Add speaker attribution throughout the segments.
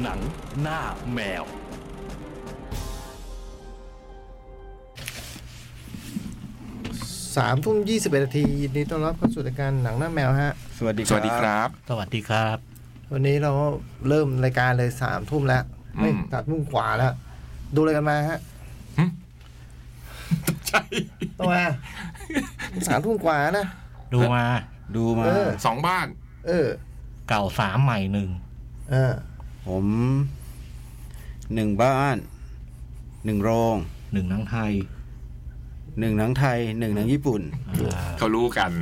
Speaker 1: หนังหน้าแมว
Speaker 2: สามทุ่มยี่สิบเอ็ดนาทียินดีต้อนรับเข้าสู่รายการหนังหน้าแมวฮะ
Speaker 3: สวัสดี
Speaker 4: สวัสดีครับ
Speaker 1: สวัสดีครับ
Speaker 2: วันนี้เราเริ่มรายการเลยสามทุ่มแล้วไม่
Speaker 4: อืม
Speaker 2: ตัดมุ่งขวาแล้ว ดูอะไรกันมาฮะ
Speaker 4: ใช่
Speaker 2: ตัวสามทุ่มกว่านะ
Speaker 1: ดูมา
Speaker 3: ดูมา
Speaker 2: เออ
Speaker 4: สองบ้าน
Speaker 2: เออ
Speaker 1: เก่าสามใหม่หนึ่ง
Speaker 2: เออ
Speaker 3: ผมหนึ่งบ้านหนึ่งโรง
Speaker 1: หนึ่งหนังไทย
Speaker 3: หนึ่งหนังไทยหนึ่งหนังญี่ปุ่น
Speaker 1: อ่า
Speaker 4: เขารู้กัน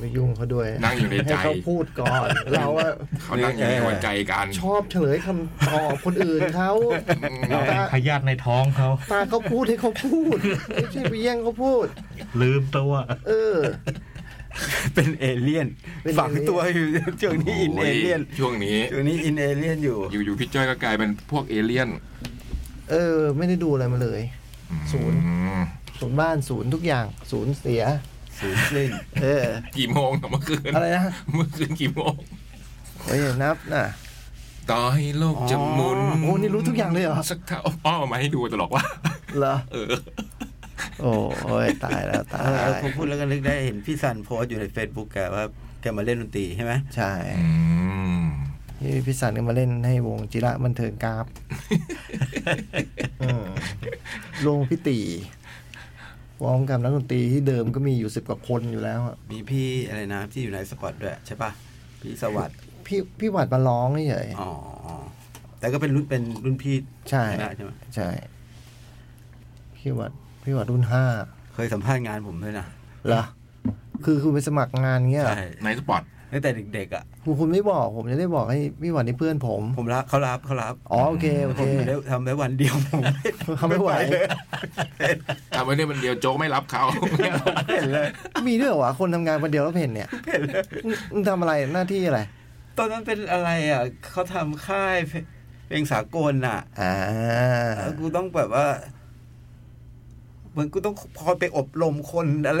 Speaker 2: ไม่ยุ่งเขาด้วย
Speaker 4: นั่งอยู่ในใจ
Speaker 2: ห้เขาพูดก่อน เราอะ
Speaker 4: เขานั่งอยู่ในหัวใจกัน
Speaker 2: ชอบเฉลยคำตอบคนอื่นเขา
Speaker 1: เราเป็น
Speaker 2: ตา
Speaker 1: พยาธิในท้องเขา
Speaker 2: ตาเขาพูดให้เขาพูดไม่ใช่ไปแย่งเขาพูด
Speaker 1: ลืมตัว
Speaker 2: เออ
Speaker 3: เป็นเอเลี่ยน
Speaker 2: เป็น
Speaker 3: ฝัง
Speaker 2: เอเลี่ยน
Speaker 3: ตัวอยู่ ช่วงนี้อินเอ
Speaker 4: โย
Speaker 3: เลี่ยน
Speaker 4: ช่วงนี้
Speaker 3: ช่วงนี้อินเอเลี่ยนอยู่
Speaker 4: อยู่ๆพี่จ้อยก็กลายเป็นพวกเอเลี่ยน
Speaker 2: เออ ไม่ได้ดูอะไรมาเลย ศูนย์
Speaker 4: อืม
Speaker 2: ศูนย์บ้านศูนย์ทุกอย่าง ศูนย์เสีย
Speaker 3: สูงสิ้น
Speaker 2: เออ
Speaker 4: กี่โมงเหรอเมื่อคืน
Speaker 2: อะไรนะ
Speaker 4: เมื่อคืนกี่โมง
Speaker 2: โอ้ยนับน่ะ
Speaker 4: ต่อให้โลกจะหมุน
Speaker 2: อ๋อโอ้นี่รู้ทุกอย่างเลยเหรอ
Speaker 4: สักเท่าอ้อมาให้ดูตลกว่า
Speaker 2: เหรอ
Speaker 4: เออ
Speaker 2: โอ้ยตายแล้วตา
Speaker 3: เออเออพอย พูดแล้วก็นึกได้เห็นพี่สันโพสต์อยู่ใน Facebook แกว่าแกมาเล่นดนตรีใช่ไหม
Speaker 2: ใช่
Speaker 4: อืม
Speaker 2: นี่พี่สันก็มาเล่นให้วงจิระบันเทิงกราฟอืมลงพี่ตีวงกับนักดนตรีที่เดิมก็มีอยู่สิบกว่าคนอยู่แล้วอะ
Speaker 3: มีพี่อะไรนะที่อยู่ในสปอตด้วยใช่ปะพี่สวัสดิ์
Speaker 2: พี่พี่หวัดมาร้องนี่เฉย
Speaker 3: อ๋อแต่ก็เป็นรุ่นเป็นรุ่นพี่
Speaker 2: ใช่
Speaker 3: นะใช่ไหม
Speaker 2: ใช่ พี่หวัด พี่หวัดรุ่นห้า
Speaker 3: เคยสัมภาษณ์งานผมด้วยนะ
Speaker 2: เหรอคือคุณไปสมัครงานเงี้ยเหรอ
Speaker 3: ใช่
Speaker 4: ในสปอต
Speaker 3: ตั้งแต่เด็กๆอ่ะ
Speaker 2: คุณคุณไม่บอกผมจะได้บอกให้พี่หวัดนี่เพื่อนผม
Speaker 3: ผมรับเขารับเขารับ
Speaker 2: อ๋อโอเคโอเค
Speaker 3: ผมได้ทำได้วันเดียวผม
Speaker 2: ทำไม่ไหว
Speaker 3: เลย
Speaker 4: ทำไว้เนี่ยมันเดียวโจ๊กไม่รับเขา
Speaker 3: เห็นเลย
Speaker 2: มีด้วยเหรอวะคนทำงานคนเดียวแล้วเห็นเนี่ยมึงมึงทำอะไรหน้าที่อะไร
Speaker 3: ตอนนั้นเป็นอะไรอ่ะเขาทำค่ายเพลงสากลอ่ะ
Speaker 2: อ่า
Speaker 3: แล้วกูต้องแบบว่าเหมือนกูต้องพอไปอบรมคนอะไร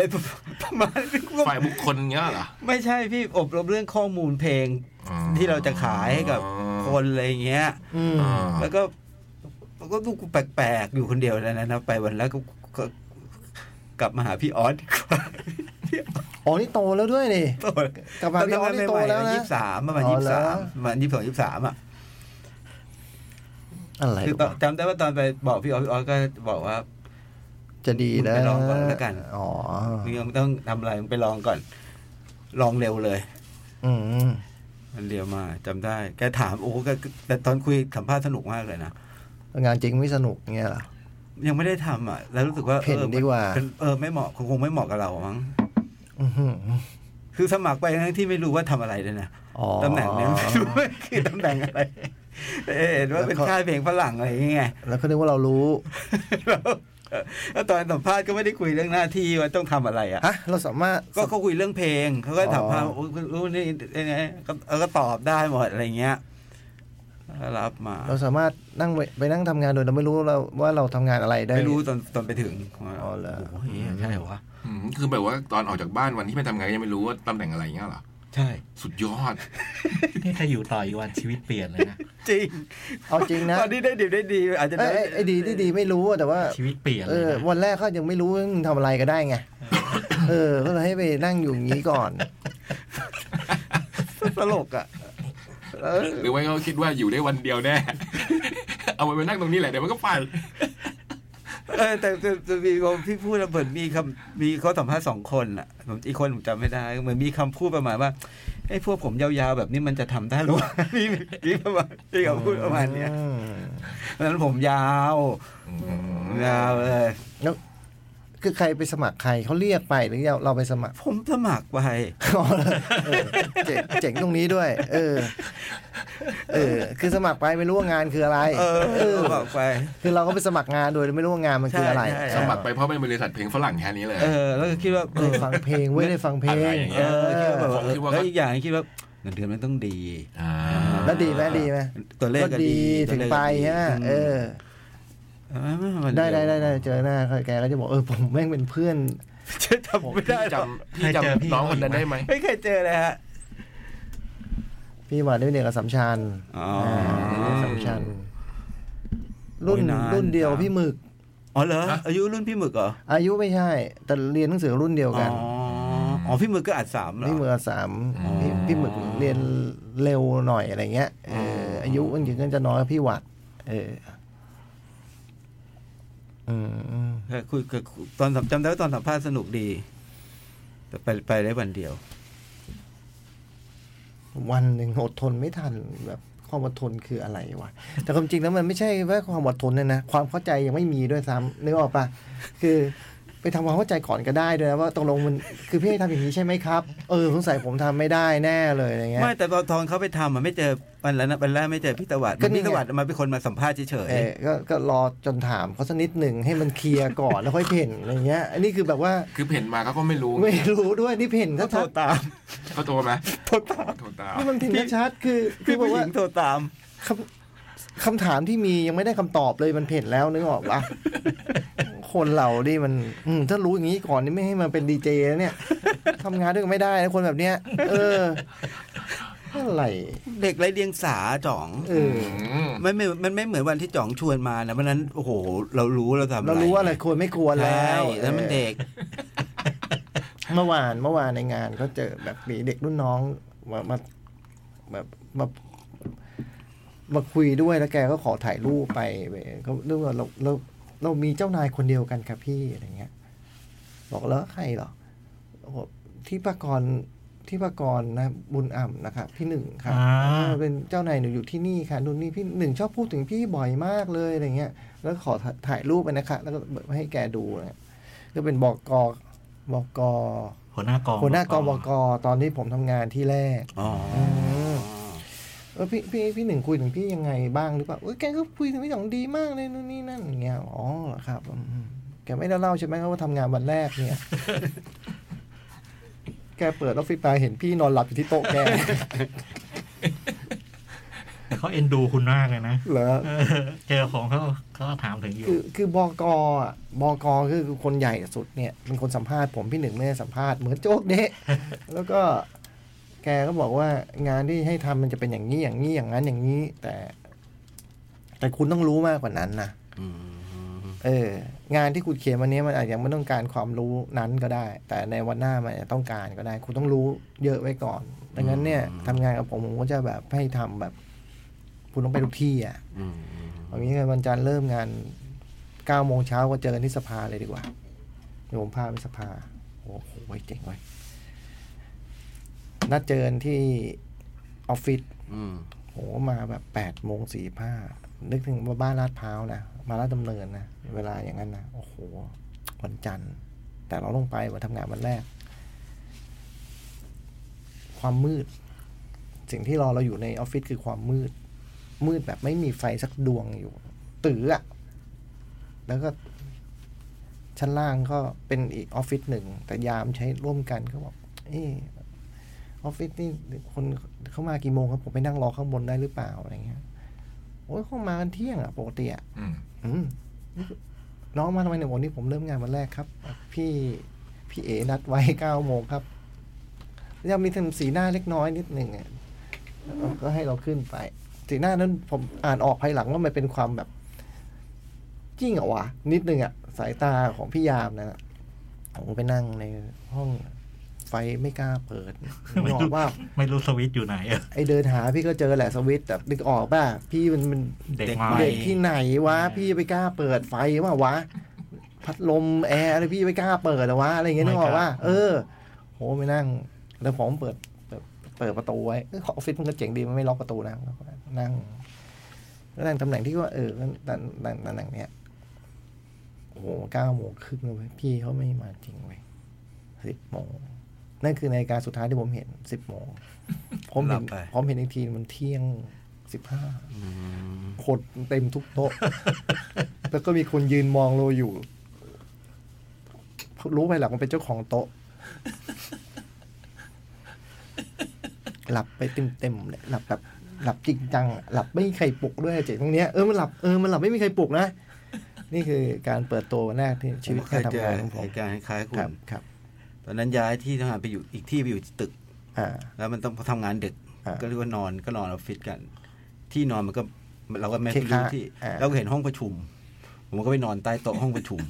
Speaker 3: ประมาณนี้กูต้อง
Speaker 4: ฝ่ายบุคคลเงี้ยเหรอ
Speaker 3: ไม่ใช่พี่อบรมเรื่องข้อมูลเพลง
Speaker 4: อ๋อ
Speaker 3: ที่เราจะขายให้กับคนอะไรอย่างเงี้ย
Speaker 2: อืม
Speaker 4: อ่า
Speaker 3: แล้วก็ก็ดูกูแปลกๆ อยู่คนเดียวแล้วนะนะไปวันแล้วก็ก็กลับมาหาพี่ออสดีกว่าพี่ออส
Speaker 2: อ๋อ นี่โตแล้วด้วยนี่
Speaker 3: โต
Speaker 2: กลับมาพี่ออสนี่โตแล้วนะ
Speaker 3: ยี่สามประมาณ
Speaker 2: อ๋
Speaker 3: ยี่
Speaker 2: อเหร
Speaker 3: สา
Speaker 2: อ
Speaker 3: มประมาณยี่สองยี่สามอ่ะ
Speaker 2: อะไร
Speaker 3: คือตอนจำได้ว่าตอนไปบอกพี่ออสพี่ออสก็บอกว่า
Speaker 2: จะดีนะ
Speaker 3: ไปลองก่อนแล้วกัน
Speaker 2: อ๋อ
Speaker 3: มึงต้องทำอะไรมึงไปลองก่อน ลองเร็วเลย
Speaker 2: อืม
Speaker 3: มันเร็วมาจำได้แกถามโอ้โหแกแต่ตอนคุยสัมภาษณ์สนุกมากเลยนะ
Speaker 2: งานจริงไม่สนุกเงี้ยเหรอ
Speaker 3: ยังไม่ได้ทำอ่ะ แล้วรู้สึกว่า
Speaker 2: เห็นดีกว่า
Speaker 3: เออมันเออไม่เหมาะคงคงไม่เหมาะกับเรามั้ง
Speaker 2: อื้อหือ
Speaker 3: คือสมัครไปทั้งที่ไม่รู้ว่าทำอะไรเลยนะ
Speaker 2: อ๋อ
Speaker 3: ตำแหน่งเนี้ไม่รู้ว่าคือตำแหน่งอะไรเออเห็นว่าเป็น
Speaker 2: แล้วก็
Speaker 3: ค่ายเพลงฝรั่งอะไรอย่างเงี้ย
Speaker 2: แล้วเขาเรียกว่าเรารู้
Speaker 3: แล้วเออ แล้วตอนสัมภาษณ์ก็ไม่ได้คุยเรื่องหน้าที่ว่าต้องทำอะไรอ่ะ
Speaker 2: ฮะเราสามารถ
Speaker 3: ก็ก็คุยเรื่องเพลงเขาก็ถาม
Speaker 2: อ๋อ
Speaker 3: ว่าโอ้ยคุณรู้นี่นี่นี่ก็เออก็ตอบได้หมดอะไรเงี้ยก็รับมา
Speaker 2: เราสามารถนั่งไปไปนั่งทำงานโดยเราไม่รู้เราว่าเราทำงานอะไรได้
Speaker 3: ไม่รู้ตอนตอนไปถึง
Speaker 2: อ๋อเหรอ
Speaker 3: โอ้โหเหี้ยใช่เหรอวะ
Speaker 4: อืมคือแบบว่าตอนออกจากบ้านวันที่ไปทำงานยังไม่รู้ว่าตำแหน่งอะไรเงี้ยเหรอ
Speaker 3: ใช่
Speaker 4: สุดยอด
Speaker 1: นี่ถ้าอยู่ต่ออีกวันชีวิตเปลี่ยนเลยนะ
Speaker 3: จริง
Speaker 2: เอาจริงนะ
Speaker 3: ตอนนี้ได้ดีได้ดี อาจจะ
Speaker 2: เอ้ยเอ้ยไอ้ดีที่ดีไม่รู้อะแต่ว่า
Speaker 1: ชีวิตเปลี่ยน
Speaker 2: เอ
Speaker 1: เลย
Speaker 2: อ
Speaker 1: นะ
Speaker 2: วันแรกเขายังไม่รู้ว่ามึงทำอะไรก็ได้ไง เออ ก็เลยให้ไปนั่งอยู่อย่างนี้ก่อน
Speaker 3: ตลกอ่ะเออ
Speaker 4: หรือว่าเขาคิดว่าอยู่ได้วันเดียวแน่ เอามันไปนั่งตรงนี้แหละเดี๋ยวมันก็ไป
Speaker 3: เออแต่แต่แต่มีคนพี่พูดแล้วเหมือนมีคำมีเขาสัมภาษณ์สองคนอ่ะผมอีกคนผมจำไม่ได้เหมือนมีคำพูดประมาณว่าไอ้พวกผมยาวๆแบบนี้มันจะทำได้หรือวะ นี่นี่ประมาณที่เขาพูดประมาณเนี้ย
Speaker 2: อืม
Speaker 3: เพราะฉะนั้นผมยาวผมยาวเลย
Speaker 2: แล้วคือใครไปสมัครใครเขาเรียกไปหรือเราเราไปสมัคร
Speaker 3: ผมสมัครไป
Speaker 2: อ๋อเหรอเออเจ๋งเจ๋งตรงนี้ด้วย เออ เออ คือสมัครไปไม่รู้ว่างานคืออะไร
Speaker 3: เออ
Speaker 2: เออ
Speaker 3: สมัครไป
Speaker 2: คือเราก็ไปสมัครงานโดยไม่รู้ว่างานมันคืออะไร
Speaker 3: ใช่ใช่
Speaker 4: สมัครไปเพราะเป็นบริษัทเพลงฝรั่งแค่นี้เลย
Speaker 3: เออ แล้วก็คิดว่าเอ
Speaker 2: ได้
Speaker 3: อ
Speaker 2: ฟังเพลงเว้ยได้ฟังเพล
Speaker 4: อะไร
Speaker 2: ง
Speaker 4: อย่างเงี้
Speaker 3: เอย อคิดว่าแบบ
Speaker 4: ผ
Speaker 3: ว่า
Speaker 4: มคิดว่า
Speaker 3: เออแล้วอีกอย่างคิดว่าเงินเดือนมันต้องดี
Speaker 4: อ่า
Speaker 2: แล้วดีไหมดีไหม
Speaker 3: ตัวเลข
Speaker 2: ก็
Speaker 3: ก็
Speaker 2: ดี
Speaker 3: ดี
Speaker 2: ถึงไปฮะเออ ได้ได้ได้ได้เจอหน้าแกก็จะบอกเออผมแม่งเป็นเพื่อน
Speaker 3: จำไม่ได้
Speaker 4: พี่
Speaker 3: หรอก
Speaker 4: จำพี่จำน้องคนนั้นได้ไหม
Speaker 3: ไม่เคยเจอเลยฮะ
Speaker 2: พี่วาดได้เรียนกับสัมชัน
Speaker 3: อ๋อ
Speaker 2: าสัมชันรุ่น
Speaker 3: โอ้ยนาน
Speaker 2: รุ่นเดียว
Speaker 3: จ้ะ
Speaker 2: พี่หมึก
Speaker 3: อ๋อเหรออายุรุ่นพี่หมึกเหรอ
Speaker 2: อายุไม่ใช่ แต่เรียนหนังสือรุ่นเดียว
Speaker 3: อ๋
Speaker 2: กั
Speaker 3: อน อ๋อพี่หมึกก็อัดสามเหรอ
Speaker 2: พี่หมึกกับสามพี่
Speaker 3: อ๋อ
Speaker 2: พี่หมึกเรียนเร็วหน่อยอะไรเงี้ยเอออายุมันก็จะน้อยกว่าพี่หวัด เออ อืม
Speaker 3: เออคุยกับตอนสัมจำได้ว่าตอนสัมภาษณ์สนุกดีแต่ไปไปได้วันเดียว
Speaker 2: วันหนึ่ง อดทนไม่ทันแบบความอดทนคืออะไรวะแต่ความจริงแล้วมันไม่ใช่ว่าความอดทนเนี่ยนะความเข้าใจยังไม่มีด้วยซ้ำนึกออกปะคือไปทำความเข้าใจก่อนก็ได้ด้วยนะว่าตกลงมันคือพี่ให้ทำอย่างนี้ใช่ไหมครับ เออสงสัยผมทำไม่ได้แน่เลยอะไรเงี้ย
Speaker 3: ไม่แต่ตอนทอนเขาไปทำมันไม่เจอวันแล้วนะวันแรกไม่เจอพี่ตะวัด
Speaker 2: ก็นี่ไง
Speaker 3: พี่ตะวัดมาเป็นคนมาสัมภาษณ์เฉย
Speaker 2: เออก็ก็รอจนถามเขาสักนิดหนึ่งให้มันเคลียร์ก่อนแล้วค่อยเพ่นอะไรเงี้ยอันนี้คือแบบว่า
Speaker 4: คือเห็นมาเขาก็ไม่รู้
Speaker 2: ไม่รู้ด้วยนี่เพ่น
Speaker 3: ๆก็
Speaker 2: ก็
Speaker 3: โท
Speaker 2: ชั
Speaker 3: ร
Speaker 2: ด
Speaker 3: ตาม
Speaker 4: เขาโทรมา
Speaker 3: โทรตาม
Speaker 4: โทรตาม
Speaker 2: นี่มันเพ่นก็ชัดคือคื
Speaker 3: พี่
Speaker 2: อแบ
Speaker 3: ผู้
Speaker 2: บ
Speaker 3: หญิ
Speaker 2: ว่า
Speaker 3: งโทรตาม
Speaker 2: คำคำถามที่มียังไม่ได้คำตอบเลยมันเผ็ดแล้วนึกออกปะ คนเราดิมันอืมถ้ารู้อย่างนี้ก่อนนี่ไม่ให้มันเป็นดีเจแล้วเนี่ยทำงานด้วยกันไม่ได้นะคนแบบเนี้ย เอออะไร
Speaker 3: เด็กไรเดียงสาจ่อง
Speaker 2: เออ
Speaker 3: มันไม่มันไม่เหมือนวันที่จ่องชวนมานะวันนั้นโอ้โห เรารู้เราทำ
Speaker 2: เรารู้ว่าอะไรควรไม่ควรแล้
Speaker 3: ใช่
Speaker 2: ว
Speaker 3: แล้วมันเด็ก
Speaker 2: เออเมื่อวานเมื่อวานในงานก็เจอแบบมีเด็กรุ่นน้องมามาแบบมามาคุยด้วยแล้วแกก็ขอถ่ายรูปไปเขาเรื่องว่าเราเราเรามีเจ้านายคนเดียวกันครับพี่อะไรเงี้ย บอกแล้วใครเหรอบอกที่ปากรที่ปากรนะบุญอ่ำนะคะพี่หนึ่งค่ะ
Speaker 1: อ่า
Speaker 2: เออเป็นเจ้านายหนูอยู่ที่นี่ค่ะนู่นนี่พี่หนึ่งชอบพูดถึงพี่บ่อยมากเลยอะไรเงี้ย แล้วขอถ่าถ่ายรูปไปนะคะ แล้วก็ให้แกดูนะก็เป็นบอกกบอกก
Speaker 1: หัวหน้ากอง
Speaker 2: หัวหน้ากองบอกกตอนที่ผมทำงานที่แรก
Speaker 3: อ๋อ
Speaker 2: เออพี่พี่พี่หนึ่งคุยถึงพี่ยังไงบ้างหรือเปล่าเอยแกก็คุยถึงพี่หยองดีมากเลยนู่นนี่นั่นอย่างเงี้ยอ๋อเหรอครับอืมแกไม่ได้เล่าใช่ไหมว่าทำงานวันแรกเนี่ย แกเปิดออฟฟิศมาเห็นพี่นอนหลับอยู่ที่โต๊ะแก
Speaker 1: แต่เขาเอ็นดูคุณมากเลยนะ
Speaker 2: เหรอ
Speaker 1: เออเจอของเขาเขาถามถึงอยู่
Speaker 2: คือคือบอกอ่ะบอกอคือคือคนใหญ่สุดเนี่ยเป็นคนสัมภาษณ์ผมพี่หนึ่งไม่ได้สัมภาษณ์เหมือนโจ๊ก เดะ แล้วก็ แกก็บอกว่างานที่ให้ทำมันจะเป็นอย่างนี้อย่างนี้อย่างนั้นอย่างนี้ แต่ แต่คุณต้องรู้มากกว่านั้นนะ
Speaker 3: อืม
Speaker 2: เอองานที่คุณเขียนวันนี้มันอาจจะยังไม่ต้องการความรู้นั้นก็ได้ แต่ในวันหน้ามันอาจจะต้องการก็ได้ คุณต้องรู้เยอะไว้ก่อน ดังนั้นเนี่ยทำงานกับผมผมก็จะแบบให้ทำแบบ คุณต้องไปทุกที่อ่ะ
Speaker 3: อืม
Speaker 2: วันนี้วันจันทร์เริ่มงานเก้าโมงเช้าก็เจอกันที่สภาเลยดีกว่าเดี๋ยวผมพาไปสภา โอ้โหเจ๋งเว้ยนัดเจอกันที่ออฟฟิศ
Speaker 3: อืม
Speaker 2: โหมาแบบแปดโมงสี่ผ้า นึกถึงว่าบ้านลาดพร้าวนะ มาลาดดำเนินนะ เวลาอย่างนั้นนะ โอ้โห วันจันทร์ แต่เราลงไปวันทำงานวันแรก ความมืด สิ่งที่รอเราอยู่ในออฟฟิศคือความมืด มืดแบบไม่มีไฟสักดวงอยู่ ตื้ออะแล้วก็ ชั้นล่างก็เป็นอีกออฟฟิศหนึ่ง แต่ยามใช้ร่วมกันเขาบอก เออออฟฟิศนี่คนเข้ามากี่โมงครับ ผมไปนั่งรอข้างบนได้หรือเปล่าอะไรเงี้ยโอ้ยเข้ามากันเที่ยงอะปกติอะอืมน้องมาทำไมเนี่ยบอกนี่ผมเริ่มงานวันแรกครับ พี่พี่เอนัดไว้ เก้าโมงครับยังมีทำสีหน้าเล็กน้อยนิดหนึ่งอะแล้วก็ให้เราขึ้นไป สีหน้านั้นผมอ่านออกภายหลังว่ามันเป็นความแบบ จริงเหรอวะนิดนึงอะสายตาของพี่ยามนะ ผมก็ไปนั่งในห้องไฟไม่กล้าเปิด
Speaker 1: ไม่
Speaker 2: บอ
Speaker 1: รู้
Speaker 2: กว่า
Speaker 1: ไม่รู้สวิตช์อยู่ไหนเออ
Speaker 2: ไอเดินหาพี่ก็เจอแหละสวิตช์แต่นึกออกป่ะ พี่มันมัน
Speaker 1: เด็กมา
Speaker 2: เด็กที่ไหนวะ พี่จะไปกล้าเปิดไฟว่าวะ พัดลมแอร์อะไรพี่จะไปกล้าเปิดเหรอวะอะไรอย่างเงี้ยนึกออกว่า เออ โหไม่นั่ง แล้วผมเปิดเปิดเปิดประตูไว้เออออฟฟิศมันก็เจ๋งดีมันไม่ล็อกประตูนะนั่งแล้วนั่งตำแหน่งที่ว่าเออนั่งนั่งตำแหน่งเนี้ยโอ้โหเก้าโมงครึ่งเลยเว้ยพี่เขาไม่มาจริงเว้ยสิบโมงนั่นคือนาฬิกาสุดท้ายที่ผมเห็นสิบโมงผมเห็นผมเห็นอีกทีมันเที่ยงสิบห้าคนเต็มทุกโต๊ะ แล้วก็มีคนยืนมองเราอยู่ รู้ไปหลังมันเป็นเจ้าของโต๊ะ หลับไปเต็มๆเลยหลับแบบหลับจริงจังอะหลับไม่มีใครปลุกด้วยเจ๋งตรงเนี้ยเออมันหลับเออมันหลับไม่มีใครปลุกนะ นี่คือการเปิดตัววันแรกที่ชีวิต
Speaker 3: ผมเค
Speaker 2: การ
Speaker 3: ยเจอง
Speaker 2: ทำานของผ
Speaker 3: เห
Speaker 2: ม
Speaker 3: ตุการณ์คล้ายๆคุ
Speaker 2: ครั
Speaker 3: ณ
Speaker 2: บครับ
Speaker 3: ตอนนั้นย้ายที่ทำงานไปอยู่อีกที่ไปอยู่ตึก
Speaker 2: อ่า
Speaker 3: แล้วมันต้องทำงานดึก
Speaker 2: อ่า
Speaker 3: ก็เรียกว่านอนก็นอนออฟฟิศกัน ที่นอนมันก็เราก็ไม่
Speaker 2: เค
Speaker 3: รู้
Speaker 2: คะ
Speaker 3: ที่
Speaker 2: อ่า
Speaker 3: เราก็เห็นห้องประชุม ผมก็ไปนอนใต้โต๊ะห้องประชุม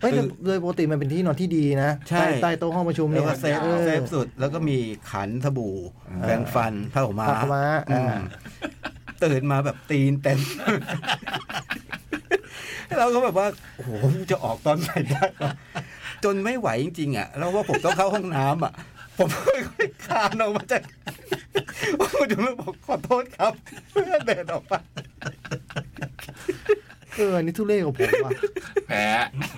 Speaker 2: เฮ้ย
Speaker 3: คื
Speaker 2: โด
Speaker 3: อ
Speaker 2: ยโดยปกติมันเป็นที่นอนที่ดีนะ
Speaker 3: ใช่
Speaker 2: ใต้ใต้โต๊ะห้องประชุม
Speaker 3: แล้
Speaker 2: เนี่
Speaker 3: วย ก็เซฟ
Speaker 2: ออ
Speaker 3: เซฟสุด แล้วก็มีขันสบู่แปรงฟันผ้าขาวม้า
Speaker 2: ผ้าขาวม้าอ่า
Speaker 3: อืมตื่นมาแบบตีน เต็ม เราก็แบบว่าโอ้โหจะออกตอนไหนได้วะจนไม่ไหวจริงๆอ่ะแล้วว่าผมต้องเข้าห้องน้ำอ่ะ ผมค่อยๆคลานออกมาจาก ว่าผมจะบอกขอโทษครับเพื่อเดินออกไป
Speaker 2: เอออันนี่ทุเรศของผมว่ะ
Speaker 4: แพ้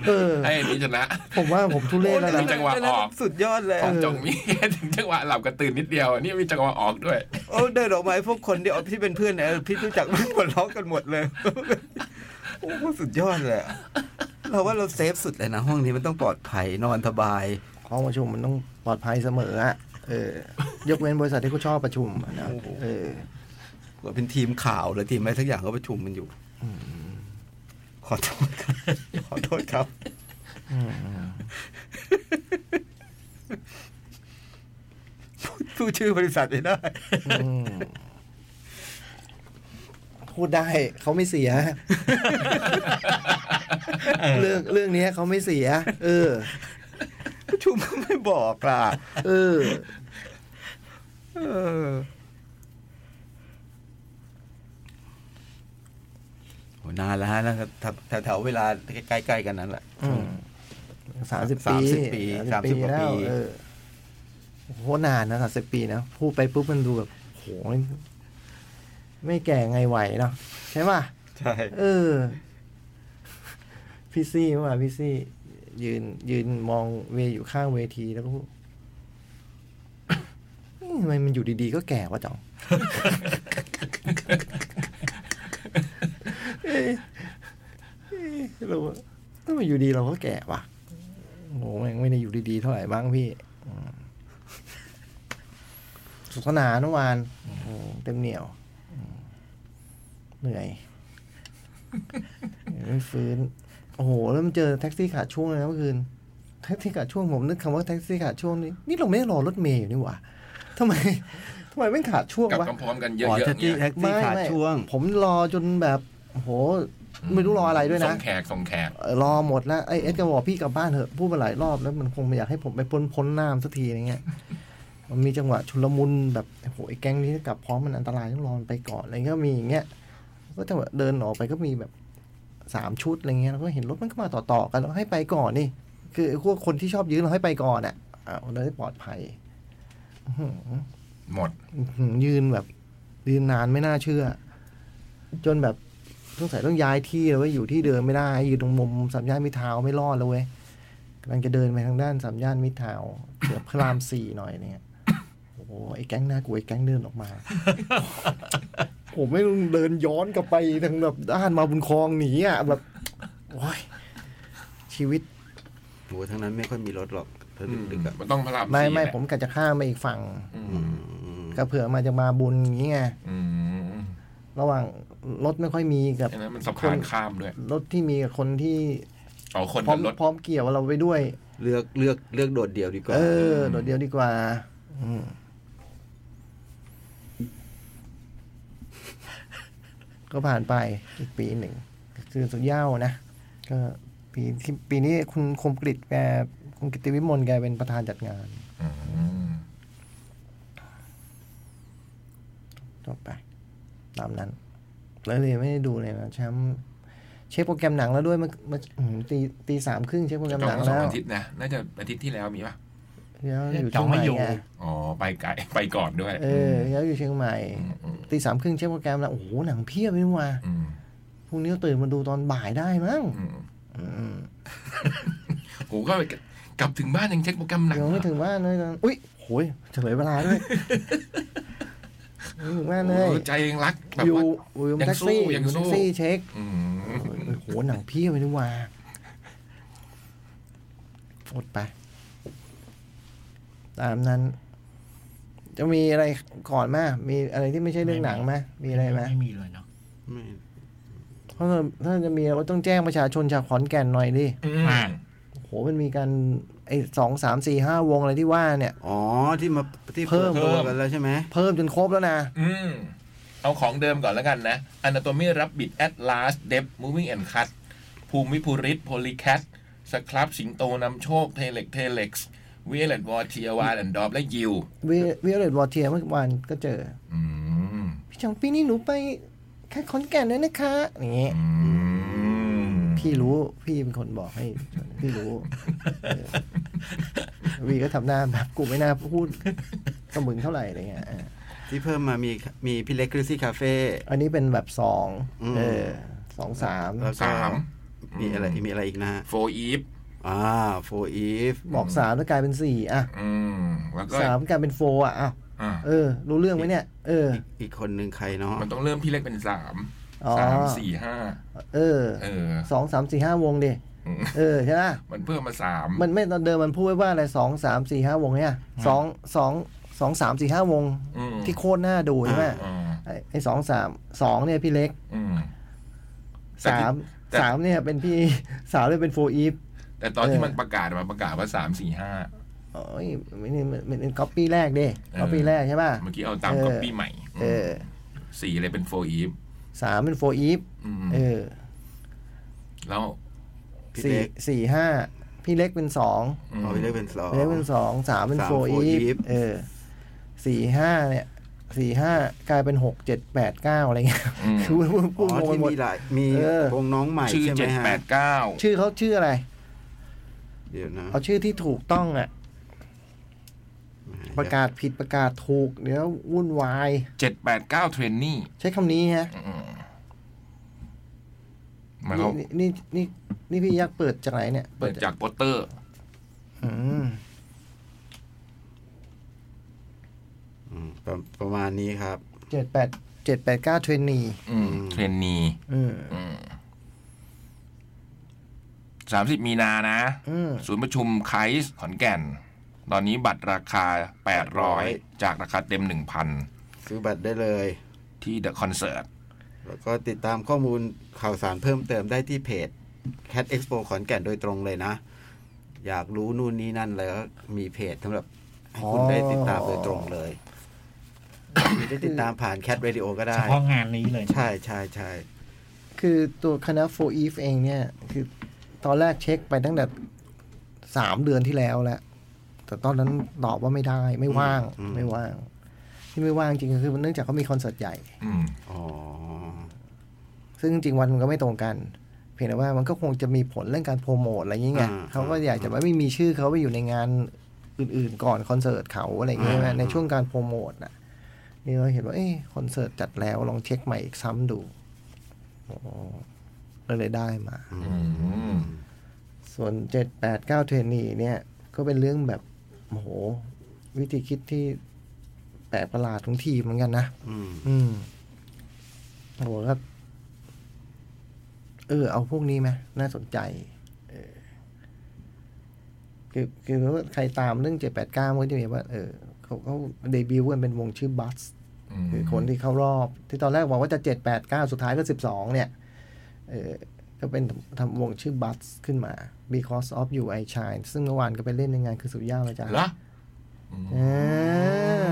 Speaker 2: เออ
Speaker 4: ไอ้นี่ชนะ
Speaker 2: ผมว่าผมทุเรศแล้ว
Speaker 4: มี
Speaker 2: นะ
Speaker 4: จังหวะออก
Speaker 3: สุดยอดเลย
Speaker 4: ของจงมีแค่ถึงจังหวะหลับก็ตื่นนิดเดียวอันนี่มีจังหวะออกด้วย
Speaker 3: โอ้เดินออกมาไอ้พวกคนที่เอาที่เป็นเพื่อนเนี่ยเออพี่รู้จักมันหัวเราะกันหมดเลย โอ้โหสุดยอดเลยอะเราว่าเราเซฟสุดเลยนะ ห้องนี้มันต้องปลอดภัยนอนสบาย
Speaker 2: ห้องประชุมมันต้องปลอดภัยเสมออะเออ ยกเว้นบริษัทที่เขาชอบประชุมอะนะ
Speaker 3: โอ้โห
Speaker 2: เออ
Speaker 3: กว่าเป็นทีมข่าวหรือทีมอะไรทักอย่างก็ประชุมมันอยู่ขอโทษครับ ขอโทษครับ พูดพูดชื่อบริษัทไม่ได้
Speaker 2: อืมพูดได้เขาไม่เสีย เรื่องเรื่องเนี้ยเขาไม่เสีย เออ
Speaker 3: ประชุมไม่บอกล่ะ
Speaker 2: เออ
Speaker 3: เออโหนานแล้วฮะแล้วแถวแถวๆเวลาใกล้ๆกันนั้นแหละ
Speaker 2: อืมสามสิบ
Speaker 3: สา
Speaker 2: ปี
Speaker 3: มสิบปีสามสิบกว่า
Speaker 2: แล้ว
Speaker 3: ปี
Speaker 2: เออโอ้โหนานนะสามสิบปีนะพูดไปปุ๊บมันดูแบบโหยไม่แก่ไงไหวเนาะใช่ป่ะ
Speaker 3: ใช่
Speaker 2: เออ พี่ซี่มาพี่ซี่ ยืน ยืนมองเวอยู่ข้างเวทีแล้วก็ พูดเอ๊ะทำไมมันอยู่ดีๆ ก็แก่วะจ๋อง เอ๊ะเอ๊ะเราทำไมอยู่ดีเราก็แก่วะโหแม่งไม่ได้อยู่ดีๆ เท่าไหร่บ้างพี่อืมสุขสนานเมื่อวานอืมเต็มเหนียวอืมเหนื่อย ไม่ฟื้น โอ้โห แล้วมันเจอแท็กซี่ขาดช่วงเลยนะเมื่อคืน แท็กซี่ขาดช่วงผมนึกคำว่าแท็กซี่ขาดช่วงนี่นี่เราไม่ได้รอรถเมย์อยู่นี่หว่าทำไมทำไมไม่งขาดช่วง
Speaker 4: กลับ
Speaker 2: วะ
Speaker 4: กำพร้อมกันเย
Speaker 3: อ๋อ
Speaker 4: อะๆ
Speaker 3: แท็ก
Speaker 4: อย่างเงี้ย
Speaker 3: ซี่แท็กซี่ขาดช่วง
Speaker 2: ผมรอจนแบบโอ้โห ไม่รู้รออะไรด้วย
Speaker 4: ส่
Speaker 2: นะ
Speaker 4: งแขกส่งแขก
Speaker 2: เอ่อรอหมดแล้วไอ้เอ็ดก็บอกพี่กลับบ้านเถอะพูดมาหลายรอบแล้วมันคงไม่อยากให้ผมไปพ้นพ้นน้ำสักทีอะไรเงี้ย มันมีจังหวะชุลมุนแบบโอ้โหไอ้แก๊งนี้กลับพร้อมมันอันตรายต้องรอมันไปก่อนอะไรเงี้ยก็มีอย่างเงี้ยก็จังหวะเดินออกไปก็มีแบบสามชุดอะไรเงี้ยแล้วก็เห็นรถมันก็มาต่อๆกันแล้วให้ไปก่อนนี่ คือไอ้พวกคนที่ชอบยืนเราให้ไปก่อนอ่ะอ่าเราได้ปลอดภัย
Speaker 4: หมด
Speaker 2: อื้อหือยืนแบบ ยืนนานไม่น่าเชื่อ จนแบบสงสัยต้องย้ายที่แล้วเว้ยอยู่ที่เดิมไม่ได้อยู่ตรงมุมสามย่านมิตรทาวน์ไม่รอดแล้วเว้ยกำลังจะเดินไปทางด้านสามย่านมิตรทาวน์เกือบพระรามสี่หน่อยเนี่ยโอ้โหไอ้แก๊งหน้ากลัวไอ้แก๊งเดินออกมา ผมไม่ต้องเดินย้อนกลับไปทางแบบด้านมาบุญคลองหนีอ่ะแบบโอ้ยชีวิต
Speaker 3: โหทั้งนั้นไม่ค่อยมีรถหรอกถ้าดึกๆอะ
Speaker 4: มันต้องพลับ
Speaker 2: ไม่
Speaker 4: สี่
Speaker 2: ไม่
Speaker 4: แหละ
Speaker 2: ผมกะจะข้ามไปอีกฝั่ง
Speaker 4: อื
Speaker 3: อื
Speaker 4: ม
Speaker 3: ม
Speaker 2: ก็เผื่อมาจะมาบุญอย่างเงี้ย
Speaker 4: อืม
Speaker 2: ระหว่างรถไม่ค่อยมีกับ
Speaker 4: อันนั้นมันสะพานข้ามด้วย
Speaker 2: รถที่มีกับคนที่
Speaker 4: เอาคน
Speaker 2: พร้อ
Speaker 4: กั
Speaker 2: ม
Speaker 4: บรถ
Speaker 2: พร้อมเกี่ยวเราไปด้วย
Speaker 3: เลือกเลือกเลือกโดดเดี่ยวดีกว่า
Speaker 2: เออโดดเดียวดีกว่า อืมก็ผ่านไปอีกปีหนึ่งก็คือสุดเหย้านะ ก็ปีที่ปีนี้คุณคมกริตแกคุณกิติวิมลแกเป็นประธานจัดงาน
Speaker 4: อืม
Speaker 2: จบไป ตามนั้น แล้วเลยไม่ได้ดูเลยนะแชมป์เช็คโปรแกรมหนังแล้วด้วยเมื่อเมื่ออืมตีตีสามครึ่งเช็คโปรแกรม
Speaker 4: ต้อง
Speaker 2: หนัง
Speaker 4: สอ
Speaker 2: แล้
Speaker 4: ง
Speaker 2: ว
Speaker 4: อาทิตย์นะน่าจะอาทิตย์ที่แล้วมีป่ะ
Speaker 2: แล้วอยู่
Speaker 1: จอ
Speaker 2: ที่
Speaker 1: ง
Speaker 2: ไห
Speaker 1: ไม่
Speaker 2: น
Speaker 1: อยู่
Speaker 2: ไง
Speaker 4: อ๋อไปไกล ไปก่อนด้วย
Speaker 2: เออแล้วอยู่เชียงใหม่ตีสามครึ่งเช็คโปรแกรมแล้ว โอ้โห หนังเพียบเลยนี่หว่ะ
Speaker 4: ม
Speaker 2: พรุ่งนี้ก็ตื่นมาดูตอนบ่ายได้มั้ง
Speaker 4: อืม
Speaker 2: อืม
Speaker 4: กูก็กลับถึงบ้านยังเช็คโปรแกรมหนัง
Speaker 2: ยังไม่ถึงบ้านเลยตอนอุ้ยโหยเฉลยเวลาด้วยยังไม่ถึงบ้านเลย
Speaker 4: โอ้ใจยังรักแบบ
Speaker 2: อยู่
Speaker 4: ว่า
Speaker 2: อยู่บนแท็ก
Speaker 4: สู้
Speaker 2: ซี่
Speaker 4: ยัง
Speaker 2: อยู่บน
Speaker 4: สู้
Speaker 2: แท็กซี่เช็ค
Speaker 4: อืม
Speaker 2: โอ้โห หนังเพียบเลยนี่หว่าอดไป ตามนั้น จะมีอะไรก่อนไหมมีอะไรที่ไม่ใช่เรื่องหนังไหมมีอะไรไหม
Speaker 1: ไม่มีเลยเนาะ
Speaker 3: ไม่
Speaker 2: ถ้าจะถ้าจะมีเราก็ต้องแจ้งประชาชนชาวขอนแก่นหน่อยดิ
Speaker 4: อืม
Speaker 1: อ่า
Speaker 2: โอ้โห โหมันมีการไอ้สองสามสี่ห้าวงอะไรที่ว่าเนี่ย
Speaker 3: อ๋อที่มาที่
Speaker 2: เพิ่ม
Speaker 3: เพิ่มกันแล้วใช่ไหม
Speaker 2: เพิ่มจนครบแล้วนะ
Speaker 5: อืม เอาของเดิมก่อนแล้วกันนะ Anatomy Rabbit Atlas Dep Moving and Cut ภูมิภูริศ Polycat สครับสิงโตนำโชค เทเล็ก เทเล็กซ์ว l เลตวอร์เทียวาแอนดอฟและยิว
Speaker 2: วิวิเลตวอเทียเมื่อวานก็เจอ
Speaker 5: อืม
Speaker 2: พี่จองปีนี้หนูไปแค่ขอนแก่นด้วยนะคะอย่างงี้
Speaker 5: อืม
Speaker 2: พี่รู้พี่เป็นคนบอกให้ พี่รู้ เออวีก็ทำหน้าแบบกูไม่น่าพูดกับมึงเท่าไหร่อะไรเงี้ยอ่ะ
Speaker 3: ที่เพิ่มมามีมีพี่เล็กคริสซี่คาเฟ่
Speaker 2: อันนี้เป็นแบบสอง
Speaker 3: อืม
Speaker 2: เออสองสาม
Speaker 3: แล้วก็
Speaker 5: สาม
Speaker 3: มีอะไรมีอะไรอีกนะฮะ
Speaker 5: โฟอีฟ
Speaker 3: อ่าโฟอีฟ
Speaker 2: บอกสามแล้วกลายเป็นสี่อ่ะ
Speaker 5: อืม แล้วก็
Speaker 2: สามกลายเป็นโฟร์อ่ะอ้าว
Speaker 5: อ่ะ
Speaker 2: เออ รู้เรื่องไหมเนี่ย เออ
Speaker 3: อีกคนหนึ่งใครเนาะ
Speaker 5: มันต้องเริ่มพี่เล็กเป็นสาม
Speaker 2: อ๋อ
Speaker 5: สามสี่ห้า
Speaker 2: เออ
Speaker 5: เออ
Speaker 2: สองสามสี่ห้าวงดิ
Speaker 5: อืม
Speaker 2: เออใช่ไหม
Speaker 5: มันเพิ่มมาสาม
Speaker 2: มันไม่ตอนเดิมมันพูดไว้ว่าอะไรสองสามสี่ห้าวงเนี่ยสองสองสองสามสี่ห้าวง
Speaker 5: อืม
Speaker 2: ที่โคตรน่าดูใช่ไหม
Speaker 5: อ่า
Speaker 2: ไอ้ไอ้สองสามสองเนี่ยพี่เล็ก
Speaker 5: อืม แต่ที่
Speaker 2: สาม
Speaker 5: แต่
Speaker 2: สามเนี่ยเป็นพี่ สามเนี่ยเป็นโฟอีฟ
Speaker 5: แต่ตอนที่
Speaker 2: เออ
Speaker 5: มันประกาศมาประกาศว่าสามสี่ห้า
Speaker 2: โอ้ยไม่นี่มันเป็นก๊อปปี้แรกเด้
Speaker 5: เออ
Speaker 2: ก๊อปปี้แรกใช่ป่ะ
Speaker 5: เมื่อกี้เอาตาม
Speaker 2: เออ
Speaker 5: ก๊อปปี้ใหม่อืม
Speaker 2: เออ
Speaker 5: สี่เลยเป็นโฟอีฟ
Speaker 2: สามเป็นโฟอีฟเออ
Speaker 5: แล้ว
Speaker 3: พี่
Speaker 2: สี่
Speaker 3: เล็ก
Speaker 2: สี่ห้าพี่เล็กเป็นสอง
Speaker 5: อืม
Speaker 3: อ๋อพี่เล็กเป็นสอง
Speaker 2: พี่เล็กเป็นสองสามเป็น
Speaker 3: สาม
Speaker 2: โฟอี
Speaker 3: four
Speaker 2: ฟ
Speaker 3: if
Speaker 2: เออสี่ห้าเนี่ยสี่ห้ากลายเป็นหกเจ็ดแปดเก้าอะไรเงี้ย
Speaker 5: อืม
Speaker 2: คือ พูด
Speaker 3: อ๋
Speaker 2: พูดงง
Speaker 3: อ
Speaker 2: ไป
Speaker 3: ที่
Speaker 2: หมด
Speaker 3: มีหลายมี
Speaker 2: เออ
Speaker 3: วงน้องใหม่
Speaker 5: ชื่อ
Speaker 3: ใช่ไหม
Speaker 5: เจ็ด
Speaker 3: ฮะ
Speaker 5: แปดเก้า
Speaker 2: ชื่อเขาชื่ออะไร
Speaker 3: เดี๋ยวนะ
Speaker 2: เอาชื่อที่ถูกต้องอ่ะ ประกาศผิดประกาศถูก เดี๋ยววุ่นวาย
Speaker 5: เจ็ดแปดเก้าเทรนนี่
Speaker 2: ใช้คำนี้ฮะ
Speaker 5: มาเขา
Speaker 2: นี่นี่นี่นี่พี่ยักษ์เปิดจากไหนเนี่ย
Speaker 5: เปิดจากโปสเตอร์
Speaker 2: อืม
Speaker 3: อืมประประมาณนี้ครับ
Speaker 2: เจ็ดแปดเจ็ดแปดเก้าเทรนนี
Speaker 5: อืมเทรนนี
Speaker 2: อืม
Speaker 5: สามสิบมีนานะ
Speaker 2: อืม
Speaker 5: ศูนย์ประชุมไคส์ขอนแก่น ตอนนี้บัตรราคา 800 จากราคาเต็ม
Speaker 3: ซื้อบัตรได้เลย
Speaker 5: 1,000 ที่เดอะคอนเสิร์ต
Speaker 3: แล้วก็ติดตามข้อมูลข่าวสารเพิ่มเติมได้ที่เพจ Cat Expo ขอนแก่นโดยตรงเลยนะ อยากรู้นู่นนี่นั่นเลยก็มีเพจสำหรับให้คุณได้ติดตามโดยตรงเลยหรือจะติดตามผ่าน Cat Radio ก็ได้
Speaker 1: เฉพาะงานนี้เลย
Speaker 3: ใช่ใช่ใช่
Speaker 2: คือตัวคณะโฟอีฟเองเนี่ย คือตอนแรกเช็คไปตั้งแต่สามเดือนที่แล้วแล้ว แต่ตอนนั้นตอบว่าไม่ได้ ไม่ว่าง ไม่ว่าง ที่ไม่ว่างจริงๆก็คือเนื่องจากเขามีคอนเสิร์ตใหญ่
Speaker 5: อืม
Speaker 3: อ๋อ
Speaker 2: ซึ่งจริงๆวันมันก็ไม่ตรงกัน เพียงแต่ว่ามันก็คงจะมีผลเรื่องการโปรโมทอะไรอย่างเงี้ย
Speaker 3: อ่า
Speaker 2: เขาก็อยากจะไม่มีชื่อเขาไปอยู่ในงานอื่นๆ ก่อนคอนเสิร์ตเขาอะไรอย่างเงี้ยใช่ไหม
Speaker 3: อ่า
Speaker 2: ในช่วงการโปรโมทน่ะนี่เราเห็นว่าเอ้คอนเสิร์ตจัดแล้วลองเช็คใหม่อีกซ้ำดูโอ้เลยได้มา
Speaker 5: อืม
Speaker 2: ส่วนเจ็ดแปดเก้าเทรนนีเนี่ย ก็เป็นเรื่องแบบโอ้โห วิธีคิดที่แปลกประหลาดของทีมเหมือนกันนะ
Speaker 3: อืม
Speaker 2: อืมโหก็เออ เอาพวกนี้ไหมน่าสนใจ เออ คือคือว่าใครตามเรื่องเจ็ดแปดเก้ามันก็จะเห็นว่า เออเขาเขาเดบิวต์กันเป็นวงชื่อบัส
Speaker 5: อืม
Speaker 2: คือคนที่เข้ารอบ ที่ตอนแรกบอกว่าจะเจ็ดแปดเก้าสุดท้ายก็สิบสองเนี่ย เออ ก็เป็นทำวงชื่อบัสขึ้นมา because of you I shine ซึ่งเมื่อวานก็ไปเล่นในงานคือสุดยอดอาจารย์
Speaker 5: เหรอ
Speaker 2: อ่า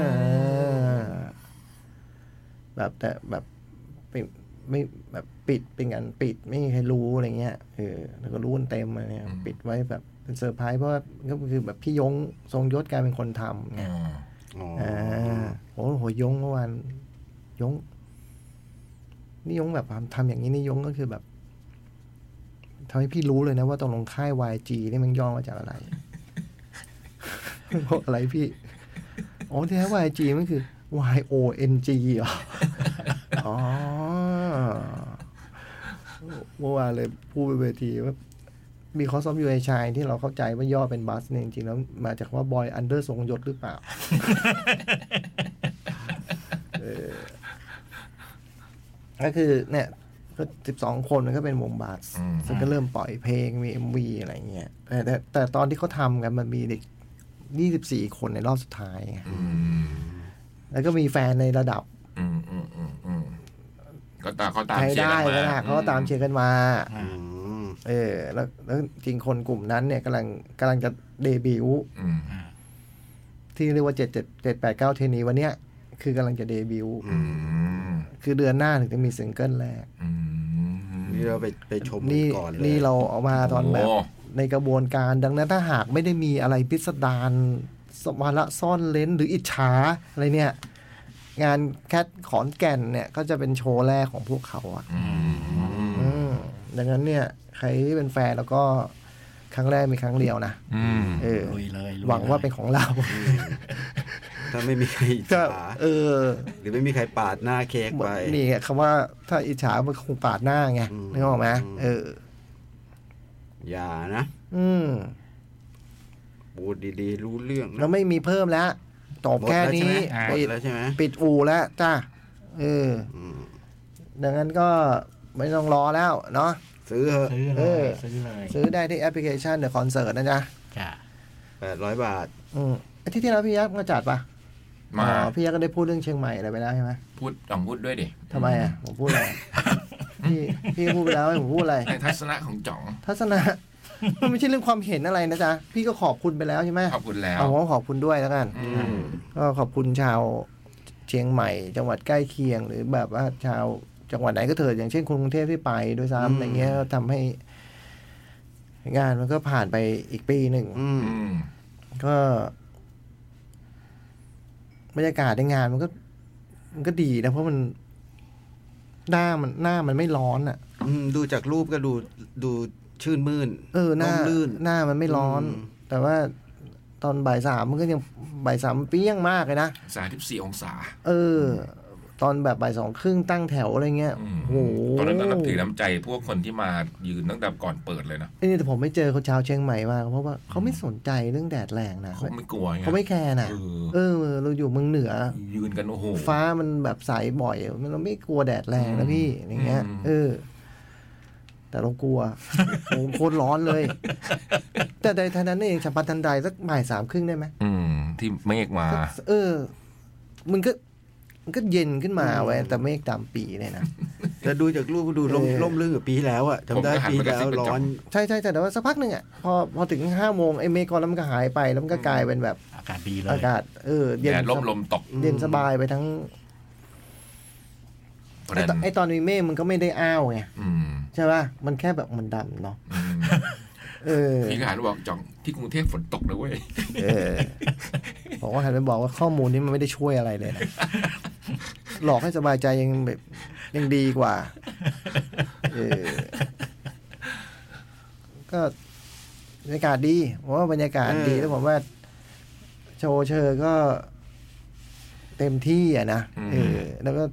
Speaker 2: แบบแต่แบบปิดไม่แบบปิดเป็นการปิดไม่มีใครรู้อะไรเงี้ยเออแล้วก็รู้กันเต็มอะไรเนี่ยปิดไว้แบบเป็นเซอร์ไพรส์เพราะว่าก็คือแบบพี่ยงทรงยศกลายเป็นคนทำไง
Speaker 5: อ่า
Speaker 3: อ๋ออ
Speaker 2: อ่าโอ้โหยงเมื่อวานยง นี่ยงแบบทำอย่างนี้นี่ยงก็คือแบบทำให้พี่รู้เลยนะว่าตกลงค่าย YG นี่มันย่อมาจาก อะไร พวกอะไรพี่ อ๋อที่แท้ YG มันคือ Y O N G เหรอ อ๋อเมื่อวานเลยพูดไปเวทีว่า มีคอสอมยูไอชายที่เราเข้าใจว่าย่อเป็นบัสเนี่ยจริงๆแล้วมาจากว่าบอยอันเดอร์ทรงยศหรือเปล่า เออก็คือเนี่ยก็สิบสองคนมันก็เป็นวงบัสซึ่งก็เริ่มปล่อยเพลงมีเอ็มวีอะไรเงี้ยแต่แต่แต่ตอนที่เขาทำกันมันมีเด็ก ยี่สิบสี่คนในรอบสุดท้ายไง
Speaker 5: อืม
Speaker 2: แล้วก็มีแฟนในระดับ
Speaker 5: อืมอืมอืมอืมก็ตามเขาตาม
Speaker 2: ใช้
Speaker 5: เชียร์
Speaker 2: ได้
Speaker 5: กัน
Speaker 2: ก็
Speaker 5: มา
Speaker 2: นะเขาก็ตามเชียร์กันมา
Speaker 3: อืม
Speaker 2: เ เออแล้วแล้วจริงคนกลุ่มนั้นเนี่ยกำลังกำลังจะเดบิวต์
Speaker 5: อืม
Speaker 1: อ่า
Speaker 2: ที่เรียกว่าเจ็ดเจ็ดเจ็ดแปดเก้าเทนีวันเนี้ยคือกำลังจะเดบิวต์
Speaker 5: อืม
Speaker 2: คือเดือนหน้าถึงจะมีซิงเกิลแรก
Speaker 5: อืม
Speaker 3: นี่เราไปไปชม
Speaker 2: นี่
Speaker 3: ก่อนเลย
Speaker 2: นี่เราเอามาตอนแบบ
Speaker 5: โอ้
Speaker 2: ในกระบวนการดังนั้นถ้าหากไม่ได้มีอะไรพิสดารสวาระซ่อนเลนหรืออิจฉาอะไรเนี่ย งานแคทขอนแก่นเนี่ย ก็จะเป็นโชว์แรกของพวกเขาอะ่ะ อืมดังนั้นเนี่ย ใครที่เป็นแฟนแล้วก็ครั้งแรกมีครั้งเดียวนะ
Speaker 5: อืม
Speaker 2: เออ
Speaker 1: ลุยเลยลุยลย
Speaker 2: หวังว่าเป็นของเรา
Speaker 3: ถ้าไม่มีใครอิจ
Speaker 2: ก็
Speaker 3: ฉา
Speaker 2: เออ
Speaker 3: หรือไม่มีใครปาดหน้าเค้กไป
Speaker 2: นี่ไงคำว่าถ้าอิจฉามันคงปาดหน้าไง
Speaker 3: อืม
Speaker 2: นึกออกไหม
Speaker 3: อืม
Speaker 2: เออ
Speaker 3: อย่านะ
Speaker 2: อืม
Speaker 3: พูดดีๆ รู้เรื่อง
Speaker 2: แล้วไม่มีเพิ่มแล้วจบ
Speaker 3: หมด
Speaker 2: แค่
Speaker 3: ล้วใช่
Speaker 2: นี้
Speaker 3: ไหมหม
Speaker 2: ปิ
Speaker 3: ด
Speaker 2: ด
Speaker 3: แล้วใช่ไหม
Speaker 2: ปิดอู่แล้วจ้าเออ
Speaker 3: อืม
Speaker 2: ดังนั้นก็ไม่ต้องรอแล้วเนาะ
Speaker 3: ซื้อเถอะ
Speaker 1: ซื้อ
Speaker 2: เอ
Speaker 1: เล
Speaker 2: อ
Speaker 1: ยซื้อเลย
Speaker 2: ซื้อได้ที่แอปพลิเคชันเดอะคอนเสิร์ตนะจ๊ะ
Speaker 1: จ้ะ
Speaker 3: แปดร้อยบาท
Speaker 2: อืมอาทิตย์ที่แล้วพี่ยักษ์มาจัดปะ
Speaker 5: มา
Speaker 2: อ๋อพี่ยักษ์ก็ได้พูดเรื่องเชียงใหม่อะไรไปแล้วใช่ไหม
Speaker 5: พูดต้องพูดด้วยดิ
Speaker 2: ทำไมอ่ะผมพูดอะไรพี่พี่ก็พูดไปแล้วให้ผมพูดอะไร
Speaker 5: ในทัศนะของจ่อง
Speaker 2: ทัศนะ มันไม่ใช่เรื่องความเห็นอะไรนะจ๊ะพี่ก็ขอบคุณไปแล้วใช่ไหม
Speaker 5: ขอบคุณแล้ว
Speaker 2: เอาผมก็ขอบคุณด้วยแล้วกัน
Speaker 5: อืม
Speaker 2: ก็ขอบคุณชาวเชียงใหม่ จังหวัดใกล้เคียง หรือแบบว่าชาวจังหวัดไหนก็เถิดอย่างเช่นคนกรุงเทพที่ไปด้วย
Speaker 3: อืม
Speaker 2: ซ้ำอะไรเงี้ยก็ทำให้งานมันก็ผ่านไปอีกปีหนึ่ง
Speaker 3: อืม
Speaker 5: อืม
Speaker 2: ก็บรรยากาศในงานมันก็ มันก็ดีนะ เพราะมันหน้ามันหน้ามันไม่ร้อนอ่ะ
Speaker 3: อืมดูจากรูปก็ดูดูชื่นมื่น
Speaker 2: เออหน้า
Speaker 3: ร่มลื่น
Speaker 2: หน้ามันไม่ร้อน
Speaker 3: อืม
Speaker 2: แต่ว่าตอนบ่ายสามมันก็ยังบ่ายสามเปรี้ยงมากเลยนะ
Speaker 5: สามิสี่องศา
Speaker 2: เออ ตอนแบบบ่ายสองครึ่งตั้งแถวอะไรเงี้ย
Speaker 5: อืม
Speaker 2: โอ้โห
Speaker 5: ตอนนั้นนับถือน้ำใจพวกคนที่มายืนตั้งแต่ก่อนเปิดเลยนะ
Speaker 2: ไอ้นี่แต่ผมไม่เจอคนชาวเชียงใหม่มากเพราะว่าเขาไม่สนใจเรื่องแดดแรงนะ
Speaker 5: เขาไม่กลัวไง
Speaker 2: เขาไม่แคร์นะ
Speaker 5: เออ
Speaker 2: เออ เราอยู่เมืองเหนือ
Speaker 5: ยืนกันโอ้โห
Speaker 2: ฟ้ามันแบบใสบ่อยมันเราไม่กลัวแดดแรงนะพี่
Speaker 5: อืม
Speaker 2: อย่างเงี้ย
Speaker 5: อืม
Speaker 2: เออ แต่เรากลัว โอ้โหโคตรร้อนเลย แต่ใดทันนั้นเองฉับพลันทันใดสักบ่ายสามครึ่งได้ไหม
Speaker 5: อืมที่เมฆมา
Speaker 2: สักเออ มันก็ มันก็เย็นขึ้นมาเว้ยแต่เมฆตามปีเลยนะ
Speaker 3: แต่ดูจากรูปก็ดูร่ม
Speaker 2: เออ
Speaker 3: ร่มลื่นกว่าปีที่แล้วอะจำได้
Speaker 5: ผมก็หัน
Speaker 3: ปี
Speaker 5: มาก
Speaker 3: ที่
Speaker 5: ระ
Speaker 3: แล้ว
Speaker 5: ซิบกับ
Speaker 3: ร้
Speaker 5: จ
Speaker 3: อ
Speaker 5: อน ม
Speaker 2: ใช่ใช่แต่แต่ว่าสักพักหนึ่งอ่ะพอพอถึงห้าโมงไอ้เมฆก้อนแล้วมันก็หายไป แล้วมันก็กลายเป็นแบบ
Speaker 1: อากาศดีเลย
Speaker 2: อากาศ เออ เย็น
Speaker 5: แดดร่มลมตก
Speaker 2: เย็นสบายไปทั้ง
Speaker 5: แบร
Speaker 2: ไอ้ต
Speaker 5: น
Speaker 2: อน
Speaker 5: ด์
Speaker 2: ไอ้ตอนมีเมฆมันก็ไม่ได้อ้าวไง
Speaker 5: อืม
Speaker 2: ใช่ป่ะมันแค่แบบมันดำเนาะ
Speaker 5: อืม
Speaker 2: เออ
Speaker 5: พี่ก็หันมาบอกจ่องที่กรุงเทพฝนตกนะเว้ย
Speaker 2: เออผมก็หันไปบอกว่าข้อมูลนี้มันไม่ได้ช่วยอะไรเลยนะ หลอกให้สบายใจยังแบบยังดีกว่า เออ ก็บรรยากาศดีผมว่าบรรยากาศดี
Speaker 3: เออ
Speaker 2: แล้วผมว่า โชว์เชอร์ก็เต็มที่อ่ะนะ
Speaker 5: อืม
Speaker 2: เออ แล้วก็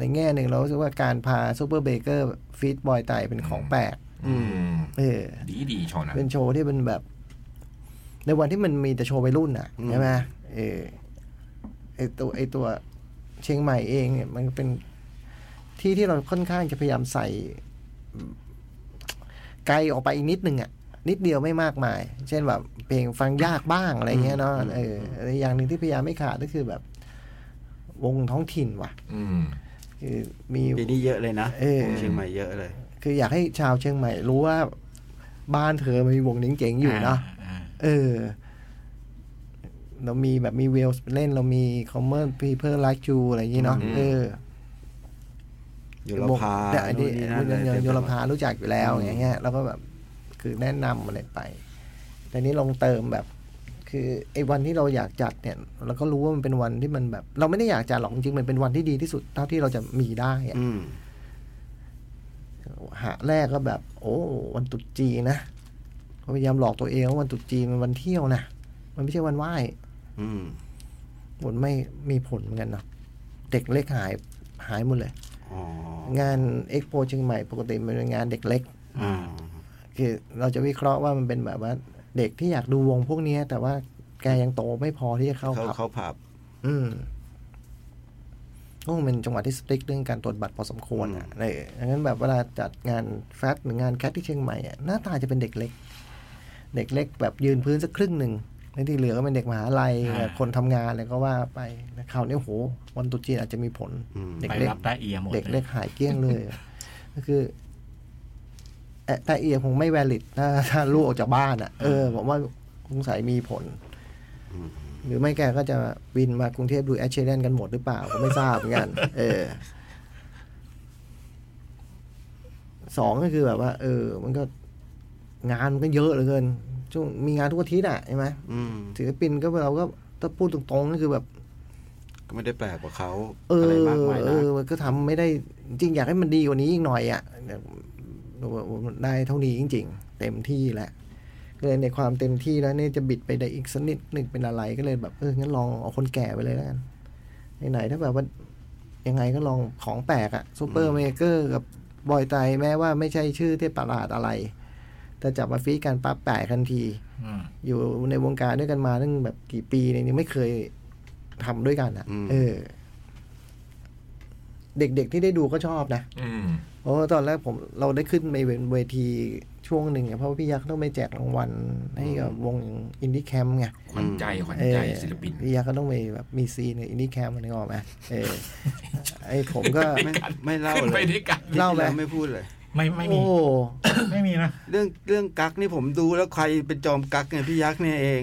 Speaker 2: ในแง่หนึ่งเรารู้สึกว่าการพาซูเปอร์เบเกอร์ฟีดบอยไตเป็นของแปลก
Speaker 5: อืม
Speaker 2: เออ
Speaker 5: ดีดีชอนะ
Speaker 2: เป็นโชว์ที่เป็นแบบ ในวันที่มันมีแต่โชว์วัยรุ่นอ่ะ
Speaker 3: อืม
Speaker 2: ใช่ไหมเออไอตัวไอตัวเชียงใหม่เองเนี่ยมันเป็นที่ที่เราค่อนข้างจะพยายามใส่ ไกลออกไปอีกนิดนึงอ่ะ นิดเดียวไม่มากมาย เช่นแบบเพลงฟังยากบ้างอะไรเงี้ยเนาะเอออะไรอย่างหนึ่งที่พยายามไม่ขาดก็คือแบบ วงท้องถิ่นว่ะ
Speaker 5: อืม
Speaker 2: คือมี
Speaker 3: ปีนี้เยอะเลยนะ
Speaker 2: เออ
Speaker 3: วงเชียงใหม่เยอะเลย
Speaker 2: คืออยากให้ชาวเชียงใหม่รู้ว่า บ้านเธอมันมีวงนิ้งเจ๋งอยู่เนาะ
Speaker 1: อ่า
Speaker 2: เออ เรามีแบบมีเวลส์เล่นเรามีคอมเมอร์พีเพิร์ไลค์จูอะไรอย่างนี้เนาะ
Speaker 3: อืม
Speaker 2: เออ
Speaker 3: ยุรพา
Speaker 2: แต่อันนี้
Speaker 3: นู่นนี่นั่น
Speaker 2: ย
Speaker 3: เต็มไปหมด
Speaker 2: ยลพารู้จักอยู่แล้ว
Speaker 3: อืม
Speaker 2: อย่างเงี้ยเราก็แบบ คือแนะนำอะไรไป แต่นี้ลองเติมแบบ คือไอ้วันที่เราอยากจัดเนี่ยเราก็รู้ว่ามันเป็นวันที่มันแบบ เราไม่ได้อยากจัดหรอกจริงๆมันเป็นวันที่ดีที่สุดเท่าที่เราจะมีได้อะ
Speaker 3: อืม
Speaker 2: หาแรกก็แบบ โอ้ วันตรุษจีนนะก็พยายามหลอกตัวเองว่าวันตรุษจีนมันวันเที่ยวนะมันไม่ใช่วันไหว้
Speaker 3: อืม
Speaker 2: ผลไม่มีผลเหมือนกันเนาะเด็กเล็กหายหายหมดเลย
Speaker 3: อ๋อง
Speaker 2: านเอ็กโปเชียงใหม่ปกติมันเป็นงานเด็กเล็ก
Speaker 3: อ่า
Speaker 2: คือเราจะวิเคราะห์ว่ามันเป็นแบบว่า เด็กที่อยากดูวงพวกเนี้ย แต่ว่าแกยังโตไม่พอที่จะเข้าผั
Speaker 3: เขา
Speaker 2: บ
Speaker 3: เขาผับ
Speaker 2: อืมก็คงเป็นจังหวัดที่สตริกเรื่องการตรวจบัตรพอสมควรอ่ะ
Speaker 3: อืม
Speaker 2: เออดังนั้นแบบเวลาจัดงานแฟชหรืองานแคทที่เชียงใหม่อ่ะหน้าตาจะเป็นเด็กเล็ก เด็กเล็ก แบบยืนพื้นสักครึ่งหนึ่งแล้วที่เหลือก็เป็นเด็กมหาลัยแบบคนทำงานอะไรก็ว่าไปแต่คราวนี้โหวันตรุษจีนอาจจะมีผล
Speaker 3: อืม
Speaker 2: เด็ก
Speaker 1: ไป
Speaker 2: เล็ก
Speaker 1: รับได้เอียหมด
Speaker 2: เด็ก
Speaker 1: ล
Speaker 2: เล็
Speaker 1: ย
Speaker 2: กหายเกลี้ยงเลย ก็คือ เอ่อแต่เอียคงไม่ valid ถ้า ถ้าลูกออกจากบ้านอ่ะ เออผมว่าสงสัยมีผล หรือไม่แกก็จะวินมากรุงเทพดูแอชเชเลนกันหมดหรือเปล่า ก็ไม่ทราบเหมือนกัน เออสองก็คือแบบว่า เออ มันก็งานมันก็เยอะเหลือเกินช่วงมีงานทุกอาทิตย์อ่ะใช่ไหม
Speaker 3: อืม
Speaker 2: ศิลปินก็เราก็ถ้าพูดตรงๆก็คือแบบ
Speaker 3: ก็ไม่ได้แปลกกว่าเขา
Speaker 2: เออ
Speaker 3: อะไร
Speaker 2: อ
Speaker 3: มากมาย
Speaker 2: เอ
Speaker 3: นะ
Speaker 2: อมันก็ทำไม่ได้จริงอยากให้มันดีกว่านี้อีกหน่อยอ่ะแต่ผมได้เท่านี้จริง ๆ เต็มที่แล้วก็เลยในความเต็มที่แล้วเนี่ยจะบิดไปได้อีกสักนิดหนึ่งเป็นอะไรก็เลยแบบเอองั้นลองเอาคนแก่ไปเลยแล้วกันไหนๆถ้าแบบว่ายังไงก็ลองของแปลกอะซูเปอร์เมเกอร์กับบอยไตรแม้ว่าไม่ใช่ชื่อเทพประหลาดอะไร แต่จับมาฟีดกันปั๊บแปลกทันที
Speaker 1: อืม
Speaker 2: อยู่ในวงการด้วยกันมาตั้งแบบกี่ปีเนี่ยยังไม่เคยทำด้วยกันอ่ะ เออ เด็กๆที่ได้ดูก็ชอบนะ
Speaker 5: อืม
Speaker 2: เพราะว่าตอนแรกผมเราได้ขึ้นไปเวทีช่วงหนึ่งอะเพราะว่าพี่ยักษ์ต้องไปแจกรางวัลให้กับวงอินดี้แคมป์ไง
Speaker 5: ขวัญใจขวัญ
Speaker 2: เอ
Speaker 5: ใจ
Speaker 2: อ
Speaker 5: ศิลปิน
Speaker 2: พี่ยักษ์ก็ต้องไปแบบมีซีนในอินดี้แคมป์นึกออกไหมเอ อ ไอผมก็
Speaker 3: ไม่ไม่เล่า
Speaker 5: ขึ้น
Speaker 3: เล
Speaker 5: ไป
Speaker 3: ย
Speaker 5: ด้วยกัน
Speaker 2: เล่าไหม
Speaker 3: ไม่พูดเลย
Speaker 1: ไม่ไม่มี
Speaker 2: โอ้โห
Speaker 1: ไม่มีนะ
Speaker 3: เรื่องเรื่องกักนี่ผมดูแล้วใครเป็นจอมกักเนี่ยพี่ยักษ์เนี่ยเอง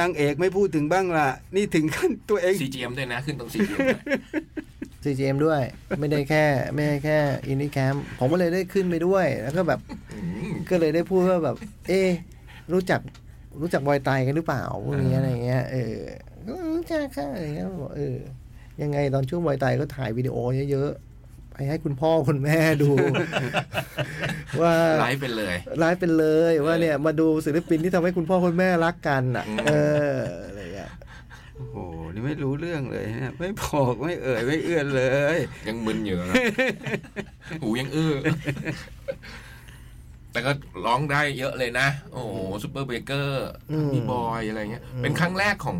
Speaker 3: นางเอกไม่พูดถึงบ้างล่ะ นี่ถึงขั้นตัวเอง
Speaker 5: ซีจีเอ็มด้วยนะ ขึ้นตรงซีจีเอ็ม
Speaker 2: ซีเจมด้วย ไม่ได้แค่ ไม่ได้แค่อินดี้แคมป์ผมก็เลยได้ขึ้นไปด้วย แล้วก็แบบ ก็เลยได้พูดว่าแบบ เอะรู้จักรู้จักบอยไตรกันหรือเปล่าพวกนี้อะไรเงี้ย เออก็รู้จักค่ะอะไรเงี้ยบอกเออ ยังไงตอนช่วงบอยไตรก็ถ่ายวิดีโอเยอะๆ ไปให้คุณพ่อคุณแม่ดู ว่า
Speaker 5: ไลฟ์ไปเลย
Speaker 2: ไลฟ์เป็นเลยว่าเนี่ย มาดูศิลปินที่ทำให้คุณพ่อคุณแม่รักกันอ่ะ เอออะไรเงี้ย
Speaker 3: โอ้โห นี่ไม่รู้เรื่องเลยฮะไม่บอกไม่เอ่ยไม่เอื้อนเลย
Speaker 5: ยังมึนอยู่ นะ หูยังอื้ อ แต่ก็ร้องได้เยอะเลยนะ โอ้โหซูเปอร์เบเกอร์
Speaker 2: อืม
Speaker 5: พี่บอยอะไรเงี้ย เป็นครั้งแรกของ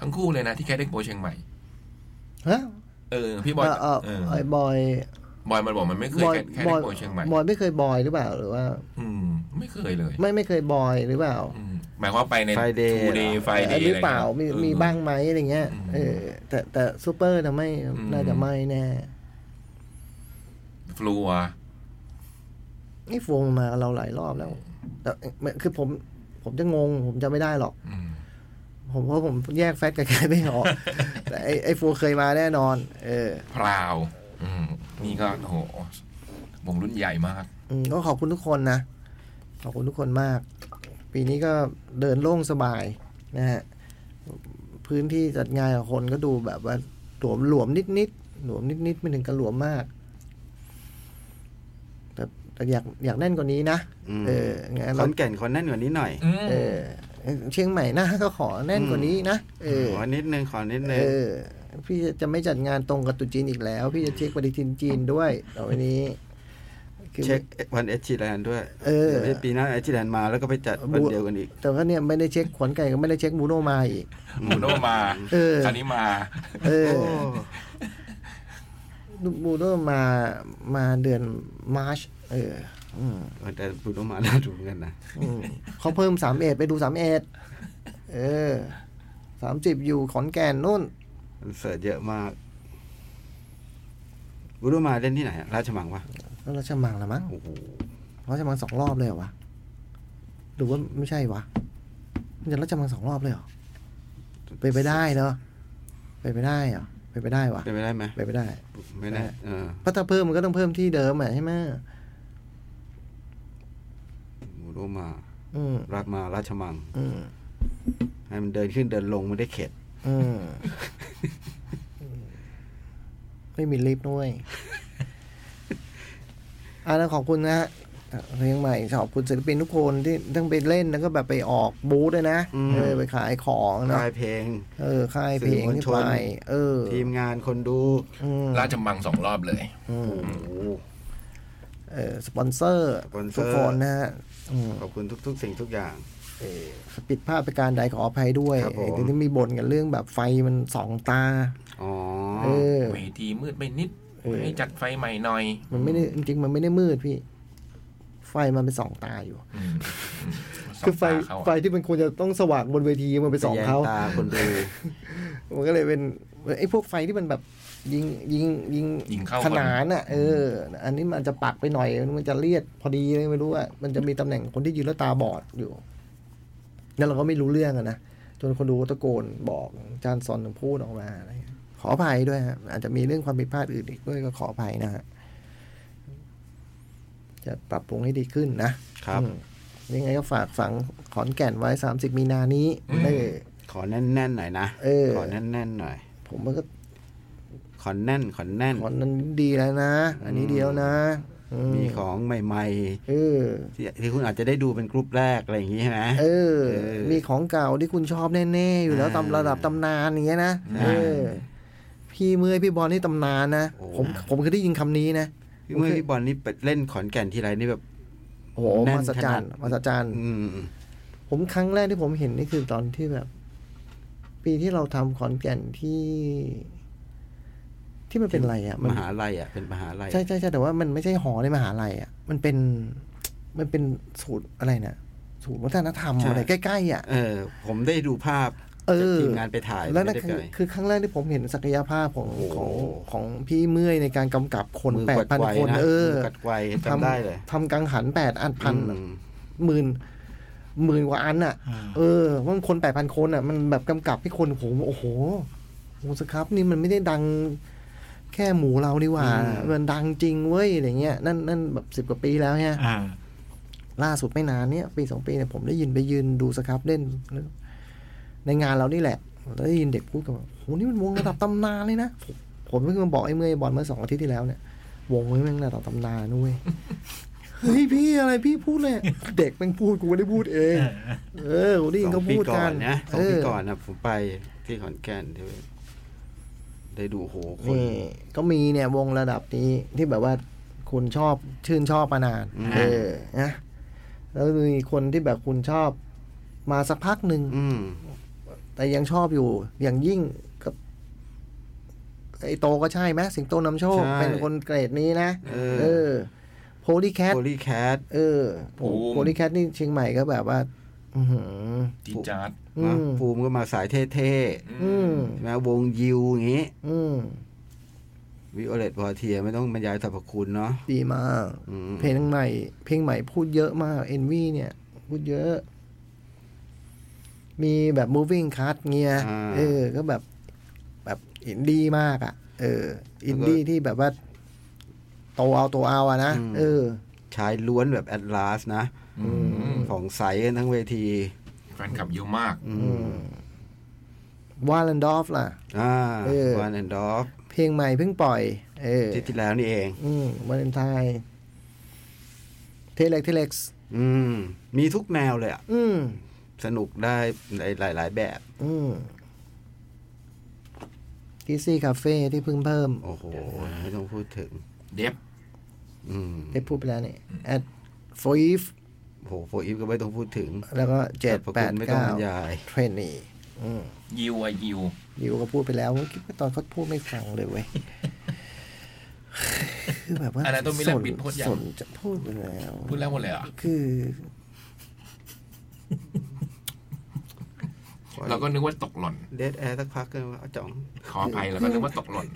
Speaker 5: ทั้งคู่เลยนะที่แคดเด็กโปเชียงใหม่
Speaker 2: ฮะ
Speaker 5: เออ พี่บอย
Speaker 2: เเ
Speaker 5: เออ
Speaker 2: ไอ้บอย
Speaker 5: บอยมันบอกมันไม่เคย
Speaker 2: บอย
Speaker 5: แคด
Speaker 2: บ
Speaker 5: เด็
Speaker 2: อก ย
Speaker 5: โปเชียงใหม่
Speaker 2: บอยไม่เคยบอยหรือเปล่า หรือว่า
Speaker 5: อืม ไม่เคยเลย
Speaker 2: ไม่ไม่เคยบอยหรือเปล่า
Speaker 5: อืมหมายความว่าไปใน
Speaker 3: Friday
Speaker 5: ทูเดย์ไฟเดย์
Speaker 2: หรือเปล่ามีมีบ้างไหมอะไรเงี้ย
Speaker 5: อืม
Speaker 2: เออ แต่แต่ซูเปอร์นะไม่
Speaker 5: อืม
Speaker 2: น่าจะไม่แน่
Speaker 5: ฟลัว
Speaker 2: นี่โฟมมากับเราหลายรอบแล้ว แต่ไม่คือผม ผมจะงง ผมจะไม่ได้หรอก
Speaker 5: อืม
Speaker 2: ผมเพราะผมแยกแฟกกับแกไม่ออก แต่ไอไอโฟเคยมาแน่นอน เออ
Speaker 5: พราวอืมนี่ก็โอ้โหวงรุ่นใหญ่มาก
Speaker 2: อืมก็ขอบคุณทุกคนนะ ขอบคุณทุกคนมาก ปีนี้ก็เดินโล่งสบายนะฮะ พื้นที่จัดงานของคนก็ดูแบบว่าหลวมหลวมนิดนิดๆหลวมนิดนิดๆไม่ถึงกับหลวมมาก แต่แต่อยากอยากแน่นกว่านี้นะ
Speaker 3: อืม
Speaker 2: เอองั้น
Speaker 3: ข
Speaker 2: เรา
Speaker 3: อนแก่นขอนแน่นกว่านี้หน่อย
Speaker 5: อืม
Speaker 2: เออ เชียงใหม่นะก็ขอแน่นกว่านี้นะเออ
Speaker 3: ขอนิดนึงขอนิดนึ
Speaker 2: เอง อ พี่จะไม่จัดงานตรงกับตรุษจีนอีกแล้ว พี่จะเช็คปฏิทินจีนด้วยต่อไปนี้คือ
Speaker 3: เช็ควันเอชิแลนด์ด้วย
Speaker 2: เออ
Speaker 3: ดี๋ยวไปีหน้าเอชิแลนด์มาแล้วก็ไปจัดวันเดียวกันอีก
Speaker 2: แต่ว่าเนี่ยไม่ได้เช็คขวัญไก่ก็ไม่ได้เช็คมูโนมาอีก
Speaker 5: หมูโนมา
Speaker 2: เออ
Speaker 5: คราวนี้มา
Speaker 2: เออ
Speaker 3: โอ้
Speaker 2: บูโดมามาเดือนมาร์ชเอออืม
Speaker 3: แต่บุโนมาน่าดูเหมือนกันนะ
Speaker 2: อืมเขาเพิ่มสามเอ็ดไปดูสามเอ็ดเออสามสิบอยู่ขอนแก่นนู่น
Speaker 3: คอนเสิร์ตเยอะมากบุโนมาเล่นที่ไหนอะราชมังวะ
Speaker 2: แล้วราชมังละมั้ง
Speaker 3: โอ้โห
Speaker 2: ราชมังสองรอบเลยเหรอวะหรือว่าไม่ใช่วะมันจะราชมังสองรอบเลยเหรอไปนไปได้เนาะไปนไปได้เหรอไปนไปได้วะ
Speaker 3: เป็นไปได้ไหม
Speaker 2: ไปนไปได้
Speaker 3: ไม่แน่เออ
Speaker 2: เพราะถ้าเพิ่มมันก็ต้องเพิ่มที่เดิมอ่ะใช่ไหม
Speaker 3: บุโนมา
Speaker 2: อืม
Speaker 3: รักมาราชมัง
Speaker 2: อืม
Speaker 3: ให้มันเดินขึ้นเดินลงไม่ได้เข็ด
Speaker 2: อืม ไม่มีลิฟต์ด้วยอ่ะแล้วขอบคุณนะฮะเรียงใหม่ขอบคุณศิลปินทุกคนที่ทั้งไปเล่นแล้วก็แบบไปออกบูธด้วยนะ
Speaker 3: อืม
Speaker 2: เออไปขายของเนาะ
Speaker 3: ลายเพลง
Speaker 2: เออค่ายเพลงที่ไป
Speaker 3: สื่อมวลชน
Speaker 2: เออ
Speaker 3: ทีมงานคนดู
Speaker 2: อืม
Speaker 5: ราชมังสองรอบเลย
Speaker 2: อืม
Speaker 3: โอ้โห
Speaker 2: เออสปอนเซอร์
Speaker 3: สปอนเซอร์
Speaker 2: ทุกคนนะฮะอืม
Speaker 3: ขอบคุณทุก ๆ สิ่งทุกอย่าง
Speaker 2: ปิดภาพไปการใดขออภัยด้วย
Speaker 3: ครับผม
Speaker 2: ทีนี้มีบ่นกันเรื่องแบบไฟมันสองตา
Speaker 3: อ๋อ
Speaker 2: เออ
Speaker 5: เวทีมืดไปนิด
Speaker 2: เออ
Speaker 5: ให้จัดไฟใหม่หน่อย
Speaker 2: มันไม่ได้จริงๆมันไม่ได้มืดพี่ ไฟมันเป็นสองตาอยู่
Speaker 5: อืมอืม
Speaker 2: คือไฟ
Speaker 5: สบตาเขา
Speaker 2: ไฟที่มันควรจะต้องสว่างบนเวทีมันไปสองเขา
Speaker 3: แยงตาคนดู
Speaker 2: มันก็เลยเป็นไอ้พวกไฟที่มันแบบยิงยิงยิง
Speaker 5: ยิงเข้า
Speaker 2: ขนานอ่ะเออ อันนี้มันอาจจะปักไปหน่อย มันจะเลียดพอดีเลยไม่รู้อ่ะมันจะมีตำแหน่งคนที่ยืนแล้วตาบอดอยู่แล้วเราก็ไม่รู้เรื่องอะนะจนคนดูตะโกนบอกอาจารย์สอนถึงพูดออกมาอะไรอย่างเงี้ยขออภัยด้วยฮะอาจจะมีเรื่องความผิดพลาดอื่นอีกด้วยก็ขออภัยนะฮะจะปรับปรุงให้ดีขึ้นนะ
Speaker 3: ครับ
Speaker 2: อืมยังไงก็ฝากฝังขอนแก่นไว้ 30 มีนานี้
Speaker 5: อืม
Speaker 2: เออ
Speaker 3: ขอแน่นๆหน่อยนะ
Speaker 2: เออ
Speaker 3: ขอแน่นๆหน่อย
Speaker 2: ผมมันก็
Speaker 3: ขอแน่นขอแน่น
Speaker 2: ขอนนั้นดีแล้วนะ อันนี้เดียวนะอื
Speaker 3: มีของใหม่
Speaker 2: เออ
Speaker 3: ๆที่ที่คุณอาจจะได้ดูเป็นกรุ๊ปแรกอะไรอย่างงี้ใช่ไหม
Speaker 2: เออ
Speaker 3: เออ
Speaker 2: มีของเก่าที่คุณชอบแน่ๆ อยู่แล้ว
Speaker 3: อ่า
Speaker 2: ตำระดับตำนานอย่างเงี้ยนะ
Speaker 3: ใช่
Speaker 2: เออ พี่เมื่อยพี่บอลนี่ตำนานนะ
Speaker 3: โอ้
Speaker 2: ผมผมเคยได้ยินคำนี้นะ
Speaker 3: เมื่อพี่บอลนี่ไปเล่นขอนแก่นทีไรนี่แบบ
Speaker 2: โอ้โห
Speaker 3: แน่น
Speaker 2: มาสจารย์
Speaker 3: ขนาด
Speaker 2: มาสจารย์
Speaker 3: อืม
Speaker 2: ผมครั้งแรกที่ผมเห็นนี่คือตอนที่แบบ ปีที่เราทำขอนแก่นที่ ที่มันเป็นอะไรอ่ะ
Speaker 3: ม
Speaker 2: น
Speaker 3: หาลัยอ่ะ เป็นมหาลัย
Speaker 2: ใช่ใช่ใช่แต่ว่ามันไม่ใช่หอในมหาลัยอ่ะ มันเป็น มันเป็นสูตรอะไรนะสูตรวัฒนธรรมอะไรใกล้ๆอ่ะ
Speaker 3: เออ ผมได้ดูภาพ
Speaker 2: เออ
Speaker 3: จากทีมงานไปถ่าย
Speaker 2: แล้วนั่น
Speaker 3: ไม่
Speaker 2: คื
Speaker 3: ได้
Speaker 2: อ
Speaker 3: ไป
Speaker 2: คือครั้งแรกที่ผมเห็นศักยภาพของ
Speaker 3: โอ้โห
Speaker 2: ของของพี่เมื่อยในการกำกับคน
Speaker 3: มือ
Speaker 2: แป
Speaker 3: ก
Speaker 2: ด
Speaker 3: วัด
Speaker 2: พัน
Speaker 3: ไกว
Speaker 2: คน
Speaker 3: นะ
Speaker 2: เออ
Speaker 3: มืกัดไกว
Speaker 2: ทำ
Speaker 3: จำได้เลย
Speaker 2: ทำกังหันแปดอันพัน
Speaker 3: อืม
Speaker 2: หมื่นหมื่นกว่าอันอ่ะ
Speaker 1: อ่า
Speaker 2: เออมันคนแปดพันคนอ่ะ มันแบบกำกับให้คนผมโอ้โหโอ้สครับ นี่มันไม่ได้ดังแค่หมูเรานี่หว่า มันดังจริงเว้ยอะไรเงี้ยนั่นนั่นแบบสิบ10 กว่าปีแล้วเนี่ย
Speaker 1: อ่า
Speaker 2: ล่าสุดไม่นานเนี้ยปีสองปีเนี่ยผมได้ยินไปยืนดูสครับเล่น ในงานเรานี่แหละแล้วได้ยินเด็กพูดกันว่าโหนี่มันวงระดับตำนานเลยนะผมผมเพิ่งมาบอกไอ้เมื่อยบอลเมื่อสองอาทิตย์ที่แล้วเนี่ยวงนี้แมันระดับตำนานนุ้ยเฮ้ยพี่อะไรพี่พูดเลยเด็กแมันพูดกูไม่ได้พูดเอง เออกูได้ยิน
Speaker 3: สอ
Speaker 2: เขา
Speaker 3: งปี
Speaker 2: พูด
Speaker 3: ก่อ
Speaker 2: กัน น
Speaker 3: นะสอง
Speaker 2: เ
Speaker 3: ปีก่อนนะผมไปที่ขอนแก่นที่ได้ดูโหคน
Speaker 2: นี่ก็มีเนี่ยวงระดับนี้ที่แบบว่าคุณชอบชื่นชอบมานาน
Speaker 3: อืม
Speaker 2: เออนะแล้วมีคนที่แบบคุณชอบมาสักพักหนึ่ง
Speaker 3: อืม
Speaker 2: แต่ยังชอบอยู่อย่างยิ่งกับ ไอโตก็ใช่ไหมสิงโตนำโชค
Speaker 3: ใช่
Speaker 2: เป็นคนเกรดนี้นะ
Speaker 3: เออ
Speaker 2: โพลีแคท
Speaker 3: โพลีแคท
Speaker 2: เออ
Speaker 5: ภูมิ
Speaker 2: โพลีแคทนี่เชียงใหม่ก็แบบว่า อือหือ
Speaker 5: จีดจาร์ด
Speaker 2: อืม
Speaker 3: ภูมิก็มาสายเท่
Speaker 2: อืม
Speaker 3: ๆใช่ไหมวงยิวอย่างงี้
Speaker 2: อืม
Speaker 3: วิโอเลตพอเทียไม่ต้องบรรยายสรรพคุณเนาะ
Speaker 2: ดีมาก
Speaker 3: อืม
Speaker 2: เพลงใหม่ เพลงใหม่พูดเยอะมากเอ็นวีเนี่ย พูดเยอะ มีแบบ moving cut เงี้ย
Speaker 3: อ่า
Speaker 2: เออ ก็แบบ แบบอินดี้มากอะ่ะ เออ อินดี้ที่แบบว่า โตเอาโตเอาอะนะ
Speaker 3: อืม
Speaker 2: เออ
Speaker 3: ชายล้วนแบบแอดลาสนะของใสกันทั้งเวที
Speaker 5: แฟนคลับเยอะมาก
Speaker 3: อื
Speaker 2: อื
Speaker 3: ม
Speaker 2: มวาลันดอฟล่ะ
Speaker 3: อ่า
Speaker 2: เออ
Speaker 3: วานแอนดอฟ
Speaker 2: เพลงใหม่เพิ่งปล่อย เออ
Speaker 3: ที่ที่แล้วนี่เอง
Speaker 2: อืมวันเลนไทยเทเล็กเทเล็กซ์
Speaker 3: อืม มีทุกแนวเลยอ่ะ
Speaker 2: อืม
Speaker 3: สนุกได้หลายหลายๆแบบ
Speaker 2: อืมกิซี่คาเฟ่ที่เพิ่งเพิ่ม
Speaker 3: โอ้โห ไม่ต้องพูดถึง
Speaker 5: เดฟ
Speaker 3: อืม
Speaker 2: ได้พูดไปแล้วนี่แอดฟรีฟ
Speaker 3: โอ้โหโฟอีฟก็ไม่ต้องพูดถึง
Speaker 2: แล้วก็เจ็ด
Speaker 3: สรรพ
Speaker 2: แปด
Speaker 3: คุณไม่ต้อง
Speaker 2: เก้า
Speaker 3: บรรยาย
Speaker 2: เทรนนีอืม
Speaker 5: ยิวอะยิว
Speaker 2: ยูก็พูดไปแล้วผมคิดว่าตอนเขาพูดไม่ฟังเลยเว้ยคือแบบว่า
Speaker 5: อะไรต้องมีแลบบิดพูดยัง
Speaker 2: สนจะพูดไปแล้ว
Speaker 5: พูดแล้วหมดเลยเหรอ่ะ
Speaker 2: คือ
Speaker 5: เราก็นึกว่าตกหล่น
Speaker 3: เดดแอร์สักพักก็ว่าเอาจ่อง
Speaker 5: ขออภัยเราก็นึกว่าตกหล่น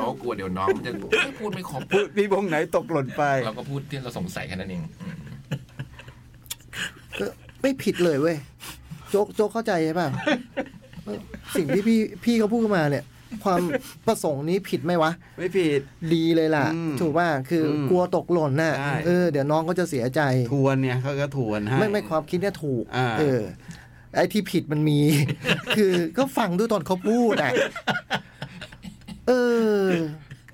Speaker 5: เราก็กลัวเดี๋ยวน้องมันจะเอ้ยพูดไม่ครบ
Speaker 3: พูดมีวงไหนตกหล่นไป
Speaker 5: เราก็พูดที่เราสงสัยแค่นั้นเองอืม
Speaker 2: ก็ไม่ผิดเลยเว้ยโจ๊กโจ๊กเข้าใจใช่ป่ะ เออสิ่งที่พี่พี่เขาพูดขึ้นมาเนี่ย ความประสงค์นี้ผิดไหมวะ
Speaker 3: ไม่ผิด
Speaker 2: ดีเลยล่ะ
Speaker 3: อืม
Speaker 2: ถูกป่ะคืออ
Speaker 3: ม
Speaker 2: กลัวตกหล่นน่ะ
Speaker 3: ใช่
Speaker 2: เออเดี๋ยวน้องก็จะเสียใจ
Speaker 3: ทวนเนี่ยเขาก็ทวนให้
Speaker 2: ไม่ไม่ความคิดเนี่ยถูก
Speaker 3: อ่า
Speaker 2: เออ ไอ้ที่ผิดมันมี คือก็ฟังด้วยตอนเขาพูดอ่ะ เออ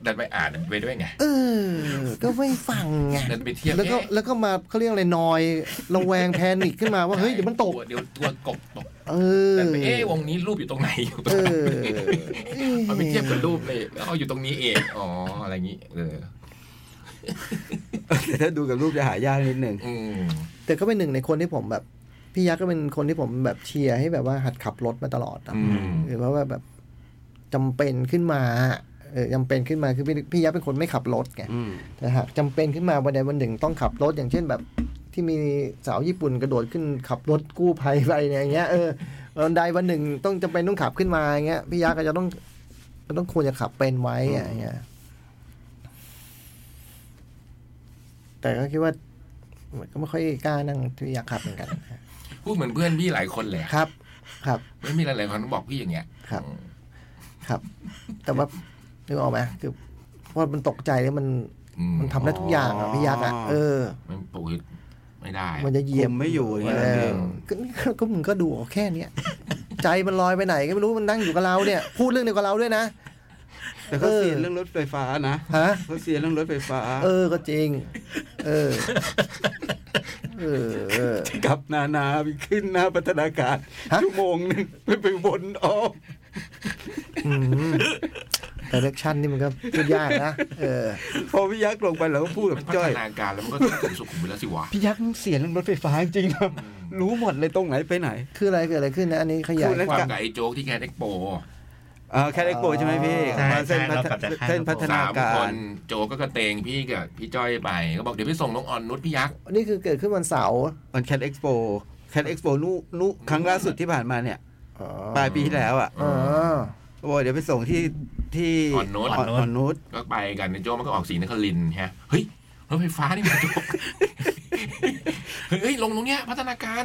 Speaker 5: ดันไปอ่านไปด้วยไง
Speaker 2: เออ ก็ไม่ฟังไง
Speaker 5: ดันไปเทียบ
Speaker 2: แล้วก็
Speaker 5: เอ๊ะ
Speaker 2: แล้วก็มาเขาเรียกอะไรนอยระแวงแพนิคขึ้นมาว่าเฮ้ยเดี๋ยวมันตก
Speaker 5: ลัวเดี๋ยวตัวกบตก
Speaker 2: เออ
Speaker 5: แต่ไปเอ๊ะวงนี้รูปอยู่ตรงไหนอยู่ตรง
Speaker 2: เอ
Speaker 5: ไหน
Speaker 2: อ
Speaker 5: มันไปเทียบกับรูปเลยแล้วเอาอยู่ตรงนี้เองอ๋ออะไรอย่างงี้เออ
Speaker 3: แต่ถ้าดูกับรูปจะหายากนิดหนึ่ง
Speaker 5: อืม
Speaker 2: แต่ก็เป็นหนึ่งในคนที่ผมแบบ พี่ยักษ์ก็เป็นคนที่ผมแบบเชียร์ให้แบบว่าหัดขับรถมาตลอดนะ
Speaker 5: อืม
Speaker 2: หรือว่าแบบจำเป็นขึ้นมาเออจำเป็นขึ้นมาคือพี่พี่ยับเป็นคนไม่ขับรถไง
Speaker 3: อืม
Speaker 2: แต่หากจำเป็นขึ้นมาวันใดวันหนึ่งต้องขับรถอย่างเช่นแบบ ที่มีสาวญี่ปุ่นกระโดดขึ้นขับรถกู้ภัยไปเนี่ยอย่างเงี้ยเออ วันใดวันหนึ่งต้องจำเป็นต้องขับขึ้นมาอย่างเงี้ยพี่ยักษ์ก็จะต้องก็ต้องควรจะขับเป็นไว้อะอย่างเงี้ยแต่ก็คิดว่าก็ไม่ค่อยกล้านั่งพี่ยักษ์ขับเหมือนกัน
Speaker 5: พูดเหมือนเพื่อนพี่หลายคนเลยอะ
Speaker 2: ครับ ครับ
Speaker 5: เพื่อนพี่หลายๆคนบอกพี่อย่างเงี้ย
Speaker 2: ครับ
Speaker 5: อืม
Speaker 2: ครับ แต่ว่านึกออกไหมคือเพราะมันตกใจแล้วมัน
Speaker 5: อื
Speaker 2: มันทำได้ทุกอย่างอ่ะพี่ยักษ์อ่ะเออ
Speaker 5: มันปลุกติไม่ได้
Speaker 2: มันจะเหยียบ
Speaker 3: คุมไม่อยู่อย่าง
Speaker 2: เอ
Speaker 3: เงี้ย
Speaker 2: อก็ก็มึงก็ดูเอาแค่เนี้ย ใจมันลอยไปไหนก็ไม่รู้มันนั่งอยู่กับเราเนี่ย พูดเรื่องเดียวกับเราด้วยนะ
Speaker 3: แต่เขา
Speaker 2: เออ
Speaker 3: เสียเรื่องรถไฟฟ้านะ
Speaker 2: ฮะ
Speaker 3: เขาเสียเรื่องรถไฟฟ้า
Speaker 2: เออก็จริง เออ เออเออ
Speaker 3: กับนานาไปขึ้นหน้าพัฒนาการ
Speaker 2: ฮะ
Speaker 3: ชั่วโมงหนึงไปไปวนออม
Speaker 2: อืมแต่เล็กชั่นนี่มันก็พูดยากนะเออ
Speaker 3: พอพี่ยักษ์ลงไปเราก็พูดกับ
Speaker 5: มัน
Speaker 3: พี่
Speaker 5: พั
Speaker 3: จ้อ
Speaker 5: ฒ
Speaker 3: ย
Speaker 5: นาการแล้วมันก็ถึงสุขุมวิทแล้วสิวะ
Speaker 3: พี่ยักษ์เสียเรื่องรถไฟฟ้าจริงๆนะรู้หมดเลยตรงไหนไปไหน
Speaker 2: คืออะไรเกิดอะไรขึ้นนะ อันนี้ขยาย
Speaker 3: พูดแล้ว
Speaker 5: ความกับไอ้โจ๊กที่แคดเอ็กโป
Speaker 3: เออแค่ได้โกรธใช่ไหมพี่
Speaker 1: ใช่
Speaker 3: ว่าเส้น
Speaker 1: ใช่
Speaker 3: พัฒเส้นพัฒนา
Speaker 1: เรากลับจากค่าย
Speaker 5: สาม
Speaker 3: การ
Speaker 5: คนโจ๊กก็กระเตงพี่กับพี่จ้อยไป ก็บอกเดี๋ยวไปส่งน้องออนนุชพี่ยักษ์
Speaker 2: อันนี้คือเกิดขึ้นวันเสาร์
Speaker 3: มันแคดเอ็กซ์โปแคดเอ็กซ์โปนู่นู่ครั้งล่าสุดที่ผ่านมาเนี่ย
Speaker 2: อ๋อ
Speaker 3: ปลายปีที่แล้วอ่ะ
Speaker 2: อ๋อ
Speaker 3: โอ้ยเดี๋ยวไปส่งที่ที่
Speaker 5: อ่อนนุช
Speaker 3: อ่อนอ่อนนุช
Speaker 5: ก็ไปกันไอ้โจ๊กมันก็ออกสีนครินทร์ฮะเฮ้ยรถไฟฟ้านี่มันโจ๊ก เฮ้ยลงตรงเนี้ยพัฒนาการ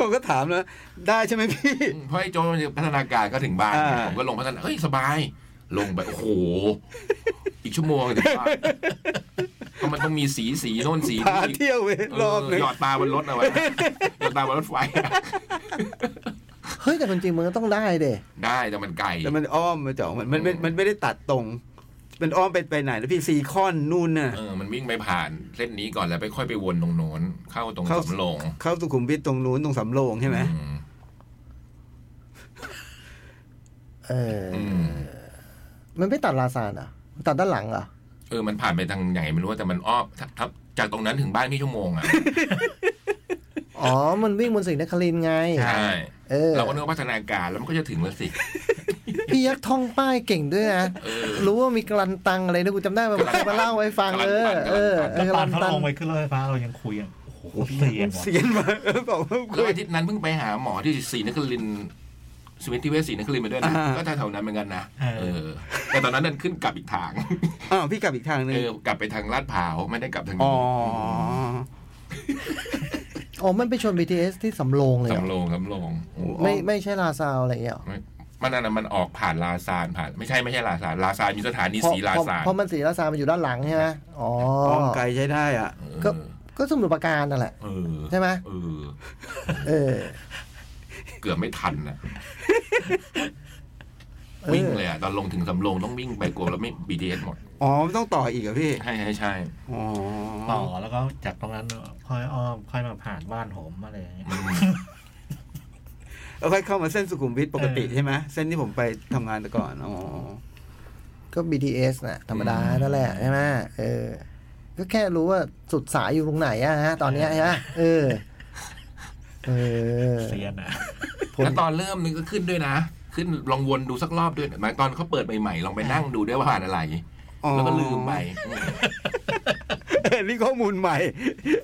Speaker 3: ผมก็ถามนะได้ใช่ไหมพี่
Speaker 5: อืมเพราะไอ้โจ๊กมันจะพัฒนาการก็ถึงบ้าน
Speaker 3: อ่า
Speaker 5: ผมก็ลงพัฒนาเฮ้ยสบาย ลงไปโอ้โห อีกชั่วโมงถึงบ้าน ก็มันต้องมีสีสีโน่นสี
Speaker 3: พา
Speaker 5: นี่อีก
Speaker 3: เที่ยวไปรอบหนึ่ง
Speaker 5: หยอดตาบนรถเอาไว้ หยอดตาบนรถไฟ
Speaker 2: เฮ้ยแต่คนจริงมันก็ต้องได้เด้
Speaker 5: ได้แต่มันไกล
Speaker 3: แต่มันอ้อมมาจ่องมันมันมัน
Speaker 5: อืม
Speaker 3: มันไม่ได้ตัดตรง มันอ้อมไปไปไหนแล้วพี่ซีคอนนู่นน่ะ
Speaker 5: เออมันวิ่งไปผ่านเส้นนี้ก่อนแล้วไปค่อยไปวนตรงโน้นเข้าตรง
Speaker 3: เข้า
Speaker 5: สำโรง
Speaker 3: เข้าสุขุมวิทตรงนู้นตรงสำโรงใช่ไหม
Speaker 5: อืม
Speaker 2: เอออ
Speaker 5: อืม
Speaker 2: มันไม่ตัดลาซานเหรอ่ะตัดด้านหลังเหรอ่ะ
Speaker 5: เออมันผ่านไปทางไหนไม่รู้แต่มันอ้อมถ้าถ้าจากตรงนั้นถึงบ้านพี่ชั่วโมงอ่ะ
Speaker 2: อ๋อมันวิ่งบนสิงห์นครินทร์ไง
Speaker 5: ใช่
Speaker 2: เออ
Speaker 5: เราก็นึกว่าพัฒนาการแล้วมันก็จะถึงแล้วสิ
Speaker 2: พี่ยักษ์ท่องป้ายเก่งด้วยนะ
Speaker 5: เออ
Speaker 2: รู้ว่ามีกลันตังอะไรนะกูจำได้มา
Speaker 5: กัลลันตัง
Speaker 2: มาเล่าให้ฟังเออเออเอ
Speaker 5: กั
Speaker 2: อ
Speaker 5: ล
Speaker 2: ก
Speaker 1: ตอ
Speaker 5: ลั
Speaker 2: ลั
Speaker 1: น
Speaker 2: น
Speaker 1: เขา
Speaker 2: ตัง
Speaker 1: ลงไปขึ้นรถไฟฟ้าเรายังคุยกันโอ้โหเสียงว่ะ
Speaker 3: เสียนมา เออบอกว่า
Speaker 5: แล้วอาทิตย์นั้นเพิ่งไปหาหมอที่ศรีนครินทร์สมิติเวชศรีนครินทร์มาด้วยนะก็แถวๆนั้นเหมือนกันนะเออ แต่ตอนนั้นนั่นขึ้นกลับอีกทาง
Speaker 3: อ้าวพี่กลับอีกทางหนึ
Speaker 5: เอง อกลับไปทางลาดพร้าวไม่ได้กลับทาง
Speaker 3: อ๋อ
Speaker 5: นี้
Speaker 2: อ๋อมันไปชน BTS ที่สำโรงเลยเหรอ
Speaker 5: สำโรงสำโรงโอ้โห
Speaker 2: ไม่ไม่ใช่ลาซาวอะไรอย่างเงี้ยเหรอ
Speaker 5: ไม่มันนั่นนะมันออกผ่านลาซานผ่าน ไม่ใช่ไม่ใช่ลาซานลาซานมีสถานี
Speaker 2: เพราะ
Speaker 5: สีลา
Speaker 2: เพราะ
Speaker 5: ซาน
Speaker 2: เพราะมันสีลาซาวมันอยู่ด้านหลังใช่ไหมอ๋อ
Speaker 3: กองไกลใช้ได้อ่ะ
Speaker 2: ก็ ก็สมุทรปราการนั่นแหละ
Speaker 5: เออ
Speaker 2: ใช่ไหม
Speaker 5: เออ
Speaker 2: เออ
Speaker 5: เกือบไม่ทันนะ
Speaker 2: เอ
Speaker 5: วิ่ง
Speaker 2: อ
Speaker 5: เลยอ่ะตอนลงถึงสำโรงต้องวิ่งไปกลัวแล้วไม่ BTS หมด
Speaker 3: อ๋อมันต้องต่ออีกเหรอพี่
Speaker 5: ใช่ใช่ใช่
Speaker 3: อ๋อ
Speaker 1: ต่อแล้วก็จากตรงนั้นค่อยอ้อมค่อยมาผ่านบ้านผมอะไรอย่างเงี้ย
Speaker 5: อืม
Speaker 3: แล้วค่อยเข้ามาเส้นสุขุมวิทปกติ
Speaker 1: เออ
Speaker 3: ใช่ไหมเส้นที่ผมไปทำงานแต่ก่อน อ๋อ
Speaker 2: ก็ BTS น่ะธรรมดานั่นแหละใช่ไหมเออ ก็แค่รู้ว่าสุดสายอยู่ตรงไหนอะฮะ ตอนเนี้ยใช่ไหมเออเออ
Speaker 1: เสียนอ่ะ
Speaker 5: แล้วตอนเริ่มนึงก็ขึ้นด้วยนะ ขึ้นลองวนดูสักรอบด้วยหมายตอนเขาเปิดใหม่ๆลองไปนั่งดูด้วยว่าผ่านอะไร
Speaker 3: อ๋อ
Speaker 5: แล้วก็ลืมไปอืม
Speaker 3: อันนี้ข้อมูลใหม่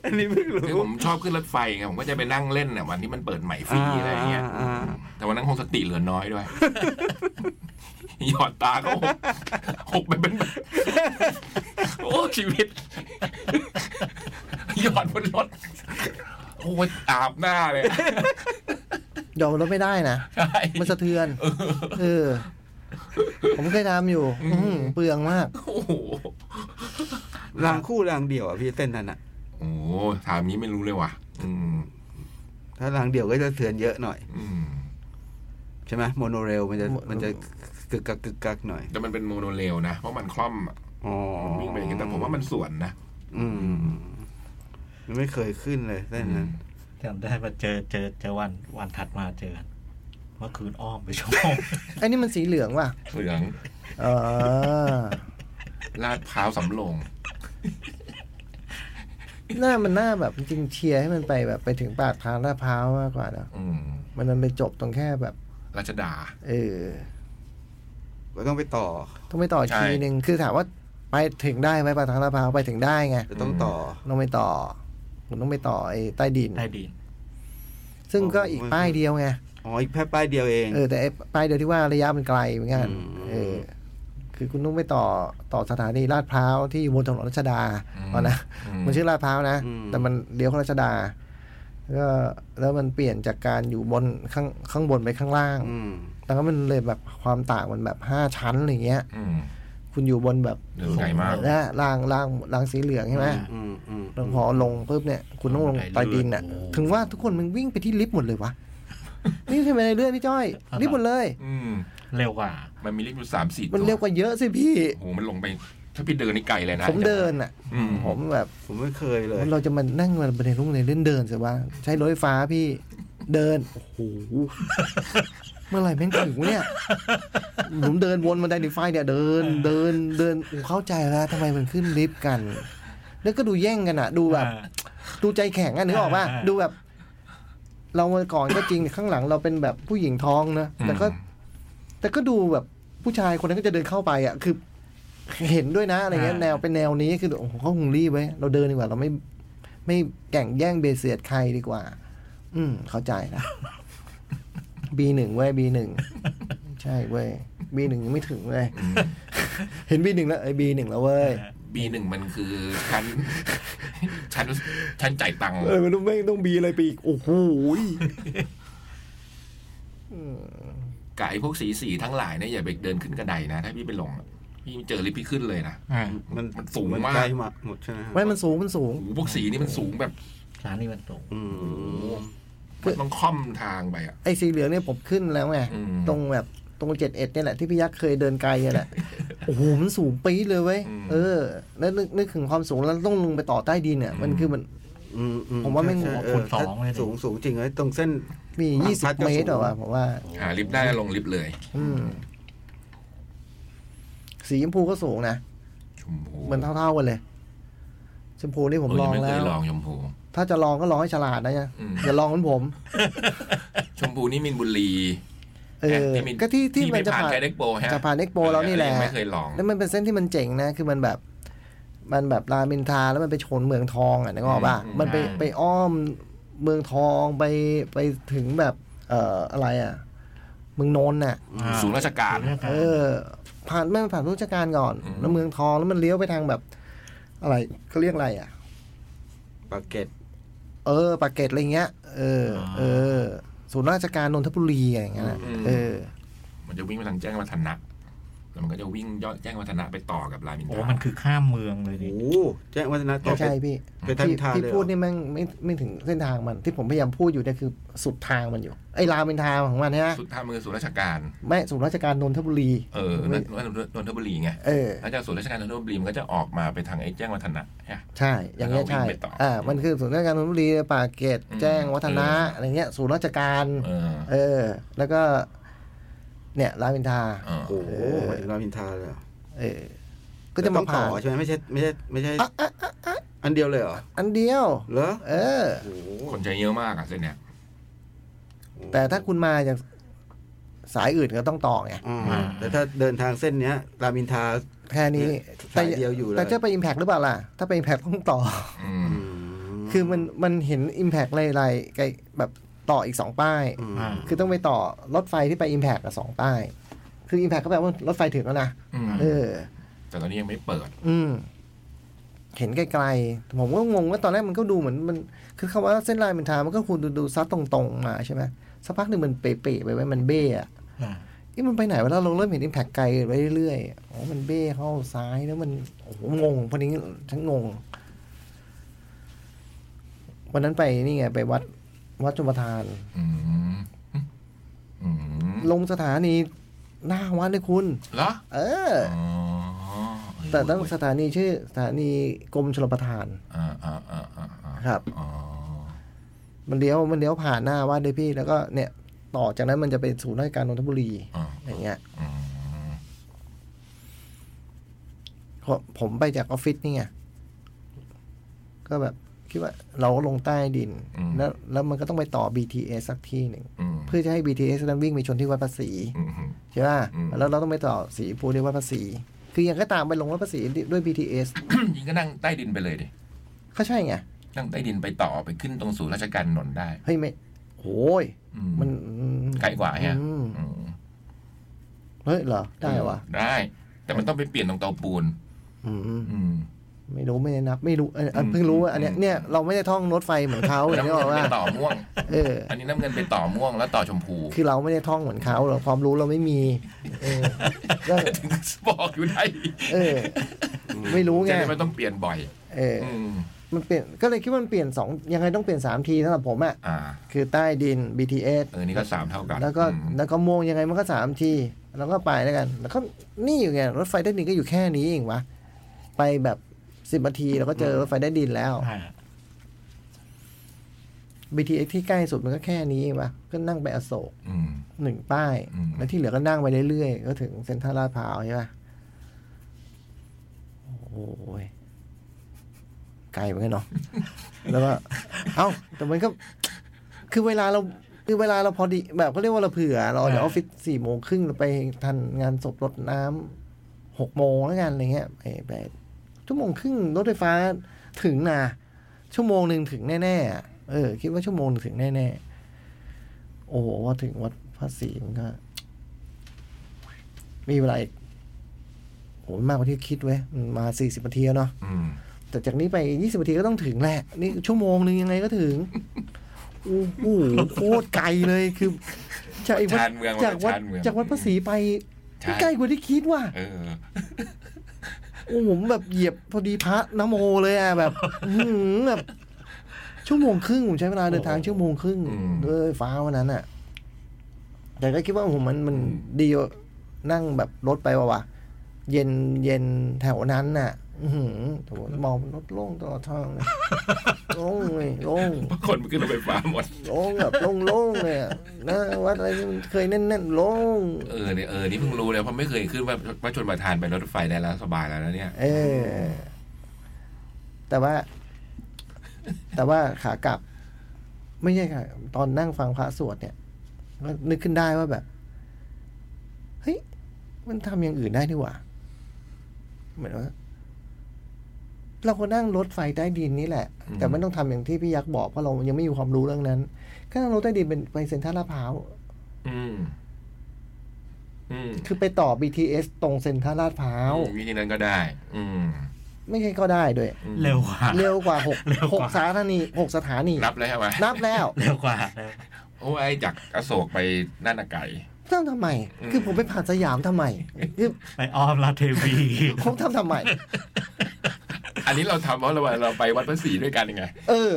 Speaker 3: อันนี้เพิ่ง
Speaker 5: คือ
Speaker 3: รู้
Speaker 5: ผมชอบขึ้นรถไฟไงผมก็จะไปนั่งเล่นเนี่ยวันที่มันเปิดใหม่ฟรี
Speaker 3: อ่า
Speaker 5: อะไรเงี้ย
Speaker 3: อ่า
Speaker 5: แต่วันนั้นคงสติเหลือน้อยด้วย หยอดตาก็หกหกไปเป็นแบบ โอ้ชีวิต หยอดบนรถโอ้ยอาบหน้าเลย
Speaker 2: ยอมรับไม่ได้นะ
Speaker 5: ใช่
Speaker 2: มันสะเทือน เออ ผมเคยทำอยู่ อื้อหือเปลืองมาก
Speaker 5: โอ้โห
Speaker 3: รางคู่รางเดี่ยวอ่ะพี่เส้นนั้นอ่ะ
Speaker 5: โอ้โหถามนี้ไม่รู้เลยว่ะ อืม
Speaker 3: ถ้ารางเดี่ยวก็จะเถือนเยอะหน่อย
Speaker 5: อืม
Speaker 3: ใช่ไหมโมโนเรลมันจะ
Speaker 2: โม
Speaker 3: มันจะกึกกักกึกกักหน่อย
Speaker 5: แต่มันเป็นโมโนเรลนะเพราะมันคล่อมอะ
Speaker 3: อ๋อ
Speaker 5: วิ่งไปอย่างเงี้ยแต่ผมว่ามันสวนนะ
Speaker 3: อืมมันไม่เคยขึ้นเลยเส้นนั้น
Speaker 1: จำได้มาเจอเจอเจอวันวันถัดมาเจอกันเมื่อคืนอ้อมไปชม
Speaker 2: ไอ้นี่มันสีเหลืองว่ะ
Speaker 5: เหลือง
Speaker 2: เออ
Speaker 5: ลาดพร้าวสำโรง
Speaker 2: หน้ามันหน้าแบบจริงๆเชียร์ให้มันไปแบบไปถึงปากทางลาดพร้าวมากกว่านะ
Speaker 5: อืม
Speaker 2: มันมันไปจบตรงแค่แบบ
Speaker 5: รัชดา
Speaker 2: เออ
Speaker 3: ก็ต้องไปต่อ
Speaker 2: ต้องไปต่ออีก
Speaker 5: ใช่
Speaker 2: ทีหนึ่งคือถามว่าไปถึงได้ไหมปากทางลาดพร้าวไปถึงได้ไง
Speaker 3: จะต้องต่อ
Speaker 2: ต้องไปต่อคุณต้องไปต่อไอ้ใต้ดิน
Speaker 1: ใต้ดิน
Speaker 2: ซึ่งก็อีกป้ายเดียวไง
Speaker 3: อ๋ออีกแค่ป้ายเดียวเอง
Speaker 2: เออแต่ไอ้ป้ายเดียวที่ว่าระยะมันไกลเหมือนกัน
Speaker 3: อืม
Speaker 2: เออ คือคุณต้องไปต่อต่อสถานีลาดพร้าวที่บนถนนรัชดา
Speaker 5: อืม
Speaker 2: เอานะ
Speaker 5: อืม
Speaker 2: มันชื่อลาดพร้าวนะ
Speaker 3: อืม
Speaker 2: แต่มันเลี้ยวเข้ารัชดาก็แล้วมันเปลี่ยนจากการอยู่บนข้างข้างบนไปข้างล่าง
Speaker 3: อืม
Speaker 2: แล้วก็มันเลยแบบความต่างมันแบบห้าชั้นอะไรเงี้ย
Speaker 5: อืม
Speaker 2: คุณอยู่บนแบบ
Speaker 5: เดินไกลมาก
Speaker 2: นะล่างล่างล่างสีเหลืองใช่ไหม
Speaker 3: อืมอืม
Speaker 2: แล้วพอลงปุ๊บเนี่ย คุณต้องลงใต้ดินอ่ะ ถึงว่าทุกคนมันวิ่งไปที่ลิฟต์หมดเลยวะนี่ทำไมในเรื่องนี่จ้อยลิฟต์หมดเลย
Speaker 5: อืม
Speaker 1: เร็วกว่า
Speaker 5: มันมีลิฟต์อยู่สามสี่ตัว
Speaker 2: มันเร็วกว่าเยอะสิพี่
Speaker 5: โอ้โหมันลงไป ถ้าพี่เดินนี่ไกลเลยนะ
Speaker 2: ผมเดินอ่ะ
Speaker 5: อืม
Speaker 2: ผมแบบ
Speaker 3: ผมไม่เคยเลย
Speaker 2: เราจะมานั่งมาบันไดลุงในเล่นเดินสิว่า ใช้รถไฟฟ้าพี่เดิน โอ้โห เมื่อไหร่แม่งถึงวะเนี่ยผมเดินวนบันไดหนีไฟเนี่ย เดินเดินเดินโอ้เข้าใจแล้วทำไมมันขึ้นลิฟต์กัน แล้วก็ดูแย่งกันอ่ะ ดูแบบ ดูใจแข็งอ่ะนึกออกป่ะ
Speaker 1: อ่า
Speaker 2: ดูแบบ เรามาก่อนก็จริงข้างหลังเราเป็นแบบผู้หญิงท้องนะแต่ก็ แต่ก็ดูแบบผู้ชายคนนั้นก็จะเดินเข้าไปอ่ะ คือ เห็นด้วยนะอะไรเงี้ย
Speaker 1: อ่า
Speaker 2: แนวเป็นแนวนี้คือโอ้โหเขาคงรีบไว้เราเดินดีกว่า เราไม่ไม่แก่งแย่งเบยดเสียดใครดีกว่า อืม เข้าใจนะ บีหนึ่งเว้ยบีหนึ่งใช่เว้ยบีหนึ่งยังไม่ถึงเว้ยเห็นบีหนึ่งแล้วไอ้บีหนึ่งแล้วเว้ย
Speaker 5: บีหนึ่งมันคือชั้น ชั้นชั้นจ่ายตังค์
Speaker 2: เออไม่รู้แม่งต้องบีอะไรไปอีกโอ้โหย
Speaker 5: กับไอ้พวกสีสีทั้งหลายเนี่ยอย่าไปเดินขึ้นกระไดนะถ้าพี่ไปลงอะพี่เจอลิฟต์พี่ขึ้นเลยนะ
Speaker 1: อ่า
Speaker 3: มัน
Speaker 5: มันสูงมาก
Speaker 3: ใกล้มาหมดใช่ไหมฮะ
Speaker 2: ไม่มันสูงมันสูง
Speaker 5: โอ้โหพวกสีนี่มันสูงแบบ
Speaker 1: สถานีมันตรง
Speaker 3: อืม
Speaker 5: มันต้องค่อมทางไปอ่ะ
Speaker 2: ไอ้สีเหลืองเนี่ยผมขึ้นแล้วไง
Speaker 5: อืม
Speaker 2: ตรงแบบตรงเจ็ดเอ็ดเนี่ยแหละที่พี่ยักษ์เคยเดินไกลเนี่ยแหละ โอ้โหมันสูงปี๊ดเลยเว้ยเออ แล้วนึกนึกถึงความสูงแล้วต้องลงไปต่อใต้ดินเนี่ย มันคือมัน
Speaker 3: อืมอื
Speaker 2: ผมว่าไม่
Speaker 3: ใช่ใช่
Speaker 1: คูณสองเลยดิ
Speaker 3: สูงสูงจริงเลยตรงเส้น
Speaker 2: มี
Speaker 3: อ่ะ
Speaker 2: ยี่สิ
Speaker 3: พั
Speaker 2: บ
Speaker 3: ดก็สูง
Speaker 2: เมตรเหรอวะผมว่า
Speaker 5: หาลิฟต์ได้ลงลิฟต์เลย
Speaker 2: อืม สีชมพูก็สูงนะ
Speaker 5: ชมพู
Speaker 2: มันเท่าๆกันเลยชมพูนี่ผม
Speaker 5: เอ
Speaker 2: ล
Speaker 5: อยั
Speaker 2: อง
Speaker 5: ไม่เค
Speaker 2: แล้
Speaker 5: ยว ลองชมพู
Speaker 2: ถ้าจะลองก็ลองให้ฉลาดนะเนี่ย
Speaker 5: อืม
Speaker 2: อย่าลองเหมือนผม
Speaker 5: ชมพูนี่มินบุรี
Speaker 2: เอ
Speaker 5: แอ
Speaker 2: อ
Speaker 5: ที่มี
Speaker 2: ก็ที่ที่
Speaker 5: ที่
Speaker 2: มันจะ
Speaker 5: ไม่ผ่าน
Speaker 2: ผ่าน
Speaker 5: ไกด์ Expo ฮะ
Speaker 2: จะผ่านเอ็กโปเรานี่แหละ
Speaker 5: เออไม่เคยลอง
Speaker 2: แล้วมันเป็นเส้นที่มันเจ๋งนะ คือมันแบบ มันแบบรามอินทราแล้วมันไปชนเมืองทองอ่ะนึกออกป่ะ
Speaker 5: อืม
Speaker 2: มันไปไปอ้อมเมืองทองไปไปถึงแบบ เอ่ออะไรอ่ะ เมืองนนท์น่ะ
Speaker 1: อ่า
Speaker 5: ศูนย์ราชการ
Speaker 1: ศูนย์ช
Speaker 2: เออ ผ่านไม่ผ่านราชการก่อน
Speaker 5: อืม
Speaker 2: แล้วเมืองทองแล้วมันเลี้ยวไปทางแบบ อะไรเขาเรียกอะไรอ่ะ
Speaker 3: ปากเกร็ด
Speaker 2: เออปากเกร็ดอะไรเงี้ย เออ เออ ศูนย์ราชการนนทบุรีอะไรอย่างเงี้ยนะเออ
Speaker 5: มันจะวิ่งไปทางแจ้งวัฒนะแล้วมันก็จะวิ่งยอดแจ้งวัฒนะไปต่อกับรามอินท
Speaker 1: โอ้
Speaker 5: รา
Speaker 1: มันคือข้ามเมืองเลย
Speaker 3: โอ้
Speaker 1: ดิ
Speaker 3: โหแจ้งวัฒนะต่
Speaker 2: ไม่
Speaker 3: อไป
Speaker 2: ใช่พี่
Speaker 3: เป็น
Speaker 2: ที่
Speaker 3: ทาง
Speaker 2: ที่
Speaker 3: เลยเหรอ
Speaker 2: พูดนี่แม่งไม่ไม่ถึงเส้นทางมัน ที่ผมพยายามพูดอยู่เนี่ยคือสุดทางมันอยู่ ไอ้รามเป็นทางของมันใช่ไหม
Speaker 5: สุดท้ายมันคือศูนย์ราชการ
Speaker 2: แม่ศูนย์ราชการนนทบุรี
Speaker 5: เออนนนนนนทบุรีไง
Speaker 2: เออ
Speaker 5: แล้วจากศูนย์ราชการนนทบุรีมันก็จะออกมาไปทางไอ้แจ้งวัฒนะฮะ
Speaker 2: ใช่ อย่างเงี้ยใช่
Speaker 5: แล้วเราวิ่งไปต่ออ่
Speaker 2: อ่ามันคือศูนย์ราชการนนทบุรีป่าเกต
Speaker 5: อืม
Speaker 2: แจ้งวัฒนะ
Speaker 5: เอออ
Speaker 2: อะไรเงี้ยศูนย์ราชการ
Speaker 5: เออ
Speaker 2: เออ แล้วก็ เนี่ยรามอินทรา
Speaker 5: เออ
Speaker 3: โอ้โหมาถึงรามอินทราเลยเหรอ
Speaker 2: เออ ก็จะมา
Speaker 3: แล้วต้องต่
Speaker 2: ผ่า
Speaker 3: อน ใช่ไหมไม่ใช่ไม่ใช่ไม่ใช่อันเดียวเลยเหรอ
Speaker 2: อันเดียว
Speaker 3: เหรอ
Speaker 2: เออ
Speaker 3: โอ้โห
Speaker 5: คนจะเยอะมากอ่ะเส้นเนี้ย
Speaker 2: แต่ถ้าคุณมาจากสายอื่นก็ต้องต่อไง
Speaker 3: อ่าแต่ถ้าเดินทางเส้นเนี้ย รามอินทรา
Speaker 2: แค่นี้
Speaker 3: สายเดียวอยู่เลย
Speaker 2: แต่จะไปอิมแพกหรือเปล่าล่ะ ถ้าไปอิมแพกต้องต่อ
Speaker 5: อืม
Speaker 3: อืม
Speaker 2: คือมันมันเห็น Impact ไรๆไกลแบบต่ออีกสองป้าย
Speaker 3: อืม
Speaker 1: อ่า
Speaker 2: คือต้องไปต่อรถไฟที่ไป Impact กับสองป้าย คือ Impact ก็แปลว่ารถไฟถึงแล้วนะ
Speaker 5: อืม
Speaker 2: เออ
Speaker 5: แต่ตอนนี้ยังไม่เปิด
Speaker 2: อืม เห็นไกลๆ ผมก็งงว่าตอนแรกมันก็ดูเหมือนมัน คือคำว่าเส้นลายมันทางมันก็คุณดูดูซัดตรงๆมาใช่ไหมสักพักหนึ่งมันเป๋ๆไปไว้มันเบ้อะ
Speaker 1: อ่า
Speaker 2: เอ๊ะมันไปไหนวะแล้วเราเริ่มเห็น Impact ไกลไปเรื่อยๆอ๋อมันเบ้เข้าซ้ายแล้วมันโอ้โหงงพอนี้ฉันงง วันนั้นไปนี่ไงไปวัด วัดจุมทาน
Speaker 5: อืมอืม
Speaker 2: ลงสถานีหน้าวัดเลยคุณ
Speaker 5: เหรอ
Speaker 2: เออ
Speaker 5: อ๋อเ
Speaker 2: แต่ต้อง
Speaker 5: เว้ย
Speaker 2: สถานีชื่อ สถานีกรมชลประทาน
Speaker 5: อ่าอ่าอ่าอ่าอ่า
Speaker 2: ครับ
Speaker 5: อ๋อ
Speaker 2: มันเลี้ยวมันเลี้ยวผ่านหน้าวัดเลยพี่แล้วก็เนี่ยต่อจากนั้นมันจะเป็นศูนย์ราชการนนทบุรี
Speaker 5: อ่า
Speaker 2: อย่างเงี้ย
Speaker 5: อืม
Speaker 2: ผมผมไปจากออฟฟิศนี่ไงก็แบบคิดว่าเราก็ลงใต้ดิน แล้วแล้วมันก็ต้องไปต่อ BTS สักที่หนึ่ง
Speaker 5: อืม
Speaker 2: เพื่อจะให้ BTS นั้นวิ่งไปชนที่วัดภาษี
Speaker 5: อืมอืม
Speaker 2: ใช่ป่ะ
Speaker 5: อืม
Speaker 2: แล้วเราต้องไปต่อสีภูที่วัดภาษี คือยังก็ตามไปลงวัดภาษีด้วย BTS
Speaker 5: ยิงก็นั่งใต้ดินไปเลยดิ
Speaker 2: ก็ใช่ไง
Speaker 5: นั่งใต้ดินไปต่อไปขึ้นตรงศูนย์ราชการนนท์ได้
Speaker 2: เฮ้ยไม่โอ้ย
Speaker 5: อื อื
Speaker 2: มัน
Speaker 5: ไกลกว่าฮะ
Speaker 2: อืม
Speaker 5: อืม
Speaker 2: เฮ้ยเหรอ ได้วะ
Speaker 5: ได้ แต่มันต้องไปเปลี่ยนตรงเตาปูน
Speaker 2: อืม
Speaker 5: อืม
Speaker 2: ไม่รู้ไม่ได้นับ ไม่รู้เอออัน
Speaker 5: อืม
Speaker 2: เพิ่งรู้ว่าอันเนี้ย
Speaker 5: อืม
Speaker 2: เนี่ยเราไม่ได้ท่องโน้ตไฟเหมือนเขาอย่าง
Speaker 5: น้ำ
Speaker 2: ที่บอก
Speaker 5: เงิน
Speaker 2: ว่า
Speaker 5: ไปต่อม่วง
Speaker 2: เออ
Speaker 5: อันนี้น้ำเงินไปต่อม่วงแล้วต่อชมพู
Speaker 2: คือเราไม่ได้ท่องเหมือนเขาเราความรู้เราไม่มีเออก็
Speaker 5: ถึงบอกอยู่ได้
Speaker 2: เออ ไม่รู้ไง
Speaker 5: จะได้ไม่ต้องเปลี่ยนบ่อย
Speaker 2: เออ
Speaker 5: อืม
Speaker 2: มันเปลี่ยนก็เลยคิดว่ามันเปลี่ยนสองยังไงต้องเปลี่ยนสามทีสำหรับผมอ่ะ
Speaker 5: อ่า
Speaker 2: คือใต้ดิน BTS
Speaker 5: เออ นี่ก็สามเท่ากัน
Speaker 2: แล้วก็
Speaker 5: อืม
Speaker 2: แล้วก็ม่วงยังไงมันก็สามทีแล้วก็ไปแล้วกัน แล้วก็นี่อยู่ไงรถไฟใต้ดินก็อยู่แค่นี้เองวะไปแบบสิบนาทีเราก็เจอรถไฟใต้ดินแล้ว
Speaker 1: อ่า
Speaker 2: BTS ที่ใกล้สุดมันก็แค่นี้เองวะก็นั่งไปอโศก
Speaker 5: อืม
Speaker 2: หนึ่งป้าย
Speaker 5: อืม
Speaker 2: แล้วที่เหลือก็นั่งไปเรื่อยๆ ก็ถึงเซ็นทรัลลาดพร้าวใช่ปะโอ้ยไกลเหมือนกันเนาะ แล้วก็เอ้าแต่มันก็ คือเวลาเราคือเวลาเราพอดีแบบก็เรียกว่าเราเผื่อ เราเดี๋ยวออฟฟิศสี่โมงครึ่งเราไปทันงานศพรถน้ำหกโมงแล้วกันอะไรเงี้ยไปไปชั่วโมงครึ่งรถไฟฟ้าถึงนะชั่วโมงหนึ่งถึงแน่ๆอะเออ คิดว่าชั่วโมงหนึ่งถึงแน่ๆ โอ้โหพอถึงวัดพระศรีมันก็ มีเวลาอีกโหมากกว่าที่คิดเว้ยมันมาสี่สิบนาทีแล้วเนาะ
Speaker 5: อืม
Speaker 2: แต่จากนี้ไปยี่สิบนาทีก็ต้องถึงแหละ นี่ชั่วโมงหนึ่งยังไงก็ถึง โอ้โหโคตรไกลเลยคือจากไอ้วัด
Speaker 5: ชานเมืองมัน
Speaker 2: จากวัด
Speaker 5: ชานเมือง
Speaker 2: จากวัดพระศรีไป
Speaker 5: ใช่
Speaker 2: ใกล้กว่าที่คิดว่ะ
Speaker 5: เออ
Speaker 2: โอ้โหผมแบบเหยียบพอดีพระนะโมเลยอ่ะแบบ อื้อหือแบบ ชั่วโมงครึ่งผมใช้เวลาเดินทางชั่วโมงครึ่ง
Speaker 5: อืม
Speaker 2: ด้วยฟ้าวันนั้นอ่ะ แต่ก็คิดว่าผมมันมันดีกว่านั่งแบบรถไปว่ะวะเย็นเย็นแถวนั้นน่ะ อื้อหือแต่ว่ามองรถโล่งตลอดทางเลยโล่งเลยโล่ง
Speaker 5: คนมันขึ้นรถไฟฟ้าหมด
Speaker 2: โล่งแบบโล่งๆเลยอะนะวัดอะไรที่มันเคยแน่นๆโล่ง
Speaker 5: เออเนี่ยเออ นี่เพิ่งรู้เลยเพราะไม่เคยขึ้นว่าว่าชนประทานไปรถไฟได้แล้วสบายแล้วนะเนี่ย
Speaker 2: เออ แต่ว่า แต่ว่าขากลับ ไม่ใช่ค่ะ ตอนนั่งฟังพระสวดเนี่ยก็นึกขึ้นได้ว่าแบบ เฮ้ย มันทำอย่างอื่นได้นี่หว่า เหมือนว่า เราก็นั่งรถไฟใต้ดินนี่แหละ
Speaker 5: อืม
Speaker 2: แต่ไม่ต้องทำอย่างที่พี่ยักษ์บอกเพราะเรายังไม่มีความรู้เรื่องนั้นก็นั่งรถใต้ดินเป็นไปเซ็นทรัลลาดพร้าว
Speaker 5: อืม อืม
Speaker 2: คือไปต่อ BTS ตรงเซ็นทรัลลาดพร้าว
Speaker 5: วิธีนั้นก็ได้ อืม
Speaker 2: ไม่ใช่ก็ได้ด้วย
Speaker 5: อืม
Speaker 1: เร็วกว่า
Speaker 2: เร็วกว่าหก
Speaker 1: เร็วก
Speaker 2: ห
Speaker 1: ว่า
Speaker 2: กสถานีหกสถานี
Speaker 5: รับแล้วใช่ไหม
Speaker 2: นับแล้ว
Speaker 1: เร็วกว่าเร็ว
Speaker 5: โอ้ไอ้จากอโศกไปนั่นนะไก่
Speaker 2: ต้องทำไม
Speaker 5: อืม
Speaker 2: คือผมไปผ่านสยามทำไม คือ
Speaker 1: ไปออมลาเท วี
Speaker 2: ผมทำทำไม
Speaker 5: อันนี้เราทำเพราะเราเราไปวัดพระศรีด้วยกันยังไง
Speaker 2: เออ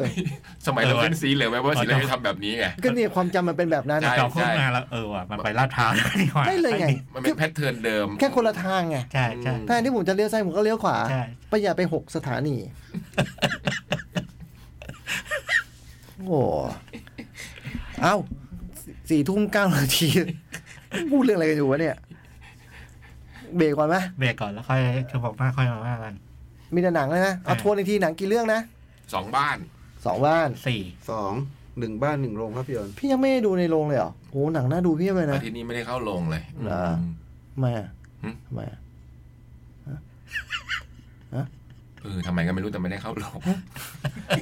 Speaker 5: สมัยเราเป็นสีเหลืองไหมว่าสีเหลืองให้ทำแบบนี้ไง
Speaker 2: ก็เนี่ยความจำมันเป็นแบบนั้น
Speaker 5: ใช่
Speaker 1: เราโฆษณาแล้วเออว่ะมันไปลาดพร้าวนี่หว่า
Speaker 2: ได้เลยไง
Speaker 5: มันเป็นแพทเทิร์นเดิม
Speaker 2: แค่คนละทางไง
Speaker 1: ใช่ใช่
Speaker 2: แทนที่ผมจะเลี้ยวซ้ายผมก็เลี้ยวขวา
Speaker 1: ใช่
Speaker 2: ประหยัดไปหกสถานี โอ้เอ้าสี่ทุ่มเก้านาที พูดเรื่องอะไรกันอยู่วะเนี่ย เบรกก่อนไหม
Speaker 1: เบรกก่อนแล้วค่อยชั่วโมงหน้าค่อยมาว่ากัน
Speaker 2: มีแต่หนังเลยนะ เอา
Speaker 1: อ่า
Speaker 2: ทวนอีกทีหนังกี่เรื่องนะ
Speaker 5: สองบ้าน
Speaker 2: สองบ้าน
Speaker 1: สี่
Speaker 3: สองหนึ่งบ้านหนึ่งโรงภาพยนตร์
Speaker 2: พี่ยังไม่ได้ดูในโรงเลยเหรอโอ้หนังน่าดูเพียบเลยนะ
Speaker 5: อาทิตย์นี้ไม่ได้เข้าโรงเลย
Speaker 2: เหรอ
Speaker 5: อืม
Speaker 2: ทำไมอ่ะ
Speaker 5: หึ
Speaker 2: ทำไมอ่ะ
Speaker 5: เออทำไมก็ไม่รู้แต่ไม่ได้เข้าโรง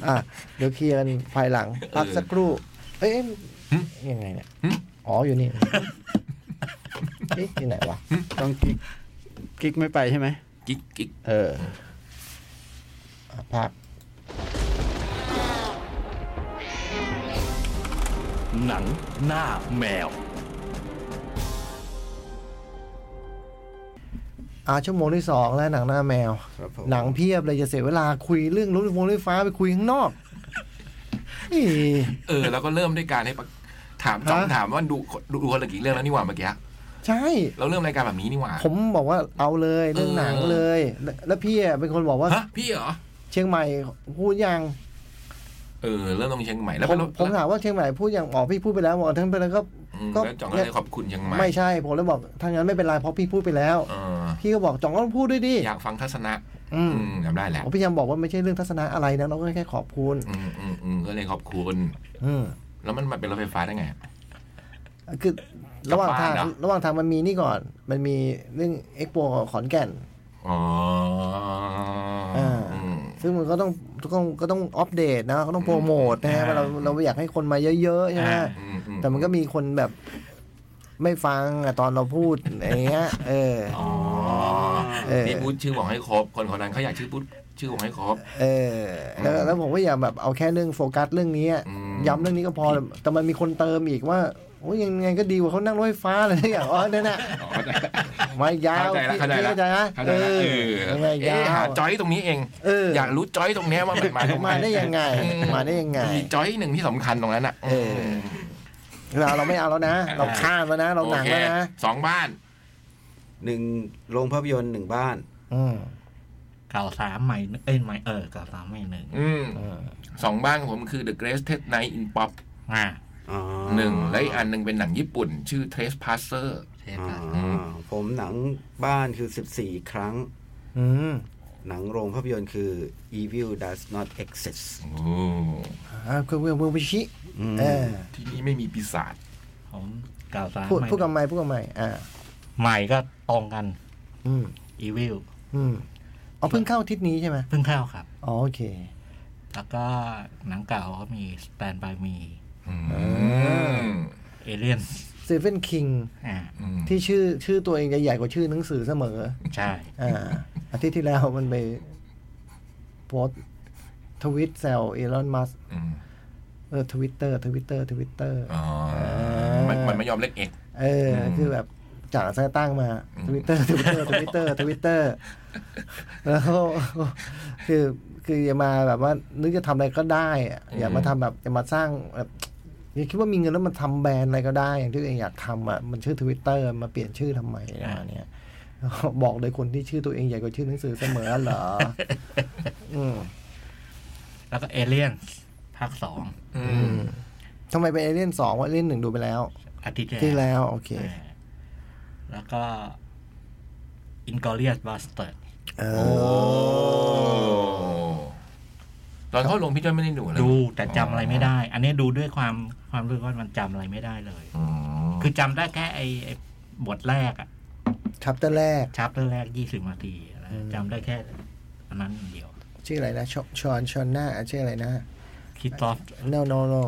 Speaker 2: อ่ะ เดี๋ยวเคลียร์กันภายหลัง พักสักครู่ เอ้ย
Speaker 5: หึ
Speaker 2: ยังไงเนี่ย
Speaker 5: หึ
Speaker 2: อ๋ออยู่นี่เอ๊ะที่ไหนวะ
Speaker 3: ต้องกิ๊กกิ๊กไม่ไปใช่ไหม
Speaker 5: กิ๊กกิ๊ก
Speaker 2: เอออ่ะพัก
Speaker 6: หนังหน้าแมว
Speaker 2: อ่าชั่วโมงที่สองแล้วหนังหน้าแมว
Speaker 3: ครับผม
Speaker 2: หนังเพียบเลยจะเสียเวลาคุยเรื่องรถไฟฟ้าไฟฟ้าไปคุยข้างนอกเอ๊ะ
Speaker 5: เออ แล้วก็เริ่มด้วยการให้ปะถามจ้อง
Speaker 2: ฮะ
Speaker 5: ถามว่าดูดูดูคนละกี่เรื่องแล้วนี่หว่าเมื่อกี้
Speaker 2: ใช่
Speaker 5: เราเริ่มรายการแบบนี้นี่หว่า
Speaker 2: ผมบอกว่าเอาเลยเรื่องหนังเลยแล้วแล้วพี่อ่ะเป็นคนบอกว่า
Speaker 5: ฮะ พี่เหรอ
Speaker 2: เชียงใหม่พูดยัง
Speaker 5: เออ เริ่มตรงเชียงใหม่ แล้ว
Speaker 2: ผม
Speaker 5: ไปรถ
Speaker 2: ผมถามว่าเชียงใหม่พูดยังอ๋อพี่พูดไปแล้วบอกทั้งไปแล้วก็
Speaker 5: อืม
Speaker 2: ก็
Speaker 5: แล้วจองก็เลยขอบคุณเชียงใหม่
Speaker 2: ไม่ใช่ ผมเลยบอกทางนั้นไม่เป็นไรเพราะพี่พูดไปแล้ว
Speaker 5: เออ
Speaker 2: พี่ก็บอกจองก็ต้องพูดด้วยดิ
Speaker 5: อยากฟังทัศนะ
Speaker 2: อืม
Speaker 5: อืมทำได้แหละ
Speaker 2: ผมพยายามบอกว่าไม่ใช่เรื่องทัศนะอะไรนะเราก็แค่ขอบคุณ
Speaker 5: อืมอืมอืมก็เลยขอบคุณ
Speaker 2: อืม
Speaker 5: แล้วมันมาเป็นรถไฟฟ้าได้ไง
Speaker 2: คือระหว่างทาง
Speaker 5: กลับบ้านเหรอ
Speaker 2: ระหว่างทางมันมีนี่ก่อน มันมีเรื่องเอ็กโปขอนแก่น
Speaker 5: อ๋อ
Speaker 2: อ่า
Speaker 5: อืม
Speaker 2: ซึ่งมันก็ต้องก็ต้องก็ต้องอัปเดตนะก็ต้องโปรโมทนะฮะ
Speaker 1: อ่า
Speaker 2: ว่าเราเราอยากให้คนมาเยอะๆใช่ไหม
Speaker 1: อ่า
Speaker 5: อืมอื
Speaker 2: แต่มันก็มีคนแบบไม่ฟังอะตอนเราพูดอะไรเงี้ยเออ
Speaker 5: อ๋อ
Speaker 2: เออ
Speaker 5: นี่พูดชื่อบอกให้ครบ คนคนนั้นเขาอยากชื่อพูดชื่อบอกให้ครบ
Speaker 2: เออแล้วแล้วผมก็อยากแบบเอาแค่เรื่องโฟกัสเรื่องนี้อะ
Speaker 5: อืม
Speaker 2: ย้ำเรื่องนี้ก็พอแต่แต่มันมีคนเติมอีกว่าโอ้ยยังไงก็ดีกว่าเขานั่งรถไฟฟ้าอะไรอย่างเงี้ยอ๋อนั่นน่ะ
Speaker 5: อ๋อเข้าใจ
Speaker 2: มายาว
Speaker 5: เข้าใจละเข้าใจละ
Speaker 2: เข้าใจนะ
Speaker 5: เข้าใจ
Speaker 2: เอ
Speaker 5: ละ
Speaker 2: อ
Speaker 5: เออ
Speaker 2: ยังไง
Speaker 5: เอ๊ะ
Speaker 2: ยา
Speaker 5: หาว จอยตรงนี้เอง
Speaker 2: เออ
Speaker 5: อ
Speaker 2: อ
Speaker 5: ยากรู้จอยตรงเนี้ยว่ามันมาทำ
Speaker 2: มาได้ยังไง
Speaker 5: อื
Speaker 2: มาได้ยังไง
Speaker 5: มีจอยหนึ่งที่สำคัญตรงนั้นอ่ะ
Speaker 2: เออ เราเราไม่เอาแล้วนะ เราข้ามแล้วนะ เราหนัง
Speaker 5: โอค
Speaker 2: แล้วนะ
Speaker 5: สองบ้าน
Speaker 3: หนึ่งโรงภาพยนตร์หนึ่งบ้าน
Speaker 2: อืม
Speaker 1: เก่าสามใหม่เอ้ยใหม่เออเก่าสามใหม่หนึ่ง
Speaker 5: อืม
Speaker 2: อืม
Speaker 5: สองบ้านของผมคือ The Great Ted Night in Pop
Speaker 1: อ่า
Speaker 3: อ๋อ
Speaker 5: หนึ่งและอีกอันหนึ่งเป็นหนังญี่ปุ่น ชื่อ Trespasser
Speaker 1: เทป
Speaker 3: อ๋
Speaker 1: อะ
Speaker 3: อผมหนังบ้านคือ 14 ครั้ง
Speaker 2: อืม
Speaker 3: หนังโรงภาพยนตร์คือ Evil Does Not Exist
Speaker 2: อ่าเพื่อนเพื่อนเพื่อนพิชิ
Speaker 3: อืม
Speaker 2: เออ
Speaker 5: ที่นี่ไม่มีปีศาจ
Speaker 1: ผมเก่าสาม
Speaker 2: พูด
Speaker 1: ใหม่
Speaker 2: พูดกับไม่พูดกับไม่อ่า
Speaker 1: ใหม่ก็ตรงกัน
Speaker 2: อืม
Speaker 1: อีวิล
Speaker 2: อืมอ๋อเพิ่งเข้าอาทิศนี้ใช่ไหม
Speaker 1: เพิ่งเข้าครับ
Speaker 2: อ๋อโอเค
Speaker 1: แล้วก็หนังเก่าก็มีสแตนบายมี
Speaker 5: อืม
Speaker 1: เอเลียน
Speaker 2: เซเว่นคิง
Speaker 1: อ่า
Speaker 5: อืม
Speaker 2: ที่ชื่อชื่อตัวเองจะใหญ่กว่าชื่อหนังสือเสมอ
Speaker 1: ใช่
Speaker 2: อ่า อาทิตย์ที่แล้วมันไปโพสต์ทวิตแซวเอลอนมัส
Speaker 5: อืม
Speaker 2: เออทวิตเตอร์ทวิตเตอร์ทวิตเตอร์
Speaker 5: อ๋อ
Speaker 2: อ
Speaker 5: มันมันไม่ยอมเล็กเอก
Speaker 2: เออ คือแบบจากสายตั้งมา
Speaker 5: อืม
Speaker 2: ทวิตเตอร์ทวิตเตอร์ทวิตเตอร์ทวิตเต อร์แล้วก็คือคืออย่ามาแบบว่า นึกจะทำอะไรก็ได้อะอย่ามาทำแบบอย่ามาสร้างแบบอย่าคิดว่ามีเงินแล้วมันทำแบรนด์อะไรก็ได้ อย่างที่ตัวเองอยากทำอ่ะมันชื่อทวิตเตอร์มาเปลี่ยนชื่อทำไมอะไรประมาณเนี้ยบอกโดยคนที่ชื่อตัวเองใหญ่กว่าชื่อหนังสือเสมอเหร อ อืม
Speaker 1: แล้วก็เอเลียนภาคสอง
Speaker 5: อืม
Speaker 2: ทำไมเป็นเอเลี่ยนสองว่าเอเลี่ยนหนึ่งดูไปแล้ว
Speaker 1: อาทิตย์
Speaker 2: ที่แล้วโอเค
Speaker 1: เออแล้วก็อินกอริ u สบ s สเตอร์
Speaker 2: เอ
Speaker 5: โอ้
Speaker 2: อ
Speaker 5: ตอนเข้าลงพี่จ้อยไม่ได้ดูเลย
Speaker 1: ดูแต่จำอะไรไม่ได้ อันนี้ดูด้วยความความรู้สึกว่ามันจำอะไรไม่ได้เลย
Speaker 5: อืม
Speaker 1: คือจำได้แค่ไอ้ไอ้บทแรกอะ
Speaker 2: ชัปเตอร์แรก
Speaker 1: ชัปเตอร์แรกยี่สิบนาทีนะจำได้แค่อันนั้นอย่างเดียว
Speaker 2: ชื่ออะไรนะชอชอนชอนหน้าชื่ออะไรนะ
Speaker 1: คิดซอฟ
Speaker 2: no no no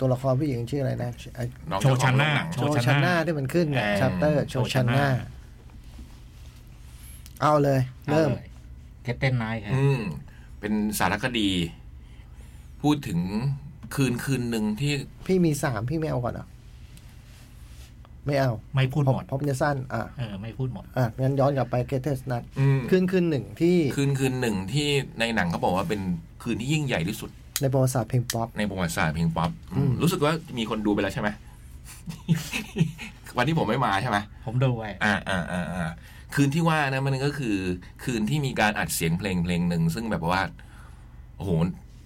Speaker 2: ตัวละครผู้หญิงชื่ออะไรนะไอ้
Speaker 5: น้อง
Speaker 1: โชว์ชันหน้า
Speaker 5: เจ้ของโรงหง
Speaker 2: โชชันหน้าที่มันขึ้น
Speaker 1: เอ่อ
Speaker 2: ชัปเตอร์โชชันหน้า เอาเลย เริ่ม
Speaker 1: เกตเต้นไนท์ครับ
Speaker 5: อืม เป็นสารคดี พูดถึงคืนคืนหนึ่งที่
Speaker 2: พี่มีสามพี่ไม่เอาก่อนเหรอไม่เอา
Speaker 1: ไม่พูดหมด
Speaker 2: เพราะมันจะสั้น อ่ะ
Speaker 1: เออ ไม่พูดหมด
Speaker 2: อ่ะงั้นย้อนกลับไปเกตเทสนัท
Speaker 5: อืม
Speaker 2: คืนคืนหนึ่งที่
Speaker 5: คืนคืนหนึ่งที่ในหนังเขาบอกว่าเป็นคืนที่ยิ่งใหญ่ที่สุด
Speaker 2: ในประวัติศาสตร์เพลงป๊อป
Speaker 5: ในประวัติศาสตร์เพลงป๊อปอืม
Speaker 2: อืม
Speaker 5: รู้สึกว่ามีคนดูไปแล้วใช่ไหม วันที่ผมไม่มาใช่ไหม
Speaker 1: ผมดูไว้
Speaker 5: อ่าอ่าอ่าอ่าคืนที่ว่านะมันก็คือ คืนที่มีการอัดเสียงเพลงเพลงหนึ่งซึ่งแบบว่าโอ้โห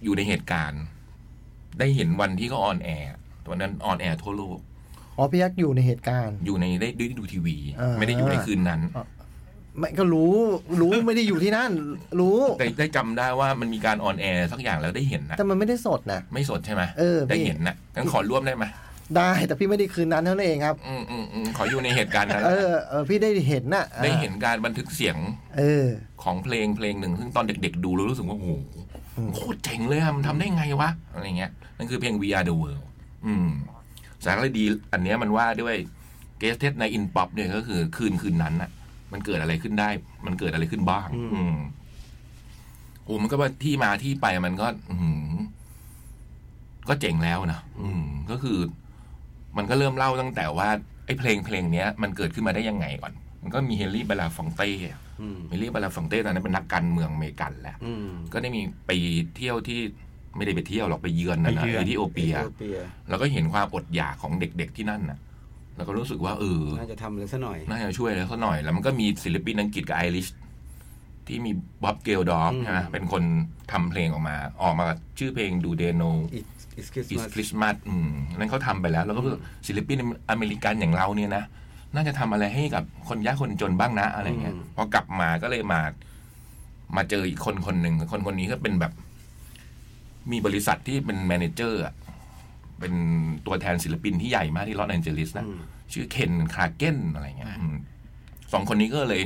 Speaker 5: อยู่ในเหตุการณ์ ได้เห็นวันที่เขาออนแอร์วันนั้นออนแอร์ทั่วโลก
Speaker 2: อ๋อพี่ยักษ์อยู่ในเหตุการณ์
Speaker 5: อยู่ในได้ได้ดูทีวี
Speaker 2: เออ
Speaker 5: ไม่ได้อยู่ในคืนนั้น
Speaker 2: ไม่ก็รู้ รู้ไม่ได้อยู่ที่นั่น รู้
Speaker 5: แต่ได้จำได้ว่ามันมีการออนแอร์สักอย่างแล้วได้เห็นนะ
Speaker 2: แต่มันไม่ได้สดนะ
Speaker 5: ไม่สดใช่ไหม
Speaker 2: เออพี่
Speaker 5: ได้เห็นนะงั้นขอร่วมได้ไหม
Speaker 2: ได้แต่พี่ไม่ได้คืนนั้นเท่านั้นเองครับ
Speaker 5: อืมอืมอืมขออยู่ในเหตุการณ์นั้น
Speaker 2: เออเออพี่ได้เห็นน่ะอ่ะ
Speaker 5: ได้เห็นการบันทึกเสียง
Speaker 2: เออ
Speaker 5: ของเพลงเพลงหนึ่งซึ่งตอนเด็ก ๆ ดูแล้วรู้สึกว่าโอ้โหโคตรเจ๋งเลยอะมันทำได้ไงวะอะไรเงี้ยนั่นคือเพลง We Are the World อืมสารคดีอันเนี้ยมันว่าด้วยเกสเทสในอินป๊อปเนี่ยก็คือคืนคืนนั้นน่ะ มันเกิดอะไรขึ้นได้ มันเกิดอะไรขึ้นบ้าง อืมโอ้มันก็ว่าที่มาที่ไปมันก็ อือหือ ก็เจ๋งแล้วนะอืม ก็คือ มันก็เริ่มเล่าตั้งแต่ว่าไอ้เพลงเพลงเนี้ย มันเกิดขึ้นมาได้ยังไงก่อน มันก็มีเฮนรี่บาลาฟองเต้
Speaker 3: อืม
Speaker 5: เฮนรี่บาลาฟองเต้ตอนนั้นเป็นนักการเมืองอเมริกันแหละ
Speaker 3: อืม
Speaker 5: ก็ได้มีไปเที่ยวที่ไม่ได้ไปเที่ยวหรอกไปเยือนนะนะ
Speaker 1: ไปเยือน
Speaker 5: เอธิโอเปีย
Speaker 3: เอธิโอเปีย
Speaker 5: แล้วก็เห็นความอดอยากของเด็ก ๆที่นั่นน่ะ แล้วก็รู้สึกว่าเออ
Speaker 3: น่าจะทำเลยซะหน่อย
Speaker 5: น่าจะช่วยแล้วสักหน่อย แล้วมันก็มีศิลปินอังกฤษกับไอริชที่มีบ๊อบเกลดอฟ
Speaker 3: อืม
Speaker 5: ใช่ไหมเป็นคนทำเพลงออกมา ออกมาชื่อเพลงดูเดโน
Speaker 3: It's- It's Christmas
Speaker 5: อิสคริสต์มาสนั่นเขาทำไปแล้ว แล้วก็รู้สึกศิลปินอเมริกันอย่างเราเนี่ยนะ น่าจะทำอะไรให้กับคนยากคนจนบ้างนะอะไรเงี้ย
Speaker 3: อืม
Speaker 5: พอกลับมาก็เลยมา มาเจออีกคนคนหนึ่งคนคนนี้ก็เป็นแบบ มีบริษัทที่เป็นแมเนเจอร์อะเป็นตัวแทนศิลปินที่ใหญ่มากที่ลอสแอนเจลิสนะ
Speaker 3: อืม
Speaker 5: ชื่อเคนคลาเก้นอะไรเงี้ย
Speaker 1: อ่า
Speaker 5: อืมสองคนนี้ก็เลย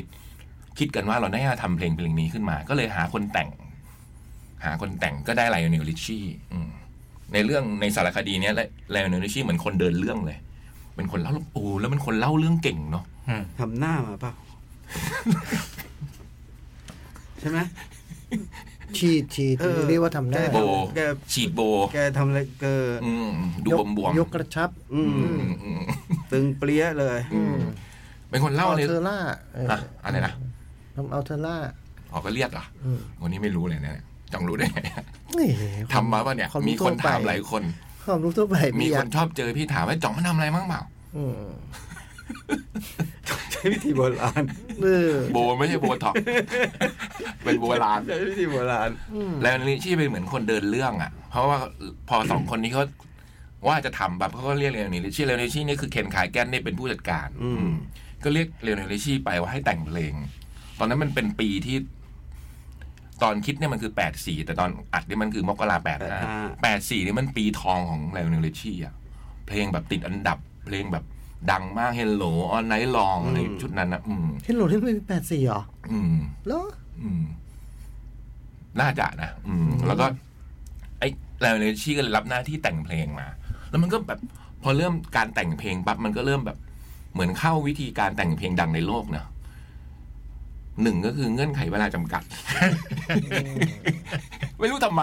Speaker 5: คิดกันว่าเราน่าจะทำเพลงเพลงนี้ขึ้นมา ก็เลยหาคนแต่ง หาคนแต่งก็ได้ไลออน l ลิชชี่ในเรื่องในสารคดีเนี้ยไลออน l ลิชชี่เหมือนคนเดินเรื่องเลย เป็นคนเล่าโอ้แล้วเป็นคนเล่าเรื่องเก่งเนาะ
Speaker 1: อืม
Speaker 3: ทำหน้ามาเปล่า ใช่ไหม
Speaker 2: ฉีดฉีด
Speaker 3: เออ
Speaker 2: เรียกว่าทำหน้า
Speaker 5: โบ
Speaker 3: แก
Speaker 5: ฉีดโบ
Speaker 3: แกทำอะไรเกิด
Speaker 5: อืมดูบวมบวม
Speaker 2: ยกกระชับ
Speaker 3: อืม ตึงเปรี้ยเลย
Speaker 5: เป็นคนเล่า
Speaker 2: เอา
Speaker 5: เลย
Speaker 2: เทอร่าเออ
Speaker 5: อะอะไรนะ
Speaker 2: ทำเอาเทอร่า
Speaker 5: ออกก็เรียกเหรอ
Speaker 2: อืม
Speaker 5: คนนี้ไม่รู้เลยนะเนี่ยจังรู้ได้ไง เนี่ย
Speaker 2: นี่
Speaker 5: ทำมาป่ะเนี่ย
Speaker 2: ว
Speaker 5: มี
Speaker 2: รู้
Speaker 5: คน
Speaker 2: ทั่วไป
Speaker 5: ถามหลายคน
Speaker 2: ความรู้ทั่วไป
Speaker 5: มี
Speaker 2: อ
Speaker 5: ค
Speaker 2: ยาก
Speaker 5: นชอบเจอพี่ถามว่าจ่องมันทำอะไรบ้างเปล่า
Speaker 2: อืม
Speaker 3: ใช้วิธีโบราณ
Speaker 2: เออ
Speaker 5: โบไม่ใช่โบท็อกซ์ เป็นโบราณ
Speaker 3: ใช้วิธีโบราณ
Speaker 2: อืม
Speaker 5: แล้วลิชชี่เป็นเหมือนคนเดินเรื่องอ่ะ เพราะว่าพอสองคนนี้เขาว่าจะทำแบบเขาก็เรียกเรโอนิลิชชี่เรโอนิลิชชี่นี่คือเคนขายแกนเนี่ยเป็นผู้จัดการ
Speaker 3: อืม
Speaker 5: ก็เรียกเรโอนิลิชชี่ไปว่าให้แต่งเพลง ตอนนั้นมันเป็นปีที่ ตอนคิดเนี่ยมันคือแปดสี่แต่ตอนอัดเนี่ยมันคือมกราแปดนะ
Speaker 3: 85
Speaker 5: แปดสี่นี่มันปีทองของเรโอนิลิชชี่อ่ะ เพลงแบบติดอันดับ เพลงแบบดังมากเฮลโลออนไนท์ลองอะไรชุดนั้นนะอืม
Speaker 2: เฮลโลที่มันเป็นแปดสี่เหรอ
Speaker 5: อืม
Speaker 2: เหรอ
Speaker 5: อืม น่าจะนะ อืม แล้วก็ ไอ้แลวเลชี่ก็เลยรับหน้าที่แต่งเพลงมา แล้วมันก็แบบ พอเริ่มการแต่งเพลงปั๊บมันก็เริ่มแบบ เหมือนเข้าวิธีการแต่งเพลงดังในโลกเนอะหนึ่งก็คือเงื่อนไขเวลาจำกัด ไม่รู้ทำไม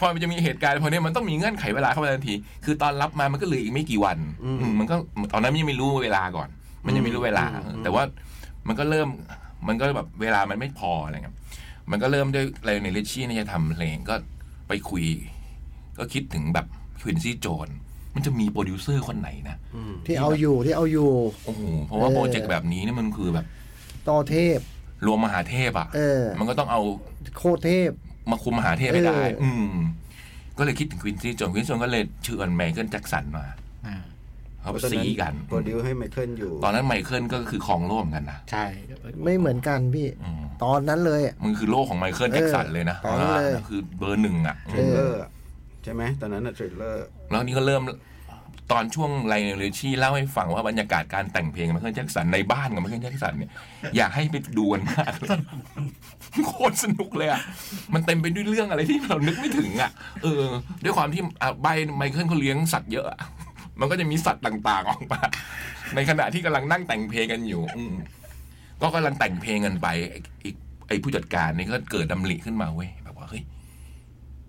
Speaker 5: พอมันจะมีเหตุการณ์พวกนี้มันต้องมีเงื่อนไขเวลาเข้ามาทันที คือตอนรับมามันก็เหลืออีกไม่กี่วัน
Speaker 3: อืม
Speaker 5: อืมมันก็ตอนนั้นยังไม่รู้เวลาก่อน มันยังไม่รู้เวลา
Speaker 3: อืม
Speaker 5: แต่ว่ามันก็เริ่ม มันก็แบบเวลามันไม่พออะไรเงี้ย มันก็เริ่มด้วยไลออนลิชชี่เนี่ยจะทำเพลงก็ไปคุย ก็คิดถึงแบบควินซี่โจน มันจะมีโปรดิวเซอร์คนไหนนะ
Speaker 3: อืม
Speaker 2: ที่เอาอยู่ที่เอาอยู่
Speaker 5: โอ้โห เพราะว่า
Speaker 2: เออ
Speaker 5: โปรเจกต์แบบนี้เนี่ยมันคือแบบ
Speaker 2: ต่อเทพ
Speaker 5: รวมมหาเทพอ่ะ
Speaker 2: เออ
Speaker 5: มันก็ต้องเอา
Speaker 2: โคตรเทพ
Speaker 5: มาคุมมหาเทพให้ได้
Speaker 2: เอออื
Speaker 5: อืม ก็เลยคิดถึงควินซี่โจน ควินซี่โจนก็เลยเชิญไมเคิลแจ็คสันมา
Speaker 1: อ่า
Speaker 5: เขาไปสีกัน
Speaker 3: โปรดิวให้ไมเคิลอยู่
Speaker 5: ตอนนั้นไมเคิลก็คือครองโลกเหมือนกันนะ
Speaker 1: ใช่
Speaker 2: ไม่เหมือนกันพี่
Speaker 5: อืม
Speaker 2: ตอนนั้นเลยอะ
Speaker 5: มันคือโลกของไมเคิลแจ็คสันเลยนะ
Speaker 2: เออตอนนั้นเลย
Speaker 5: อ่าคือเบอร์หนึ่งอ่ะ
Speaker 3: เทรลเลอร์อะใช่ไหมตอนนั้นอะเทรลเลอร์
Speaker 5: แล้วนี่ก็เริ่มตอนช่วงไลเนลชี่เล่าให้ฟังว่าบรรยากาศการแต่งเพลงมาเคลื่อนแจ็คสันในบ้านกับมาเคลื่อนแจ็คสันเนี่ย อยากให้ไปดูกันมากเลยโคตรสนุกเลยอ่ะ มันเต็มไปด้วยเรื่องอะไรที่เรานึกไม่ถึงอ่ะ เออ ด้วยความที่อ่ะใบไมเคิลเขาเลี้ยงสัตว์เยอะอะมันก็จะมีสัตว์ต่างๆออกมา ในขณะที่กำลังนั่งแต่งเพลงกันอยู่ อืมก็กำลังแต่งเพลงกันไปไอ้ไอ้ไอ้ผู้จัดการนี่ก็เกิดดำริขึ้นมาเว้ยแบบว่าเฮ้ย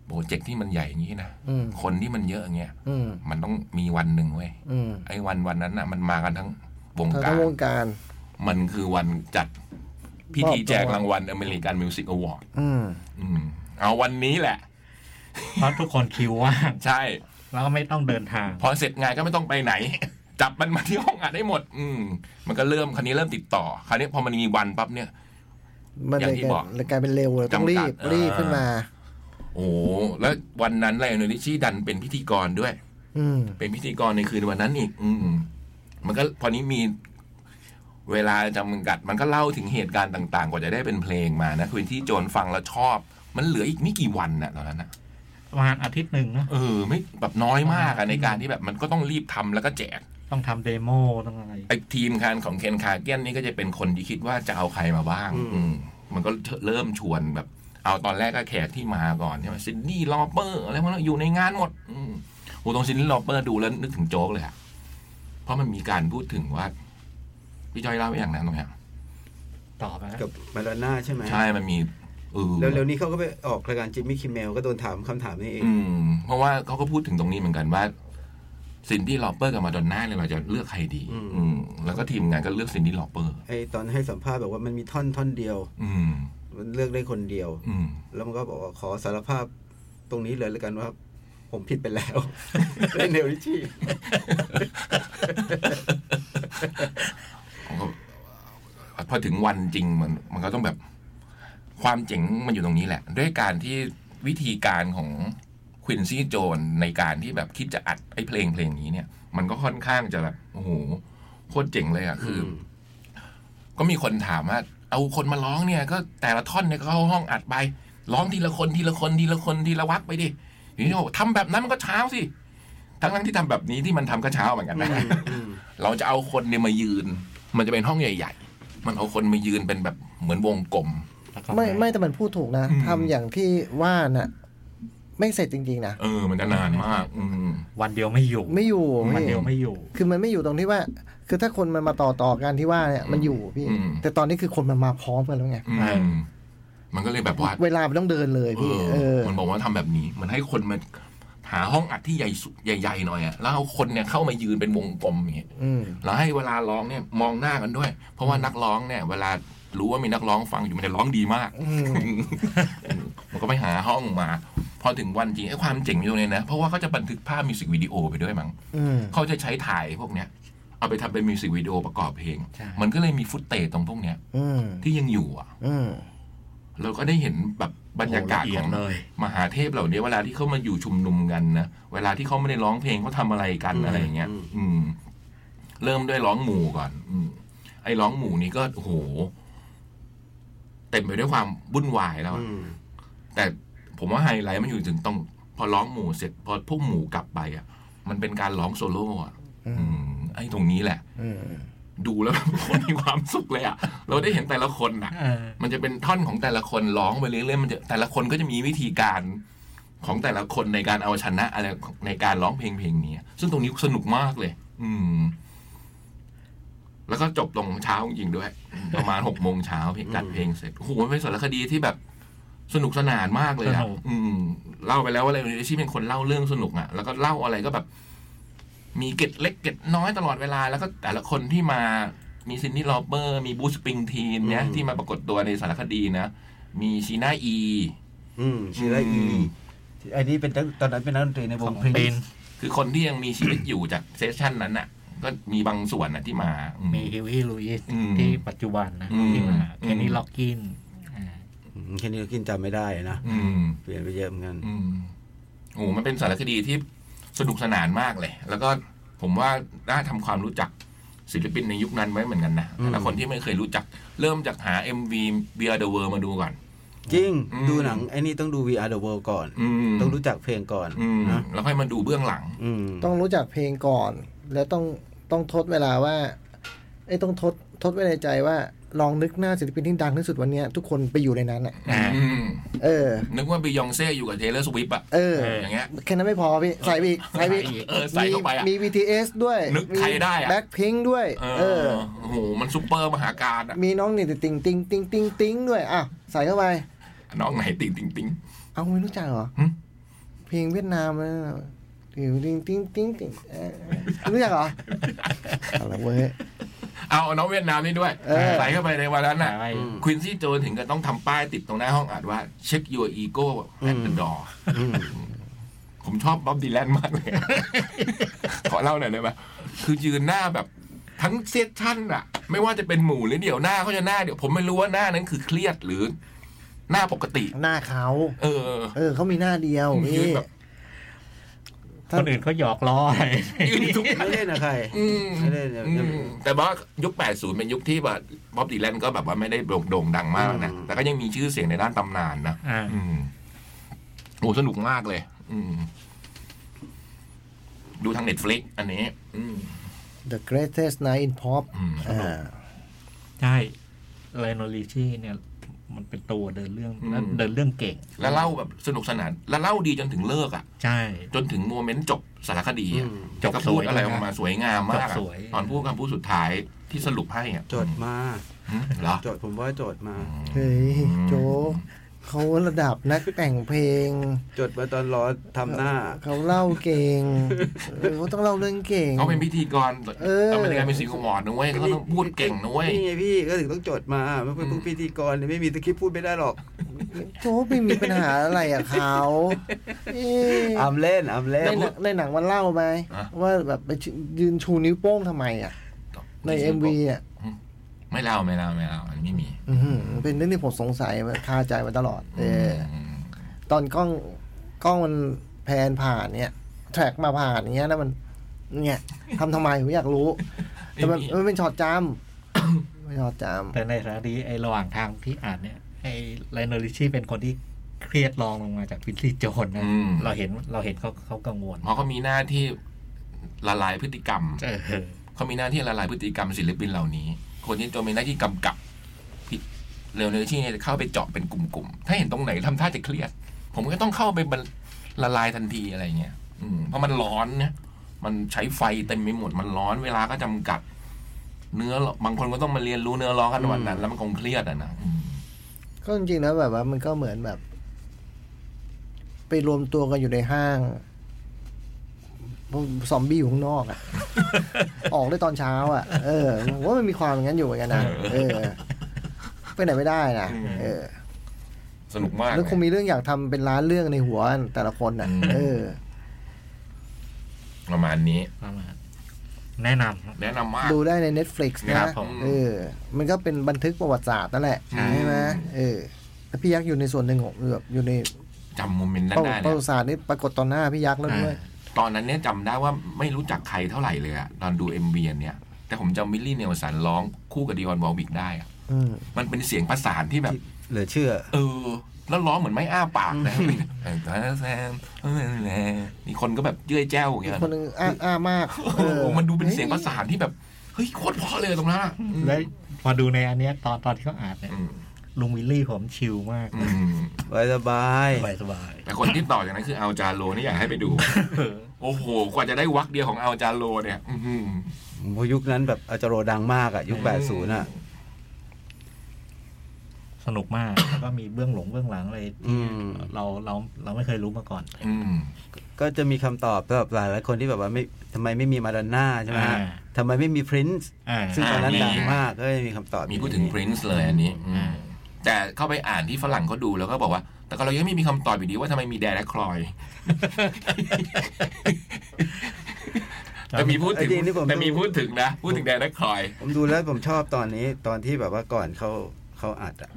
Speaker 5: โปรเจกต์ที่มันใหญ่อย่างนี้นะ
Speaker 2: อืม
Speaker 5: คนที่มันเยอะอย่างเงี้ย
Speaker 2: อืม
Speaker 5: มันต้องมีวันหนึ่งเว้ย
Speaker 2: อืม
Speaker 5: ไอ้วันวันนั้นน่ะ มันมากันทั้งวง
Speaker 2: ทาง
Speaker 5: การ
Speaker 2: วงการ
Speaker 5: มันคือวันจัดพิธีแจกรางวัลอเมริกันมิวสิกอวอร์ด
Speaker 2: อืม
Speaker 5: เอาวันนี้แหละ
Speaker 1: เพราะทุกคนคิวว่าง
Speaker 5: ใช่
Speaker 1: แล้วก็ไม่ต้องเดินทาง
Speaker 5: พอเสร็จงานก็ไม่ต้องไปไหน จับมันมาที่ห้องอัดได้หมด อืม มันก็เริ่มคันนี้เริ่มติดต่อคันนี้พอมันมีวันปั๊บเนี่ย
Speaker 2: มัน
Speaker 5: อย่างที่บอก
Speaker 2: เลยกลายเป็นเร็วเลยต้องรีบ
Speaker 5: จำกัด
Speaker 2: รีบ
Speaker 5: อ่า
Speaker 2: ขึ้นมา
Speaker 5: โอ้โหแล้ววันนั้นไลออนลิชี่ดันเป็นพิธีกรด้วย
Speaker 2: อืม
Speaker 5: เป็นพิธีกรในคืนวันนั้นอีก อืม มันก็พอนี้มีเวลาจำกัด มันก็เล่าถึงเหตุการณ์ต่างๆ กว่าจะได้เป็นเพลงมานะคุณที่โจนฟังแล้วชอบ มันเหลืออีกไม่กี่วันน่ะตอนนั้นนะ
Speaker 1: ประมาณอาทิตย์หนึ่งเนอะ
Speaker 5: เออ ไม่แบบน้อยมากอะในการที่แบบมันก็ต้องรีบทำแล้วก็แจก
Speaker 1: ต้องทำเดโมต้องอะไร
Speaker 5: ไอ้ทีมงานของเคนคาเกียนนี่ก็จะเป็นคนที่คิดว่าจะเอาใครมาบ้าง
Speaker 3: อืม
Speaker 5: อืมมันก็เริ่มชวนแบบ เอาตอนแรกก็แขกที่มาก่อนใช่ไหมซินดี้ลอปเปอร์อะไรพวกนั้นอยู่ในงานหมด อืม โอ้ตรงซินดี้ลอปเปอร์ดูแล้วนึกถึงโจ๊กเลยอะเพราะมันมีการพูดถึงว่า พี่จอยเล่าไปอย่างนั้นตรงเนี้ย
Speaker 1: ต่อไปนะ
Speaker 3: กับมาดอนน่าใช่ไหม
Speaker 5: ใช่ มันมีเออ
Speaker 3: แล้วเร็วๆนี้เขาก็ไปออกรายการจิมมี่คิมเมลก็โดนถามคำถามนี้เอง
Speaker 5: อืม เพราะว่าเขาก็พูดถึงตรงนี้เหมือนกันว่าซินดี้ลอปเปอร์กับมาดอนน่าเนี่ยเราจะเลือกใครดี
Speaker 3: อืม
Speaker 5: อืม แล้วก็ทีมงานก็เลือกซินดี้ลอปเปอร์
Speaker 3: ไอตอนให้สัมภาษณ์บอกว่ามันมีท่อนท่อนเดียว
Speaker 5: อืม
Speaker 3: มันเลือกได้คนเดียว
Speaker 5: อืม
Speaker 3: แล้วมันก็บอกว่าขอสารภาพตรงนี้เลยแล้วกันว่า ผมผิดไป แล้ว ได้เนลลิชี่
Speaker 5: ผมก็พอถึงวันจริงมันมันก็ต้องแบบความเจ๋งมันอยู่ตรงนี้แหละ ด้วยการที่วิธีการของควินซี่โจนในการที่แบบคิดจะอัดไอ้เพลงเพลงนี้เนี่ย มันก็ค่อนข้างจะแบบโอ้โหโคตรเจ๋งเลยอ่ะ คือ ก็มีคนถามว่า เอาคนมาร้องเนี่ย ก็แต่ละท่อนเนี่ยก็เข้าห้องอัดไป ร้องทีละคนทีละคนทีละคนทีละวักไปดิทีนี้บอกทำแบบนั้นมันก็เช้าสิทั้งทั้งๆที่ทำแบบนี้ที่มันทำก็เช้าเหมือนกันนะ เราจะเอาคนเนี่ยมายืน มันจะเป็นห้องใหญ่ ๆ มันเอาคนมายืนเป็นแบบเหมือนวงกลม
Speaker 1: สักคำ
Speaker 2: ไม่
Speaker 1: ห
Speaker 2: ไม่แต่มันพูดถูกนะ
Speaker 5: อืม
Speaker 2: ทำอย่างที่ว่าน่ะ ไม่เสร็จจริง ๆ นะ
Speaker 5: เออ มันจะนานมาก อืม
Speaker 1: วันเดียวไม่อยู่
Speaker 2: ไม่อยู่
Speaker 1: วัน
Speaker 2: พี่
Speaker 1: เดียวไม่อยู่
Speaker 2: คือมันไม่อยู่ตรงที่ว่า คือถ้าคนมันมาต่อต่อกันที่ว่าเนี่ยมันอยู่พี่
Speaker 5: อืม
Speaker 2: แต่ตอนนี้คือคนมันมาพร้อมกันแล้วไง
Speaker 5: อืมมันก็เลยแบบว่า
Speaker 2: เวลามันต้องเดินเลยพี่ เออ
Speaker 5: มันบอกว่าทำแบบนี้ มันให้คนมาหาห้องอัดที่ใหญ่สุดใหญ่ๆหน่อยอะแล้วเอาคนเนี่ยเข้ามายืนเป็นวงกลมอย่างเงี้ย
Speaker 2: อืม
Speaker 5: แล้วให้เวลาร้องเนี่ยมองหน้ากันด้วย เพราะว่านักร้องเนี่ย เวลารู้ว่ามีนักร้องฟังอยู่มันจะร้องดีมาก
Speaker 2: อืม
Speaker 5: มันก็ไปหาห้องมา พอถึงวันจริงไอ้ความเจ๋งอยู่เนี่ยนะ เพราะว่าเขาจะบันทึกภาพมิวสิกวิดีโอไปด้วยมั้ง
Speaker 2: อืม
Speaker 5: เขาจะใช้ถ่ายพวกเนี้ยเอาไปทำเป็นมิวสิกวิดีโอประกอบเพลง
Speaker 1: ใช่
Speaker 5: มันก็เลยมีฟุตเตจตรงพวกเนี้ย
Speaker 2: อืม
Speaker 5: ที่ยังอยู่อ่ะ
Speaker 2: อืม
Speaker 5: เราก็ได้เห็นแบบบรรยากาศ
Speaker 1: โอ้ละเอีย
Speaker 5: ข
Speaker 1: ด
Speaker 5: อง
Speaker 1: เลย
Speaker 5: มหาเทพเหล่านี้เวลาที่เขามาอยู่ชุมนุมกันนะเวลาที่เขาไม่ได้ร้องเพลงเขาทำอะไรกัน
Speaker 4: อืม
Speaker 5: อะไรอย่างเงี้ย อืม เริ่มด้วยร้องหมู่ก่อน อืม ไอ้ร้องหมู่นี้ก็โอ้โหเต็มไปด้วยความวุ่นวายแล้วอะ
Speaker 4: อืม
Speaker 5: แต่ผมว่าไฮไลท์มันอยู่ถึงต้องพอร้องหมู่เสร็จ พอพวกหมู่กลับไปอ่ะ มันเป็นการร้องโซโล่อ่ะ
Speaker 2: อืม
Speaker 5: อืม ไอ้ตรงนี้แหละ
Speaker 2: อืม
Speaker 5: ดูแล้วแบบ คนมีความสุขเลยอ่ะเราได้เห็นแต่ละคนอ่ะ
Speaker 1: เออ
Speaker 5: มันจะเป็นท่อนของแต่ละคนร้องไปเรื่อยๆมันจะแต่ละคนก็จะมีวิธีการของแต่ละคนในการเอาชนะอะไรในการร้องเพลงเพลงนี้ ซึ่งตรงนี้สนุกมากเลย อืม แล้วก็จบลงเช้าจริงๆด้วย ประมาณหกโมงเช้าเพลงจัดเพลงเสร็จโอ้โหมันเป็นสารคดีที่แบบสนุกสนานมากเลย
Speaker 1: ส
Speaker 5: อ่ะ
Speaker 1: นุก
Speaker 5: อืม เล่าไปแล้วว่าอะไรอาชีพเป็นคนเล่าเรื่องสนุกอ่ะ แล้วก็เล่าอะไรก็แบบ มีเกร็ดเล็กเกร็ดน้อยตลอดเวลา แล้วก็แต่ละคนที่มามีซินนี่ลอปเปอร์ มีบูธสปริงทีนเนี่ยที่มาปรากฏตัวในสารคดีนะ มีชีน่าอี
Speaker 3: อืมชื่ออะไรอี
Speaker 5: อืม
Speaker 3: ไอ้นี่เป็นนักตอนนั้นเป็นนักดนตรีในวงพริน
Speaker 1: เป็น
Speaker 3: ซ์
Speaker 5: คือคนที่ยังมีชีวิตอยู่จากเซสชั่นนั้นอ่ะ ก็มีบางส่วนอ่ะที่มาอื
Speaker 1: มีเอวี่ลูอิส
Speaker 5: อืม
Speaker 1: ที่ปัจจุบันนะ
Speaker 5: อืม
Speaker 1: ที่มา
Speaker 5: อื
Speaker 1: เค
Speaker 5: ม
Speaker 1: นนี่ล็อกกินอ่า
Speaker 3: แค่นี้ก็กินจำไม่ได้นะ
Speaker 5: อืม
Speaker 3: เปลี่ยนไปเยอะเหมือนกัน
Speaker 5: อืมโอ้มันเป็นสารคดีที่สนุกสนานมากเลย แล้วก็ผมว่าน่าทำความรู้จักศิลปินในยุคนั้นไว้เหมือนกันนะ
Speaker 3: อืม
Speaker 5: แล้วคนที่ไม่เคยรู้จัก เริ่มจากหา MV b e a r the World มาดูก่อน
Speaker 3: จริง
Speaker 5: อืม
Speaker 3: ดูหนังไอ้นี่ต้องดู VR the world ก่อน
Speaker 5: อืม
Speaker 3: ต้องรู้จักเพลงก่อน
Speaker 5: อืม
Speaker 3: นะ
Speaker 5: แล้วค่อยมาดูเบื้องหลัง
Speaker 3: อืม
Speaker 2: ต้องรู้จักเพลงก่อน แล้วต้องต้องทดเวลาว่าไอ้ยต้องทดทดไว้ในใจว่า ลองนึกหน้าศิลปินที่ดังที่สุดวันเนี้ย ทุกคนไปอยู่ในนั้นอ่ะ
Speaker 1: อ่า
Speaker 5: อืม
Speaker 2: เออ
Speaker 5: นึกว่าบิยองเซ่อยู่กับเทเลอร์สวิฟอะ
Speaker 2: เออ
Speaker 5: อย่างเงี้ย
Speaker 2: แค่นั้นไม่พอพี่ ใส่ไปอีกใส่ไปอีก
Speaker 5: เออใส่เข้าไปอะ
Speaker 2: มี BTS ด้วย
Speaker 5: นึกใครได้อะ
Speaker 2: แบ็คพิงด้วย
Speaker 5: เอ
Speaker 2: เอ
Speaker 5: อ
Speaker 2: อ
Speaker 5: โอ้โหมันซุปเปอร์มหาการอะ
Speaker 2: มีน้องนี่ติงติงติงติงติงด้วยอ่ะใส่เข้าไป
Speaker 5: น้องไหนติงติงติง
Speaker 2: เอาไม่รู้จักเหรอ
Speaker 5: หึ
Speaker 2: เพลงเวียดนามนะติงติงติงติงติงเออไม่รู้จัก เหรออะไรเว้ย
Speaker 5: เอาน้องเวียดนามนี่ด้วย
Speaker 2: เออ
Speaker 5: ใส่เข้าไปในวันนั้นน่ะ
Speaker 1: ใส่
Speaker 5: ควินซี่โจนถึงกับต้องทำป้ายติดตรงหน้าห้องอัดว่า เช็คยูอีโก้แอนด์ดอผมชอบบ๊อบดีแลนมากเลย ขอเล่าหน่อยได้ไหมคือยืนหน้าแบบทั้งเซสชั่นอะไม่ว่าจะเป็นหมู่หรือเดี่ยวหน้าเขาจะหน้าเดี๋ยวผมไม่รู้ว่าหน้านั้นคือเครียดหรือ หน้าปกติ
Speaker 2: หน้าเขา
Speaker 5: เออ
Speaker 2: เออเขามีหน้าเดียว
Speaker 5: ยืน
Speaker 2: พี่
Speaker 5: แบบ
Speaker 1: คนอื่นเขาหยอกล้ออะไร
Speaker 5: ยืนทุก
Speaker 3: ไม่เล่นนะใคร
Speaker 5: อืม
Speaker 3: ไม่ได้เลย
Speaker 5: อืมแต่ว่ายุค 80 เป็นยุคที่แบบบ๊อบดีแลนก็แบบว่าไม่ได้โด่งดังมากนะ
Speaker 3: อืม
Speaker 5: แต่ก็ยังมีชื่อเสียงในด้านตำนานนะ
Speaker 1: อ่า
Speaker 5: อืมโอ้สนุกมากเลย อืม ดูทางเน็ตฟลิกอันนี้ อืม
Speaker 2: The Greatest Night in Pop
Speaker 5: อืม
Speaker 2: อ่า
Speaker 1: ใช่ไลโนลิชี่เนี่ย มันเป็นตัวเดินเรื่องแล้ว
Speaker 5: อืม
Speaker 1: เดินเรื่องเก่ง
Speaker 5: แล้วเล่าแบบสนุกสนาน แล้วเล่าดีจนถึงเลิกอ่ะ
Speaker 1: ใช่
Speaker 5: จนถึงโมเมนต์จบสารคดีอะ
Speaker 3: อืม
Speaker 1: จบ
Speaker 5: ก็
Speaker 1: ส
Speaker 5: พู
Speaker 1: ว
Speaker 5: ด
Speaker 1: ย
Speaker 5: อะไรออกมาสวยงามมาก
Speaker 1: จ
Speaker 5: อะ
Speaker 1: บสวย
Speaker 5: ตอนพูดคำพูดสุดท้ายที่สรุปให้อ่ะ
Speaker 3: โจทย์มา
Speaker 5: อืมเหรอ
Speaker 3: โจทย์ผมว่าโจทย์มา
Speaker 2: เฮ้ย โจกเขาระดับนักแต่งเพลง
Speaker 3: โจทย์มาตอนรอทำหน้า
Speaker 2: เขาเล่าเก่งเออเขาต้องเล่าเรื่องเก่ง
Speaker 5: เขาเป็นพิธีกร
Speaker 2: เออ
Speaker 5: เขาเป็นการเป็นสิงคโปร์นะเว้ยเขาต้องพูดเก่งนะเว้ย
Speaker 3: นี่ไงพี่ก็ถึงต้องโจทย์มาไม่เป็นพวกพิธีกรเนี่ยไม่มีตะคริปต์พูดไม่ได้หรอก
Speaker 2: โจกไม่มีปัญหาอะไรอ่ะเขา เอ๊ะ
Speaker 3: อามเล่นอามเล่
Speaker 2: ใน
Speaker 3: น
Speaker 2: หนังในหนังมันเล่าไหม
Speaker 5: อะ
Speaker 2: ว่าแบบไปยืนชูนิ้วโป้งทำไมอ่ะ ในเอ็มวีอ่ะ
Speaker 5: ไม่เล่าไม่เล่าไม่เล่าอันนี้ไม่มี
Speaker 2: อื้อหือเป็นเรื่องที่ผมสงสัยมาคาใจมาตลอด เออ
Speaker 5: ม
Speaker 2: ตอนกล้องกล้องมันแพนผ่านเนี่ยแทร็กมาผ่านอย่างเงี้ยแล้วมัน เนี่ยทำทำไมผมอยากรู้ แต่มันมันเป็นช็อตจำ ไม่ช็อตจ
Speaker 1: แต่ในสารดีไอระหว่างทางที่อ่านเนี่ยไอไลโนลิชี่เป็นคนที่เครียดรองลงมาจากวินซี่โจนนะ
Speaker 5: อืม
Speaker 1: เราเห็นเราเห็นเขาเขากังวล
Speaker 5: เพราะเขามีหน้าที่ละลายพฤติกรรม
Speaker 1: เออ
Speaker 5: เขามีหน้าที่ละลายพฤติกรรมศิลปินเหล่านี้ คนที่ตัวมีหน้าที่กำกับพิ เรโอเนลชี่เนี่ยจะเข้าไปเจาะเป็นกลุ่มๆ ถ้าเห็นตรงไหนทำท่าจะเครียด ผมก็ต้องเข้าไปบรรละลายทันทีอะไรเงี้ยอืมเพราะมันร้อนเนี่ยมันใช้ไฟเต็มไปหมดมันร้อนเวลาก็จำกัด เนื้อร้องบางคนก็ต้องมาเรียนรู้เนื้อร้องกันวันนั้น แล้วมันคงเครียดอ่ะนะอืม
Speaker 2: ก็จริงๆนะแบบว่ามันก็เหมือนแบบ ไปรวมตัวกันอยู่ในห้างพวกซอมบี้อยู่ข้างนอกอะ ออกได้ตอนเช้าอะเออผมว่ามันมีความอย่างนั้นอยู่เหมือนกันนะเออไปไหนไม่ได้นะเออ
Speaker 5: สนุกมาก
Speaker 2: แล้วคง
Speaker 5: เลย
Speaker 2: มีเรื่องอยากทำเป็นร้านเรื่องในหัวแต่ละคนน่ะ
Speaker 5: อืม
Speaker 2: เออ
Speaker 5: ประมาณนี้
Speaker 1: ประมาณแนะนำครับ
Speaker 5: แนะนำมาก
Speaker 2: ดูได้ใน Netflix
Speaker 1: ครั
Speaker 2: นะ
Speaker 1: บผม
Speaker 2: เออ มันก็เป็นบันทึกประวัติศาสตร์นั่นแหละ
Speaker 1: ใช่
Speaker 2: ใช่ไหมเออแล้วพี่ยักษ์อยู่ในส่วนหนึ่งของแบบอยู่ใน
Speaker 5: จำโมเมนต์นั้
Speaker 2: ประ
Speaker 5: นได้
Speaker 2: ป
Speaker 5: เล
Speaker 2: ระ
Speaker 5: ย
Speaker 2: วัติศาสตร์นี่ปรากฏตอนหน้าพี่ยักษ์แล้วด้วย
Speaker 5: ตอนนั้นเนี่ยจำได้ว่าไม่รู้จักใครเท่าไหร่เลยอะตอนดูเอ็มบีเนี่ย แต่ผมจำมิลลี่เนลสันร้องคู่กับดิออนวอลวิกได้อะ
Speaker 2: อืม
Speaker 5: มันเป็นเสียงประสานที่แบบ
Speaker 3: เหลือเชื่อ
Speaker 5: เออ แล้วร้องเหมือนไม่อ้าปาก นะครับตอนแซมมีคนก็แบบเยื่อยแจ้วอย่างเงี้ย
Speaker 2: คนหนึงอ้าอ้ามาก
Speaker 5: เออมันดูเป็นเสียงประสานที่แบบเฮ้ยโคตรเพราะเลยตรงนั้นอะอืม
Speaker 1: แล้วพอดูในอันเนี้ยตอนตอนที่เขาอ่านเนี่ย
Speaker 5: อืม
Speaker 1: ลุงวิลลี่ผมชิลมาก
Speaker 5: อืม
Speaker 3: ไว้สบาย
Speaker 1: สบายสบาย
Speaker 5: แต่คนที่ต่อจากนั้นคืออัลจาโลนี่อยากให้ไปดู โอ้โห กว่าจะได้วักเดียวของอัลจาโลเนี่ยอื้อหือ
Speaker 3: เพราะยุคนั้นแบบอาจารโรดังมากอะยุค 80อะ
Speaker 1: สนุกมาก แล้วก็มีเบื้องหลงเบื้องหลังอะไร
Speaker 3: อืม
Speaker 1: เราเราเราไม่เคยรู้มาก่อน
Speaker 5: อืม
Speaker 3: ก็จะมีคำตอบสำหรับหลายหลายๆคนที่แบบว่าไม่ทำไมไม่มีมาดอนน่าใช่ไหมฮะ
Speaker 1: อ่า
Speaker 3: ทำไมไม่มีพรินซ์
Speaker 1: อ่า
Speaker 3: ซึ่งตอนนั้น
Speaker 5: อ่ามี
Speaker 3: ดังมากก็จะมีคำตอบ
Speaker 5: มีพูดถึง Prince เลยอันนี้อืม
Speaker 1: อ่า
Speaker 5: แต่เข้าไปอ่านที่ฝรั่งเขาดูแล้วก็บอกว่า แต่ก็เรายังไม่มีคำตอบอยู่ดีว่าทำไมมีแดนและคลอย แต่มีพูดถึงแต่มีพูดถึงนะ พูดถึงแดนและคลอย
Speaker 3: ผมดูแล้วผมชอบตอนนี้ตอนที่แบบว่าก่อนเขาเขาอัดอะ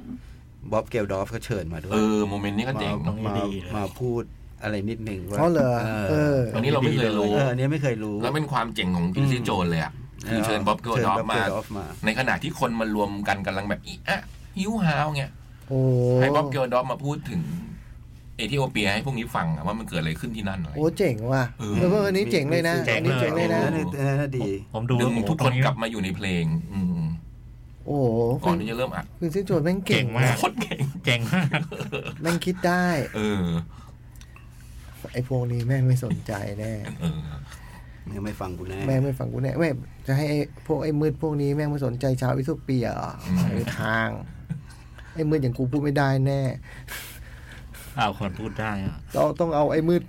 Speaker 3: บ๊อบเกลดอฟเขาเชิญมาด้ว
Speaker 5: เอย อ โมเมนต์นี้ก็เจ๋ง
Speaker 1: ตรงนี้
Speaker 3: มา
Speaker 1: ดีเลย
Speaker 3: มาพูดอะไรนิดนึงว่า
Speaker 2: เขาเหรอเออ
Speaker 5: อันนี้เราไม่เคยรู้
Speaker 3: เอออันนี้ไม่เคยรู้
Speaker 5: แล้วเป็นความเจ๋งของพินซี่โจนเลยอ่ะ คือเชิญบ๊อบเกิล
Speaker 3: เชิญ
Speaker 5: ดอ
Speaker 3: Bob
Speaker 5: ฟมา
Speaker 3: Geldof มา
Speaker 5: ในขณะที่คนมารวมกันกำลังแบบอีอะหิวหาวเงี้ย
Speaker 2: โอ้
Speaker 5: ให้บ๊อบเกลดอฟมาพูดถึง เอธิโอเปียให้พวกนี้ฟังอะว่ามันเกิดอะไรขึ้นที่นั่นอะไร
Speaker 2: โอ้เจ๋งว่ะ
Speaker 5: เออ
Speaker 2: เออเอออันนี้เจ๋งเลยนะ
Speaker 1: เจ๋ง
Speaker 2: อันนี้เจ๋ง
Speaker 1: เล
Speaker 2: เลย ยนะ
Speaker 3: อันนี้อันนั้นดี
Speaker 1: ผมดู
Speaker 5: ดึ
Speaker 1: แล้ว
Speaker 5: ง
Speaker 1: โอ้โห
Speaker 5: ทุก
Speaker 1: ต
Speaker 5: ค
Speaker 1: ร
Speaker 5: น
Speaker 1: ง
Speaker 5: กลับมาอยู่ในเพลง อืม
Speaker 2: โอ้โห
Speaker 5: ก่อนที่จะเริ่มอัด
Speaker 2: คุณซิโจนแม่งเก่ง
Speaker 1: เก่งมาก
Speaker 5: โคตรเก่ง
Speaker 1: เจ๋งมาก
Speaker 2: แม่งคิดได้
Speaker 5: เออ
Speaker 2: ไอ้พวกนี้แม่งไม่สนใจแน่
Speaker 5: เออ
Speaker 3: ยังไม่ฟังกูแน่
Speaker 2: แม่งไม่ฟังกูแน่แม่งจะให้ไอ้พวกไอ้มืดพวกนี้แม่งไม่สนใจชาวอิสุเปียเหรอ
Speaker 5: อืม
Speaker 2: ไม่มีทาง ไอ้มืดอย่างกูพูดไม่ได้แน่
Speaker 1: เอาวคนพูดได้อะ
Speaker 2: เราต้องเอาไอ้มืด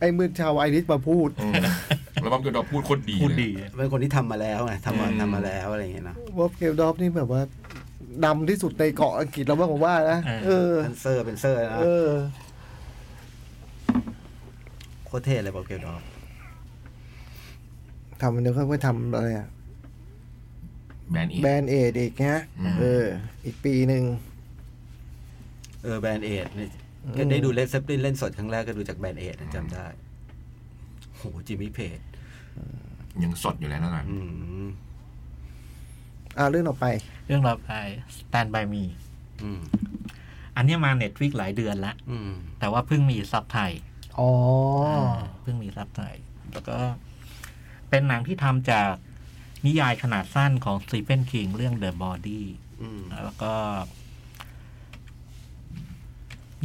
Speaker 2: ไอ้มืดชาวไอริสมาพูด
Speaker 5: เออแล้วบ๊อบเกิลดอฟพูดโคตรดี
Speaker 1: พูด
Speaker 5: เลย
Speaker 1: ดี
Speaker 3: เป็นคนที่ทำมาแล้วไงทำมาทำมาแล้วอะไรอย่างเงี้ยนะ
Speaker 2: วอบเกลดอฟนี่แบบว่าดำที่สุดในเกาะอังกฤษแล้วว่าผมว่านะ
Speaker 1: อ่า
Speaker 2: เออ
Speaker 3: เป็นเซอร์เป็นเซอร์นะ
Speaker 2: เออ
Speaker 3: โคตรเท่เลยบ๊อบเกลดอฟ
Speaker 2: ทำมันเดี๋ยวค่อยๆทำอะไรอะ
Speaker 5: แบรนด์อีก
Speaker 2: แบรนด์เอดอีกนะ
Speaker 5: อืม
Speaker 2: เออ อีกปีหนึ่ง
Speaker 3: เออแบรนด์เอดเนี่ย
Speaker 2: อืม
Speaker 3: ก็ได้ดูเลดเซปลินเล่นสดครั้งแรกก็ดูจากแบรนด์เอดจำได้โหจิมมี่เพจ
Speaker 5: ยังสดอยู่แล้วนั่นแหละ
Speaker 2: อ่าเรื่องต่อไป
Speaker 1: เรื่องต่อไป Stand by me อันเนี้ยมาเน็ตวิกหลายเดือนละ แต่ว่าเพิ่งมีซับไทย
Speaker 2: อ๋อ
Speaker 1: เพิ่งมีซับไทย แล้วก็ เป็นหนังที่ทำจากนิยายขนาดสั้นของสตีเฟนคิงเรื่อง The Body แล้วก็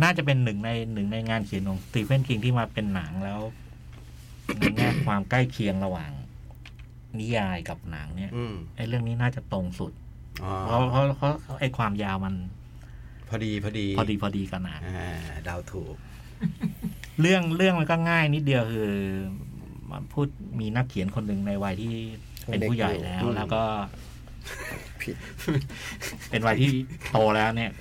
Speaker 1: น่าจะเป็นหนึ่งในหนึ่งในงานเขียนของสตีเฟนคิงที่มาเป็นหนังแล้ว ในแง่ความใกล้เคียงระหว่าง นิยายกับหนังเนี่ยไอ้เรื่องนี้น่าจะตรงสุด เพราะเพราะเพราะไอ้ความยาวมัน
Speaker 3: พอดีพอดี
Speaker 1: พอดีพอดีกันนะ
Speaker 3: อ่าดาวถูก
Speaker 1: เรื่องเรื่องมันก็ง่ายนิดเดียวคือมันพูดมีนักเขียนคนหนึ่งในวัยที่เป็นผู้ใหญ่แล้ว
Speaker 3: อืม
Speaker 1: แล้วก็
Speaker 2: ผิด
Speaker 1: เป็นวัยที่โตแล้วเนี่ย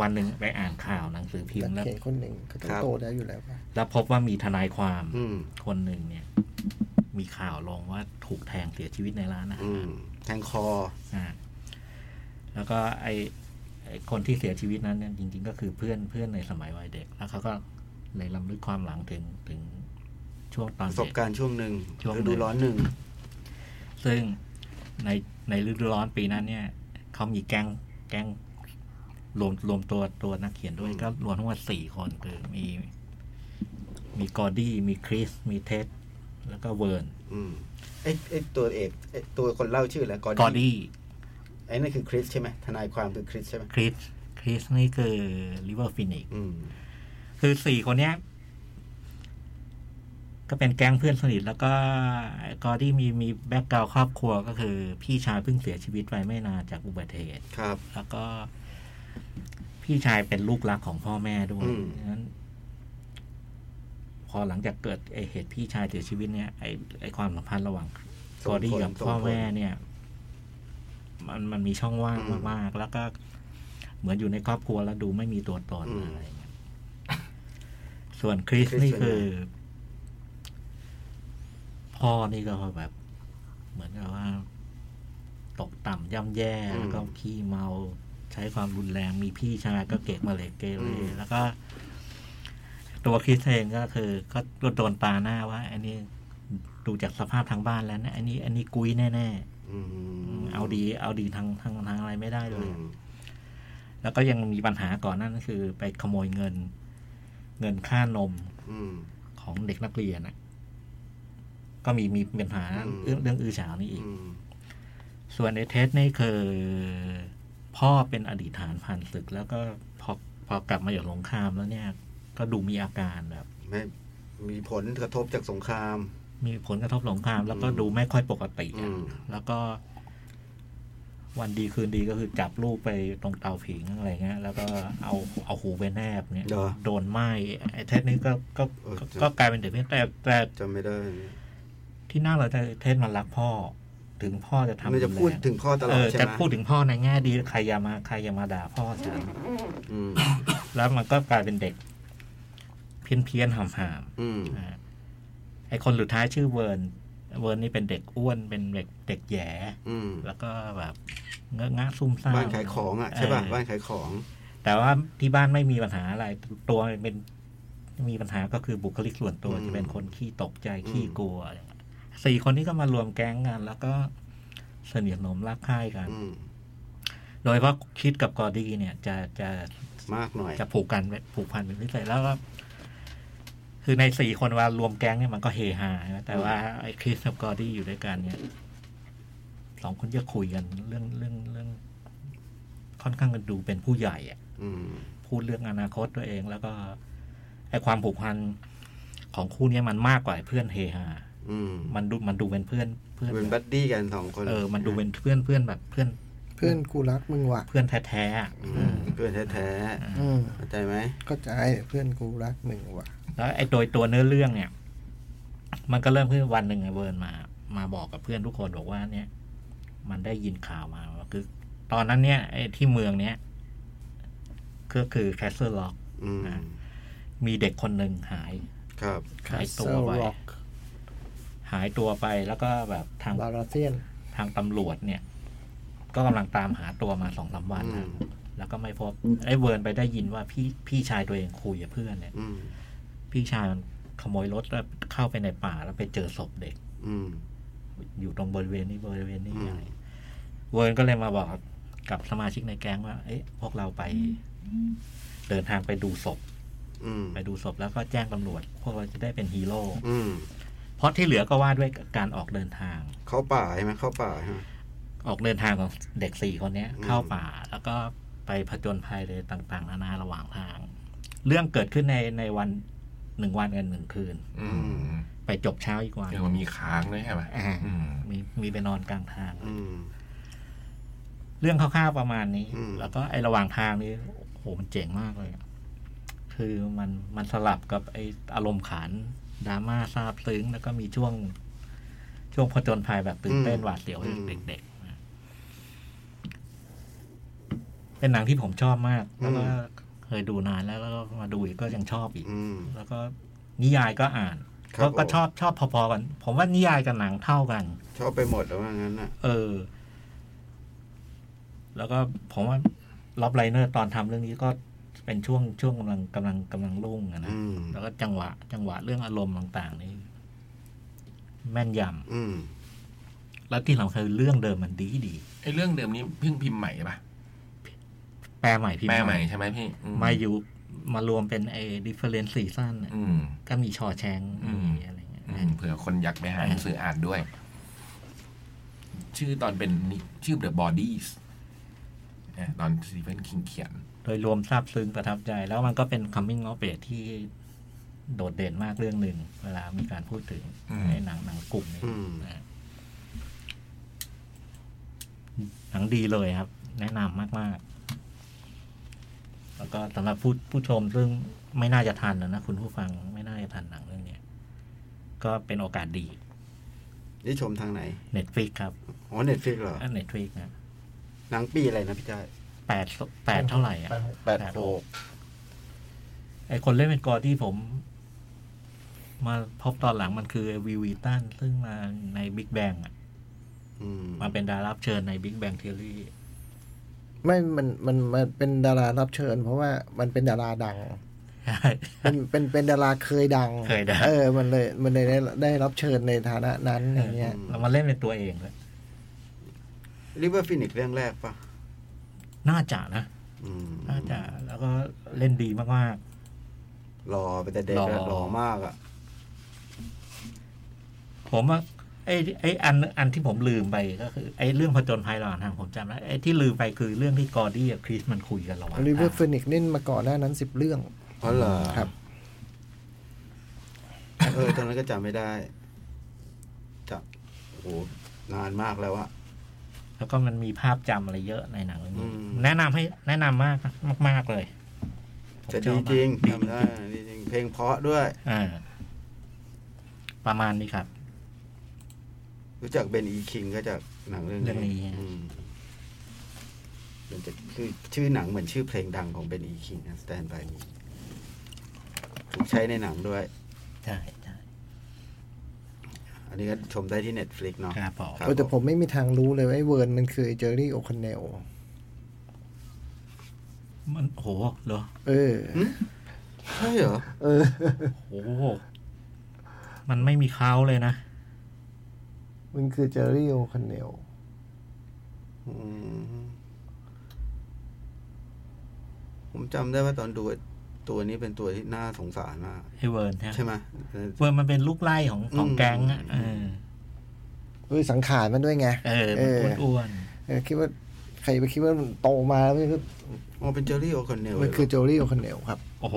Speaker 1: วันหนึ่งไปอ่านข่าวหนังสือพิม
Speaker 2: นัก
Speaker 1: พ์แล้ว
Speaker 2: เขียนคนหนึ่งก็ต้อง
Speaker 3: ครับ
Speaker 2: โตได้อยู่แล้วป่ะ
Speaker 1: แล้วพบว่ามีทนายความ
Speaker 3: อืม
Speaker 1: คนหนึ่งเนี่ย มีข่าวลงว่าถูกแทงเสียชีวิตในร้านอาหาร
Speaker 3: อืมแทงคอ
Speaker 1: อ่าแล้วก็ไอไอ้คนที่เสียชีวิตนั้นเนี่ยจริง ๆ ก็คือเพื่อนเพื่อนในสมัยวัยเด็ก แล้วเขาก็เลยลำลึกความหลังถึงถึงช่วงตอน
Speaker 3: ประสบ
Speaker 1: เด็ก
Speaker 3: การณ์ช่วงหนึ่ง
Speaker 1: ช่วงหนึ่
Speaker 3: ฤ
Speaker 1: ง
Speaker 3: ดูร้อนหนึ่ง
Speaker 1: ซึ่งในในฤดูร้อนปีนั้นเนี่ยเขามีแก๊งแก๊งรวมรวมตัวตัวนักเขียนด้วยก็รวมทั้งหมดสี่คนคือมีมีกอร์ดี้มีคริส มีเท็ดแล้วก็เวิร์น
Speaker 3: อืมไอ้ไอ้ตัวเอกไอ้ตัวคนเล่าชื่ออะไรกอร์
Speaker 1: กอร์ดี้
Speaker 3: ไอ้นั่นคือคริสใช่ไหมทนายความคือคริสใช่ไหม
Speaker 1: คริสคริสนี่คือลิเวอร์ฟินิก
Speaker 3: อืม
Speaker 1: คือสี่คนเนี้ย ก็เป็นแก๊งเพื่อนสนิทแล้วก็ก็ที่มีมีแบ็กกราวครอบครัวก็คือ พี่ชายเพิ่งเสียชีวิตไปไม่นานจากอุบัติเหตุ
Speaker 3: ครับ
Speaker 1: แล้วก็ พี่ชายเป็นลูกรักของพ่อแม่ด้วย
Speaker 3: อืม
Speaker 1: ฉะนั้น พอหลังจากเกิดไอเหตุพี่ชายเสียชีวิตเนี่ยไอไอความสัมพันธ์ระหว่างกอดี้กับพ่อแม่เนี่ย มันมันมีช่องว่างมากๆแล้วก็ เหมือนอยู่ในครอบครัวแล้วดูไม่มีตัวตน
Speaker 3: อืม
Speaker 1: อะไรอย่างเงี้ยส่วนคริส
Speaker 3: คริส
Speaker 1: นี่คือ พ่อนี่ก็แบบ เหมือนกับว่า ตกต่ำย่ำแย่
Speaker 3: อืม
Speaker 1: แล้วก็ขี้เมาใช้ความรุนแรงมีพี่ชายก็เกกมาเลยเกเร
Speaker 3: อืม
Speaker 1: แล้วก็ ตัวคริสเองก็คือ ก็โดนตาหน้าว่าอันนี้ดูจากสภาพทางบ้านแล้วนะอันนี้ อันนี้กุ้ยแน่
Speaker 3: อื
Speaker 1: ๆอื
Speaker 3: ม
Speaker 1: มเอาดี เอาดีทางทางทางอะไรไม่ได้เล
Speaker 3: อื
Speaker 1: ย
Speaker 3: ม
Speaker 1: แล้วก็ยังมีปัญหาก่อนนั่นก็คือ ไปขโมยเงิน เงินค่านม
Speaker 3: อืม
Speaker 1: ของเด็กนักเรียนนะก็มีมีปัญหา
Speaker 3: อืม
Speaker 1: เรื่องเรื่องอื้อฉาวนี่อีก
Speaker 3: อืม
Speaker 1: ส่วนไอ้เทสนี่คือพ่อเป็นอดีตทหารผ่านศึก แล้วก็พอพอกลับมาอยู่สงครามแล้วเนี่ย ก็ดูมีอาการแบบ
Speaker 3: ไม่มีผลกระทบจากสงคราม
Speaker 1: มีผลกระทบสงคราม แล้วก็
Speaker 3: อืม
Speaker 1: ดูไม่ค่อยปกติอะ
Speaker 3: อืม
Speaker 1: แล้วก็ วันดีคืนดีก็คือจับลูกไปตรงเตาผิงอะไรเงี้ย แล้วก็เอาเอาหูไปแนบเนี่ย
Speaker 3: เหรอ
Speaker 1: โดนไหม้ไอ้เทสนี่ก็ก็
Speaker 3: เออ
Speaker 1: ก็ก็กลายเป็นเด็กเพี้ยนแต่แต่
Speaker 3: จำไม่ได้
Speaker 1: ที่น่าเราจะเทสมันรักพ่อ ถึงพ่อจะทำ
Speaker 3: ไม่จะ
Speaker 1: รุนแรง
Speaker 3: พูดถึงพ่อตลอ
Speaker 1: เอ
Speaker 3: ด
Speaker 1: อ
Speaker 3: ใช่
Speaker 1: จะ
Speaker 3: ไหม
Speaker 1: พูดถึงพ่อในแง่ดีใครอย่ามาใครอย่ามาด่าพ่อฉัน
Speaker 3: อืม
Speaker 1: แล้วมันก็กลายเป็นเด็ก เพี้ยนเพี้ยนๆหามหาม
Speaker 3: อืม
Speaker 1: ๆอ่าไอคนสุดท้ายชื่อเวิร์นเวิร์นนี่เป็นเด็กอ้วนเป็นเด็กเด็กแหย่
Speaker 3: อืม
Speaker 1: แล้วก็แบบเงอะงะซุ่มซ่าม
Speaker 3: บ้านขายของอ่ะใช่ป่ะ
Speaker 1: เออ
Speaker 3: บ้านขายของ
Speaker 1: แต่ว่าที่บ้านไม่มีปัญหาอะไร ตัวเป็นมีปัญหาก็คือบุคลิกส่วนตัว
Speaker 3: อืม
Speaker 1: จะเป็นคนขี้ตกใจ
Speaker 3: อืม
Speaker 1: ขี้กลัวอะไรอย่างเงี้ยสี่คนนี้ก็มารวมแก๊งกัน แล้วก็สนิทสนมรักใคร่กัน
Speaker 3: อืม
Speaker 1: โดยเฉพาะคิดกับกอร์ดี้เนี่ยจะจะ
Speaker 3: มากหน่อย
Speaker 1: จะผูกกันผูกพันเป็นพิเศษแล้วก็คือในสี่คนเว่ารวมแก๊งเนี่ยมันก็เฮฮานะแต่ว่าไอ้คริสกับกอร์ดี้อยู่ด้วยกันเนี่ยสองคนจะคุยกันเรื่องเรื่องเรื่อง ค่อนข้างกันดูเป็นผู้ใหญ่อะ
Speaker 3: อืม
Speaker 1: พูดเรื่องอนาคตตัวเอง แล้วก็ไอ้ความผูกพันของคู่เนี้ยมันมากกว่าเพื่อนเฮฮา
Speaker 3: อืม
Speaker 1: มันดูมันดูเป็นเพื่อนเพื่อน
Speaker 3: เป็นบัดดี้กันสองคน
Speaker 1: เออ มันดูเป็นเพื่อนเพื่อนแบบเพื่อน
Speaker 2: เพื่อนกูรักมึงว่ะ
Speaker 1: เพื่อนแท้ๆอะ
Speaker 3: อืมเพื่อนแท้
Speaker 2: อืม
Speaker 3: ๆเข้าใจไหม
Speaker 2: ก็ใจเพื่อนกูรักมึงว่ะ
Speaker 1: แล้วไอ้โดยตัวเนื้อเรื่องเนี่ย มันก็เริ่มขึ้นวันหนึ่งไอ้เวิร์นมา มาบอกกับเพื่อนทุกคนบอกว่าเนี่ย มันได้ยินข่าวมาว่าคือ ตอนนั้นเนี่ยไอ้ที่เมืองเนี้ยก็คือแคสเซิลล็อก
Speaker 3: อืม
Speaker 1: มีเด็กคนหนึ่งหาย
Speaker 3: ครับ
Speaker 1: หายตัวไป
Speaker 2: Castle Rock
Speaker 1: หายตัวไปแล้วก็แบบทาง
Speaker 2: บาราเซียน
Speaker 1: ทางตำรวจเนี่ย ก็กำลังตามหาตัวมาสองสามวันแล้
Speaker 3: อื
Speaker 1: ว
Speaker 3: ม
Speaker 1: แล้วก็ไม่พบไอ้เวิร์นไปได้ยินว่าพี่พี่ชายตัวเองคุยกับเพื่อนเนี่ย
Speaker 3: อืม
Speaker 1: พี่ชายมันขโมยรถแล้วเข้าไปในป่าแล้วไปเจอศพเด็ก
Speaker 3: อืม
Speaker 1: อยู่ตรงบริเวณนี้บริเวณนี้
Speaker 3: อืม
Speaker 1: อะไรเวิร์นก็เลยมาบอกกับสมาชิกในแก๊งว่า เอ๊ะ พวกเราไปเดินทางไปดูศพ
Speaker 3: อืม
Speaker 1: ไปดูศพแล้วก็แจ้งตำรวจ พวกเราจะได้เป็นฮีโร่
Speaker 3: อืม
Speaker 1: เพราะที่เหลือก็ว่าด้วยการออกเดินทาง
Speaker 3: เข้าป่าใช่ไหมเข้าป่าใช่ไหม
Speaker 1: ออกเดินทางของเด็กสี่คนเนี้ย
Speaker 3: อืม
Speaker 1: เข้าป่า แล้วก็ไปผจญภัยเลยต่างๆ นานาระหว่างทาง เรื่องเกิดขึ้นในในวันหนึ่งวันกันหนึ่งคืน
Speaker 5: อืม
Speaker 1: ไปจบเช้าอีกวัน
Speaker 5: เดี๋ยวมันมีค้างด้วยใช่ไหม
Speaker 1: อ่า
Speaker 5: อืม
Speaker 1: มีมีไปนอนกลางทาง
Speaker 3: อืม
Speaker 1: เรื่องคร่าวๆประมาณนี้
Speaker 3: อืม
Speaker 1: แล้วก็ไอระหว่างทางนี้โอ้โหมันเจ๋งมากเลยอะคือมันมันสลับกับไออารมณ์ขันดราม่าซาบซึ้ง แล้วก็มีช่วง ช่วงผจญภัยแบบตื่นเต้นหวาดเสียวให้เด็กๆนะเป็นหนังที่ผมชอบมาก แล้วก็เคยดูนานแล้วแล้วก็มาดูอีกก็ยังชอบอีก
Speaker 3: อืม
Speaker 1: แล้วก็นิยายก็อ่าน
Speaker 3: ครั
Speaker 1: ก็
Speaker 3: บผ
Speaker 1: ก็
Speaker 3: ม
Speaker 1: ชอบชอบพอๆกัน ผมว่านิยายกับหนังเท่ากัน
Speaker 3: ชอบไปหมดแล้วว่างั้นน่ะ
Speaker 1: เออ แล้วก็ผมว่าล็อบไลเนอร์ตอนทำเรื่องนี้ก็เป็นช่วงช่วงกำลังกำลังกำลังรุ่งอะนะ
Speaker 3: อืม
Speaker 1: แล้วก็จังหวะ จังหวะเรื่องอารมณ์ต่างๆ นี่ แม่นยำ
Speaker 3: อืม
Speaker 1: แล้วที่สำคัญคือเรื่องเดิมมันดีดี
Speaker 5: ไอ้เรื่องเดิมนี้เพิ่งพิมพ์ใหม่ป่ะ
Speaker 1: แปลใหม่พิม
Speaker 5: แปล
Speaker 1: พ์
Speaker 5: ใหม่ใช่ไหมพี่อื
Speaker 1: มาอยู่มารวมเป็นไอ้ดิเฟเรนซ์ซีซั่น
Speaker 5: อืม
Speaker 1: ก็มีชอแชง
Speaker 5: อืม
Speaker 1: มีอะไรเงี้ย
Speaker 5: อืมเผื่อคนอยากไปหาหนังสืออ่านด้วย ชื่อตอนเป็นนี่ชื่อ The Bodies นะตอนสตีเฟนคิงเขียน
Speaker 1: โดยรวมซาบซึ้งประทับใจ แล้วมันก็เป็น coming of age ที่โดดเด่นมากเรื่องหนึ่ง เวลามีการพูดถึง
Speaker 5: อืม
Speaker 1: ในหนังหนังกลุ่มนี้
Speaker 2: อืม
Speaker 1: นะฮะหนังดีเลยครับ แนะนำมากๆ แล้วก็สำหรับผู้ผู้ชมซึ่งไม่น่าจะทันนะนะคุณผู้ฟังไม่น่าจะทันหนังเรื่องเนี้ยก็เป็นโอกาสดี
Speaker 3: นี่ชมทางไหน
Speaker 1: Netflix ครับ
Speaker 3: อ๋อเน็ตฟิกเหรอ
Speaker 1: อัน Netflix นะ
Speaker 3: หนังปีอะไรนะพี่จ้อย
Speaker 1: แปดแปดเท่าไหร่อ่ะ
Speaker 2: แปดหก
Speaker 3: แปดหก
Speaker 1: ไอคนเล่นเป็นกอร์ที่ผม มาพบตอนหลังมันคือวิวีตันซึ่งมาในบิ๊กแบงอ่ะ
Speaker 3: อืม
Speaker 1: มาเป็นดารารับเชิญในบิ๊กแบงเทอรี่
Speaker 2: ไม่มันมันมันเป็นดารารับเชิญ เพราะว่ามันเป็นดาราดัง
Speaker 1: ใช่
Speaker 2: เป็นเป็นเป็นดาราเคยดัง
Speaker 1: เคยดัง
Speaker 2: เออ มันเลยมันเลยได้ได้รับเชิญในฐานะนั้นอย่างเงี้ย
Speaker 1: แล้วมาเล่นเป็นตัวเองเลย
Speaker 3: ริเวอร์ฟินิกเรื่องแรกปะ
Speaker 1: น่าจะนะ
Speaker 3: อืม
Speaker 1: น่าจะแล้วก็เล่นดีมาก
Speaker 3: รอไปแต่เด็กอะรอมากอ่ะ
Speaker 1: ๆ ผมว่าไอ้ไอ้อันอันที่ผมลืมไปก็คือ ไอ้เรื่องผจญภัยระหว่างทางผมจำได้ไอ้ที่ลืมไปคือเรื่องที่กอร์ดี้กับคริสมันคุยกันระหว่างทาง
Speaker 2: ริเวอร์ฟนิกเล่นมาก่อนหน้านั้นสิบเรื่อง
Speaker 3: เพราะเหรอ
Speaker 2: ครับ
Speaker 3: เออตอนนั้นก็จำไม่ได้จำโอ้โหนานมากแล้วอะ
Speaker 1: แล้วก็มันมีภาพจำอะไรเยอะในหนังเรื่องนี้
Speaker 3: อืม
Speaker 1: แนะนำให้แนะนำมากมาก ๆ เลยผม
Speaker 3: จะ
Speaker 1: ช
Speaker 3: ดี
Speaker 1: อบ
Speaker 3: จริง
Speaker 1: มากดี
Speaker 3: จำได้ดีจริงเพลงเพราะด้วย
Speaker 1: อ่าประมาณนี้ครับ
Speaker 3: รู้จักเบนอีคิงก็จากหนังเรื่อง
Speaker 1: เรื่องนี้
Speaker 3: นี้อืมมันจะคือชื่อหนังเหมือนชื่อเพลงดังของเบนอีคิงนะ Stand by Me ถูกใช้ในหนังด้วย
Speaker 1: ใช่ใช่
Speaker 3: อันนี้ก็ชมได้ที่ Netflix เนาะ
Speaker 1: ครับผม
Speaker 3: ครับ
Speaker 2: เออแต่ผมไม่มีทางรู้เลยว่าไอ้เวิร์นมันคือไอ้เจอร์รี่โอคอนเนล
Speaker 1: มันโหเหรอ
Speaker 2: เออ
Speaker 3: ใช่เหรอ
Speaker 2: เออ
Speaker 1: โหมันไม่มีเขาเลยนะ
Speaker 2: มันคือเจอร์รี่โอคอนเนล
Speaker 3: อืมผมจำได้ว่าตอนดูตัวนี้เป็นตัวที่น่าสงสารมาก
Speaker 1: ไอเวิร์นใช่ไหม
Speaker 3: ใช่ไหม
Speaker 1: เวิร์นมันเป็นลูกไล่ของของ
Speaker 3: อืม
Speaker 1: แก๊งอะเออ
Speaker 2: เออสังขารมันด้วยไง
Speaker 1: เออ
Speaker 2: เออ
Speaker 1: มันอ้วน
Speaker 2: เออคิดว่าใครไปคิดว่ามันโตมาแล้วมันก็
Speaker 3: อ๋อเป็นเจอรี่โอคอนเนล
Speaker 2: มันคือเจอร์รี่โอคอนเนลครับ
Speaker 1: ๆโอ้โห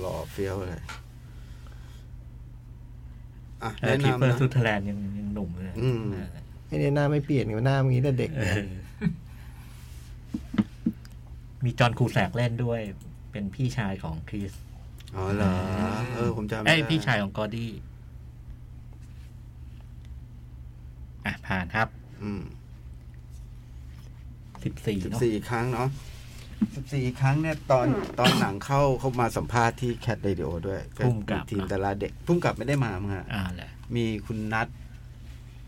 Speaker 3: หล่อเฟี้ยวเลยอ่ะ
Speaker 1: เออ
Speaker 3: แนะ
Speaker 1: คีเปอน
Speaker 3: ำ
Speaker 1: ร์
Speaker 3: นะ
Speaker 1: สุทแลนด์ยังยังหนุ่มเลย
Speaker 3: อืม
Speaker 2: ไอ้เนี่ยหน้าไม่เปลี่ยนกับหน้ามึงนี้แต่เด็ก
Speaker 1: เออมีจอห์นคูแสกเล่นด้วย เป็นพี่ชายของคริส
Speaker 3: อ๋อเหรอเออผมจำม่
Speaker 1: ไอ้ย
Speaker 3: ด้
Speaker 1: พี่ชายของกอร์ดี้ อ่ะ ผ่านครับ
Speaker 3: อืม
Speaker 1: สิบสี่
Speaker 3: สิบ
Speaker 1: เนาะ
Speaker 3: สี่ครั้งเนาะสิบสี่ครั้งเนี่ยตอนตอนหนังเข้าเขามาสัมภาษณ์ที่แคทเรดิโอด้วยมีทีมดาราเด็กพุ่มกลับไม่ได้มามั้งฮะ
Speaker 1: อ่าแหละ
Speaker 3: มีคุณนัท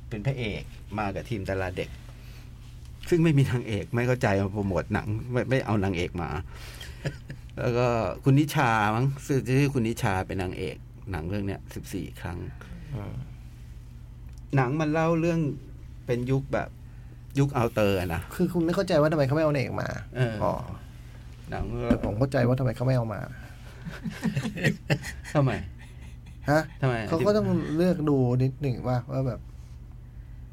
Speaker 3: เป็นพระเอกมากับทีมดาราเด็ก ซึ่งไม่มีนางเอกไม่เข้าใจมาโปรโมทหนังไม่ไม่เอานางเอกมา แล้วก็คุณนิชามั้งชื่อชื่อคุณนิชาเป็นนางเอกหนังเรื่องเนี้ยสิบสี่ครั้ง หนังมันเล่าเรื่องเป็นยุคแบบยุคเอาเตอร์อะนะ
Speaker 2: คือคุณไม่เข้าใจว่าทำไมเขาไม่เอาเนกมา
Speaker 3: เอออ๋
Speaker 2: อ๋อ
Speaker 3: หนัง
Speaker 2: แต่ผมเข้าใจว่าทำไมเขาไม่เอามา
Speaker 3: ทำไม
Speaker 2: ฮะ
Speaker 3: ทำไมอ่ะ
Speaker 2: เขาก็ต้องเลือกดูนิดหนึ่งว่าว่าแบบ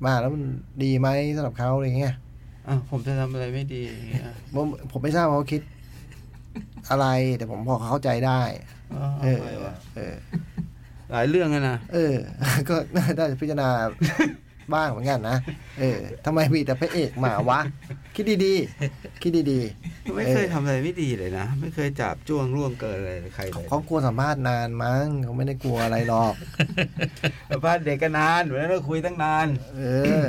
Speaker 2: มาแล้วมันดีไหมสำหรับเขาอะไรเงี้ย
Speaker 3: อ่ะผมจะทำอะไรไม่ดีอย่างเงี้ย
Speaker 2: ผมผมไม่ทราบว่าเขาคิด อะไร แต่ผมพอเข้าใจได้
Speaker 3: อ๋อ
Speaker 2: เออ
Speaker 3: ะไรวะ
Speaker 2: เออ
Speaker 3: หลายเรื่องอะนะ
Speaker 2: เออ ก็น่าจะพิจารณา บ้างเหมือนกันนะเออทำไมมีแต่พระเอกหมาวะ คิดดีๆ คิดดีๆ
Speaker 3: ไม่เคยทำอะไรไม่ดีเลยนะ ไม่เคยจับจ้วงร่วงเกินอะไรใคร
Speaker 2: เออ
Speaker 3: เลย
Speaker 2: เขากลัวสัมภาษณ์นานมั้งเขาไม่ได้กลัวอะไรหรอก
Speaker 3: สัมภาษณ์เด็กก็นานวันนั้นเราคุยตั้งนาน
Speaker 2: เออ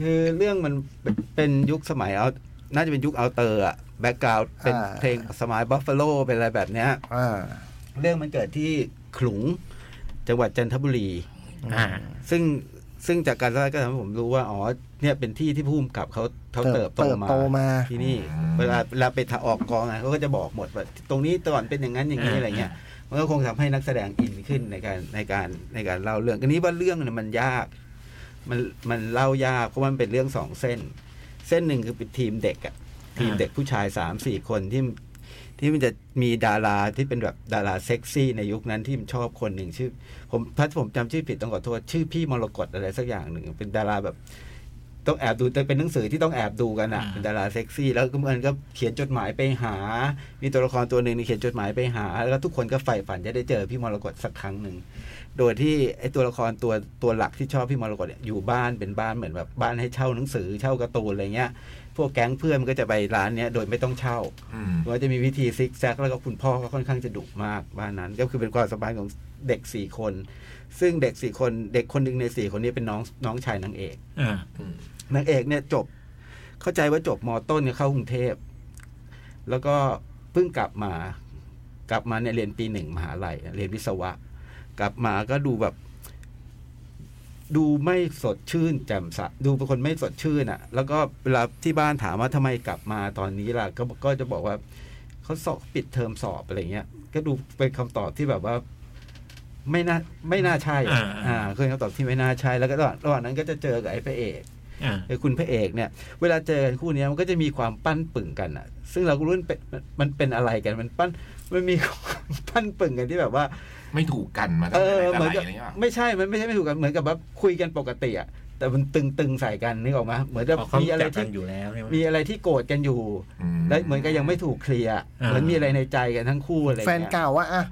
Speaker 3: คือเรื่องมันเป็นเป็นยุคสมัยเอา น่าจะเป็นยุคเอาเตอร์อะแบ็กกราวด์เป็น
Speaker 2: อ่า
Speaker 3: เพลงสมัยบัฟฟาโลเป็นอะไรแบบเนี้ย
Speaker 2: อ่า
Speaker 3: เรื่องมันเกิดที่ขลุง จังหวัดจันทบุรี
Speaker 1: อ่า
Speaker 3: ซึ่งซึ่งจากการสัมภาษณ์ก็ทำให้ผมรู้ว่า อ๋อ เนี่ยเป็นที่ที่ผู้กำกับเขาเขา
Speaker 2: เติ
Speaker 3: เติ
Speaker 2: บบ
Speaker 3: โต
Speaker 2: เติบ
Speaker 3: มา
Speaker 2: โตมา
Speaker 3: ที่นี่ เวลาเวลาไปถ่ายออกกองอะเขาก็จะบอกหมดว่าตรงนี้ตอนเป็นอย่างนั้นอย่างนี้
Speaker 1: อ่า
Speaker 3: อะไรเงี้ย มันก็คงทำให้นักแสดงอินขึ้นในการในการในการเล่าเรื่องอันนี้ว่าเรื่องเนี่ยมันยาก มันมันเล่ายากเพราะว่ามันเป็นเรื่องสองเส้น เส้นหนึ่งคือเป็นทีมเด็กอะทีมเด็กผู้ชายสามสี่คนที่ที่มันจะมีดาราที่เป็นแบบดาราเซ็กซี่ในยุคนั้นที่ผมชอบคนหนึ่งชื่อ ผมถ้าผมจำชื่อผิดต้องขอโทษชื่อพี่มรกตอะไรสักอย่างหนึ่งเป็นดาราแบบ ต้องแอบดูแต่เป็นหนังสือที่ต้องแอบดูกันอ่ะ
Speaker 1: อ่า
Speaker 3: เป็นดาราเซ็กซี่แล้วก็มันก็เขียนจดหมายไปหา มีตัวละครตัวหนึ่งนี่เขียนจดหมายไปหา แล้วทุกคนก็ใฝ่ฝันจะได้เจอพี่มรกตสักครั้งหนึ่งโดยที่ไอ้ตัวละครตัวตัวหลักที่ชอบพี่มรกตเนี่ยอยู่บ้านเป็นบ้านเหมือนแบบบ้านให้เช่าหนังสือเช่าการ์ตูนอะไรเงี้ย พวกแก๊งเพื่อนมันก็จะไปร้านเนี้ยโดยไม่ต้องเช่า
Speaker 5: อืม
Speaker 3: ว่าจะมีวิธีซิกแซกแล้วก็คุณพ่อก็ค่อนข้างจะดุมากบ้านนั้น ก็คือเป็นความสัมพันธ์ของเด็กสี่คน ซึ่งเด็กสี่คนเด็กคนหนึ่งในสี่คนนี้เป็นน้องน้องชายนางเอก
Speaker 1: อ่าน
Speaker 3: างเอกเนี่ยจบ เข้าใจว่าจบมต้นเนี่ยเข้ากรุงเทพ แล้วก็เพิ่งกลับมากลับมาเนี่ยเรียนปีหนึ่งมหาลัยเรียนวิศวะ กลับมาก็ดูแบบ ดูไม่สดชื่นแจ่มใสดูเป็นคนไม่สดชื่นอะ่ะ แล้วก็เวลาที่บ้านถามว่าทำไมกลับมาตอนนี้ล่ะ ก็ก็จะบอกว่าเขาสอบปิดเทอมสอบอะไรเงี้ย ก็ดูเป็นคำตอบที่แบบว่า ไม่น่าไม่น่าใช่อะอ่าคือคำตอบที่ไม่น่าใช่แล้วก็ระหว่างระหว่างนั้นก็จะเจอกับไอ้พระเอก
Speaker 1: อ่า
Speaker 3: ไอ้คุณพระเอกเนี่ยเวลาเจอกันคู่เนี้ยมันก็จะมีความปั้นปึ่งกันอะซึ่งเราก็รู้มันเป็นมันเป็นอะไรกันมันปั้นมันมีความปั้นปึ่งกันที่แบบว่า
Speaker 5: ไม่ถูกกันมาตั้
Speaker 3: เองอ
Speaker 5: แต่ไหน
Speaker 3: เหมือน
Speaker 5: แต่
Speaker 3: กับ
Speaker 5: ไรอย่างเงี้ยป่ะ
Speaker 3: ไม่ใช่มันไม่ใช่ไม่ถูกกันเหมือนกับแบบคุยกันปกติอะแต่มันตึงๆใส่กันนึกออกมาเหมือนกับ
Speaker 1: เพราะเขา
Speaker 3: มีอะไร
Speaker 1: จักกั
Speaker 3: ที่
Speaker 1: นอยู่แล้วเนี่ย
Speaker 3: มีอะไรที่โกรธกันอยู่และเหมือนกับยังไม่ถูกเคลียร์เหมือนมีอะไรในใจกันทั้งคู่อะไรอย่ง
Speaker 2: แฟน
Speaker 3: งี้ย
Speaker 2: เก่าอะอะ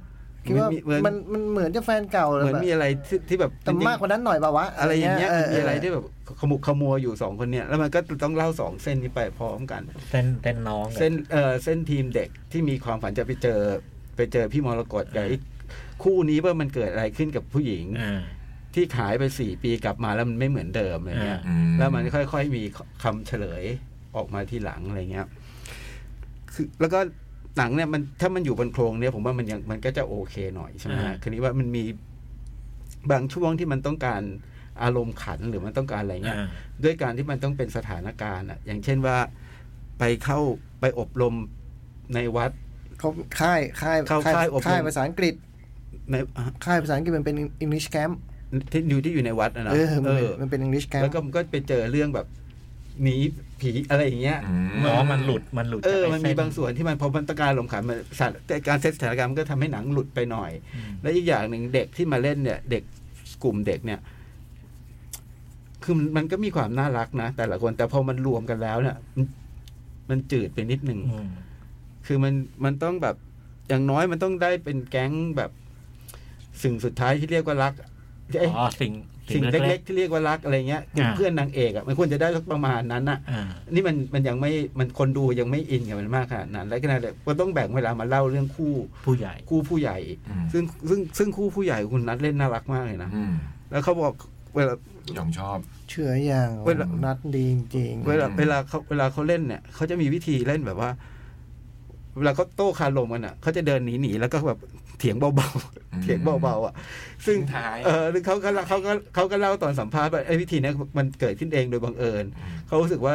Speaker 2: คิดว่า
Speaker 3: เหมือน
Speaker 2: มันมันเหมือนจะแฟนเก่า
Speaker 3: เห
Speaker 2: เลย
Speaker 3: มือน
Speaker 2: แบบ
Speaker 3: มีอะไรที่ที่แบบ
Speaker 2: แต่มากกว่านั้นหน่อยป่าวะ
Speaker 3: อะไรอย่างเงี้ยมันมีอะไร
Speaker 2: ด้
Speaker 3: ที่แบบขมุกขมัวอยู่สองคนเนี่ยแล้วมันก็ต้องเล่าสองเส้นนี้ไปพร้อมกัน
Speaker 1: เส้นเส้นน้องกับ
Speaker 3: เส้นเออเส้นทีมเด็กที่มีความฝันจะไปเจอไปเจอพี่มรกตกับไอ้คู่นี้ว่ามันเกิดอะไรขึ้นกับผู้หญิง
Speaker 1: อ่า
Speaker 3: ที่ขายไปสี่ปีกลับมาแล้วมันไม่เหมือนเดิมอะไรเงี้ย
Speaker 5: อืม
Speaker 3: แล้วมันค่อย ๆ มีคำเฉลยออกมาทีหลังอะไรเงี้ยคือแล้วก็หนังเนี่ยมันถ้ามันอยู่บนโครงเนี่ยผมว่ามันยังมันก็จะโอเคหน่อยใช่ไหม
Speaker 1: อ่า
Speaker 3: คืนี้ว่ามันมีบางช่วงที่มันต้องการอารมณ์ขันหรือมันต้องการอะไรเงี้ย
Speaker 1: อ่า
Speaker 3: ด้วยการที่มันต้องเป็นสถานการณ์อะอย่างเช่นว่าไปเข้าไปอบรมในวัด
Speaker 2: เขาค่ายค่าย
Speaker 3: เข้าค่ายอบรม
Speaker 2: ค่ายภาษาอังกฤษ
Speaker 3: ใน
Speaker 2: ค่ายภาษาอังกฤษมันเป็น English Camp
Speaker 3: ที่อยู่ที่อยู่ในวัดนะนะ
Speaker 2: เออมัน
Speaker 3: เอ
Speaker 2: เป็น
Speaker 3: อ
Speaker 2: มันเป็น English Camp
Speaker 3: แล้วก็มันก็ไปเจอเรื่องแบบหนีผีอะไรอย่างเงี้ย
Speaker 5: อืม
Speaker 1: อ๋อ มันหลุด มันหลุด
Speaker 3: เออ
Speaker 1: จากไ
Speaker 3: มันมีบางส่วนที่มันพอมันต้องการลมณ์ขันมันสถานแต่การเซตสถานการณ์มันก็ทำให้หนังหลุดไปหน่อย
Speaker 1: อืม
Speaker 3: และอีกอย่างหนึ่งเด็กที่มาเล่นเนี่ย เด็กกลุ่มเด็กเนี่ย คือมันมันก็มีความน่ารักนะแต่ละคนแต่พอมันรวมกันแล้วเนี่ยมันมันจืดไปนิดหนึ่ง
Speaker 1: อืม
Speaker 3: คือมันมันต้องแบบอย่างน้อยมันต้องได้เป็นแก๊งแบบ สิ่งสุดท้ายที่เรียกว่ารักเอ้ย
Speaker 1: อ๋อ สิ่ง
Speaker 3: สิ่งเล็กๆที่เรียกว่ารักอะไรเงี้ยกลุ่ม
Speaker 1: า
Speaker 3: เพื่อนนางเอกอะมันควรจะได้สักประมาณนั้นอะ
Speaker 1: ๆอ่า
Speaker 3: นี่มันมันยังไม่มันคนดูยังไม่อินกับมันมากขนาดนั้นและขนาดเดียวก็ต้องแบ่งเวลามาเล่าเรื่องคู่
Speaker 1: ผู้ใหญ่
Speaker 3: คู่ผู้ใหญ่
Speaker 5: อืม
Speaker 3: ซึ่งซึ่งซึ่งคู่ผู้ใหญ่คุณนัดเล่นน่ารักมากเลยนะ
Speaker 5: อืม
Speaker 3: แล้วเขาบอกเวลา
Speaker 5: ยองชอบ
Speaker 2: เชื่ออย่าง
Speaker 3: เวลา
Speaker 2: นัดดีจริง
Speaker 3: เวลา
Speaker 5: อืม
Speaker 3: เวลาเขาเวลาเขาเล่นเนี่ยเขาจะมีวิธีเล่นแบบว่า เวลาเขาโต้คารมกันอ่ะเขาจะเดินหนีหนีๆแล้วก็แบบเถียงเบาๆ เถียงเบาๆอ่ะ ซึ่ง
Speaker 5: ทิ้งท้าย
Speaker 3: เออซึ่งเขาก็เล่าเขาก็เขาก็เล่าตอนสัมภาษณ์ว่าไอ้วิธีเนี้ยมันเกิดขึ้นเองโดยบังเอิญเขารู้สึกว่า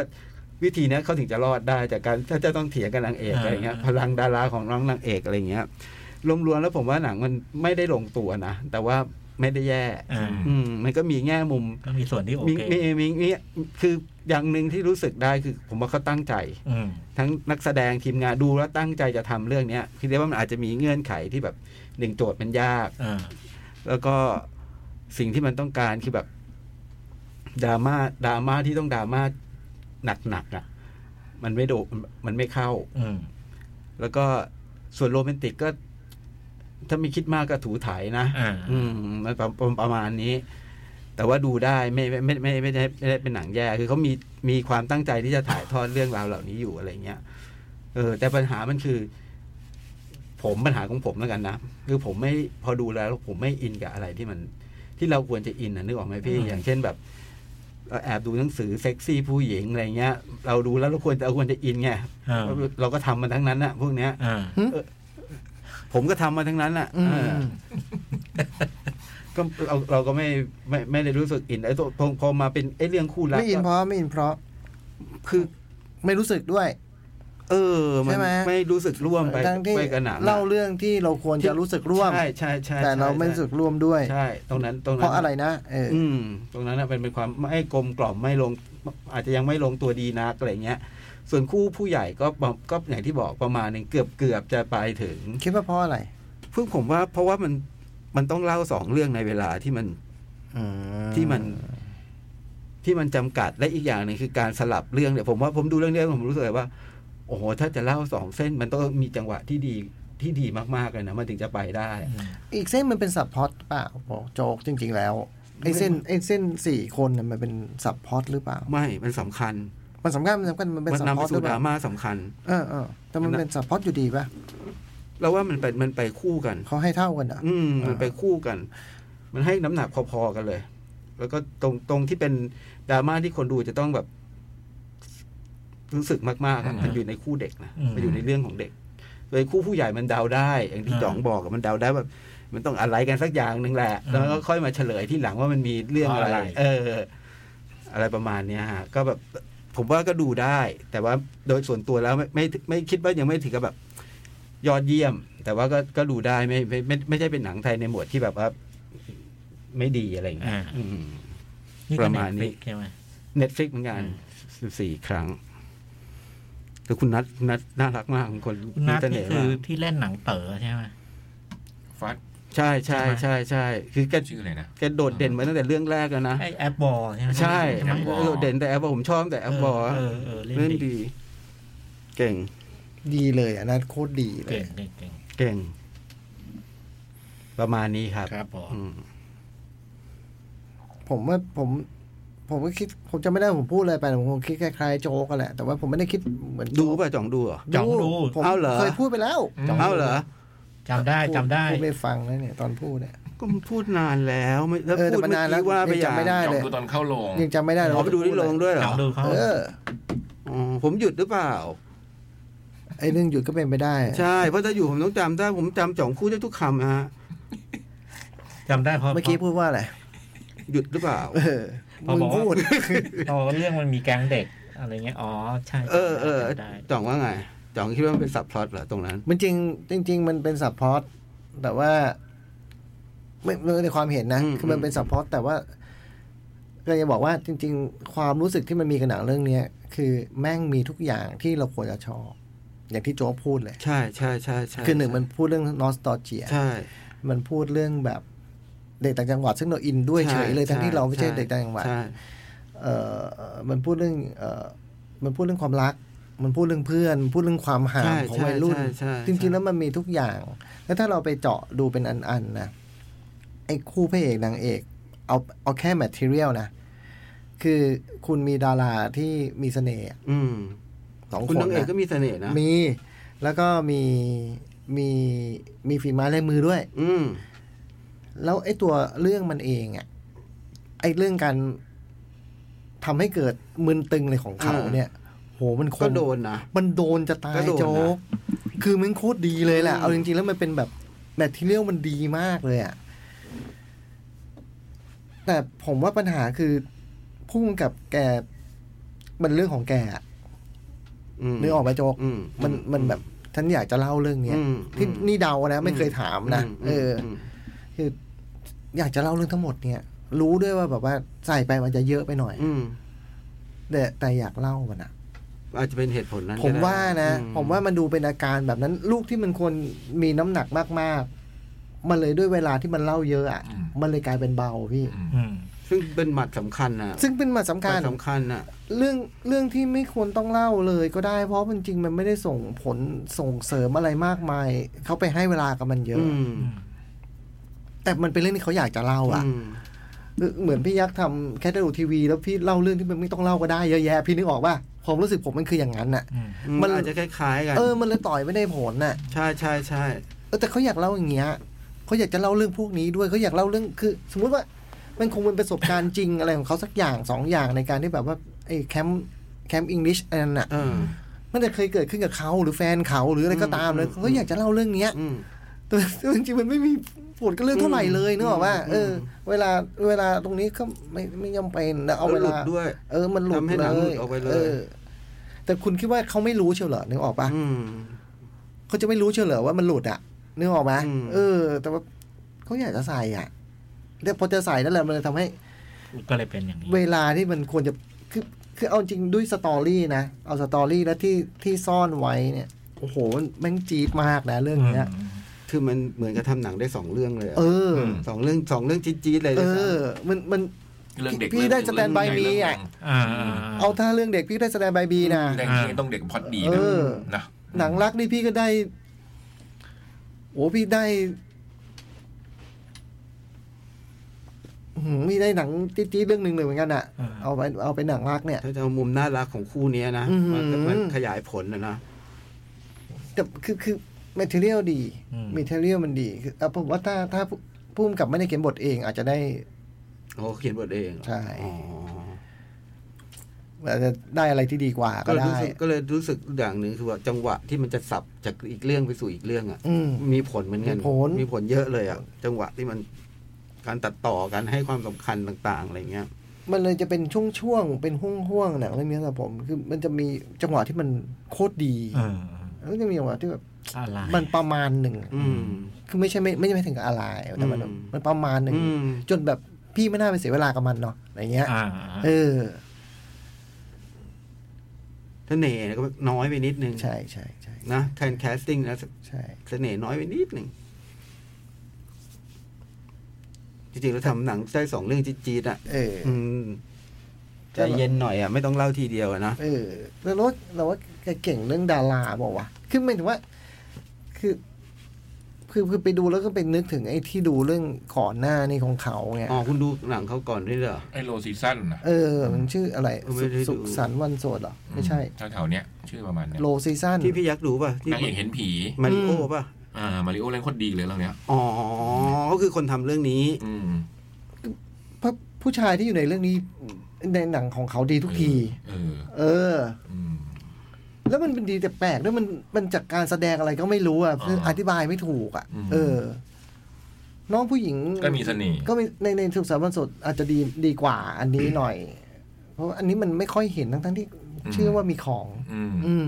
Speaker 3: วิธีเนี้ยเขาถึงจะรอดได้จากการถ้าจะต้องเถียงกับนางเอก
Speaker 1: อ่า
Speaker 3: อะไรเงี้ย พลังดาราของน้องนางเอกอะไรเงี้ยรวมๆแล้วผมว่าหนังมันไม่ได้ลงตัวนะแต่ว่าไม่ได้แย่
Speaker 1: อ่า
Speaker 5: อื
Speaker 3: อืมมันก็มีแง่มุม
Speaker 1: ก็มีส่วนที่โอ
Speaker 3: มี
Speaker 1: เค
Speaker 3: มีมีมีคืออย่างหนึ่งที่รู้สึกได้คือผมว่าเขาตั้งใจ
Speaker 1: อืม
Speaker 3: ทั้งนักแสดงทีมงานดูแล้วตั้งใจจะทำเรื่องเนี้ยคิดได้ว่ามันอาจจะมีเงื่อนไขที่แบบหนึ่งโจทย์มันยาก
Speaker 1: อ่า
Speaker 3: แล้วก็สิ่งที่มันต้องการคือแบบดราม่าดราม่าที่ต้องดราม่าหนักๆอ่ะ มันไม่โดมันไม่เข้า
Speaker 1: อืม
Speaker 3: แล้วก็ส่วนโรแมนติกก็ ถ้ามีคิดมากก็ถูถ่ายนะ
Speaker 1: อ่า
Speaker 3: อืมมันประประประมาณนี้ แต่ว่าดูได้ไม่ไม่ไม่ไม่ไม่ได้ไม่ได้เป็นหนังแย่คือเขามีมีความตั้งใจที่จะถ่ายทอดเรื่องราวเหล่านี้อยู่อะไรเงี้ยเออ แต่ปัญหามันคือ ผมปัญหาของผมแล้วกันนะคือผมไม่พอดูแล้ว ผมไม่อินกับอะไรที่มัน ที่เราควรจะอินนะนึกออกไหมพี่
Speaker 1: อืม
Speaker 3: อย่างเช่นแบบเราแอบดูหนังสือเซ็กซี่ผู้หญิงอะไรเงี้ย เราดูแล้วเราควรจะเราควรจะอินไง
Speaker 1: อ่า
Speaker 3: เราก็ทำมาทั้งนั้นอะพวกเนี้ย
Speaker 1: อ่า
Speaker 3: ผมก็ทำมาทั้งนั้นอะ
Speaker 2: อืม
Speaker 3: เออ ก็เราเราก็ไม่ไม่ไม่ได้รู้สึกอินไอ้ตัวพอพอมาเป็นไอ้เรื่องคู่รัก
Speaker 2: ไม่อินเพ
Speaker 3: ก็
Speaker 2: ราะไม่อินเพราะ
Speaker 3: คือ
Speaker 2: ไม่รู้สึกด้วย
Speaker 3: เออมัน
Speaker 2: ใช่ไหม
Speaker 3: ไม่รู้สึกร่วมไป
Speaker 2: ทั้งที่
Speaker 3: ไปกันหนัง
Speaker 2: เล่าเรื่องที่เราควรจะรู้สึกร่วม
Speaker 3: ใช่ใช่ใช่
Speaker 2: แต่เราไม่รู้สึกร่วมด้วย
Speaker 3: ใช่ ตรงนั้นตรงนั้น
Speaker 2: เพราะอะไรนะเอออ
Speaker 3: อืม ตรงนั้นน่ะเป็นเป็นความไม่กลมกล่อมไม่ลง อาจจะยังไม่ลงตัวดีนักอะไรเงี้ย ส่วนคู่ผู้ใหญ่ก็ประก็อย่างที่บอกประมาณหนึ่งเกือบเกือบจะไปถึง
Speaker 2: คิดว่าเพราะอะไร
Speaker 3: เพิ่งผมว่า เพราะว่ามันมันต้องเล่าสองเรื่องในเวลาที่มัน
Speaker 2: อื
Speaker 3: ที่มัน ที่มันจำกัดและอีกอย่างหนึ่งคือการสลับเรื่องเนี่ยผมว่าผมดูเรื่องนี้ผมรู้สึกเลยว่า โอ้โหถ้าจะเล่าสองเส้นมันต้องมีจังหวะที่ดีที่ดีมากๆเลยนะมันถึงจะไปได้
Speaker 2: อีกเส้นมันเป็นสับพล็อตเปล่าบอกโจกจริง ๆ แล้วไอ้เส้นไอ้เส้นสี่คนน่ะมันเป็นสับพล็อตหรือเปล่า
Speaker 3: ไม่มันสำคัญ
Speaker 2: มันสำคัญมันสำคัญมันเป็น
Speaker 3: มัน
Speaker 2: สับพ
Speaker 3: นำไป
Speaker 2: ล็อตหรือ
Speaker 3: สู่ด
Speaker 2: เป
Speaker 3: รา
Speaker 2: ล่า
Speaker 3: ม่าสำคัญ
Speaker 2: เออเออแต่มัน
Speaker 3: มัน
Speaker 2: เป็นสับพล็อตอยู่ดีป่ะ
Speaker 3: เราว่ามันไปมันไปคู่กัน
Speaker 2: เขาให้เท่ากันเหรอ
Speaker 3: อืมมัน
Speaker 2: อ่า
Speaker 3: ไปคู่กัน มันให้น้ำหนักพอๆกันเลย แล้วก็ตรงตรงที่เป็นดราม่าที่คนดูจะต้องแบบ รู้สึกมากๆอะ
Speaker 5: อืม
Speaker 3: มันอยู่ในคู่เด็กนะ
Speaker 1: อืม
Speaker 3: มันอยู่ในเรื่องของเด็กโดยคู่ผู้ใหญ่มันเดาได้ อย่างที่
Speaker 1: อ่า
Speaker 3: จ๋องบอกอะมันเดาได้แบบมันต้องอะไรกันสักอย่างหนึ่งแหละ
Speaker 1: อืม
Speaker 3: แล้วก็ค่อยมาเฉลยที่หลังว่ามันมีเรื่องอะไร
Speaker 1: อะไร
Speaker 3: เออ อะไรประมาณเนี้ยฮะ ก็แบบ ผมว่าก็ดูได้ แต่ว่าโดยส่วนตัวแล้วไม่ไม่ไม่คิดว่ายังไม่ถึงกับแบบ ยอดเยี่ยม แต่ว่าก็ก็ดูได้ไม่ไม่ไม่ไม่ใช่เป็นหนังไทยในหมวดที่แบบว่า ไม่ดีอะไรอย่างเงี้ย
Speaker 1: อ่า
Speaker 3: อืม
Speaker 1: นี่
Speaker 3: ประมาณนี้
Speaker 1: ก็ Netflix ใช่ไหม
Speaker 3: เน็ตฟลิกเหมือนกัน
Speaker 1: อืม
Speaker 3: สิบสี่ครั้งแต่คุณนัทนัทน่ารักมากเป็นคน
Speaker 1: คุณ
Speaker 3: มี
Speaker 1: นัท
Speaker 3: เสน่
Speaker 1: นี่
Speaker 3: ห์
Speaker 1: คื
Speaker 3: มา
Speaker 1: อก ที่เล่นหนังเต๋อใช่ไหม
Speaker 5: ฟัด
Speaker 3: ใช่ใช่ใช่ใช่คือแก
Speaker 5: ชื่ออะไรนะ
Speaker 3: แกโดดเด่นมาตั้งแต่เรื่องแรกแล้วนะ
Speaker 1: ไอแอปบอลใช่ไหม
Speaker 3: ใช่
Speaker 1: ไหม
Speaker 5: แอปบอล
Speaker 3: โดดเด่นแต่แอปบอลผมชอบแต่แอปบอล
Speaker 1: เออเออเล่
Speaker 3: เล่
Speaker 1: น
Speaker 3: น
Speaker 1: ดี
Speaker 3: ดี เก่ง
Speaker 2: ดีเลยอ่ะนะโคตรดีเล
Speaker 1: เก่
Speaker 2: ย
Speaker 1: งเก่งเก่ง
Speaker 3: เก่ง ประมาณนี้ครับ
Speaker 1: ครับผม
Speaker 3: อืม
Speaker 2: ผมว่าผม ผมก็คิดผมจะไม่ได้ผมพูดอะไรไปแต่ผมคงคิดคล้ายๆโจกกันแหละแต่ว่าผมไม่ได้คิดเหมือนโจ๊
Speaker 3: ดู
Speaker 2: ก
Speaker 3: ป่ะจ่องดูเหรอ
Speaker 1: จองดู
Speaker 2: ผม
Speaker 3: เอาเหรอ
Speaker 2: เคยพูดไปแล้ว
Speaker 3: เอาเหรอ
Speaker 1: จำได้จำได้
Speaker 2: พูดไปฟังแล้วเนี่ยตอนพูดเนี่ย
Speaker 3: ก็มันพูดนานแล้วไม่แล้ว
Speaker 2: เออแต่
Speaker 3: พูด
Speaker 2: มั
Speaker 3: เมื่อน
Speaker 2: นานแล้
Speaker 3: กี้
Speaker 2: ว
Speaker 3: ว่าไปอย่าง
Speaker 2: จำไม่ได้
Speaker 5: จอง
Speaker 2: เลย
Speaker 5: ดูตอนเข้าโรง
Speaker 2: ยังจำไม่ได้เลย
Speaker 3: อ๋อไปดูที่โรงด้วยเหรอ
Speaker 1: จองดูเขา
Speaker 2: เออ
Speaker 3: อ๋อผมหยุดหรือเปล่า
Speaker 2: ไอ้เรื่องหยุดก็เป็นไปได้
Speaker 3: ใช่ เพราะถ้าอยู่ผมต้องจำได้ผมจำจ่องพูดได้ทุกคำนะฮะ
Speaker 1: จำได้เพราะ
Speaker 2: เมื่อกี้พูดว่าอะไร
Speaker 3: หยุดหรือเปล่า
Speaker 2: เออ
Speaker 1: เพ
Speaker 2: มึง
Speaker 1: ราะบอกว่า
Speaker 2: พูด
Speaker 1: เพราะบอกว่าเรื่องมันมีแก๊งเด็กอะไรเงี้ยอ๋อใช่
Speaker 3: เออเออ
Speaker 1: จำได้
Speaker 3: จ่องว่าไงจ่องคิดว่ามันเป็นสับพลอตเหรอตรงนั้น
Speaker 2: มันจริงจริง ๆ มันเป็นสับพอตแต่ว่าไม่ในความเห็นนะ
Speaker 3: อืม
Speaker 2: คือมันเป็นสับพอตแต่ว่าก็จะบอกว่าจริง ๆ ความรู้สึกที่มันมีกับหนังเรื่องเนี้ย คือแม่งมีทุกอย่างที่เราควรจะชอบ อย่างที่โจ๊กพูดเลย
Speaker 3: ใช่ใช่ใช่ใช่
Speaker 2: คือหนึ่งมันพูดเรื่องนอสตอเจีย
Speaker 3: ใช่
Speaker 2: มันพูดเรื่องแบบเด็กต่างจังหวัดซึ่งเราอินด้วยเฉยเลย
Speaker 3: ใช่
Speaker 2: ทั้งที่เราไม่ใช่
Speaker 3: ใช่
Speaker 2: เด็กต่างจังหวัด
Speaker 3: ใช่
Speaker 2: เอ่อมันพูดเรื่อง เอ่อมันพูดเรื่องความรัก มันพูดเรื่องเพื่อน พูดเรื่องความห่าง
Speaker 3: ใช่
Speaker 2: ของวัยรุ่น
Speaker 3: ใช่ใช่ใช่
Speaker 2: จริงๆแล้วมันมีทุกอย่าง แล้วถ้าเราไปเจาะดูเป็นอัน ๆ นะ ไอ้คู่พระเอกนางเอก เอาเอาแค่ material นะ คือคุณมีดาราที่มีเสน่ห์
Speaker 3: อืม
Speaker 2: สอง
Speaker 3: คุณ
Speaker 2: คน
Speaker 3: นางเอก
Speaker 2: นะ
Speaker 3: ก็มีเสน่ห์นะ
Speaker 2: มี แล้วก็มีมีมีฝีไม้ลายมือด้วย
Speaker 3: อืม
Speaker 2: แล้วไอ้ตัวเรื่องมันเองอะไอ้เรื่องการทำให้เกิดมึนตึงเลยของเขา
Speaker 3: อ่า
Speaker 2: เนี่ย โหมันค
Speaker 3: ก็
Speaker 2: น
Speaker 3: โดนนะ
Speaker 2: มันโดนจะตาย
Speaker 3: ก็โดนนะ
Speaker 2: โจ๊กคือมันโคตรดีเลยแหละ
Speaker 3: อืม
Speaker 2: เอาจริงๆแล้วมันเป็นแบบแมททีเรียลมันดีมากเลยอะแต่ผมว่าปัญหาคือพุ่งกับแกมันเรื่องของแกอะ
Speaker 3: ม
Speaker 2: นึกออกไหมโจ๊ก
Speaker 3: อืม
Speaker 2: มันมันแบบฉันอยากจะเล่าเรื่องเนี้ย
Speaker 3: อืม
Speaker 2: ที่
Speaker 3: อืม
Speaker 2: นี่เดานะไม่เคยถามนะ
Speaker 3: ม
Speaker 2: เอออ
Speaker 3: ม
Speaker 2: คืออยากจะเล่าเรื่องทั้งหมดเนี่ย รู้ด้วยว่าแบบว่าใส่ไปมันจะเยอะไปหน่อย
Speaker 3: อืม
Speaker 2: แต่แต่อยากเล่ามันอะ
Speaker 3: อาจจะเป็นเหตุผลนั้น
Speaker 2: ผม
Speaker 3: ก็ได้
Speaker 2: ว่านะ
Speaker 3: อื
Speaker 2: ผมว่ามันดูเป็นอาการแบบนั้น ลูกที่มันควรมีน้ำหนักมากๆ มันเลยด้วยเวลาที่มันเล่าเยอะอะ
Speaker 5: อืม
Speaker 2: มันเลยกลายเป็นเบาพี่
Speaker 1: อืม
Speaker 3: ซึ่งเป็นหมัดสำคัญนะ
Speaker 2: ซึ่งเป็นหมาสำ
Speaker 3: ห
Speaker 2: คั
Speaker 3: มั
Speaker 2: ญ
Speaker 3: ดสำคัญน่ะ
Speaker 2: เรื่องเรื่องที่ไม่ควรต้องเล่าเลยก็ได้ เพราะมันจริงมันไม่ได้ส่งผลส่งเสริมอะไรมากมาย เขาไปให้เวลากับมันเยอะ
Speaker 3: อืม
Speaker 2: แต่มันเป็นเรื่องที่เขาอยากจะเล่าอะ
Speaker 3: อืม
Speaker 2: เหมือนพี่ยักษ์ทำแคทเธอรูทีวีแล้วพี่เล่าเรื่องที่มันไม่ต้องเล่าก็ได้เยอะแยะพี่นึกออกป่ะความรู้สึกผมมันคืออย่างนั้นน่ะ มั
Speaker 3: มัน นอาจจะคล้ายๆกัน
Speaker 2: เออมันเลยต่อยไม่ได้ผลน่ะ
Speaker 3: ใช่ใช่ใช่
Speaker 2: เออแต่เขาอยากเล่าอย่างเงี้ยเขาอยากจะเล่าเรื่องพวกนี้ด้วยเขาอยากเล่าเรื่องคือ สมมุติว่ามันคงเป็นประสบการณ์จริงอะไรของเขาสักอย่างสองอย่างในการที่แบบว่าไอ้แคมป์แคมป์อังกฤษอันนั้นน่ะ
Speaker 3: เออ
Speaker 2: มันจะเคยเกิดขึ้นกับเขาหรือแฟนเขาหรืออะไรก็ตามเลย
Speaker 3: อืม
Speaker 2: เขาอยากจะเล่าเรื่องเนี้ย
Speaker 3: อืม
Speaker 2: แต่แต่จริงๆมันไม่มีผลกับเรื่องเท่าไหร่เลยนึกออกป่ะ
Speaker 3: อืม
Speaker 2: เออ เวลาเวลาตรงนี้ก็ไม่ไม่ยอมเป็นแล้วเอาเว
Speaker 3: หลุ
Speaker 2: ลา
Speaker 3: ดด้วย
Speaker 2: เออ มันหลุด
Speaker 3: ทำให้ห
Speaker 2: เล
Speaker 3: นังหลุ
Speaker 2: ย
Speaker 3: ดออกไปเลย
Speaker 2: อแต่คุณคิดว่าเขาไม่รู้เชียวเหรอ นึกออกปะ
Speaker 3: อืม
Speaker 2: เขาจะไม่รู้เชียวเหรอว่ามันหลุดอ่ะ นึกออกปะ
Speaker 3: อืม
Speaker 2: เออ แต่ว่าเขาอยากจะใส่อ่ะแต่พอจะใส่นั่นแหละมันเลยทำให้
Speaker 1: ก็เลยเป็นอย่างนี้
Speaker 2: เวลาที่มันควรจะ คือ คือเอาจริงด้วยสตอรี่นะ เอาสตอรี่แล้วที่ที่ซ่อนไว้เนี่ย โอ้โห มันแม่งจี๊ดมากนะเรื่องเนี้ย
Speaker 3: คือมันเหมือนกับทำหนังได้สองเรื่องเลยอะ
Speaker 2: เออ
Speaker 3: สองเรื่องสองเรื่องจี๊ดๆเลย
Speaker 2: เอ
Speaker 3: นะ
Speaker 2: อ มัน มัน
Speaker 5: เรื่องเด็ก
Speaker 2: พี่ได้ stand by me อ่ะ
Speaker 1: อ่า
Speaker 2: เอาถ้าเรื่องเด็กพี่ได้แสดงใบบีนะ
Speaker 5: แต่
Speaker 1: อ่า
Speaker 5: ต้องเด็กพล็อดดี
Speaker 2: เออ
Speaker 5: นะนะ
Speaker 2: หนังรักนี่พี่ก็ได้ โอ้พี่ได้อื้อหือมีได้หนังจี๊ดๆเรื่องหนึ่งเลยเหมือนกันอ่ะ
Speaker 1: อ่า
Speaker 2: เอาไปเอาไปหนังรักเนี่ย
Speaker 3: ถ้าจะเอามุมน่ารักของคู่เนี้ยนะ
Speaker 2: อืม
Speaker 3: มันก็มันขยายผลนะนะ
Speaker 2: แต่คือคือมทเรียลดี
Speaker 1: อืม
Speaker 2: มทเรียลมันดีคือเอาผมว่าถ้าถ้าพุ่มกับไม่ได้เขียนบทเอง อาจจะได้
Speaker 3: โอ้เขียนบทเองเหรอ
Speaker 2: ใช่
Speaker 3: อ๋อ
Speaker 2: อาจจะได้อะไรที่ดีกว่า
Speaker 3: ก็
Speaker 2: ก็
Speaker 3: เลยรู้
Speaker 2: ได้
Speaker 3: สึกก็เลยรู้สึกอย่างหนึ่งคือว่าจังหวะที่มันจะสับจากอีกเรื่องไปสู่อีกเรื่องอ่ะ
Speaker 2: อืม
Speaker 3: มีผลเหมือนกัน
Speaker 2: มีผล
Speaker 3: มีผลเยอะเลยอ่ะ จังหวะที่มันการตัดต่อการให้ความสำคัญต่างๆอะไรเงี้ย
Speaker 2: มันเลยจะเป็นช่วงๆเป็นห่วงๆหนังเรื่องนี้สำหรับผม คือมันจะมีจังหวะที่มันโคตรดี
Speaker 1: เออ
Speaker 2: แล้วจะมีจังหวะที่แบบ
Speaker 1: อะไร
Speaker 2: มันประมาณหนึ่ง
Speaker 3: อืม
Speaker 2: คือไม่ใช่ไม่ไม่ใช่ไม่ถึงกับอะไรแต่มัน
Speaker 3: อืม
Speaker 2: มันประมาณหนึ่ง
Speaker 3: อืม
Speaker 2: จนแบบพี่ไม่น่าไปเสียเวลากับมันเนาะอะไรเงี้ย
Speaker 1: อ่า
Speaker 2: เออ
Speaker 3: ถ้าเน่ห์ก็น้อยไปนิดนึง
Speaker 2: ใช่ใช่ใช่
Speaker 3: นะแทนแคสติ้งนะ
Speaker 2: ใช่
Speaker 3: เสน่ห์น้อยไปนิดหนึ่ง จริงๆเราทำหนังได้สองเรื่องจี๊ดๆอ่ะ
Speaker 2: เออ
Speaker 3: อืมใจเย็นหน่อยอ่ะ ไม่ต้องเล่าทีเดียวอะนะ
Speaker 2: เออแล้วเราเราว่าแกเก่งเรื่องดาราบอกว่าวะคือหมายถึงว่า คือ คือคือไปดูแล้วก็ไปนึกถึงไอ้ที่ดูเรื่องก่อนหน้านี่ของเขาไง
Speaker 3: อ๋อ คุณดูหนังเขาก่อนด้วยเหรอ
Speaker 5: ไอโลซีซั่นนะ
Speaker 2: เออ มันชื่ออะไร
Speaker 3: เออไม่
Speaker 2: สุ
Speaker 3: ได้ดู
Speaker 2: สุขสันต์วันโสดเหรอ ไม่ใช่
Speaker 5: แถวๆเนี้ยชื่อประมาณเนี้ย
Speaker 2: โลซีซั่น
Speaker 3: ที่พี่ยักษ์ดูป่ะ ที่
Speaker 5: นางเอกเห็นผี
Speaker 3: มาริโอ
Speaker 2: อืม
Speaker 3: ป่ะ
Speaker 5: อ่ามาริโอเล่นโคตรดีเลยเรื่องเนี้ย
Speaker 3: อ๋อ ก็คือคนทำเรื่องนี้
Speaker 5: อืม
Speaker 2: ผู้ชายที่อยู่ในเรื่องนี้ ในหนังของเขาดีทุกที
Speaker 5: เออ
Speaker 2: เออ
Speaker 5: อืม
Speaker 2: แล้วมันเป็นดีแต่แปลกด้วยมันมันจากการแสดงอะไรก็ไม่รู้อ่ะคืออ
Speaker 5: อ่า
Speaker 2: ธิบายไม่ถูกอ่ะ
Speaker 5: อืม
Speaker 2: เออ น้องผู้หญิง
Speaker 5: ก็มีเสน่ห์
Speaker 2: ก็มีในในสุขสันต์วันสดอาจจะดีดีกว่าอันนี้หน่อย เพราะว่าอันนี้มันไม่ค่อยเห็นทั้งทั้งๆที่เชื่อว่ามีของ
Speaker 5: อืม
Speaker 2: อืม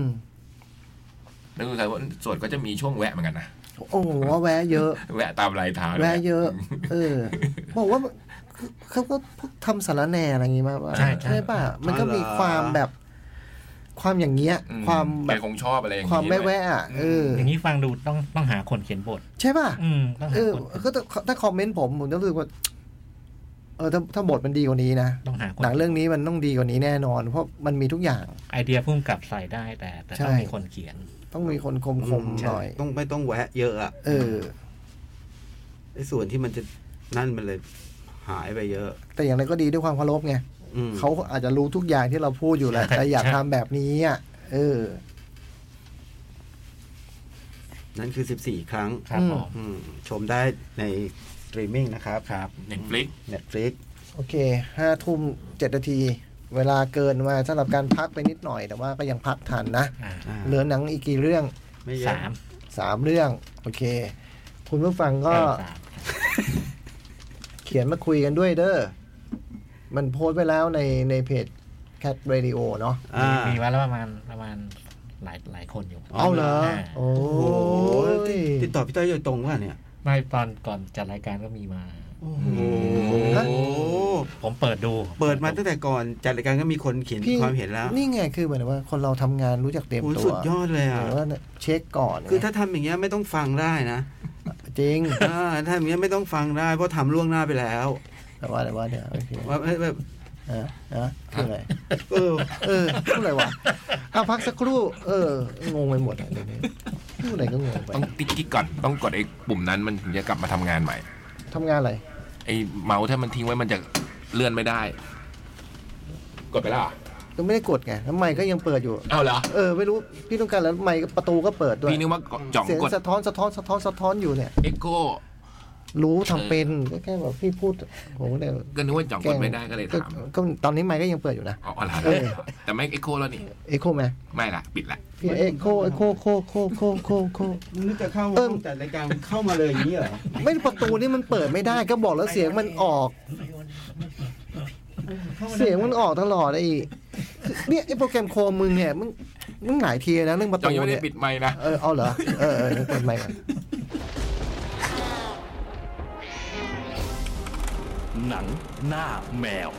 Speaker 5: แล้วคือว่าส่วนก็จะมีช่วงแวะเหมือนกันนะ
Speaker 2: โอ้โหว่าแวะเยอะ
Speaker 5: แวะตามรายทางนี่
Speaker 2: แวะเยอะ เออ บอกว่าเขาก็ทำสารแหน่อะไรอย่างงี้มาว่า
Speaker 1: ใช่ใช่
Speaker 2: ป่ะ มันก็
Speaker 3: อ๋อเหรอ
Speaker 2: มีความแบบ ความอย่างเงี้ย
Speaker 5: อื
Speaker 2: ความแบ
Speaker 5: แก
Speaker 2: บ
Speaker 5: คงชอบอะไรอย่าง
Speaker 2: ค
Speaker 5: งี้
Speaker 2: วามแวะ
Speaker 5: ด้ย
Speaker 2: แวะอ่ะเออ
Speaker 1: อย่างนี้ฟังดูต้องต้องหาคนเขียนบท
Speaker 2: ใช่ป่ะ
Speaker 1: อืมต้อง
Speaker 2: เอ
Speaker 1: หา
Speaker 2: อ
Speaker 1: คน
Speaker 2: ก็ถ้าถ้าคอมเมนต์ผมผมจะรู้สึกว่า เออถ้าถ้าบทมันดีกว่านี้นะ
Speaker 1: ต้องหาคน
Speaker 2: หนังเรื่องนี้มันต้องดีกว่านี้แน่นอน เพราะมันมีทุกอย่าง
Speaker 1: ไอเดียพุ่มกับใส่ได้แต่ แต่ต้องมีคนเขียน
Speaker 2: ต้องมีคนคมคมๆหน่อย
Speaker 3: ต้องไม่ต้องแวะเยอะอ่ะ
Speaker 2: เออ
Speaker 3: ไอ้ส่วนที่มันจะนั่นมันเลยหายไปเยอะ
Speaker 2: แต่อย่างไรก็ดีด้วยความเคารพไง
Speaker 3: อืม
Speaker 2: เขาอาจจะรู้ทุกอย่างที่เราพูดอยู่แหละ
Speaker 1: ใช่
Speaker 2: แต่อยากทำแบบนี้อ่ะเออ
Speaker 3: นั่นคือสิบสี่ครั้ง
Speaker 1: ครับผม
Speaker 3: อืม ชมได้ในสตรีมมิ่งนะครับ ครับ
Speaker 5: Netflix
Speaker 3: Netflix
Speaker 2: โอเคห้าทุ่มเจ็ดนาที เวลาเกินมาสำหรับการพักไปนิดหน่อย แต่ว่าก็ยังพักทันนะ
Speaker 1: อ่า
Speaker 3: อ่า
Speaker 2: เหลือหนังอีกกี่เรื่อง
Speaker 3: ไม่เยอะ
Speaker 1: สาม
Speaker 2: สามเรื่อง โอเค คุณผู้ฟังก็
Speaker 1: เก้าสาม
Speaker 2: เขียนมาคุยกันด้วยเด้อมันโพสต์ไปแล้วในในเพจ Cat Radio เนาะ
Speaker 3: อ่า
Speaker 1: มีมาแล้วประมาณประมาณหลายหลายคนอยู่
Speaker 2: เอาเหรอ โอ้
Speaker 3: โอ้โห
Speaker 2: ย
Speaker 3: ติดต่อพี่ต้อยโดยตรงว่าเนี่ย
Speaker 1: ไม่ตอนก่อนจัดรายการก็มีมา
Speaker 3: โอ้โห
Speaker 1: ผมเปิดดู
Speaker 3: เปิดมาตั้งแต่ก่อนจัดรายการก็มีคนเขียน
Speaker 2: พี่
Speaker 3: ความเห็นแล้ว
Speaker 2: นี่ไงคือเหมือนว่าคนเราทำงานรู้จักเตรียม
Speaker 3: โอ้
Speaker 2: ตัว
Speaker 3: สุดยอดเลยอ่ะ
Speaker 2: หรือว่าเช็คก่อน
Speaker 3: คือถ้าทำอย่างเงี้ยไม่ต้องฟังได้นะ
Speaker 2: จริง
Speaker 3: อ่าถ้าอย่างเงี้ยไม่ต้องฟังได้เพราะทำล่วงหน้าไปแล้ว
Speaker 2: แต่ว่าแต่ว่าเนี่ยโอเค
Speaker 3: ว่าเอ้ยแบบ
Speaker 2: อ่ะอ่ะคืออะไร
Speaker 3: เออ
Speaker 2: เออพูดอะไรวะอ่ะพักสักครู่ เออ งงไปหมดอ่ะเดี๋ยวนี้พูดอะไรก็งงไป
Speaker 5: ต้องติ๊กกิ๊กก่อนต้องกดไอ้ปุ่มนั้นมันถึงจะกลับมาทำงานใหม่
Speaker 2: ทำงานอะไร
Speaker 5: ไอ้เมาส์ถ้ามันทิ้งไว้มันจะเลื่อนไม่ได้ กดไปแล้วเหรอ
Speaker 2: ก็ไม่ได้กดไงแล้วไมค์ก็ยังเปิดอยู่
Speaker 5: เอาเหรอ
Speaker 2: เออ ไม่รู้ พี่ต้องการแล้วไมค์ก็ประตูก็เปิดด้วย
Speaker 5: พี่นึกว่าจ่อง
Speaker 2: เสียง
Speaker 5: กด
Speaker 2: สะท้อนสะท้อนสะท้อนสะท้อนอยู่เนี่ย
Speaker 5: เอ็กโก้
Speaker 2: รู้ทำเป็นก็แค่แบบพี่พูดผมก็เลย
Speaker 5: ก็นึกว่าจ่องกดไม่ได้ก็เลยถาม
Speaker 2: ก็ตอนนี้ไมค์ก็ยังเปิดอยู่นะ
Speaker 5: อ๋ออะไรแต่ไม่เอ็กโก้แล้วนี่
Speaker 2: เอ็กโคไหม
Speaker 5: ไม่ละปิดละ
Speaker 2: พี่เอ็กโคเอ็กโคโคโคโคโคโค
Speaker 3: นึกจะเข้า
Speaker 2: เออ
Speaker 3: จัดรายการเข้ามาเลยอย่างนี้เหรอ
Speaker 2: ไม่ประตูนี่มันเปิดไม่ได้ก็บอกแล้วเสียงมันออก เสียงมันออกตลอดไอ้เนี่ยไอ้โปรแกรมโคมมึงเนี่ยมึงมึงหลายทีนะเรื่องประ
Speaker 5: จ่อง
Speaker 2: ตู
Speaker 5: ยังไม่
Speaker 2: เนี่
Speaker 5: ได้
Speaker 2: ย
Speaker 5: ปิดไม่นะ
Speaker 2: เออเอาเหรอเออเออเปิดไมค์ก่อน
Speaker 6: หนังหน้าแมว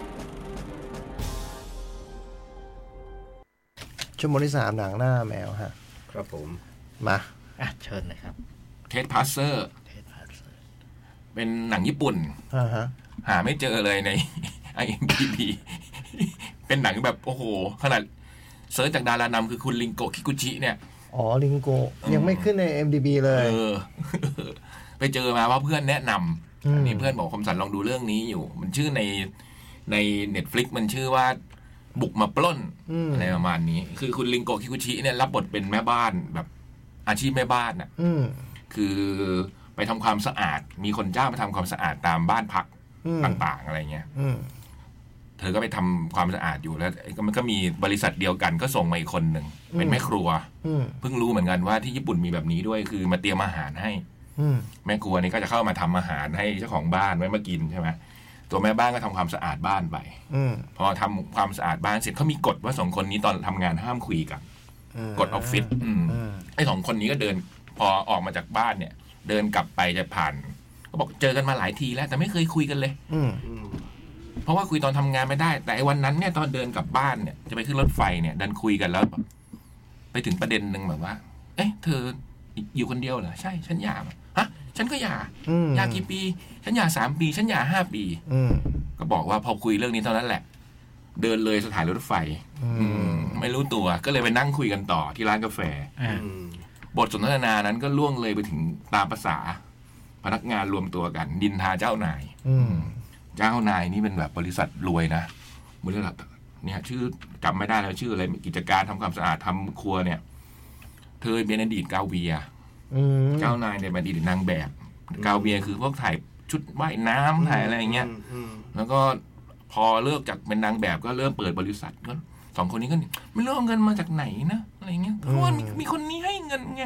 Speaker 2: ชั่วโมงที่สามหนังหน้าแมวฮะ
Speaker 3: ครับผม
Speaker 2: มา
Speaker 1: อ่ะเชิญเลยครับ
Speaker 5: เทสพาสเซอร์
Speaker 1: เทสพาร์ทเซอร์
Speaker 5: เป็นหนังญี่ปุ่น
Speaker 2: อ่าฮะ
Speaker 5: หาไม่เจอเลยใน IMDb เป็นหนังแบบโอ้โห ขนาดเซิร์ชจากดารานำคือคุณลิงโกะคิกุชิเนี่ย
Speaker 2: อ๋อลิงโกยังไม่ขึ้นใน MDB เล
Speaker 5: เอย อ ไปเจอมาว่าเพื่อนแนะน
Speaker 2: อืม
Speaker 5: ำนี่เพื่อนบอกคมสันลองดูเรื่องนี้อยู่ มันชื่อในในเน็ตฟลิกมันชื่อว่าบุกมาปล้น
Speaker 2: อืม
Speaker 5: อะไรประมาณนี้ คือคุณลิงโกะคิคุชิเนี่ยรับบทเป็นแม่บ้านแบบอาชีพแม่บ้านน่ะ
Speaker 2: อืม
Speaker 5: คือไปทำความสะอาด มีคนจ้างไปทำความสะอาดตามบ้านพัก
Speaker 2: อืม
Speaker 5: ต่างๆ อะไรเงี้ย
Speaker 2: อืม
Speaker 5: เธอก็ไปทำความสะอาดอยู่แล้วมันก็มีบริษัทเดียวกันก็ส่งมาอีกคนหนึ่งเป็นแม่ครัว
Speaker 2: อืม
Speaker 5: เพิ่งรู้เหมือนกันว่าที่ญี่ปุ่นมีแบบนี้ด้วยคือมาเตรียมอาหารให้
Speaker 2: อืม
Speaker 5: แม่ครัวนี่ก็จะเข้ามาทำอาหารให้เจ้าของบ้านไว้มากินใช่ไหมตัวแม่บ้านก็ทำความสะอาดบ้านไป
Speaker 2: อืม
Speaker 5: พอทำความสะอาดบ้านเสร็จเขามีกฎว่าสองคนนี้ตอนทำงานห้ามคุยกัน กฎออฟฟิศอืม
Speaker 2: อืม
Speaker 5: ไอ้สองคนนี้ก็เดินพอออกมาจากบ้านเนี่ย เดินกลับไปจะผ่านก็บอกเจอกันมาหลายทีแล้ว แต่ไม่เคยคุยกันเลย
Speaker 2: อืม
Speaker 5: เพราะว่าคุยตอนทำงานไม่ได้ แต่ไอ้วันนั้นเนี่ยตอนเดินกลับบ้านเนี่ยจะไปขึ้นรถไฟเนี่ยดันคุยกันแล้วแบบไปถึงประเด็นหนึ่งแบบว่า เอ๊ะ เธออยู่คนเดียวเหรอใช่ ฉันหย่าฮะ ฉันก็หย่า
Speaker 2: อืม
Speaker 5: หย่ากี่ปี ฉันหย่าสามปี ฉันหย่าห้าปี
Speaker 2: อืม
Speaker 5: ก็บอกว่าพอคุยเรื่องนี้เท่านั้นแหละ เดินเลยสถานรถไฟ
Speaker 2: อื
Speaker 5: อื
Speaker 2: ม
Speaker 5: ม ไม่รู้ตัวก็เลยไปนั่งคุยกันต่อที่ร้านกาแฟ
Speaker 1: อ่า
Speaker 5: บทสนทนานั้นก็ล่วงเลยไปถึงตามภาษา พนักงานรวมตัวกัน ดินทาเจ้านาย
Speaker 2: อืม
Speaker 5: เจ้านายนี่เป็นแบบบริษัทรวยนะบริษัทเนี่ย ชื่อจำไม่ได้แล้วชื่ออะไรกิจการทำความสะอาดทำครัวเนี่ย เธอเป็นอดีตกาเวีย
Speaker 2: อืม
Speaker 5: เจ้านายเนี่ยเป็นอดีตนางแบบ กาเวียคือพวกถ่ายชุดว่ายน้ำถ่ายอะไรอย่างเงี้ย แล้วก็พอเลิกจากเป็นนางแบบก็เริ่มเปิดบริษัทก็สองคนนี้ก็ไม่รู้เอาเงินมาจากไหนนะอะไรเงี้ยเพราะว่ามีมีคนนี้ให้เงินไง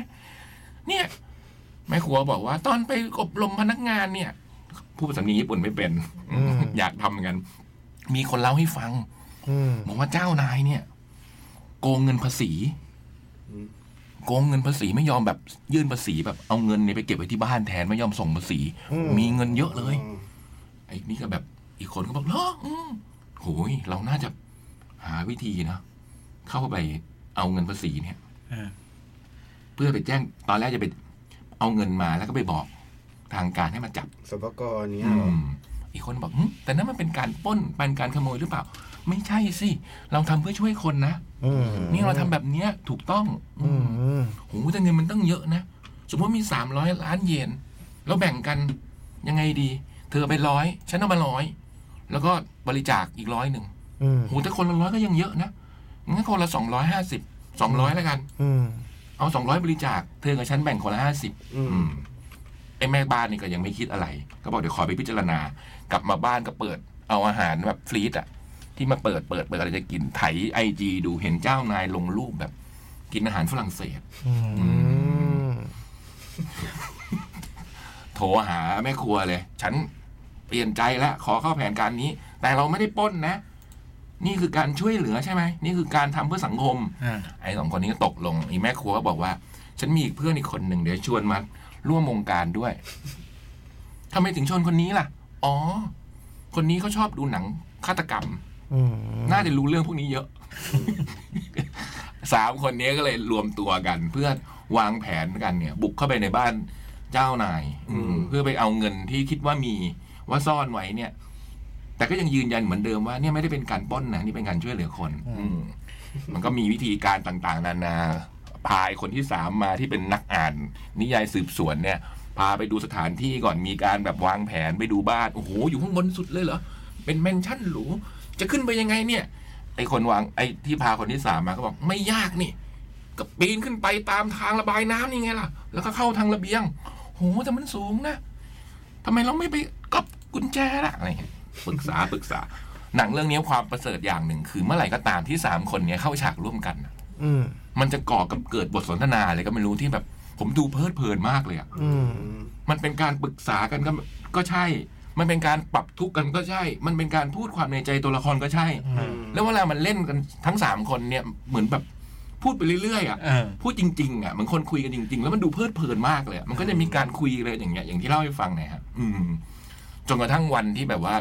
Speaker 5: เนี่ยแม่ครัวบอกว่า ตอนไปอบรมพนักงานเนี่ยผู้ภาษาญี่ปุ่นไม่เป็น อยากทำเหมือนกัน มีคนเล่าให้ฟัง
Speaker 2: อืม
Speaker 5: บอกว่าเจ้านายเนี่ย โกงเงินภาษี
Speaker 3: อืม
Speaker 5: โกงเงินภาษีไม่ยอมแบบยื่นภาษีแบบเอาเงินเนี่ยไปเก็บไว้ที่บ้านแทนไม่ยอมส่งภาษี มีเงินเยอะเลย ไอ้นี่ก็แบบอีกคนก็บอกเหรออืมโหยเราน่าจะหาวิธีนะ เข้าไปเอาเงินภาษีเนี่ย
Speaker 1: อ่า
Speaker 5: เพื่อไปแจ้งตอนแรกจะไปเอาเงินมาแล้วก็ไปบอกทางการให้มาจับ
Speaker 3: สปกรเนี้ย
Speaker 5: อืมอีกคนบอกหึแต่นั่นมันเป็นการปล้นเป็นการขโมยหรือเปล่า ไม่ใช่สิ เราทำเพื่อช่วยคนนะ
Speaker 2: อืม
Speaker 5: นี่เราทำแบบเนี้ยถูกต้อง อื
Speaker 2: อื
Speaker 5: ม
Speaker 2: มอืม
Speaker 5: โหแต่เงินมันตั้งเยอะนะ สมมติมีสามร้อยล้านเยน แล้วแบ่งกันยังไงดี เธอไปร้อยฉันเอามาร้อยแล้วก็บริจาคอีกร้อยหนึ่ง
Speaker 2: อืม
Speaker 5: โหแต่คนละร้อยก็ยังเยอะนะงั้นคนละสองร้อยห้าสิบสองร้อยแล้วกัน
Speaker 2: อืม
Speaker 5: เอาสองร้อยบริจาคเธอกับฉันแบ่งคนละห้าสิบไอ้แม่บ้านนี่ก็ยังไม่คิดอะไร ก็บอกเดี๋ยวขอไปพิจารณา กลับมาบ้านก็เปิด เอาอาหารแบบฟรีดอะที่มาเปิดเปิดเปิดอะไรจะกินไถไอจีดูเห็นเจ้านายลงรูปแบบ กินอาหารฝรั่งเศส
Speaker 2: อืม
Speaker 5: โทรหาแม่ครัวเลย ฉันเปลี่ยนใจแล้วขอเข้าแผนการนี้ แต่เราไม่ได้ปล้นนะ นี่คือการช่วยเหลือใช่ไหมนี่คือการทำเพื่อสังคม
Speaker 1: อ่า
Speaker 5: ไอ้สองคนนี้ก็ตกลงไอ้แม่ครัวก็บอกว่า ฉันมีอีกเพื่อนอีกคนหนึ่งเดี๋ยวชวนมาร่วมวงการด้วยทำไมถึงชวนคนนี้ล่ะ อ๋อ คนนี้เขาชอบดูหนังฆาตกรรม
Speaker 2: อืม
Speaker 5: น่าจะรู้เรื่องพวกนี้เยอะ สามคนนี้ก็เลยรวมตัวกัน เพื่อวางแผนกันเนี่ย บุกเข้าไปในบ้านเจ้านาย อืมเพื่อไปเอาเงินที่คิดว่ามีว่าซ่อนไว้เนี่ย แต่ก็ยังยืนยันเหมือนเดิมว่าเนี่ยไม่ได้เป็นการปล้นนะนี่เป็นการช่วยเหลือคน อืม มันก็มีวิธีการต่างๆ นานา พายคนที่สามมาที่เป็นนักอ่าน นิยายสืบสวนเนี่ย พาไปดูสถานที่ก่อนมีการแบบวางแผนไปดูบ้านโอ้โหอยู่ข้างบนสุดเลยเหรอเป็นแมนชั่นหรูจะขึ้นไปยังไงเนี่ย ไอคนวางไอที่พาคนที่สามมาก็บอกไม่ยากนี่ ก็ปีนขึ้นไปตามทางระบายน้ำนี่ไงล่ะ แล้วก็เข้าทางระเบียงโหแต่มันสูงนะทำไมเราไม่ไปก๊อปกุญแจล่ะอะไรเงี้ยปรึกษาปรึกษา หนังเรื่องนี้ความประเสริฐอย่างหนึ่ง คือเมื่อไหร่ก็ตามที่สามคนเนี้ยเข้าฉากร่วมกันน่ะ
Speaker 2: อืม
Speaker 5: มันจะก่อกับเกิดบทสนทนาอะไรก็ไม่รู้ที่แบบ ผมดูเพลิดเพลินมากเลยอะ
Speaker 2: อืม
Speaker 5: มันเป็นการปรึกษากันก็ก็ใช่ มันเป็นการปรับทุกข์กันก็ใช่ มันเป็นการพูดความในใจตัวละครก็ใช่ แล้วเวลามันเล่นกันทั้งสามคนเนี่ยเหมือนแบบพูดไปเรื่อยๆอ่ะ
Speaker 1: เออ
Speaker 5: พูดจริงๆอ่ะเหมันคนคุยกันจริง ๆ แล้วมันดูเพลิดเพลินมากเลยอะมันก็จะมีการคุยเลยอย่างเงี้ยอย่างที่เล่าให้ฟังเนี่ยครับอืม จนกระทั่งวันที่แบบว่า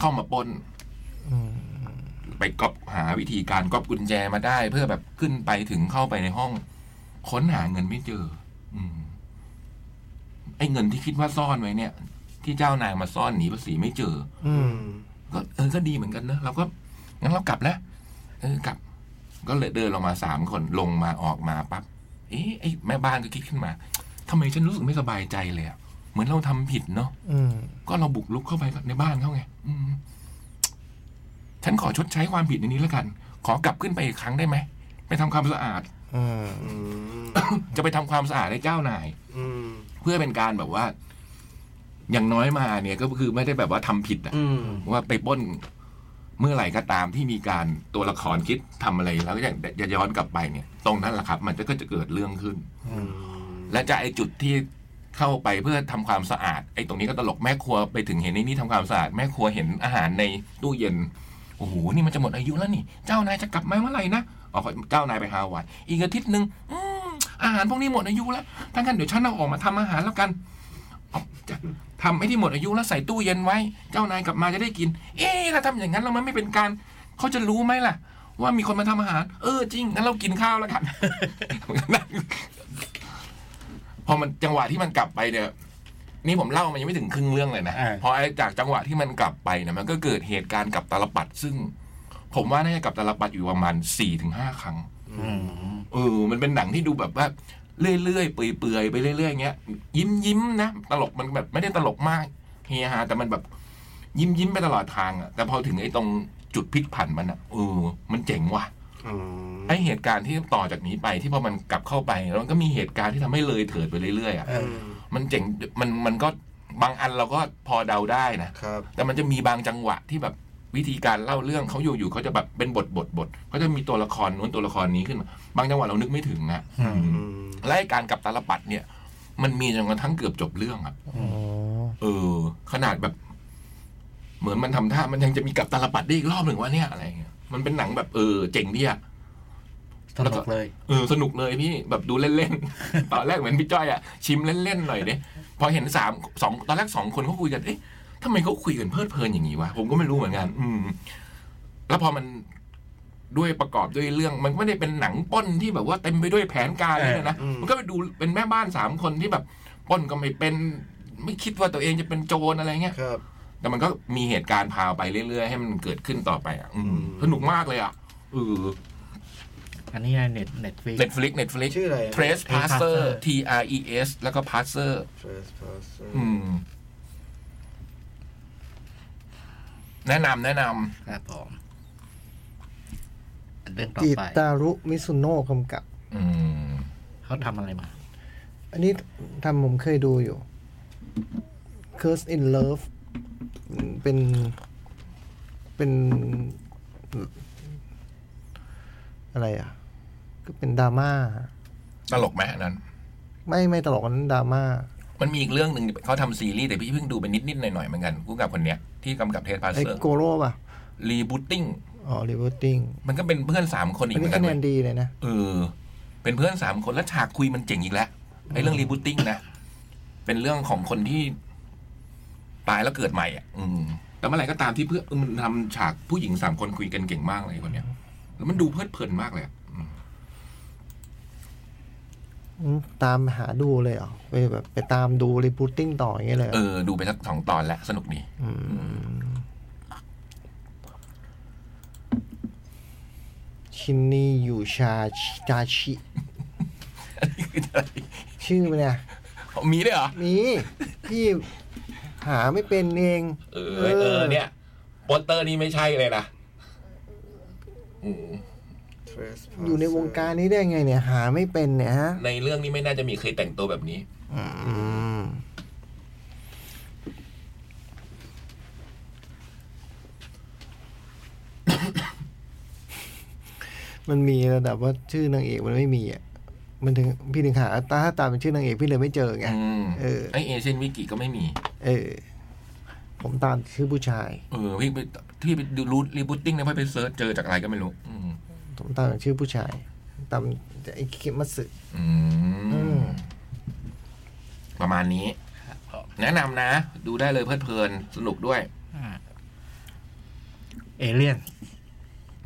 Speaker 5: เข้ามาปล้น
Speaker 2: อืม
Speaker 5: ไปก๊อปหาวิธีการก๊อปกุญแจมาได้ เพื่อแบบขึ้นไปถึงเข้าไปในห้อง ค้นหาเงินไม่เจอ อืม ไอ้เงินที่คิดว่าซ่อนไว้เนี่ย ที่เจ้านายมาซ่อนหนีภาษีไม่เจอ
Speaker 2: อืม
Speaker 5: ก็เออก็ดีเหมือนกันเนอะเราก็งั้นเรากลับแล้วเออกลับ ก็เลยเดินลงมาสามคนลงมาออกมาปั๊บเอ๊ะไอ้แม่บ้านก็คิดขึ้นมาทำไมฉันรู้สึกไม่สบายใจเลยอะเหมือนเราทำผิดเนาะ
Speaker 2: อืม
Speaker 5: ก็เราบุกลุกเข้าไปในบ้านเขาไงอืมฉันขอชดใช้ความผิดในนี้แล้วกัน ขอกลับขึ้นไปอีกครั้งได้ไหม ไปทำความสะอาด
Speaker 2: อืม
Speaker 4: อืม
Speaker 5: จะไปทำความสะอาดให้เจ้านาย
Speaker 4: อืม
Speaker 5: เพื่อเป็นการแบบว่า อย่างน้อยมาเนี่ยก็คือไม่ได้แบบว่าทำผิดอะ
Speaker 3: อืม
Speaker 5: ว่าไปปล้น เมื่อไหร่ก็ตามที่มีการตัวละครคิดทำอะไร แล้วก็อย่างจะย้อนกลับไปเนี่ย ตรงนั้นแหละครับ มันก็จะเกิดเรื่องขึ้น และจะไอจุดที่เข้าไปเพื่อทำความสะอาดไอตรงนี้ก็ตลกแม่ครัวไปถึงเห็นไอ้นี่ทำความสะอาดแม่ครัวเห็นอาหารในตู้เย็นโอ้โหนี่มันจะหมดอายุแล้วนี่ เจ้านายจะกลับมาเมื่อไหร่นะอ๋อเจ้านายไปฮาวายอีกอาทิตย์หนึ่งอืมอาหารพวกนี้หมดอายุแล้วถ้างั้นเดี๋ยวฉันเอาออกมาทำอาหารแล้วกันเอาจะทำไอ้ที่หมดอายุแล้วใส่ตู้เย็นไว้ เจ้านายกลับมาจะได้กิน เอ๊ะถ้าทำอย่างนั้นแล้วมันไม่เป็นการเขาจะรู้ไหมล่ะ ว่ามีคนมาทำอาหาร เออจริงงั้นเรากินข้าวแล้วกัน พอมันจังหวะที่มันกลับไปเนี่ยนี่ผมเล่ามันยังไม่ถึงครึ่งเรื่องเลยนะ
Speaker 3: อ่า
Speaker 5: พอไอ้จากจังหวะที่มันกลับไปเนี่ยมันก็เกิดเหตุการณ์กับตาลปัดซึ่ง ผมว่าน่าจะกับตาลปัดอยู่ประมาณสี่ถึงห้าครั้ง
Speaker 1: อืม
Speaker 5: เออมันเป็นหนังที่ดูแบบว่าเรื่อยๆเปื่อยๆไปเรื่อยๆอย่างเงี้ย ยิ้มยิ้มๆนะตลกมันแบบไม่ได้ตลกมากเฮฮาแต่มันแบบยิ้มยิ้มๆไปตลอดทางอะแต่พอถึงไอ้ตรงจุดพลิกผันมันอะเออมันเจ๋งว่ะ
Speaker 4: อืม
Speaker 5: ไอเหตุการณ์ที่ต่อจากนี้ไปที่พอมันกลับเข้าไป แล้วมันก็มีเหตุการณ์ที่ทำให้เลยเถิดไปเรื่อยๆอ่ะ
Speaker 4: อืม
Speaker 5: มันเจ๋งมันมันก็บางอันเราก็พอเดาได้นะ
Speaker 4: ครับ
Speaker 5: แต่มันจะมีบางจังหวะที่แบบวิธีการเล่าเรื่องเขาอยู่ๆเขาจะแบบเป็นบทบทบทเขาจะมีตัวละครนู้นตัวละครนี้ขึ้นมาบางจังหวะเรานึกไม่ถึงนะ
Speaker 1: อืม
Speaker 4: อืม
Speaker 5: และไอ้การกลับตาลปัดเนี่ย มันมีจนกระทั่งเกือบจบเรื่องอ่ะ
Speaker 2: อ๋อ
Speaker 5: เออ ขนาดแบบ เหมือนมันทำท่ามันยังจะมีกลับตาลปัดได้อีกรอบหนึ่งวะเนี่ยอะไรเงี้ยมันเป็นหนังแบบเออเจ๋งดีอ่ะ
Speaker 1: สนุกเลย
Speaker 5: เออสนุกเลยพี่แบบดูเล่นๆ ตอนแรกเหมือนพี่จ้อยอะชิมเล่นๆหน่อยเด้พอเห็นสามสองตอนแรกสองคนเขาคุยกันเอ๊ะทำไมเขาคุยกันเพลิดเพลินอย่างนี้วะผมก็ไม่รู้เหมือนกัน อืม แล้วพอมันด้วยประกอบด้วยเรื่อง มันไม่ได้เป็นหนังปล้นที่แบบว่าเต็มไปด้วยแผนการ
Speaker 1: เออ
Speaker 5: เลยนะ
Speaker 4: อืม
Speaker 5: มันก็ไปดูเป็นแม่บ้านสามคนที่แบบปล้นก็ไม่เป็น ไม่คิดว่าตัวเองจะเป็นโจรอะไรเงี้ย
Speaker 4: ครับ
Speaker 5: แต่มันก็มีเหตุการณ์พาไปเรื่อยๆให้มันเกิดขึ้นต่อไปอ่ะอืมสนุกมากเลยอ่ะเออ
Speaker 1: อันนี้ในเน็ตเน็ตฟิก
Speaker 5: Netflix Netflix
Speaker 4: ชื่ออะไรนะ
Speaker 5: Trace Passer
Speaker 1: Passer
Speaker 5: T R E S แล้วก็ Passer
Speaker 4: Trespasser
Speaker 5: อืม แนะนำแนะน
Speaker 1: ครับผมเรื่องต่อ
Speaker 2: จิ
Speaker 1: ไป
Speaker 2: ตารุมิซุโนะกำกับ
Speaker 5: ำอืม
Speaker 1: เขาทำอะไรมา
Speaker 2: อันนี้ทำผมเคยดูอยู่ Curse in Love เป็น เป็น อะไรอ่ะ ก็เป็นดราม่า
Speaker 5: ตลกไหมอันนั้น
Speaker 2: ไม่ไม่ตลกอันนั้นดราม่า
Speaker 5: มันมีอีกเรื่องหนึ่งเขาทำซีรีส์แต่พี่เพิ่งดูไปนิด ๆ หน่อย ๆ เหมือนกันผู้กำกับคนเนี้ย ที่กำกับเทสพาส
Speaker 2: ไอ้
Speaker 5: เซอร์
Speaker 2: โกโร่ป่ะ
Speaker 5: รีบูตติ้ง
Speaker 2: อ๋อ r e v o l t i n g
Speaker 5: มันก็เป็นเพื่อนสามคนอี
Speaker 2: อั
Speaker 5: ก
Speaker 2: นนี้
Speaker 5: เหมือนกั
Speaker 2: คะ
Speaker 5: น
Speaker 2: แน
Speaker 5: เว้ย
Speaker 2: นดีเลยนะ
Speaker 5: เออ เป็นเพื่อนสามคนแล้วฉากคุยมันเจ๋งอีกแล้วไอ้เรื่องรีบูตติ้งนะ เป็นเรื่องของคนที่ ตายแล้วเกิดใหม่อ่ะ อืม แต่เมื่อไหร่ก็ตามที่เพื่อนเออมันทำฉากผู้หญิงสามคนคุยกันเก่งมากเลยคนเนี้ย แล้วมันดูเพลิดเพลินมากเลยอะอืม
Speaker 2: อืมตามหาดูเลยเหรอไปแบบไปตามดู r e b o o t i n g ต่ออย่างเงี้ยเลยเหรอ
Speaker 5: เออ ดูไปสักสองตอนแล้วสนุกดี
Speaker 2: มชินนี่อยู่ชาชิจาชิ ชื่อมันเนี่ย
Speaker 5: มีด้วยเหรอ
Speaker 2: มี พี่หาไม่เป็นเอง
Speaker 5: เออ เออ เนี่ยโปสเตอร์นี่ไม่ใช่เลยนะอืม
Speaker 4: Trespasser
Speaker 2: อยู่ในวงการนี้ได้ไงเนี่ย หาไม่เป็นเนี่ยฮะ
Speaker 5: ในเรื่องนี้ไม่น่าจะมีใครแต่งตัวแบบนี้
Speaker 2: อืม มันมีระดับว่าชื่อนางเอกมันไม่มีอ่ะ มันถึงพี่ถึงหาตาถ้าตามเป็นชื่อนางเอกพี่เลยไม่เจอไง
Speaker 5: อืม
Speaker 2: เออ
Speaker 5: ไอเอเชียนวิกิก็ไม่มี
Speaker 2: เออ ผมตามชื่อผู้ชาย
Speaker 5: เออพี่ไปที่ไปดูรูทรีบูตติ้งเนี่ยเพอไปเซิร์ชเจอจากอะไรก็ไม่รู้ อืม
Speaker 2: ผมตามชื่อผู้ชาย ตามไอ้คิมัตสึ
Speaker 5: อื
Speaker 2: อืม
Speaker 5: มประมาณนี้ แนะนำนะ ดูได้เลยเพลิดเพลินสนุกด้วย
Speaker 1: เอเลียน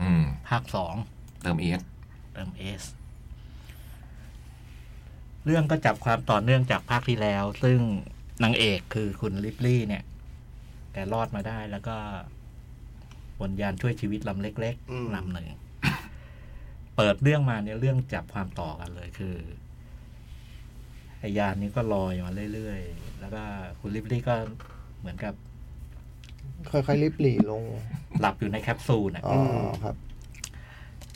Speaker 5: อืม
Speaker 1: ภาคสอง
Speaker 5: เติมเอส
Speaker 1: เติมเอส เรื่องก็จับความต่อเนื่องจากภาคที่แล้ว ซึ่งนางเอกคือคุณลิปลี่เนี่ย แกรอดมาได้แล้วก็ บนยานช่วยชีวิตลำเล็ก
Speaker 3: อืม
Speaker 1: ๆลำหนึ่ง เปิดเรื่องมาเนี่ยเรื่องจับความต่อกันเลยคือไอยานนี้ก็ลอยมาเรื่อยๆ แล้วก็คุณลิฟลี่ก็เหมือนกับ
Speaker 2: ค่อยๆรีบหลีลง
Speaker 1: หลับอยู่ในแคปซูลนะ
Speaker 2: อ๋อครับ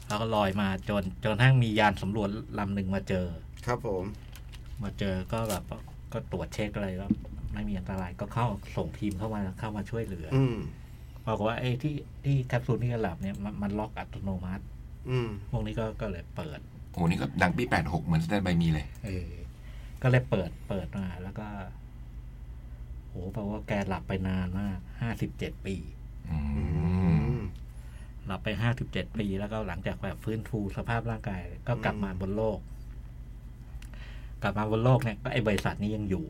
Speaker 1: แล้วก็ลอยมาจนจนกระทั้งมียานสำรวจลำหนึ่งมาเจอ
Speaker 3: ครับผม
Speaker 1: มาเจอก็แบบว่าก็ตรวจเช็คอะไรก็ไม่มีอันตรายก็เข้าส่งทีมเข้ามาเข้ามาช่วยเหลืออ
Speaker 3: อืม
Speaker 1: ปรากฏว่าไอ้ที่ที่แคปซูลที่จะหลับเนี่ยมันมันล็อกอัตโนมัติ
Speaker 3: อืม
Speaker 1: พวกนี้ก็ก็เลยเปิด
Speaker 5: โอ้โหนี่ก็ดังปี 86 เหมือนสแตนบายมีเลย
Speaker 1: เออ ก็เลยเปิดเปิดมาแล้วก็โหแปลว่าแกหลับไปนานมากห้าสิบเจ็ดปี
Speaker 5: อืม
Speaker 3: อืม
Speaker 1: หลับไปห้าสิบเจ็ดปี แล้วก็หลังจากแบบฟื้นฟูสภาพร่างกาย ก็กลับมาบนโลก กลับมาบนโลกเนี่ยก็ไอ้บริษัทนี้ยังอยู่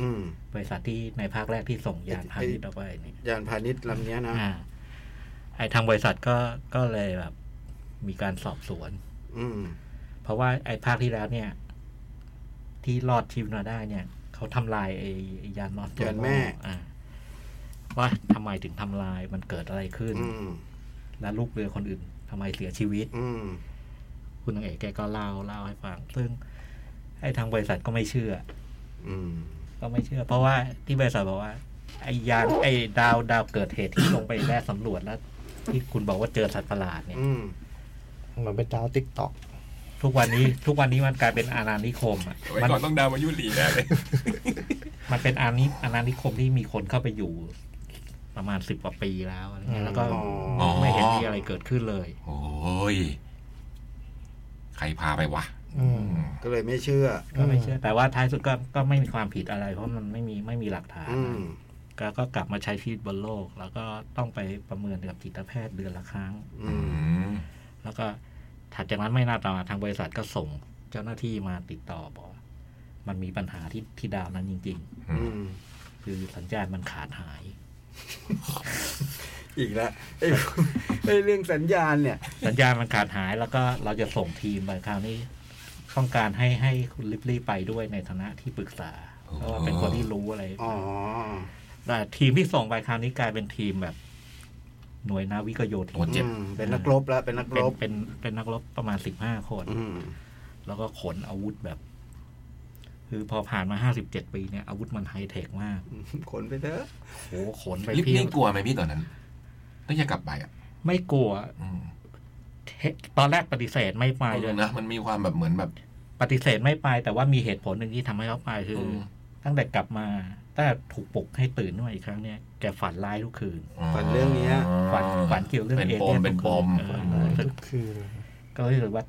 Speaker 3: อืม
Speaker 1: บริษัทที่ในภาคแรกที่ส่งยานพาณิชย์ออกไปนี่
Speaker 3: ยานพาณิชย์ลำเนี้ยนะ
Speaker 1: อ่าไอทางบริษัทก็ก็เลยแบบ มีการสอบสวน
Speaker 3: อืม
Speaker 1: เพราะว่าไอภาคที่แล้วเนี่ย ที่รอดชีวิตมาได้เนี่ย เขาทำลายไอยานนอสตัวย
Speaker 3: านแม่
Speaker 1: อ่าว่าทำไมถึงทำลายมันเกิดอะไรขึ้น
Speaker 3: อืม
Speaker 1: และลูกเรือคนอื่นทำไมเสียชีวิต
Speaker 3: อืม
Speaker 1: คุณนางเอกแกก็เล่าเล่าให้ฟัง ซึ่งไอทางบริษัทก็ไม่เชื่อ
Speaker 3: อืม
Speaker 1: ก็ไม่เชื่อ เพราะว่าที่บริษัทบอกว่า ไอยานไอดาวดาวเกิดเหตุที่ลงไปแร่สำรวจแล้ว ที่คุณบอกว่าเจอสัตว์ประหลาดเนี่ย
Speaker 3: อืม
Speaker 2: มันเป็นดาวติ๊กต็อก
Speaker 1: ทุกวันนี้ ทุกวันนี้มันกลายเป็นอาณานิคมอ่ะ
Speaker 5: ไว้
Speaker 1: มัน
Speaker 5: ก่อนต้องดาวมายุรีแน่เลย
Speaker 1: มันเป็นอาณานิอาณานิคมที่มีคนเข้าไปอยู่ ประมาณสิบกว่าปีแล้วอะไรเงี้ยแล้วก็
Speaker 5: อ๋อ
Speaker 1: ไม่เห็นมีอะไรเกิดขึ้นเลย
Speaker 5: โอ้ย ใครพาไปวะ
Speaker 2: อืม
Speaker 5: อืม
Speaker 3: ก็เลยไม่เชื่อ
Speaker 1: ก็ไม่เชื่อ แต่ว่าท้ายสุดก็ก็ไม่มีความผิดอะไร เพราะมันไม่มีไม่มีหลักฐาน
Speaker 3: อืม
Speaker 1: ก็ก็กลับมาใช้ชีวิตบนโลก แล้วก็ต้องไปประเมินกับจิตแพทย์เดือนละครั้ง
Speaker 3: อืม
Speaker 5: ม
Speaker 1: แล้วก็ถัดจากนั้นไม่นานต่อมาทางบริษัทก็ส่งเจ้าหน้าที่มาติดต่อบอกว่ามันมีปัญหาที่ที่ดาวนั้นจริง
Speaker 3: อืม
Speaker 1: ๆ คือสัญญาณมันขาดหาย
Speaker 3: อีกแล้ว ไอ้ไอ้เรื่องสัญญาณเนี่ย
Speaker 1: สัญญาณมันขาดหายแล้วก็เราจะส่งทีมไปคราวนี้ต้องการให้ให้คุณลิปลี่ไปด้วยในฐานะที่ปรึกษาเพราะว่าเป็นคนที่รู้อะไร
Speaker 3: อ๋อ
Speaker 1: แต่ทีมที่ส่งไปคราวนี้กลายเป็นทีมแบบ หน่วยนาวิกโยธิ
Speaker 5: ตัวน เจ็บ
Speaker 3: อืมเป็นนักรบแล้ว เป็นนักร
Speaker 1: เป็น
Speaker 3: บ
Speaker 1: เป็นเป็นนักรบประมาณสิบห้าคน
Speaker 3: อืม
Speaker 1: แล้วก็ขนอาวุธแบบ คือพอผ่านมาห้าสิบเจ็ดปีเนี่ยอาวุธมันไฮเทคมาก
Speaker 3: ขนไปเถอะ
Speaker 1: โหขนไป
Speaker 5: ลิฟต์
Speaker 1: เพีย
Speaker 5: นี่
Speaker 1: ง
Speaker 5: กลัวไหมพี่ตอนนั้นต้องจะกลับไปอ่ะ
Speaker 1: ไม่กลัว
Speaker 5: อืม
Speaker 1: เทตอนแรกปฏิเสธไม่ไปเลย
Speaker 5: นะมันมีความแบบเหมือนแบบ
Speaker 1: ปฏิเสธไม่ไป แต่ว่ามีเหตุผลหนึ่งที่ทำให้เขาไปคืออ
Speaker 5: ม
Speaker 1: ตั้งแต่กลับมาตั้งแต่ถูกปลุกให้ตื่นขึ้นมาอีกครั้งเนี่ยแกฝันร้ายทุกคืน
Speaker 3: ฝันเรื่องเนี้ย
Speaker 1: ฝันฝันเกี่ยวเรื่อง
Speaker 5: เป็น
Speaker 1: เอ
Speaker 5: ป
Speaker 1: เลี่
Speaker 5: ม
Speaker 1: ยน
Speaker 5: เป็นปม
Speaker 1: เออรู้สึก
Speaker 2: ทุกคืน
Speaker 1: ก็รู้สึกว่า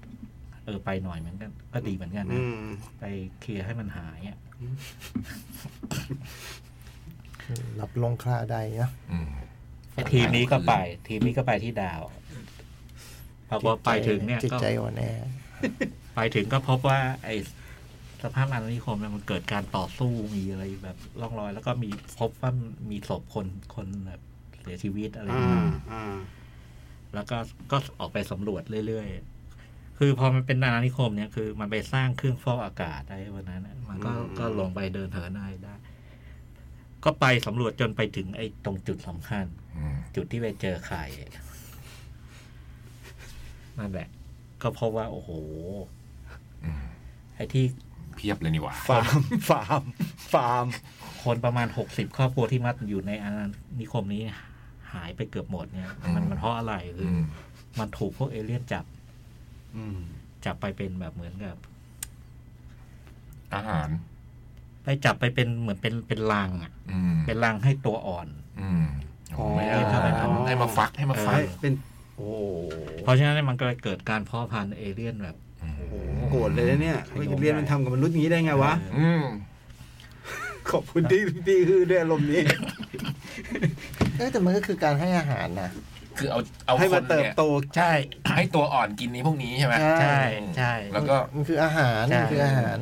Speaker 1: เออไปหน่อยเหมือนกัน ก็ดีเหมือนกัน
Speaker 3: อื
Speaker 1: นะ
Speaker 3: ม
Speaker 1: ไปเคลียร์ให้มันหายอ่ะ
Speaker 2: หลับลงคลาใดเนาะ
Speaker 5: อืม
Speaker 1: ทีมนี้ก็ไป ทีมนี้ก็ไปที่ดาวพอไปถึงเนี่ย
Speaker 2: จิต
Speaker 1: ก็
Speaker 2: ใจอ่อนแอ
Speaker 1: ไปถึงก็พบว่า ไอสภาพอาณานิคมเนี่ยมันเกิดการต่อสู้มีอะไรแบบร่องรอย แล้วก็มีพบว่ามีศพคนคนแบบเสียชีวิตอะไรอ
Speaker 3: อ่า
Speaker 1: ย่างเงี้ย
Speaker 3: อ่า
Speaker 1: แล้วก็ก็ออกไปสำรวจเรื่อยๆ คือพอมันเป็นอาณานิคมเนี่ยคือมันไปสร้างเครื่องฟอกอากาศได้วันนั้นน่ะมันก็
Speaker 3: อืม
Speaker 1: ก็ลงไปเดินเหินอะไรได้ ก็ไปสำรวจจนไปถึงไอ้ตรงจุดสำคัญ
Speaker 5: อืม
Speaker 1: จุดที่ไปเจอไข่นั่นแหละ ก็เพราะว่า โอ้โห
Speaker 5: อืม
Speaker 1: ไอ้ที่
Speaker 5: เพียบเลยนี่หว่า
Speaker 3: ฟาร์ม ฟาร์ม ฟาร์ม
Speaker 1: คนประมาณหกสิบครอบครัวที่มัดอยู่ในอาณานิคมนี้ หายไปเกือบหมดเนี่ย มัน
Speaker 5: อืม
Speaker 1: มันเพราะอะไรคื
Speaker 5: อื
Speaker 1: อ
Speaker 5: ม
Speaker 1: มันถูกพวกเอเลี่ยนจับ
Speaker 3: อืม
Speaker 1: จับไปเป็นแบบเหมือนกับ
Speaker 5: อาหาร
Speaker 1: ไปจับไปเป็นเหมือนเป็นเป็นรังอ่ะ
Speaker 5: อืม
Speaker 1: เป็นรังให้ตัวอ่อน
Speaker 5: อืมโอ้
Speaker 3: อ๋อ
Speaker 5: ไม่ได้ทำอาหารให้มาฟักให้มาฟัก
Speaker 3: เฮ้ยเป็น โอ้โห
Speaker 1: เพราะฉะนั้นมันก็เลยเกิดการเพาะพันธุ์เอเลี่ยนแบบ
Speaker 3: โอ้โหโกรธเลยนะเนี่ย
Speaker 1: ขยม
Speaker 3: ไม่เรียนมัน
Speaker 1: ได้
Speaker 3: ทำกับมนุษย์อย่างนี้ได้ไงวะ
Speaker 5: อืม
Speaker 3: ขอบคุณที่ที่ฮือด้วยอารมณ์นี้
Speaker 2: เอ้ยแต่มันก็คือการให้อาหารนะ
Speaker 5: คือเอาเอา
Speaker 3: ให้
Speaker 5: ค
Speaker 3: มานเติบ
Speaker 5: เนี่ย
Speaker 3: โต
Speaker 1: ใช่
Speaker 5: ให้ตัวอ่อนกินนี้พวกนี้ใช่ไหม
Speaker 1: ใช่ใช่
Speaker 5: แล้วก็
Speaker 2: มันคืออาหาร
Speaker 1: ใช่
Speaker 2: มันคืออาหาร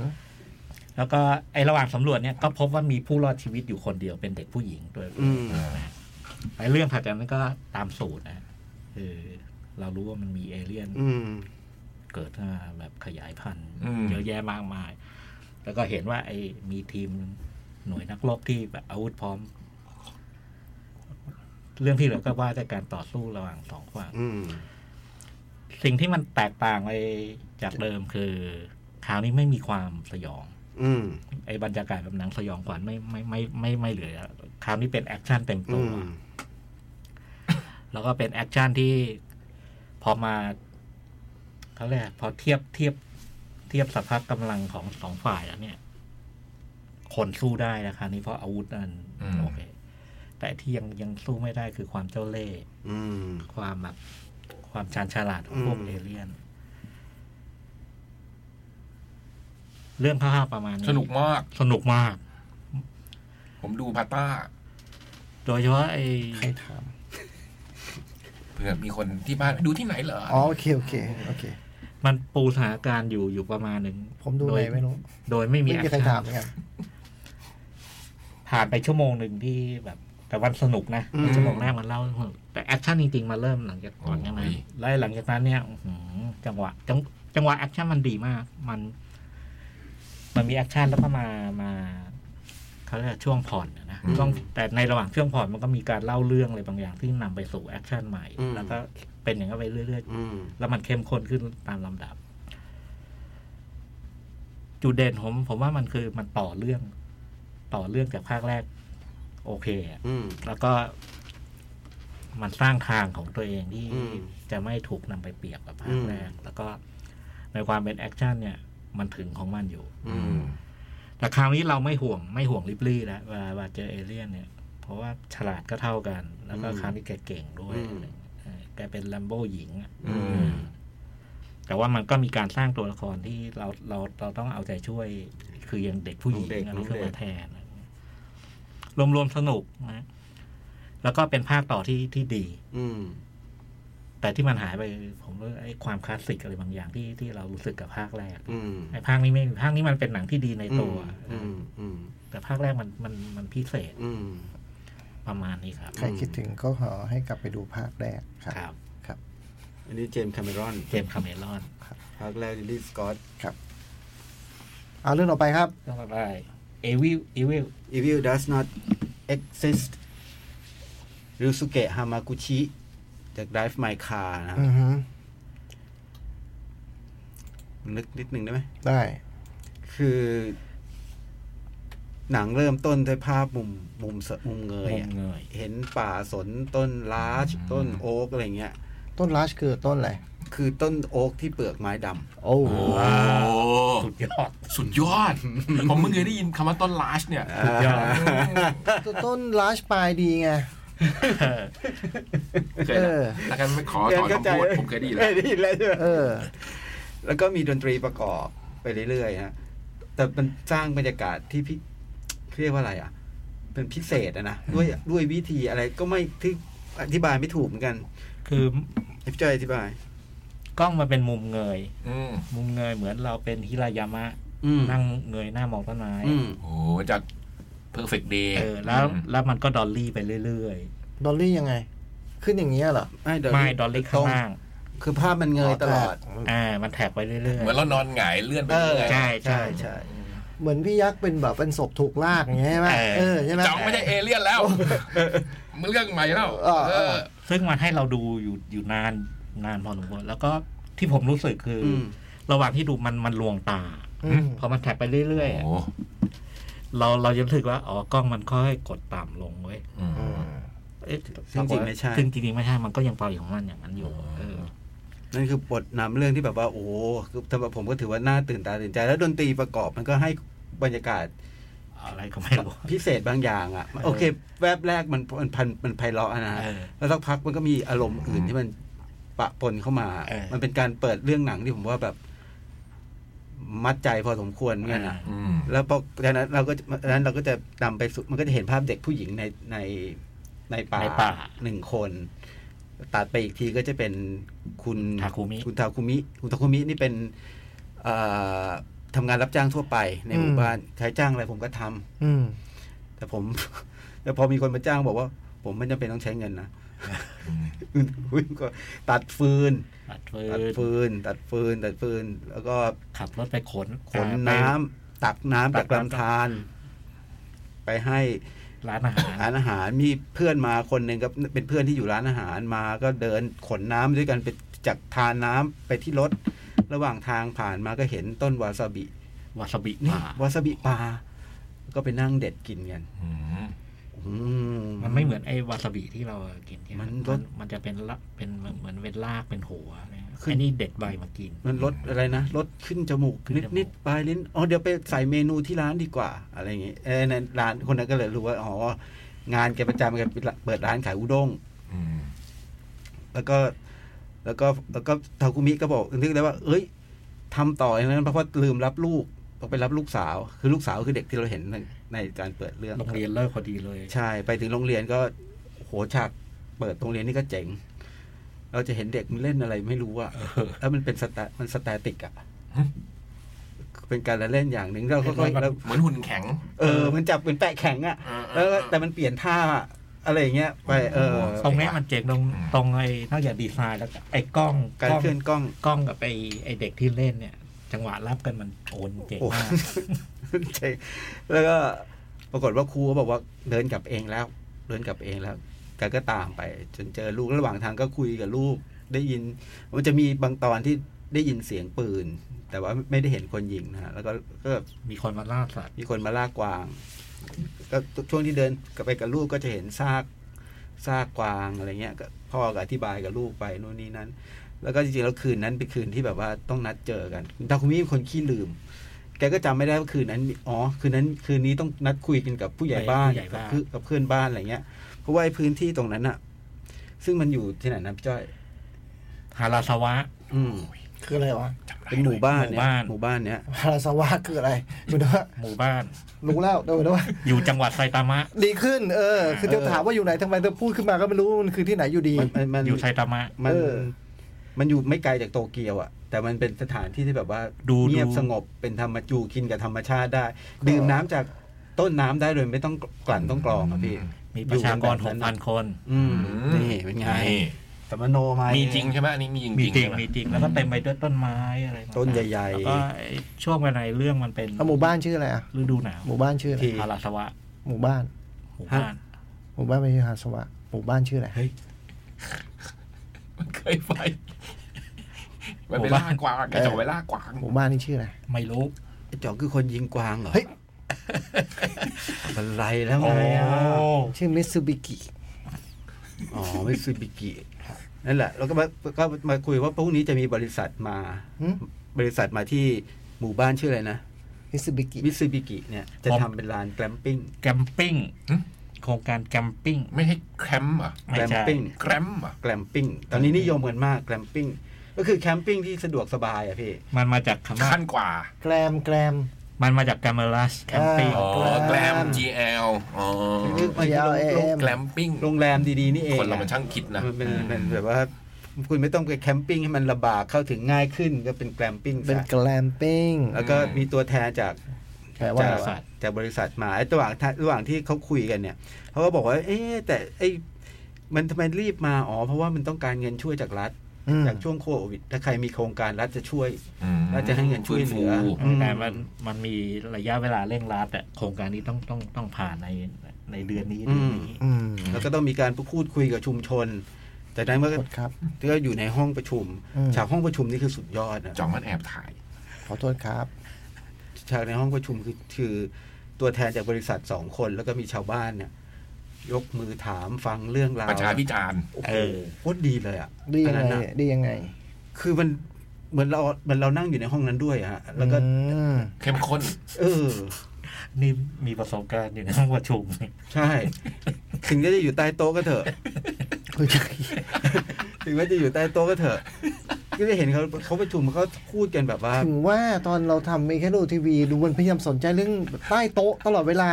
Speaker 1: แล้วก็ไอระหว่างสำรวจเนี่ยก็พบว่ามีผู้รอดชีวิตอยู่คนเดียวเป็นเด็กผู้หญิงตัวเอง
Speaker 3: อืม
Speaker 1: ไอเรื่องถัดจากนั้นก็ตามสูตรนะคือเรารู้ว่ามันมีเอเลี่ยน
Speaker 3: อืม
Speaker 1: เกิดขึ้นมาแบบขยายพันธุ์
Speaker 5: ม
Speaker 1: เยอะแยะมากมาย แล้วก็เห็นว่าไอมีทีมหน่วยนักรบที่แบบอาวุธพร้อม เรื่องที่เหลือก็ว่าจากการต่อสู้ระหว่างสองฝ่าย
Speaker 3: อืม
Speaker 1: สิ่งที่มันแตกต่างไปจากเดิมคือคราวนี้ไม่มีความสยอง
Speaker 3: อืม
Speaker 1: ไอ้บรรยากาศแบบหนังสยองขวัญไม่ไม่ไม่ไม่ไม่เหลือแล้วคราวนี้เป็นแอคชั่นเต็ม
Speaker 3: อื
Speaker 1: ตัว
Speaker 3: ม
Speaker 1: แล้วก็เป็นแอคชั่นที่พอมาเขาเรียกอะไรพอเทียบเทียบเทียบสภาพกำลังของสองฝ่ายแล้วเนี่ย คนสู้ได้นะคราวนี้เพราะอาวุธนั้น
Speaker 5: อืม
Speaker 1: โอเค แต่ที่ยังยังสู้ไม่ได้คือความเจ้าเล่ห์
Speaker 3: อืม
Speaker 1: ความแบบความชาญฉลาดของพวก
Speaker 3: อืม
Speaker 1: เอเลี่ยน เรื่องภาพประมาณนี้
Speaker 5: สนุกมาก
Speaker 1: สนุกมาก
Speaker 5: ผมดูพาต้า
Speaker 1: โดยเฉพาะไอ้
Speaker 2: ใครถาม
Speaker 5: เผื่อมีคนที่บ้านดูที่ไหนเหรอ
Speaker 2: อ๋อโอเคโอเคโอเค
Speaker 1: มันปูสถานการณ์อยู่อยู่ประมาณหนึ่ง
Speaker 2: ผมดู
Speaker 1: โย
Speaker 2: ไหนไม่รู้
Speaker 1: โดยไม่มี
Speaker 2: ไม่มีใคร
Speaker 1: แอชั่น
Speaker 2: ถามเหมือนกัน
Speaker 1: ผ่านไปชั่วโมงหนึ่งที่แบบ แต่วันสนุกนะ
Speaker 3: อืม
Speaker 1: ชั่วโมงแรกมันเล่าสนุกแต่แอคชั่นจริงๆมาเริ่มหลังจากก่อนใช่ไหมแล้วหลังจากนั้นเนี่ยอื้อหือจังหวะจังจังหวะแอคชั่นมันดีมาก มัน มันมีแอคชั่นแล้วก็มามาเขาเรียกว่าช่วงผ่อนนะนะช่วงแต่ในระหว่างช่วงผ่อนมันก็มีการเล่าเรื่องอะไรบางอย่างที่นำไปสู่แอคชั่นใหม่
Speaker 3: อืม
Speaker 1: แล้วก็เป็นอย่างนั้นไปเรื่อยๆ
Speaker 3: อืม
Speaker 1: แล้วมันเข้มข้นขึ้นตามลำดับ จุดเด่นผมผมว่ามันคือมันต่อเรื่อง ต่อเรื่องจากภาคแรก โอเคอะ
Speaker 3: อืม
Speaker 1: แล้วก็ มันสร้างทางของตัวเองที่
Speaker 3: อืม
Speaker 1: จะไม่ถูกนำไปเปรียบกับภา
Speaker 3: อื
Speaker 1: ค
Speaker 3: ม
Speaker 1: แรก แล้วก็ในความเป็นแอคชั่นเนี่ย มันถึงของมันอยู่
Speaker 3: อืม
Speaker 1: แต่คราวนี้เราไม่ห่วงไม่ห่วงริบลี่แล้วเวลาเวลาเจอเอเลี่ยนเนี่ย เพราะว่าฉลาดก็เท่ากัน แล้วก็
Speaker 3: อืม
Speaker 1: คราวนี้แกเก่งด้วย
Speaker 3: อืม
Speaker 1: เออแกเป็นลัมโบ้หญิงอะ
Speaker 3: อืม
Speaker 1: แต่ว่ามันก็มีการสร้างตัวละครที่เราเราเราต้องเอาใจช่วย คือยังเด็กผู้หญิง
Speaker 3: เด็ก
Speaker 1: อะไรขึ้น
Speaker 3: เด็
Speaker 1: มาก แทนรวมๆสนุกนะแล้วก็เป็นภาคต่อที่ที่ดี
Speaker 3: อืม
Speaker 1: แต่ที่มันหายไป ผมว่าไอ้ความคลาสสิกอะไรบางอย่างที่ที่เรารู้สึกกับภาคแรก
Speaker 3: อืม
Speaker 1: ไอ้ภาคนี้ไม่ภาคนี้มันเป็นหนังที่ดีในตัว
Speaker 3: อืม อืม
Speaker 1: แต่ภาคแรกมันมันมันพิเศษ
Speaker 3: อืม
Speaker 1: ประมาณนี้ครับ
Speaker 2: ใครคิดถึงก็ขอให้กลับไปดูภาคแรกครับ
Speaker 1: ครับ
Speaker 2: ครับ
Speaker 3: อันนี้เจมส์แคาเมรอน
Speaker 1: เจมส์คาเมรอน
Speaker 3: ภาคแรกลิลลี่สกอต
Speaker 2: ครับ เอาเรื่องต่อไปครับ
Speaker 1: ต้องได้เอวิลเอวิล
Speaker 3: อีวิล does not exist ริวสุเกะฮามากุชิจาก Drive My Car นะ
Speaker 2: อือฮึ
Speaker 3: นึกนิดหนึ่งได้ไหม
Speaker 2: ได้
Speaker 3: คือ หนังเริ่มต้นด้วยภาพมุมมุมเสมุมเงยอะ
Speaker 1: มุมเงย
Speaker 3: เห็นป่าสนต้นลาช ต้นโอ๊กอะไรเงี้ย
Speaker 2: ต้นลาชคือต้นอะไร
Speaker 3: คือต้นโอ๊กที่เปลือกไม้ด
Speaker 2: โอ้
Speaker 5: โอ้
Speaker 1: สุดยอด
Speaker 5: สุดยอด ผมเพิ่งเคยได้ยินคำว่าต้นลาชเนี่ย
Speaker 3: ำ
Speaker 1: สุดยอด
Speaker 2: ต้นลาชปลายดีไง
Speaker 5: เคย
Speaker 2: เออ
Speaker 5: นะแล้วกันไม่ขอถอน
Speaker 3: เข้าใจ
Speaker 5: คำพูดผมเคยได้ยินแล้ว
Speaker 3: ได้ยินแล้วใช่ไหม
Speaker 2: เออ
Speaker 3: แล้วก็มีดนตรีประกอบไปเรื่อยๆฮะ แต่มันสร้างบรรยากาศที่พี่เรียกว่าอะไรอ่ะ เป็นพิเศษอะนะ ด้วยด้วยวิธีอะไรก็ไม่ที่อธิบายไม่ถูกเหมือนกัน
Speaker 1: คือ
Speaker 3: ให้พี่จอยอธิบาย
Speaker 1: กล้องมันเป็นมุมเงย
Speaker 5: อืม
Speaker 1: มุมเงยเหมือนเราเป็นฮิรายามะ
Speaker 3: อืม
Speaker 1: นั่งเงยหน้ามองต้นไม้
Speaker 3: อืม
Speaker 5: โอ้จาก perfect day
Speaker 1: เออแล้ว
Speaker 5: อืม
Speaker 1: แล้วมันก็ดอลลี่ไปเรื่อย
Speaker 2: ดอลลี่ยังไง ขึ้นอย่างเงี้ยเหรอ
Speaker 3: ไม่เดี๋ยว
Speaker 1: ๆ ไม่ดอลลี่ข้างล่าง
Speaker 3: คือภาพมันเงยตลอด
Speaker 1: อ่า มันแท็กไปเรื่อย
Speaker 5: เหมือนเรานอนหงายเลื่อนไป
Speaker 3: เออ
Speaker 5: เรื่อย
Speaker 1: ๆ ใช่ใช่
Speaker 3: ใช่ใช่
Speaker 2: เหมือนพี่ยักษ์เป็นแบบเป็นศพถูกลากอย่างเงี้ยใช่ไหม
Speaker 1: เออ
Speaker 2: เออใช่ไหม
Speaker 5: จังไม่ใช่เอเลี่ยนแล้วมันเรื่องใหม่แล้ว
Speaker 2: เออเออ
Speaker 5: เออ
Speaker 1: ซึ่งมันให้เราดูอยู่อยู่นานนานพอสมควรแล้วก็ที่ผมรู้สึกคืออ
Speaker 3: ม
Speaker 1: ระหว่างที่ดูมันมันลวงตา
Speaker 2: อืม
Speaker 1: พอมันแท็กไปเรื่อยๆอะ
Speaker 5: โอ้
Speaker 1: เราเราจะรู้สึกว่าอ๋อกล้องมันค่อยกดต่ำลงเว้ย
Speaker 5: อืม
Speaker 1: เอ๊ะ
Speaker 3: ซึ่งจริงไม่ใช่
Speaker 1: ซึ่งจริงๆไม่ใช่มันก็ยังปล่อยของมันอย่างนั้นอยู่เออ
Speaker 3: นั่นคือบทนำเรื่องที่แบบว่าโอ้โหคือสำหรับผมก็ถือว่าน่าตื่นตาตื่นใจ แล้วดนตรีประกอบมันก็ให้บรรยากาศ
Speaker 1: อะไรก็ไม่รู้
Speaker 3: พิเศษบางอย่างอ่ะ โอเค แวบแรกมันมันพันมันไพเราะนะฮะ
Speaker 1: เออ
Speaker 3: แล้วสักพักมันก็มีอารมณ์อื่นที่มันปะปนเข้ามา
Speaker 1: เออ
Speaker 3: มันเป็นการเปิดเรื่องหนังที่ผมว่าแบบ มัดใจพอสมควรเหมือนกันนะ
Speaker 5: อืม
Speaker 3: แล้วพอจากนั้นเราก็จะจากนั้นเราก็จะนำไปสู่มันก็จะเห็นภาพเด็กผู้หญิงในในในป่า
Speaker 1: ในป่า
Speaker 3: หนึ่งคน ตัดไปอีกทีก็จะเป็นคุณ
Speaker 1: ทาคุมิ
Speaker 3: คุณทาคุมิ คุณทาคุมินี่เป็นเอ่อทำงานรับจ้างทั่วไปในหมู่บ้านใครจ้างอะไรผมก็ทำ
Speaker 2: อืม
Speaker 3: แต่ผม แต่พอมีคนมาจ้างบอกว่า ผมไม่จำเป็นต้องใช้เงินนะคุณก็ตัดฟืน
Speaker 1: ตัดฟื
Speaker 3: ตัด
Speaker 1: น
Speaker 3: ฟืน ตัดฟืน ตัดฟืน แล้วก็
Speaker 1: ขับรถไปขน
Speaker 3: ขน
Speaker 1: อ่าไป
Speaker 3: น้ำตักน้ำ
Speaker 1: ตั
Speaker 3: จาก ก
Speaker 1: น้ำ
Speaker 3: ลำธารไปให้
Speaker 1: ร้านอาหาร
Speaker 3: ร้านอาหารมีเพื่อนมาคนหนึ่งก็เป็นเพื่อนที่อยู่ร้านอาหารมาก็เดินขนน้ำด้วยกันไปจากทานน้ำไปที่รถ ระหว่างทางผ่านมาก็เห็นต้นวาซาบิ
Speaker 1: วาซาบิ
Speaker 3: นี่
Speaker 1: ป่าว
Speaker 3: าซาบิปลาก็ไปนั่งเด็ดกินกัน
Speaker 5: อืม
Speaker 3: อื
Speaker 1: มันไม่เหมือนไอ้วาซาบิที่เรากินใช่ไห
Speaker 3: มันร
Speaker 1: มั
Speaker 3: ส
Speaker 1: นมันจะเป็นละเป็นเหมือนเหมือนเป็นลากเป็นหัวนะฮะ
Speaker 3: คือ
Speaker 1: ไอ้นี่เด็ดใบมากิน
Speaker 3: มันลดอะไรนะลดขึ้นจมูก
Speaker 1: ขึ้น
Speaker 3: นิด
Speaker 1: จมูก
Speaker 3: นิดปลายลิ้นอ๋อเดี๋ยวไปใส่เมนูที่ร้านดีกว่า อะไรอย่างงี้เอ้ยนั่นร้านคนนั้นก็เลยรู้ว่าอ๋องานแกประจำแกเปิดร้านขายอุด้ง
Speaker 5: อืม
Speaker 3: แล้วก็แล้วก็แล้วก็ทาคุมิก็บอกนึกได้ว่า เอ้ยทำต่ออย่างนั้นเพราะว่าลืมรับลูกต้องไปรับลูกสาว คือลูกสาวคือเด็กที่เราเห็นในในการเปิดเรื่อง
Speaker 1: โรงเรียนเลิกพอดีเลย
Speaker 3: ใช่ไปถึงโรงเรียนก็โหฉากเปิดโรงเรียนนี่ก็เจ๋ง เราจะเห็นเด็กมันเล่นอะไรไม่รู้ อะแล้วมันเป็นสแตมันสแตติกอะเป็นการละเล่นอย่างหนึ่งแล้วก็แล้ว
Speaker 5: เหมือนหุ่นแข็ง
Speaker 3: เออ มันจับเป็นแปะแข็งอะ
Speaker 5: เออเอ
Speaker 3: แล้ว
Speaker 5: อ
Speaker 3: ก็
Speaker 5: เอ
Speaker 3: แต่
Speaker 5: อ
Speaker 3: มันเปลี่ยนท่าอะอะไรอย่างเงี้ย ไปเออ
Speaker 1: ตรงเนี้ยมันเจ๋งตรง
Speaker 5: อืม
Speaker 1: ตรงไอ้นอกจากดีไซน์แล้วก็ไอ้กล้อง
Speaker 3: การเคลื่อนกล้อง
Speaker 1: กล้องกับไอ้ไอ้เด็กที่เล่นเนี่ย จังหวะรับกันมันโอนเจ๋งมาก
Speaker 3: ใช่ แล้วก็ปรากฏว่าครูก็บอกว่าเดินกลับเองแล้ว เดินกลับเองแล้วแกก็ตามไป จนเจอลูกระหว่างทางก็คุยกับลูก ได้ยิน มันจะมีบางตอนที่ได้ยินเสียงปืน แต่ว่าไม่ได้เห็นคนยิงนะฮะแล้วก็ก็
Speaker 1: มีคนมาล่าสัตว์
Speaker 3: มีคนมาลากกวางก็ช่วงที่เดินกลับไปกับลูกก็จะเห็นซากซากกวางอะไรเงี้ยก็พ่อก็อธิบายกับลูกไปนู่นนี่นั้น แล้วก็จริงๆแล้วคืนนั้นเป็นคืนที่แบบว่าต้องนัดเจอกันดาคุมิเป็นคนขี้ลืม แกก็จำไม่ได้ว่าคืนนั้นมีอ๋อ คืนนั้นคืนนี้ต้องนัดคุยกันกับผู้ใหญ่บ้าน
Speaker 1: ผู้ใหญ่
Speaker 3: กับ
Speaker 1: บ้าน
Speaker 3: เพื่อนกับเพื่อนบ้านอะไรเงี้ย เพราะว่าไอ้พื้นที่ตรงนั้นอะซึ่งมันอยู่ที่ไหนนะพี่จ้อย
Speaker 1: ฮาราสวะ
Speaker 3: อืม
Speaker 2: คืออะไรวะ
Speaker 3: เป็นหมู่บ้านเนี่ย
Speaker 1: หมู่บ้าน
Speaker 3: หมู่บ้านเนี่ย
Speaker 2: ฮาราสวะคืออะไรคุณว่า
Speaker 1: หมู่บ้าน
Speaker 2: รู้แล้วเดี๋ยวนะว่า
Speaker 1: อยู่จังหวัดไซตามะ
Speaker 2: ดีขึ้น เออ คือจะถามว่าอยู่ไหนทำไมเธอพูดขึ้นมาก็ไม่รู้มันคือที่ไหนอยู่ดี
Speaker 3: มันมันมัน
Speaker 1: อยู่ไซตามะ
Speaker 3: มัน
Speaker 2: เออ
Speaker 3: มันอยู่ไม่ไกลจากโตเกียวอะแต่มันเป็นสถานที่ที่แบบว่า
Speaker 1: ดู
Speaker 3: เงียบ
Speaker 1: ดู
Speaker 3: สงบเป็นธรรมจูกินกับธรรมชาติได้ ดื่มน้ำจากต้นน้ำได้โดยไม่ต้องกลั่นต้องกรองอะพี่
Speaker 1: มีประชากร
Speaker 3: อยู่
Speaker 1: ห
Speaker 3: กั
Speaker 1: ก
Speaker 3: นแบบนั้
Speaker 1: พัน
Speaker 3: น
Speaker 1: คน
Speaker 3: อืม
Speaker 5: อืม
Speaker 3: นี่เป็นไง
Speaker 5: นี่
Speaker 3: สมโนมา
Speaker 5: มี
Speaker 3: มี
Speaker 5: จริงใช่ไหมอันนี้มีจริง
Speaker 1: มีจริง
Speaker 5: ใช่ไห
Speaker 1: มีจริงแล้วก็เต็มไปด้วยต้นไม้อะไร
Speaker 3: ต้นใหญ่ๆ
Speaker 1: แล้วก็ไอ้ช่วงเวลาในเรื่องมันเป็น
Speaker 2: แล้วหมู่บ้านชื่ออะไรอ่ะ
Speaker 1: ฤดูหนาว
Speaker 2: หมู่บ้านชื่ออะไร
Speaker 3: ที่
Speaker 1: ฮาราสวะ
Speaker 2: หมู่บ้าน
Speaker 1: หมู่บ้าน
Speaker 2: หมู่บ้านไม่ใช่ฮาราสวะหมู่บ้านชื่ออะไร
Speaker 5: มันเคยไปมันเป็น
Speaker 1: หมู่บ้าน
Speaker 5: ล่ากวางกระจอกไปล่ากวาง
Speaker 2: หมู่บ้านนี่ชื่ออะไร
Speaker 1: ไม่รู้
Speaker 3: ไอ้จ่องคือคนยิงกวางเหรอ
Speaker 2: เฮ้ย
Speaker 3: มันไรแล้วไงอะ
Speaker 2: ชื่อมิตซูบิกิ
Speaker 3: อ๋อไม่ซูบิกิ นั่นแหละ แล้วก็มาก็มาคุยว่าพรุ่งนี้จะมีบริษัทมา
Speaker 2: หืม
Speaker 3: บริษัทมาที่หมู่บ้านชื่ออะไรนะ
Speaker 2: มิตซูบิกิ
Speaker 3: มิซูบิกิเนี่ย จะทำเป็นลานแกลมปิ้ง
Speaker 1: แกมปิ้งโครงการแกมปิ้ง
Speaker 5: ไม่ใช่แคมป์เหรอ่ะ
Speaker 1: ไม่
Speaker 3: แกลม
Speaker 1: ใช่
Speaker 3: ปิ้ง
Speaker 5: แคมป์เหรอ่ะ
Speaker 3: แกลมปิ้ง ตอนนี้นิยมกันมากแกลมปิ้ง ก็คือแคมปิ้งที่สะดวกสบายอ่ะพี่
Speaker 1: มันมาจากคำว่า
Speaker 5: ขั้นกว่า
Speaker 2: แกรมแกรม
Speaker 1: มันมาจากแกมเมอรัสแคมปิ้ง
Speaker 5: อ๋อแก
Speaker 2: แก
Speaker 5: ล
Speaker 2: ล
Speaker 5: ม
Speaker 2: ม
Speaker 5: GL อ๋อ
Speaker 3: คือมันคือโรงโรง
Speaker 2: GLAM
Speaker 5: แกลมปิ้ง
Speaker 3: โรงแรมดีๆ นี่เอง
Speaker 5: คนเรามันช่างคิดนะ
Speaker 3: มันเป็นเป็นแบบว่า คุณไม่ต้องไปแคมปิ้งให้มันลำบากเข้าถึงง่ายขึ้นก็เป็นแกลมปิ้ง
Speaker 2: เป็น
Speaker 3: ซะ
Speaker 2: แกรมปิ้ง
Speaker 3: แล้วก็มีตัวแทนจาก
Speaker 2: แปลว่า
Speaker 3: จากจากบริษัทมาไอ้ระหว่างทางระหว่างที่เขาคุยกันเนี่ยเขาก็บอกว่า เอ๊ะแต่ไอ้มันทำไมรีบมาอ๋อเพราะว่ามันต้องการเงินช่วยจากรัฐ
Speaker 2: อืม
Speaker 3: จากช่วงโควิดถ้าใครมีโครงการรัฐจะช่วย
Speaker 5: อืม
Speaker 3: น่าจะให้เงินช่วยเหลือ
Speaker 5: ฟื้นฟู
Speaker 3: อืม
Speaker 1: แต่มันมันมีระยะเวลาเร่งรัดอะโครงการนี้ต้องต้องต้องผ่านในในเดือนนี้เดือนนี้
Speaker 2: อืม
Speaker 3: แล้วก็ต้องมีการพูดคุยกับชุมชนจากนั้นมันก็
Speaker 2: กดครับ
Speaker 3: ก็อยู่ในห้องประชุม
Speaker 2: อืม
Speaker 3: ฉากห้องประชุมนี่คือสุดยอดนะ
Speaker 5: จ่องมันแอบถ่าย
Speaker 2: ขอโทษครับ
Speaker 3: ฉากในห้องประชุมคือคือตัวแทนจากบริษัทสองคน แล้วก็มีชาวบ้านเนี่ย ยกมือถามฟังเรื่องราว
Speaker 5: ประชาพิจารณ์
Speaker 3: โอ้
Speaker 1: เอ
Speaker 3: โห
Speaker 1: อ
Speaker 3: โคตรดีเลยอ่ะ
Speaker 2: ดียัง
Speaker 3: อันนั้น
Speaker 2: ไง
Speaker 3: น่ะ
Speaker 2: ดียังไง
Speaker 3: คือมันเหมือนเราเหมือนเรานั่งอยู่ในห้องนั้นด้วยอะฮะ แล้วก็
Speaker 2: อืม
Speaker 5: เข้มข้น
Speaker 3: เออ
Speaker 1: นี่มีประสบการณ์อยู่ในห้องประ ชุม
Speaker 3: ใช่ ถึงก็จะอยู่ใต้โต๊ะก็เถอะ
Speaker 2: เฮ้ย
Speaker 3: ถึงแม้จะอยู่ใต้โต๊ะก็เถอะ ก็จะเห็นเขาเขาประชุมเขาพูดกันแบบว่า
Speaker 2: ถึงว่าตอนเราทำมีแค่ดูทีวีดูมันพยายามสนใจเรื่องใต้โต๊ะตลอดเวลา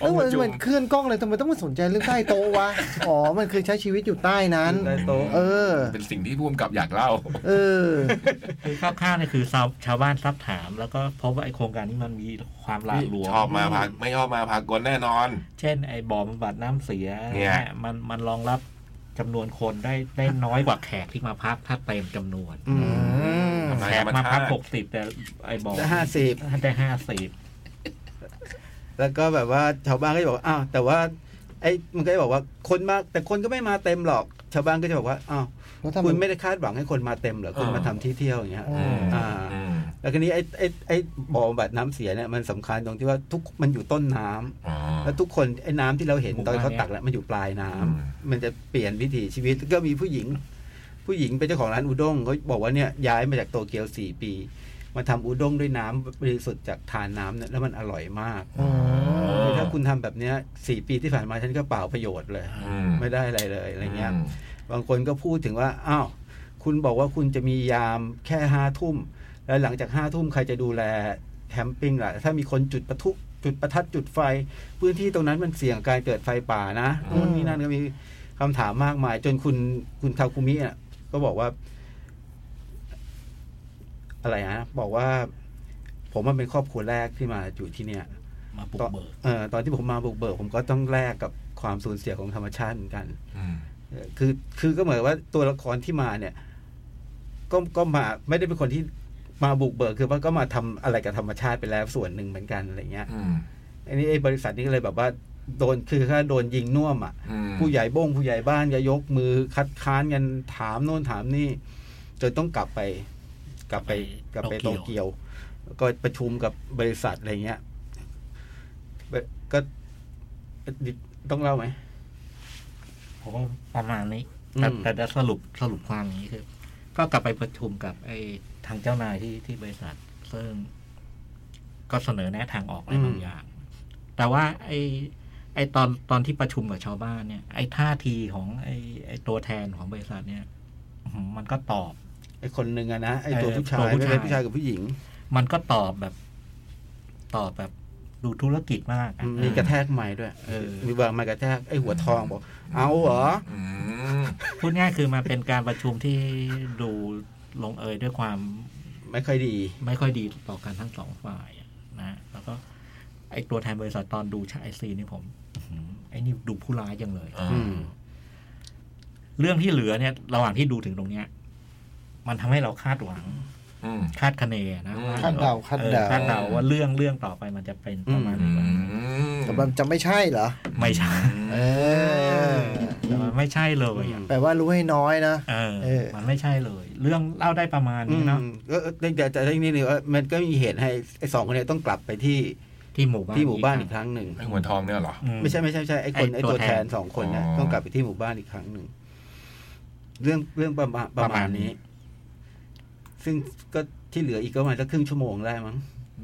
Speaker 5: อ๋อ
Speaker 2: แล้วมัน
Speaker 5: ประชุม
Speaker 2: เหมือนเคลื่อนกล้องเลยทำไมต้องมาสนใจเรื่องใต้โต๊ะวะอ๋อมันเคยใช้ชีวิตอยู่ใต้นั้น
Speaker 3: ใต้โต๊ะ
Speaker 2: เออ
Speaker 5: เป็นสิ่งที่ผู้กำกับอยากเล่า
Speaker 2: เออ
Speaker 1: คือคร่าวๆเนี่ยคือชาวชาวบ้านซับถาม แล้วก็พบว่าไอโครงการนี้มันมีความหลาหลวม
Speaker 5: ชอบมาพากไม่ชอบมาพากลแน่นอน
Speaker 1: เช่นไอบ่อบำบัดน้ำเสีย
Speaker 5: เนี่ย
Speaker 1: มันมันรองรับจำนวนคนได้ได้น้อยกว่าแขกที่มาพักถ้าเต็มจำนวน
Speaker 3: อืม
Speaker 5: ทำลย
Speaker 1: แขก
Speaker 5: ธรร
Speaker 1: มา
Speaker 5: ช
Speaker 1: พัก
Speaker 5: ติ
Speaker 1: หกสิบแต่ไอบ่อ
Speaker 3: ห้าสิบ
Speaker 1: ได้ห้าสิบ
Speaker 3: แล้วก็แบบว่าชาวบ้านก็จะบอกว่าอ้าวแต่ว่าไอ้มันก็จะบอกว่าคนมาแต่คนก็ไม่มาเต็มหรอก ชาวบ้านก็จะบอกว่าอ้าว
Speaker 2: แล้วถ้า
Speaker 3: คุ
Speaker 2: มั
Speaker 3: ณ
Speaker 2: น
Speaker 3: ไม่ได้คาดหวังให้คนมาเต็มเหรอคุณ
Speaker 4: เออ
Speaker 3: มาทำที่เที่ยวอย่างเงี้ย
Speaker 2: อื
Speaker 5: อืม
Speaker 3: อ่า
Speaker 5: อืม
Speaker 3: แล้วทีนี้ไอ้ไอ้ไอ้บ่อบำบัดน้ำเสียเนี่ยมันสำคัญตรงที่ว่าทุกมันอยู่ต้นน้ำ
Speaker 5: อ่า
Speaker 3: แล้วทุกคนไอ้น้ำที่เราเห็นตอนเขาตักแล้วมันอยู่ปลายน้ำ
Speaker 5: อืม
Speaker 3: มันจะเปลี่ยนวิถีชีวิตก็มีผู้หญิง ผู้หญิงเป็นเจ้าของร้านอุด้งเขาบอกว่าเนี่ยย้ายมาจากโตเกียวสี่ปี มาทำอุด้งด้วยน้ำบริสุทธิ์จากทานน้ำเนี่ยแล้วมันอร่อยมาก
Speaker 2: อืม
Speaker 5: เออ
Speaker 3: ถ้าคุณทำแบบเนี้ยสี่ปีที่ผ่านมาฉันก็เปล่าประโยชน์เลย
Speaker 5: อืม
Speaker 3: ไม่ได้อะไรเลยอะไรเงี้ย
Speaker 5: ม
Speaker 3: บางคนก็พูดถึงว่า อ้าว คุณบอกว่าคุณจะมียามแค่ห้าทุ่ม แล้วหลังจากห้าทุ่มใครจะดูแลแคมปิ้งล่ะ ถ้ามีคนจุดประทุจุดประทัดจุดไฟ พื้นที่ตรงนั้นมันเสี่ยงการเกิดไฟป่านะ
Speaker 5: อืม
Speaker 3: นู่นนี่นั่นก็มีคำถามมากมาย จนคุณคุณทาคุมิอ่ะก็บอกว่า อะไรนะบอกว่า ผมมันเป็นครอบครัวแรกที่มาอยู่ที่เนี่ย
Speaker 1: มาปลุกเบิก
Speaker 3: เอ่อตอนที่ผมมาบุกเบิกผมก็ต้องแลกกับความสูญเสียของธรรมชาติเหมือนกัน
Speaker 5: อืม
Speaker 3: เอ่อคือคือก็เหมือนว่าตัวละครที่มาเนี่ย ก็ก็มาไม่ได้เป็นคนที่มาบุกเบิกคือว่าก็มาทำอะไรกับธรรมชาติไปแล้วส่วนหนึ่งเหมือนกันอะไรเงี้ย
Speaker 5: อืม
Speaker 3: อันนี้ไอ้บริษัทนี้ก็เลยแบบว่าโดนคือถ้าโดนยิงน่วมอ่ะ
Speaker 5: อืม
Speaker 3: ผู้ใหญ่บ้งผู้ใหญ่บ้านก็ยกมือคัดค้านกันถามโน่นถามนี่จนต้องกลับไป กลับไปกลับไป
Speaker 1: โต
Speaker 3: โต
Speaker 1: เกี
Speaker 3: เกี
Speaker 1: ย
Speaker 3: ยว ว ก็ประชุมกับบริษัทอะไรเงี้ยเบก็ต้องเล่าไหม
Speaker 1: ผมว่าประมาณนี้
Speaker 3: อืม
Speaker 1: แต่แต่จะสรุปสรุปความอย่างนี้คือ ก็กลับไปประชุมกับไอ้ทางเจ้านายที่ที่บริษัท ซึ่งก็เสนอแนะทางออกอะไรบางอย่าง แต่ว่าไอ้ไอ้ตอนตอนที่ประชุมกับชาวบ้านเนี่ย ไอ้ท่าทีของไอ้ไอ้ตัวแทนของบริษัทเนี่ยอื้อหือมันก็ตอบ
Speaker 3: ไอ้คนหนึ่งอะนะไอ้ตัว
Speaker 1: เออ
Speaker 3: ผู้ชา
Speaker 1: ตั
Speaker 3: ยว
Speaker 1: ผู้
Speaker 3: ไม่
Speaker 1: ชาย
Speaker 3: ใช่ผู้ชายกับผู้หญิง
Speaker 1: มันก็ตอบแบบ ตอบแบบดูธุรกิจมากอะ
Speaker 3: มีกระแทกไม้ด้วย
Speaker 1: เออ
Speaker 3: มีวางไม้กระแทกไอ้หัวทองบอก เอาเหรอ
Speaker 5: อืม
Speaker 1: พูดง่ายคือมันเป็นการประชุมที่ดูลงเอยด้วยความ
Speaker 3: ไม่ค่อยดี
Speaker 1: ไม่ค่อยดีต่อกันทั้งสองฝ่ายอะนะแล้วก็ ไอตัวแทนบริษัทตอนดูชายซีนี่ผมอื้อหือไอนี่ดูผู้ร้ายจังเลย
Speaker 5: อ่า
Speaker 3: อืม
Speaker 1: เรื่องที่เหลือเนี่ย ระหว่างที่ดูถึงตรงเนี้ย มันทำให้เราคาดหวัง
Speaker 5: อืม
Speaker 1: คาดคะเนนะว่
Speaker 5: อืม
Speaker 2: คาดเดาคาดเดา
Speaker 1: ออคาดเดาว่าเรื่องเรื่องต่อไปมันจะเป็นประมาณ
Speaker 5: อื
Speaker 1: นี้
Speaker 5: ม
Speaker 2: แต่มันจะไม่ใช่เหรอ
Speaker 1: ไม่ใช่
Speaker 2: เออ
Speaker 1: แต่มันไม่ใช่เลยอะ
Speaker 2: แปลว่ารู้ให้น้อยนะ
Speaker 1: เออ
Speaker 2: เออ
Speaker 1: มันไม่ใช่เลย เรื่องเล่าได้ประมาณนี้เนาะ
Speaker 3: อืมก็แต่แต่แต่ทีนี้เนี่ยว่ามันก็มีเหตุให้ไอ้สองคนเนี้ต้องกลับไปที่
Speaker 1: ที่หมู่บ้าน
Speaker 3: ที่หมู่บ้านอีกครั้งหนึ่ง
Speaker 5: ไอ้หัวทองเนี่ยเหรอ
Speaker 1: อื
Speaker 3: ไม่ใช่ไม่ใช่ไม่ใช่ไอ้คน
Speaker 1: ไอ้
Speaker 3: ไอ้
Speaker 1: ตัว
Speaker 3: ตัวแทน
Speaker 1: แทน
Speaker 3: สองคนเนี่ย
Speaker 5: อ๋อ
Speaker 3: ต้องกลับไปที่หมู่บ้านอีกครั้งหนึ่งเรื่องเรื่องประมาณประมาณนี้ ซึ่งก็ที่เหลืออีกก็ประมาณสักครึ่งชั่วโมงได้มั้ง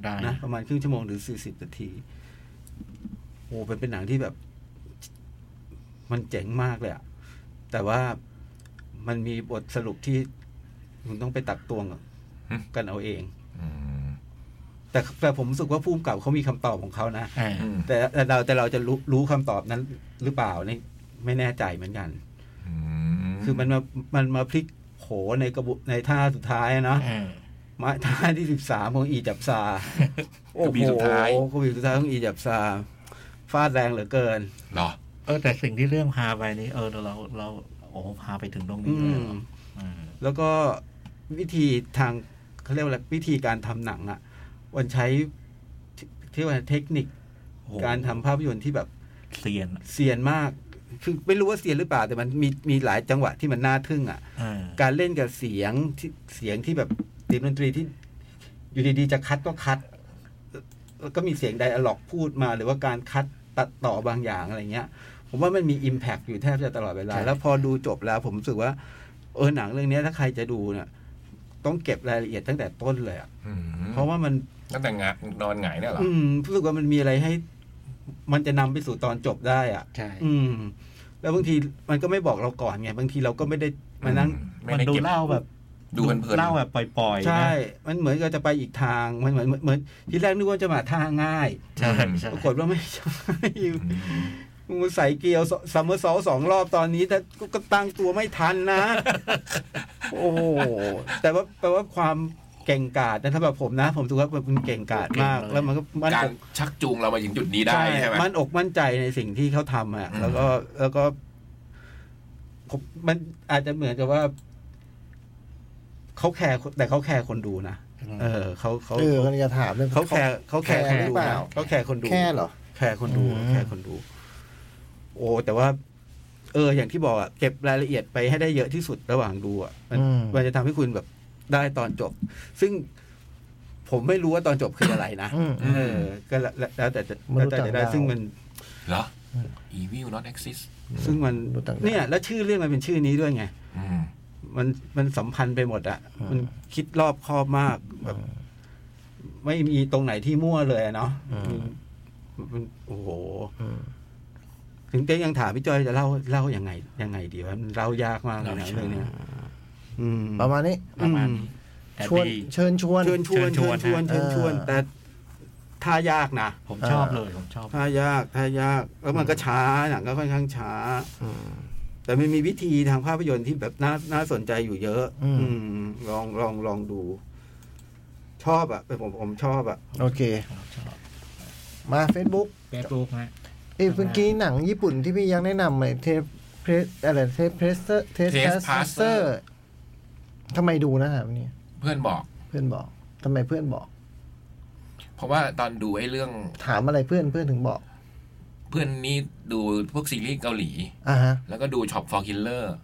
Speaker 1: ได้
Speaker 3: นะประมาณครึ่งชั่วโมงหรือสี่สิบนาทีโอ้เป็นเป็นหนังที่แบบ มันเจ๋งมากเลยอะแต่ว่ามันมีบทสรุปที่คุณต้องไปตักตวงกันเอาเอง
Speaker 5: อืม
Speaker 3: แต่แต่ผมรู้สึกว่าผู้กำกับเขามีคำตอบของเขานะ
Speaker 1: เออ
Speaker 5: อืม
Speaker 3: แต่แต่เราแต่เราจะรู้รู้คำตอบนั้นหรือเปล่านี่ไม่แน่ใจเหมือนกัน
Speaker 5: อืม
Speaker 3: คือมันมามันมาพลิกโผในกระบุในท่าสุดท้ายอะเนาะ
Speaker 1: เออ
Speaker 3: มาท่าที่สิบสามของอีจับซาโอ้
Speaker 5: กระ
Speaker 3: โห
Speaker 5: บี่สุดท้าย
Speaker 3: กระบี่สุดท้ายของอีจับซาฟาดแรงเหลือเกิน
Speaker 5: เหรอ
Speaker 1: เออแต่สิ่งที่เรื่องพาไปนี้เออเราเราเราโอ้พาไปถึงตรง
Speaker 3: อื
Speaker 1: นี้เลย
Speaker 3: ม
Speaker 1: เหรออืม
Speaker 3: แล้วก็วิธีทางเขาเรียกว่าอะไรวิธีการทำหนังอ่ะมันใช้ที่ที่ว่าเทคนิค
Speaker 1: โอ้โห
Speaker 3: การทำภาพยนตร์ที่แบบ
Speaker 1: เซียนอะ
Speaker 3: เซียนมาก คือไม่รู้ว่าเซียนหรือเปล่า แต่มันมีมีหลายจังหวะที่มันน่าทึ่งอ่ะ
Speaker 1: เออ
Speaker 3: การเล่นกับเสียงที่เสียงที่แบบเสียงดนตรีที่ อยู่ดีๆจะคัดก็คัดแล้วก็มีเสียงไดอะล็อกพูดมา หรือว่าการคัดตัดต่อบางอย่างอะไรเงี้ย ผมว่ามันมี Impact อยู่แทบจะตลอดเวลา แล้วพอดูจบแล้ว ผมรู้สึกว่า เออหนังเรื่องเนี้ยถ้าใครจะดูเนี่ยต้องเก็บรายละเอียดตั้งแต่ต้นเลยอะ
Speaker 5: อืม
Speaker 3: เพราะว่ามัน
Speaker 5: ตั้งแต่งะนอนหงายเนี่ยเหรอ
Speaker 3: อืมรู้สึกว่ามันมีอะไรให้ มันจะนำไปสู่ตอนจบได้อ่ะ
Speaker 1: ใช่
Speaker 3: อืม แล้วบางทีมันก็ไม่บอกเราก่อนไง บางทีเราก็ไม่ได้มานั่ง
Speaker 5: ไม่
Speaker 1: มัน
Speaker 5: ได้
Speaker 1: ดู
Speaker 5: เก็บ
Speaker 1: เล่าแบบ
Speaker 5: ดูเพลินๆ
Speaker 1: เล่าแบบปล่อยๆนะ
Speaker 3: ใช่ มันเหมือนก็จะไปอีกทาง มันเหมือนเหมือนที่แรกนึกว่าจะมาท่าง่าย
Speaker 1: ใช่ใช่
Speaker 3: ปรากฏว่าไม่ใช่
Speaker 5: อืม
Speaker 3: มึงใส่เกียวซัมเมอร์ซอลสองรอบตอนนี้แต่ก็ตั้งตัวไม่ทันนะ โอ้โหแต่ว่าแปลว่าความเก่งกาจนะถ้าแบบผมนะ ผมถือว่ามันเก่งกาจมาก แล้วมันก็มัน
Speaker 5: กา
Speaker 3: อ
Speaker 5: ร
Speaker 3: ก
Speaker 5: ชักจูงเรามาถึงจุดนี้ได้ใช่ไห
Speaker 3: น
Speaker 5: ม
Speaker 3: อกมั่นใจในสิ่งที่เขาทำอ่ะ
Speaker 5: อืม
Speaker 3: แล้วก็แล้วก็ผมมันอาจจะเหมือนกับว่าเขาแคร์คนแต่เขาแคร์คนดูนะเออเขาเขา
Speaker 2: เออคนจะถามเรื่อง
Speaker 3: เขาแคร์เขาแคร์
Speaker 2: แค
Speaker 3: ค
Speaker 2: ร์
Speaker 3: น
Speaker 2: หรื
Speaker 3: ดู
Speaker 2: อเปล่า
Speaker 3: นะเขาแคร์คนดู
Speaker 2: แค่เหรอ
Speaker 3: แค่คนดู
Speaker 2: อืม
Speaker 3: แค่คนดู โอ้แต่ว่า เออ อย่างที่บอกอะเก็บรายละเอียดไปให้ได้เยอะที่สุดระหว่างดูอะมัน
Speaker 2: อืม
Speaker 3: มันจะทำให้คุณแบบได้ตอนจบ ซึ่งผมไม่รู้ว่าตอนจบคืออะไรนะ
Speaker 2: อืม
Speaker 3: เออ ก็แล้วแล้วแต่จะ
Speaker 2: มนุษย์
Speaker 3: แล้วแต่จะ
Speaker 2: ต่างดาว
Speaker 3: ได้ ซึ่งมัน
Speaker 5: เหรอ Evil not exist
Speaker 3: ซึ่งมัน
Speaker 2: มนุษย์ต่างดาว
Speaker 3: เนี่ย แล้วชื่อเรื่องมันเป็นชื่อนี้ด้วยไง
Speaker 5: อืม
Speaker 3: มันมันสัมพันธ์ไปหมดอะมันคิดรอบคอบมากแบบไม่มีตรงไหนที่มั่วเลยอะเนาะมันมันโอ้โห
Speaker 2: อืม
Speaker 3: ถึงเต้ยังถามพี่จอยจะเล่าเล่ายังไง ยังไงดีวะมันเล่ายากมากเลยนะ
Speaker 5: เล่ายาก
Speaker 3: เรื่องเนี้ยอืม
Speaker 2: ประมาณนี้
Speaker 1: ประมาณนี้แต่
Speaker 2: ชวน
Speaker 1: ดี
Speaker 2: เชิญชวน
Speaker 3: เชิญชวน
Speaker 1: เชิ
Speaker 3: เชิญชว
Speaker 1: ญชวน น
Speaker 3: เชิญชวน
Speaker 2: เออ
Speaker 3: แต่ท่ายากนะ
Speaker 1: ผมชอบเลยผมชอบ
Speaker 3: ท่ายากท่ายาก แล้วมันก็ช้าหนังก็ค่อนข้างช้า
Speaker 2: อืม
Speaker 3: แต่มันมีวิธีทางภาพยนตร์ที่แบบน่าน่าสนใจอยู่เยอะ
Speaker 2: อืม
Speaker 3: อืมลองลองลองดู ชอบอะเป็นผมผมชอบอะ
Speaker 2: โอเค
Speaker 1: ชอบ
Speaker 2: มา Facebook
Speaker 1: เฟซบุ๊กฮะ
Speaker 2: เอ้ยเมื่อกี้หนังญี่ปุ่นที่พี่ยังแนะนำไอ้เทปเพรสอะไรเทปเพรสเตอร์เทส
Speaker 5: Taste
Speaker 2: พาสเตอ
Speaker 5: Passer
Speaker 2: ร์ทำไมดูนะฮะวันนี้
Speaker 5: เพื่อนบอก
Speaker 2: เพื่อนบอกทำไมเพื่อนบอก
Speaker 5: เพราะว่าตอนดูไอ้เรื่อง
Speaker 2: ถามอะไรเพื่อนเพื่อนถึงบอก
Speaker 5: เพื่อนนี่ดูพวกซีรีส์เกาหลี
Speaker 2: อ่ะฮะ
Speaker 5: แล้วก็ดูช็อปฟอร์คิลเลอร์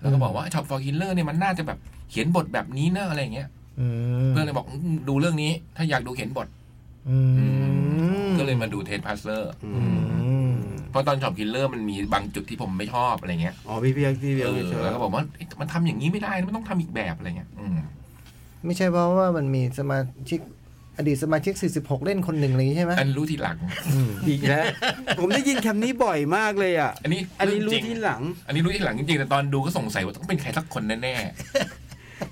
Speaker 5: แล้วก็บอกว่าช็อปฟอร์คิลเลอร์เนี่ยมันน่าจะแบบเขียนบทแบบนี้เนอะอะไรอย่างเงี้ย
Speaker 2: อืม
Speaker 5: เพื่อนเลยบอกอืมดูเรื่องนี้ ถ้าอยากดูเขียนบท
Speaker 2: อืม
Speaker 5: ก็เลยมาดูเทสพาสเลอร์
Speaker 2: อืม
Speaker 5: เพราะตอนช็อปคิลเลอร์มันมีบางจุดที่ผมไม่ชอบอะไรเงี้ย
Speaker 3: อ๋อพี่เพียงพี่เพียง
Speaker 5: เออ
Speaker 3: เชิญ
Speaker 5: แล้วก็บอกว่าเอ๊ะมันทำอย่างนี้ไม่ได้นะมันต้องทำอีกแบบอะไรเงี้ยอืม
Speaker 2: ไม่ใช่เพราะว่ามันมีสมาชิก อดีตสมาชิก 46 เล่นคนหนึ่งอะไรอย่างงี้ใช่ไหม
Speaker 5: อันรู้ทีหลัง
Speaker 3: อีกแล้ว ผมได้ยินคำนี้บ่อยมากเลยอะ
Speaker 5: อันนี้
Speaker 3: อันนี้รู้
Speaker 5: เงจ
Speaker 3: ที่หลัง
Speaker 5: อันนี้รู้ที่หลังจริงๆแต่ตอนดูก็สงสัยว่าต้องเป็นใครสักคนแน่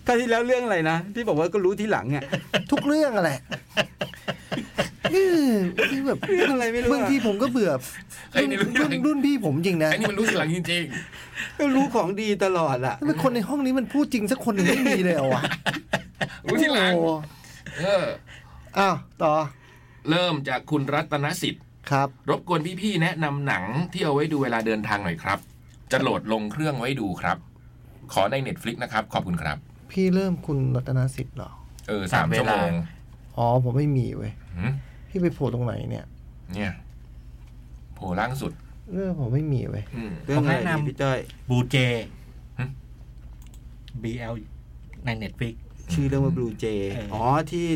Speaker 3: คราวที่แล้วเรื่องอะไรนะที่บอกว่าก็รู้ที่หลังเนี่ย
Speaker 2: ทุกเรื่อง อะแหละเออคือแบบ
Speaker 3: เรื่องอะไรไม่รู้อะ
Speaker 2: บางทีผมก็เบื่อ
Speaker 5: ๆไอ้
Speaker 2: รุ่น
Speaker 5: นี่รู้ที่หลัง
Speaker 2: รุ่นรุ่นพี่ผมจริงนะ
Speaker 5: ไอ้นี่มันรู้ที่หลังจริง
Speaker 3: ก็รู้ของดีตลอดอะ
Speaker 2: ทำไมคนในห้องนี้มันพูดจริงสักคนหนึ่งไม่มีเลยเหรอวะ
Speaker 5: ๆ รู้ที่หลัง
Speaker 2: โอ้
Speaker 5: เออ
Speaker 2: อ้าวต่อ
Speaker 5: เริ่มจากคุณรัตนสิทธิ์
Speaker 2: ครับ
Speaker 5: รบกวนพี่ๆแนะนำหนังที่เอาไว้ดูเวลาเดินทางหน่อยครับ จะโหลดลงเครื่องไว้ดูครับ ขอใน Netflix นะครับ ขอบคุณครับ
Speaker 2: พี่เริ่มคุณรัตนสิทธิ์เหรอ
Speaker 5: เออสา
Speaker 1: ตา
Speaker 5: ม
Speaker 1: มเวลา
Speaker 5: ชั่วโมง
Speaker 2: อ๋อ ผมไม่มีเว้ย
Speaker 5: หืม
Speaker 2: พี่ไปโผล่ตรงไหนเนี่ย
Speaker 5: เนี่ยโผล่ล่างสุด
Speaker 2: เรื่องผมไม่มีเว้ย
Speaker 5: อืม
Speaker 3: เรื่องอะไร
Speaker 1: ผมแนะ
Speaker 3: ดี
Speaker 1: นำ
Speaker 3: พี่จ้อย
Speaker 1: บูเจ
Speaker 5: หึ
Speaker 1: BL ในเน็ตฟิก
Speaker 3: ชื่อเรื่องว่าบลูเจ
Speaker 1: เอออ๋
Speaker 3: อ๋อที่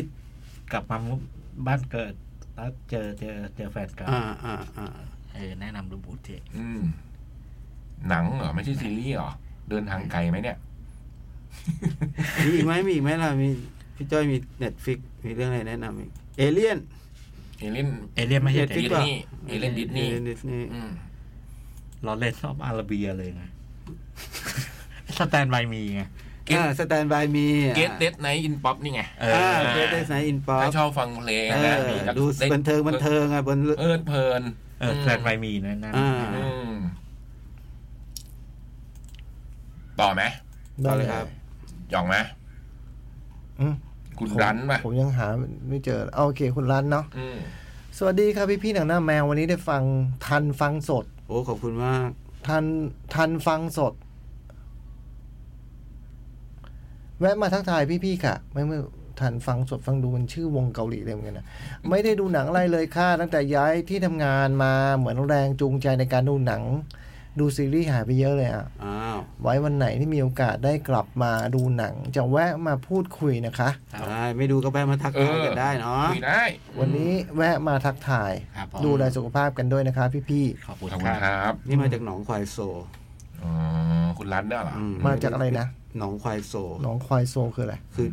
Speaker 1: กลับมาบ้านเกิด แล้วเจอเจอเจอแฟนเก่า
Speaker 3: อ่าอ่าอ่า
Speaker 1: เออแนะนำดูบูเจ
Speaker 5: อืม หนังเหรอ ไม่ใช่ซีรีส์เหรอ เดินทางไกลไหมเนี่ย
Speaker 3: มีอีกไหมมีอีกไหมล่ะมีพี่จ้อยมีเน็ตฟิกมีเรื่องอะไรแนะนำอีกเอเลี่ยน
Speaker 5: เอเล่น
Speaker 1: เอเลียนไม่ใช่
Speaker 5: เอ
Speaker 1: แต่
Speaker 5: ดิ
Speaker 3: Netflix
Speaker 5: ส
Speaker 3: ป่ะ
Speaker 5: นีย์เอเล่นดิสนีย์
Speaker 3: เอเลี่ยนดิสนีย์
Speaker 5: อืม
Speaker 1: ลอเรนซ์ออฟอาราเบียเลยไง สแตนบายมีไง
Speaker 3: อ่าสแตนบายมี
Speaker 5: เกตเดดไนอินป๊อปนี่ไง
Speaker 1: เออ
Speaker 3: อ่าเกตเดสไนอินป๊อ
Speaker 5: ถ้า
Speaker 3: ป
Speaker 5: ชอบฟังเพลงนะมีนัก
Speaker 3: ดู
Speaker 5: ล่
Speaker 3: บันเทิงบันเทิงอ่ะบน
Speaker 5: เอิร์ดเพลิน
Speaker 1: เออสแตนบายมีนะนั่น
Speaker 3: อ่า
Speaker 5: อืมต่อไหม
Speaker 3: ต่อเลยครับ
Speaker 5: หย่องไหม
Speaker 2: อืม
Speaker 5: คุณรันป่ะ
Speaker 2: ผมยังหาไม่เจอเอาโอเคคุณรันเนาะ
Speaker 5: อืม
Speaker 2: สวัสดีครับพี่พี่ๆหนังหน้าแมววันนี้ได้ฟังทันฟังสด
Speaker 3: โอ้ขอบคุณมาก
Speaker 2: ทันทันฟังสด แวะมาทักทายพี่ๆค่ะ ไม่ไม่ทันฟังสดฟังดูมันชื่อวงเกาหลีเลยเหมือนกันนะไม่ได้ดูหนังอะไรเลยค่ะตั้งแต่ย้ายที่ทำงานมาเหมือนแรงจูงใจในการดูหนัง ดูซีรีส์หายไปเยอะเลยอ่ะ
Speaker 3: อ้าว
Speaker 2: ไว้วันไหนที่มีโอกาสได้กลับมาดูหนัง จะแวะมาพูดคุยนะคะ
Speaker 3: ได้ไม่ดูก็แวะมาทัก
Speaker 5: เอ
Speaker 3: ทาย
Speaker 5: อ
Speaker 3: กันได้เนาะ
Speaker 5: คุยได้
Speaker 2: วันนี้แวะมาทักทาย
Speaker 1: ครับผม
Speaker 2: ดูแลสุขภาพกันด้วยนะคะ พี่
Speaker 1: ขอบคุณ
Speaker 5: ขอบ
Speaker 1: ค
Speaker 5: คุณครับ รับ
Speaker 3: นี่มาจากหนองควายโซ
Speaker 5: อ๋อคุณรันเนี่ยเหรออ
Speaker 3: อื
Speaker 2: ๆ มาจากอะไรนะ
Speaker 3: หนองควายโซ
Speaker 2: หน้องควายโซคืออะไร
Speaker 3: คือ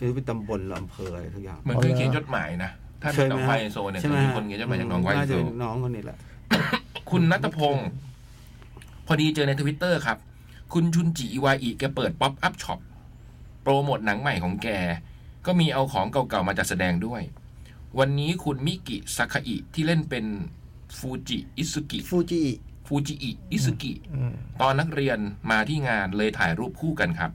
Speaker 3: คือเป็นตำบลหรืออำเภออะไรทุกอย่าง
Speaker 5: เหมือนเคยเขียนจดหมายนะ ถ้าเป็นหนองควายโซเนี่ย
Speaker 3: ใช่
Speaker 5: เค
Speaker 3: ไหม
Speaker 5: ยมีคนเขียนจดหมายจากหนองควาย
Speaker 3: น่า
Speaker 5: โซ
Speaker 3: จะเป็นน้องคนนี้แหละ
Speaker 5: คุณนัทพงศ์พอดีเจอในทวิตเตอร์ครับ คุณชุนจิอิวาอิแกเปิดป๊อปอัพช็อปโปรโมทหนังใหม่ของแก ก็มีเอาของเก่าๆมาจัดแสดงด้วย วันนี้คุณมิกิซากะอิที่เล่นเป็นฟูจิอิสุกิ
Speaker 2: ฟูจิ
Speaker 5: ฟูจิอิอิสุกิ
Speaker 2: อืม
Speaker 5: ตอนนักเรียนมาที่งานเลยถ่ายรูปคู่กันครับ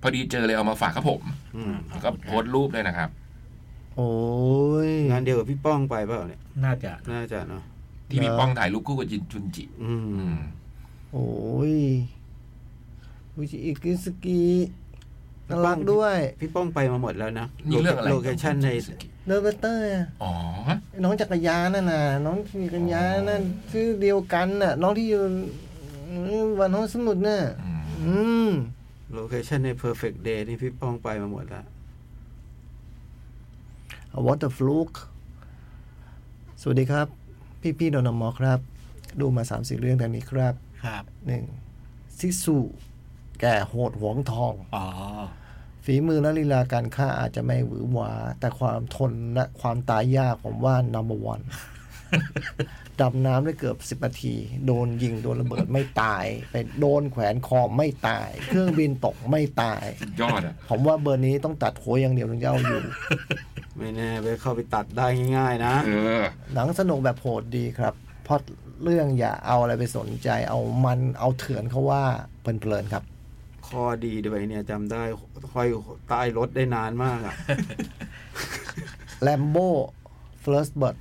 Speaker 5: พอดีเจอเลยเอามาฝากครับผม
Speaker 3: อืม
Speaker 5: ก็โพสต์รูปเลยนะครับ
Speaker 2: โอ้ย
Speaker 3: งานเดียวกับพี่ป้องไปเปล่าเนี่ย
Speaker 1: น่าจะ
Speaker 3: น่าจะเนาะ
Speaker 5: ที่มี
Speaker 2: เหรอ
Speaker 5: ป้องถ่ายรูปคู่กับจินจุนจิ
Speaker 3: อื
Speaker 5: อื
Speaker 3: ม
Speaker 5: ม
Speaker 2: โอ้ยวิจิอิกิสกิ น่ารักด้วย
Speaker 3: พี่ป้องไปมาหมดแล้วนะ
Speaker 5: นี่เรื่องอะไร
Speaker 3: โลเคชั่นใน
Speaker 2: เดอร์เบเตอร์
Speaker 5: อ๋อ
Speaker 2: น้องจักรยานน่ะนะน้องจักรยานนั่นชื่อเดียวกันน่ะ น้องที่อยู่วันห้องสมุดน่ะ
Speaker 5: อืม
Speaker 2: อืม
Speaker 3: โลเคชันใน Perfect Day นี่พี่ป้องไปมาหมดแล้ว
Speaker 2: What the fluke สวัสดีครับ พี่พี่ๆนนมอครับ ดูมาสามสี่เรื่องดังนี้ครับ
Speaker 1: ครับ
Speaker 2: หนึ่งซิสุแก่โหดหวงทอง
Speaker 1: อ๋อ
Speaker 2: ฝีมือและลีลาการฆ่าอาจจะไม่หวือหวา แต่ความทนและความตายยากผมว่า number one ดำน้ำได้เกือบสิบ10นาที โดนยิงโดนระเบิดไม่ตาย ไปโดนแขวนคอไม่ตาย เครื่องบินตกไม่ตาย
Speaker 5: สุดยอดอ่ะ
Speaker 2: ผมว่าเบอร์นี้ต้องตัดหัวอย่างเดียวถึงจะเอาอยู่
Speaker 3: ไม่แน่ไปเข้าไปตัดได้ง่าย ๆ นะ
Speaker 5: เออ
Speaker 2: หนังสนุกแบบโหดดีครับเพราะเรื่องอย่าเอาอะไรไปสนใจ เอามันเอาเถื่อนเขาว่าเพลินๆครับ
Speaker 3: ข้อดีด้วยเนี่ยจำได้ค่อยใต้รถได้นานมากอะ
Speaker 2: แลมโบ้เฟิร์สเบิร์ด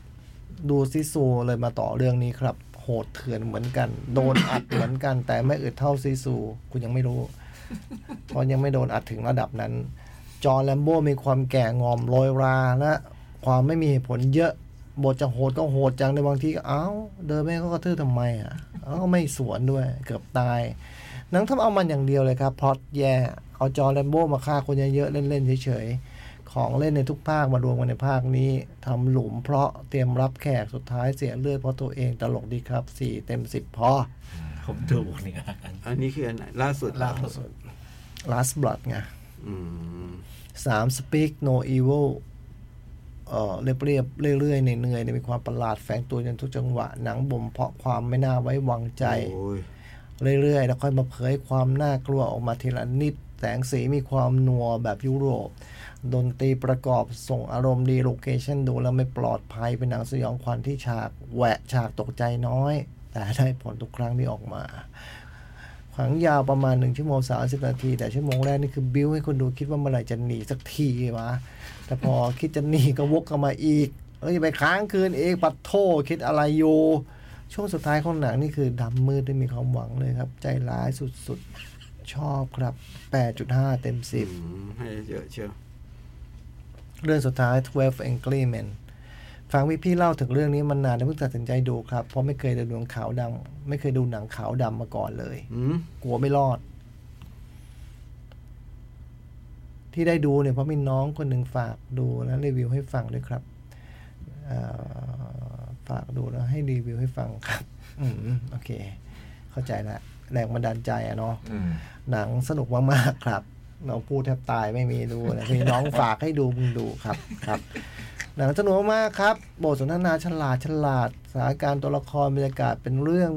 Speaker 2: ดูซิซูเลยมาต่อเรื่องนี้ครับ โหดเถื่อนเหมือนกัน โดนอัด เหมือนกัน แต่ไม่อึดเท่าซิซู คุณยังไม่รู้ เพราะยังไม่โดนอัดถึงระดับนั้น จอห์นแลมโบ้มีความแก่งอมโรยราและความไม่มีเหตุผลเยอะ บทจะโหดก็โหดจังในบางทีก็เอ้า เดินไม่ก็กระทืบทำไมอ่ะแล้วก็ไม่สวนด้วย เกือบตาย หนังทำเอามันอย่างเดียวเลยครับพล็อตแย่เอาจอห์นแลมโบ้มาฆ่าคนเยอะๆเล่นๆเฉยๆ ของเล่นในทุกภาคมารวมกันในภาคนี้ทำหลุมเพราะเตรียมรับแขกสุดท้ายเสียเลือดเพราะตัวเองตลกดีครับสี่เต็มสิบพอ
Speaker 1: ผมดูเนี่ย
Speaker 3: อันนี้คืออันไหนล่าสุดเหรอ
Speaker 2: last blood ไง
Speaker 3: อืม
Speaker 2: สาม speak no evil เอ่อเรียบเรียบๆเรื่อยๆในเนื่อยๆเนี่ยมีความประหลาดแฝงตัวจนทุกจังหวะ หนังบ่มเพาะความไม่น่าไว้วางใจ
Speaker 3: โอ้ย
Speaker 2: เรื่อยๆ แล้วค่อยมาเผยความน่ากลัวออกมาทีละนิด แสงสีมีความนัวแบบยุโรป ดนตรีประกอบส่งอารมณ์ดีโลเคชันดูแล้วไม่ปลอดภัยเป็นหนังสยองขวัญที่ฉากแหวะฉากตกใจน้อย แต่ได้ผลทุกครั้งที่ออกมา ขวังยาวประมาณ 1 ชั่วโมง 30 นาที แต่ชั่วโมงแรกนี่คือบิ้วให้คนดูคิดว่าเมื่อไหร่จะหนีสักทีวะ แต่พอคิดจะหนีก็วกกลับมาอีกเอ้ยไปค้างคืนเองปัดโทคิดอะไรอยู่ ช่วงสุดท้ายของหนังนี่คือดำมืดได้มีความหวังเลยครับ ใจร้ายสุดๆ ชอบครับ 8.5 เต็ม
Speaker 3: อื
Speaker 2: 10
Speaker 3: มให้เยอะเชียว
Speaker 2: เรื่องสุดท้าย 12 Angry Men ฟังพี่พี่ๆเล่าถึงเรื่องนี้มันนานแล้วเพิ่งตัดสินใจดูครับ เพราะไม่เคยดูหนังขาวดำไม่เคยดูหนังขาวดำมาก่อนเลย
Speaker 3: อืม
Speaker 2: กลัวไม่รอด ที่ได้ดูเนี่ยเพราะมีน้องคนหนึ่งฝากดูแล้วรีวิวให้ฟังด้วยครับเอ่อฝากดูแล้วให้รีวิวให้ฟังครับ อืมโอเค เข้าใจละแรงบันดาลใจอะเนาะ
Speaker 5: อืม
Speaker 2: หนังสนุกมากๆครับ เราพูดแทบตายไม่มีดูนะมีน้องฝากให้ดูมึงดูครับครับ หนังสนุกมากๆครับ บทสนทนาฉลาดฉลาดสถานการณ์ตัวละครบรรยากาศเป็นเรื่อง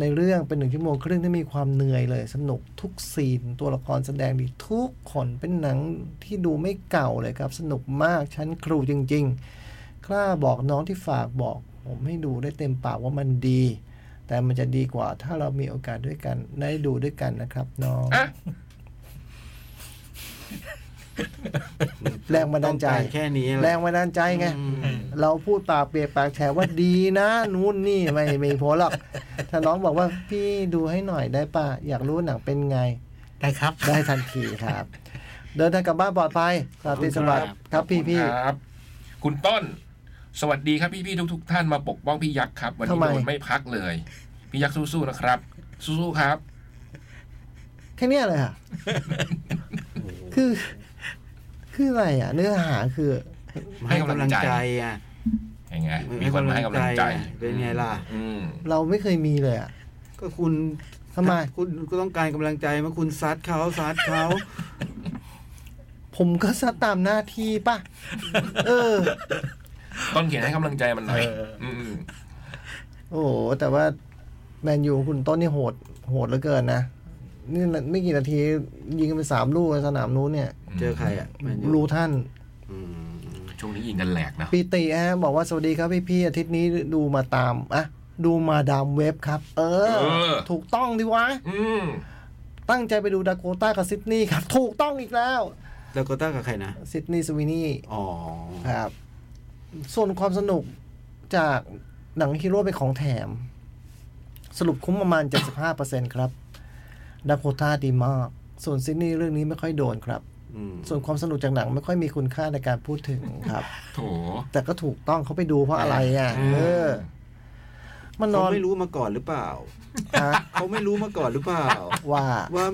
Speaker 2: ในเรื่องเป็นหนึ่งชั่วโมงครึ่งที่มีความเหนื่อยเลย สนุกทุกซีน ตัวละครแสดงดีทุกคนเป็นหนังที่ดูไม่เก่าเลยครับ สนุกมากชั้นครูจริง ๆ กล้าบอกน้องที่ฝากบอก ผมให้ดูได้เต็มปากว่ามันดี แต่มันจะดีกว่าถ้าเรามีโอกาสด้วยกัน ได้ดูด้วยกันนะครับน้อง
Speaker 5: อ่ะ
Speaker 2: แรงบันดาลใจ
Speaker 3: ต้องกแค่นี้หละ
Speaker 2: แรงบันดาลใจไง
Speaker 3: อืม
Speaker 2: เราพูดปากเปียกปากแฉะว่าดีนะ นู่นนี่ไม่ไม่พอหรอกถ้าน้องบอกว่าพี่ดูให้หน่อยได้ป่ะ อยากรู้หนังเป็นไง
Speaker 1: ได้ครับ
Speaker 2: ได้ทันทีครับ เดินทางกลับบ้านปลอดภัยสวัสดีสวัสดิ์ครับพี่พี่
Speaker 5: ครับ คุณต้น สวัสดีครับพี่พี่ทุกทุกๆท่านมาปกป้องพี่ยักษ์ครับ วันนี้
Speaker 2: ทำไม
Speaker 5: โดนไม่พักเลย พี่ยักษ์สู้ๆนะครับ สู้ๆครับ
Speaker 2: แค่เนี้ยเลยค่ะ คือ คืออะไรอ่ะ เนื้อหาคือ
Speaker 5: ให้กำลังใจ
Speaker 3: อ่ะ
Speaker 5: ยังไงมีคนมาให้กำลังใจ
Speaker 3: อ่ะเป็นไงล่ะ
Speaker 5: อืม
Speaker 2: เราไม่เคยมีเลยอ่ะ
Speaker 3: ก็คุณ
Speaker 2: ทำไม
Speaker 3: คุณก็ต้องการกำลังใจมาคุณซัดเขาซัดเขา
Speaker 2: ผมก็ซัดตามหน้าที่ป่ะ เออ
Speaker 5: ต้นเขียนให้กำลังใจมันหน่อย
Speaker 1: เออ
Speaker 5: ม
Speaker 2: โอ้โห แต่ว่าแมนยูคุณต้นนี่โหด โหดเหลือเกินนะ นี่ไม่กี่นาทียิงกันไปสามลูกในสนามนู้นเนี่ย
Speaker 5: ม
Speaker 3: เจอใครอ่ะแมนยู
Speaker 2: รู้ท่าน
Speaker 3: อืม
Speaker 5: ช่วงนี้ยิงกันแหลกนะ
Speaker 2: ปีติฮะบอกว่าสวัสดีครับพี่พี่ๆอาทิตย์นี้ดูมาตามอะดูมาดามเว็บครับ เออ ถูกต้องดิวะ
Speaker 5: อืม
Speaker 2: ตั้งใจไปดูดาโกต้ากับซิดนีย์ครับ ถูกต้องอีกแล้ว
Speaker 3: แล้วก็ต้ากับใครนะ
Speaker 2: ซิดนีย์สวินีย์
Speaker 3: อ๋อ
Speaker 2: ครับ ส่วนความสนุกจากหนังฮีโร่เป็นของแถม สรุปคุ้มประมาณ 75%ครับดาโกต้าดีมาก ส่วนซิดนีย์เรื่องนี้ไม่ค่อยโดนครับ
Speaker 3: อืม
Speaker 2: ส่วนความสนุกจากหนังไม่ค่อยมีคุณค่าในการพูดถึงครับ
Speaker 5: โถ
Speaker 2: แต่ก็ถูกต้องเขาไปดูเพราะอะไรอ่ะ
Speaker 5: อืม
Speaker 2: เออ มันน
Speaker 3: เขา
Speaker 2: อน
Speaker 3: ไม่รู้มาก่อนหรือเปล่า
Speaker 2: ฮะ
Speaker 3: เขาไม่รู้มาก่อนหรือเป ล่า
Speaker 2: ว่า
Speaker 3: ว่า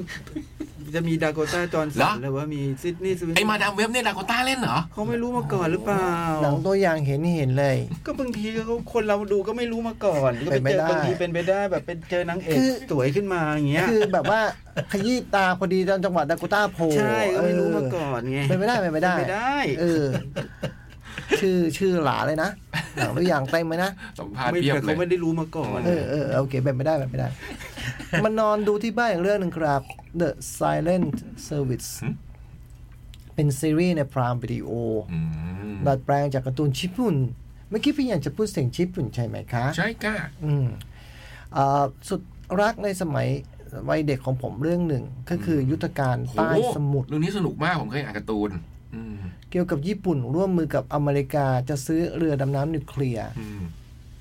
Speaker 3: จะมีดาโกต้าจอห์น
Speaker 5: เหร
Speaker 3: สั
Speaker 5: อ
Speaker 3: นหรือว่ามีซิดนีย์สวิน
Speaker 5: ไอ้มาดามเว็บเนี่ยดาโกต้าเล่นเหรอ
Speaker 3: เขาไม่รู้มาก่อนหรือเปล่า
Speaker 2: หนังตัวอย่างเห็นเห็นเลย
Speaker 3: ก็บางทีเขาคนเราดูก็ไม่รู้มาก่อนก็ไป
Speaker 2: เป็นไป
Speaker 3: เจอ
Speaker 2: ได้
Speaker 3: บางทีเป็นไปได้แบบเป็นเจอนางเอก
Speaker 2: คือ
Speaker 3: สวยขึ้นมาอย่างเงี้ย
Speaker 2: คือแบบว่าขยี้ตาพอดีตอนจังหวะดากูต้าโผล่
Speaker 3: ใช่ก็ไม่รู้มา
Speaker 2: เออ
Speaker 3: ก่อนไง
Speaker 2: เป็นไปได้เป็นไปได้
Speaker 3: เป็นไปได้
Speaker 2: เออ ชื่อชื่อหลาเลยนะหนังตัวอย่างเต็มเลยนะ
Speaker 5: สัมภาษณ์
Speaker 3: ไม่
Speaker 5: เพียบ
Speaker 3: แต่
Speaker 5: เล
Speaker 3: เขา
Speaker 5: ย
Speaker 3: ไม่ได้รู้มาก่อน
Speaker 2: เออเออโอเคเป็นไม่ได้เป็นไม่ได้ มันนอนดูที่บ้านอย่างเรื่องหนึ่งครับ The Silent Service
Speaker 5: หืม
Speaker 2: เป็นซีรีส์ในพรามวิดีโอ
Speaker 5: อืม
Speaker 2: ดัดแปลงจากการ์ตูนญี่ปุ่น เมื่อกี้พี่ยันจะพูดเสียงญี่ปุ่นใช่ไหมคะ
Speaker 5: ใช่ก้า
Speaker 2: อืมอ่าสุดรักในสมัยวัยเด็กของผมเรื่องหนึ่ง ก็คือยุทธการ
Speaker 5: โห
Speaker 2: ใต้สมุทร
Speaker 5: เรื่องนี้สนุกมากผมเคยอ่านการ์ตูน อืม
Speaker 2: เกี่ยวกับญี่ปุ่น ร่วมมือกับอเมริกาจะซื้อเรือดำน้ำนิวเคลียร์
Speaker 5: อืม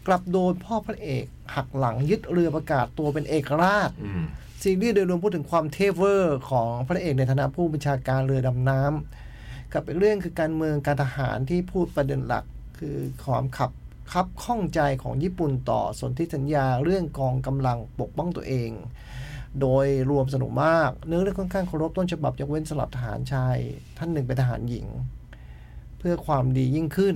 Speaker 2: กลับโดนพ่อพระเอกหักหลังยึดเรือประกาศตัวเป็นเอกราช
Speaker 5: อืม
Speaker 2: ซีรีส์โดยรวมพูดถึงความเทเวอร์ของพระเอกในฐานะผู้บัญชาการเรือดำน้ำกับอีกเรื่องคือการเมืองการทหารที่พูดประเด็นหลัก คือความขับคับข้องใจของญี่ปุ่นต่อสนธิสัญญาเรื่องกองกำลังปกป้องตัวเอง โดยรวมสนุกมาก เนื้อเรื่องค่อนข้างเคารพต้นฉบับยกเว้นสลับทหารชาย ท่านหนึ่งเป็นทหารหญิง เพื่อความดียิ่งขึ้น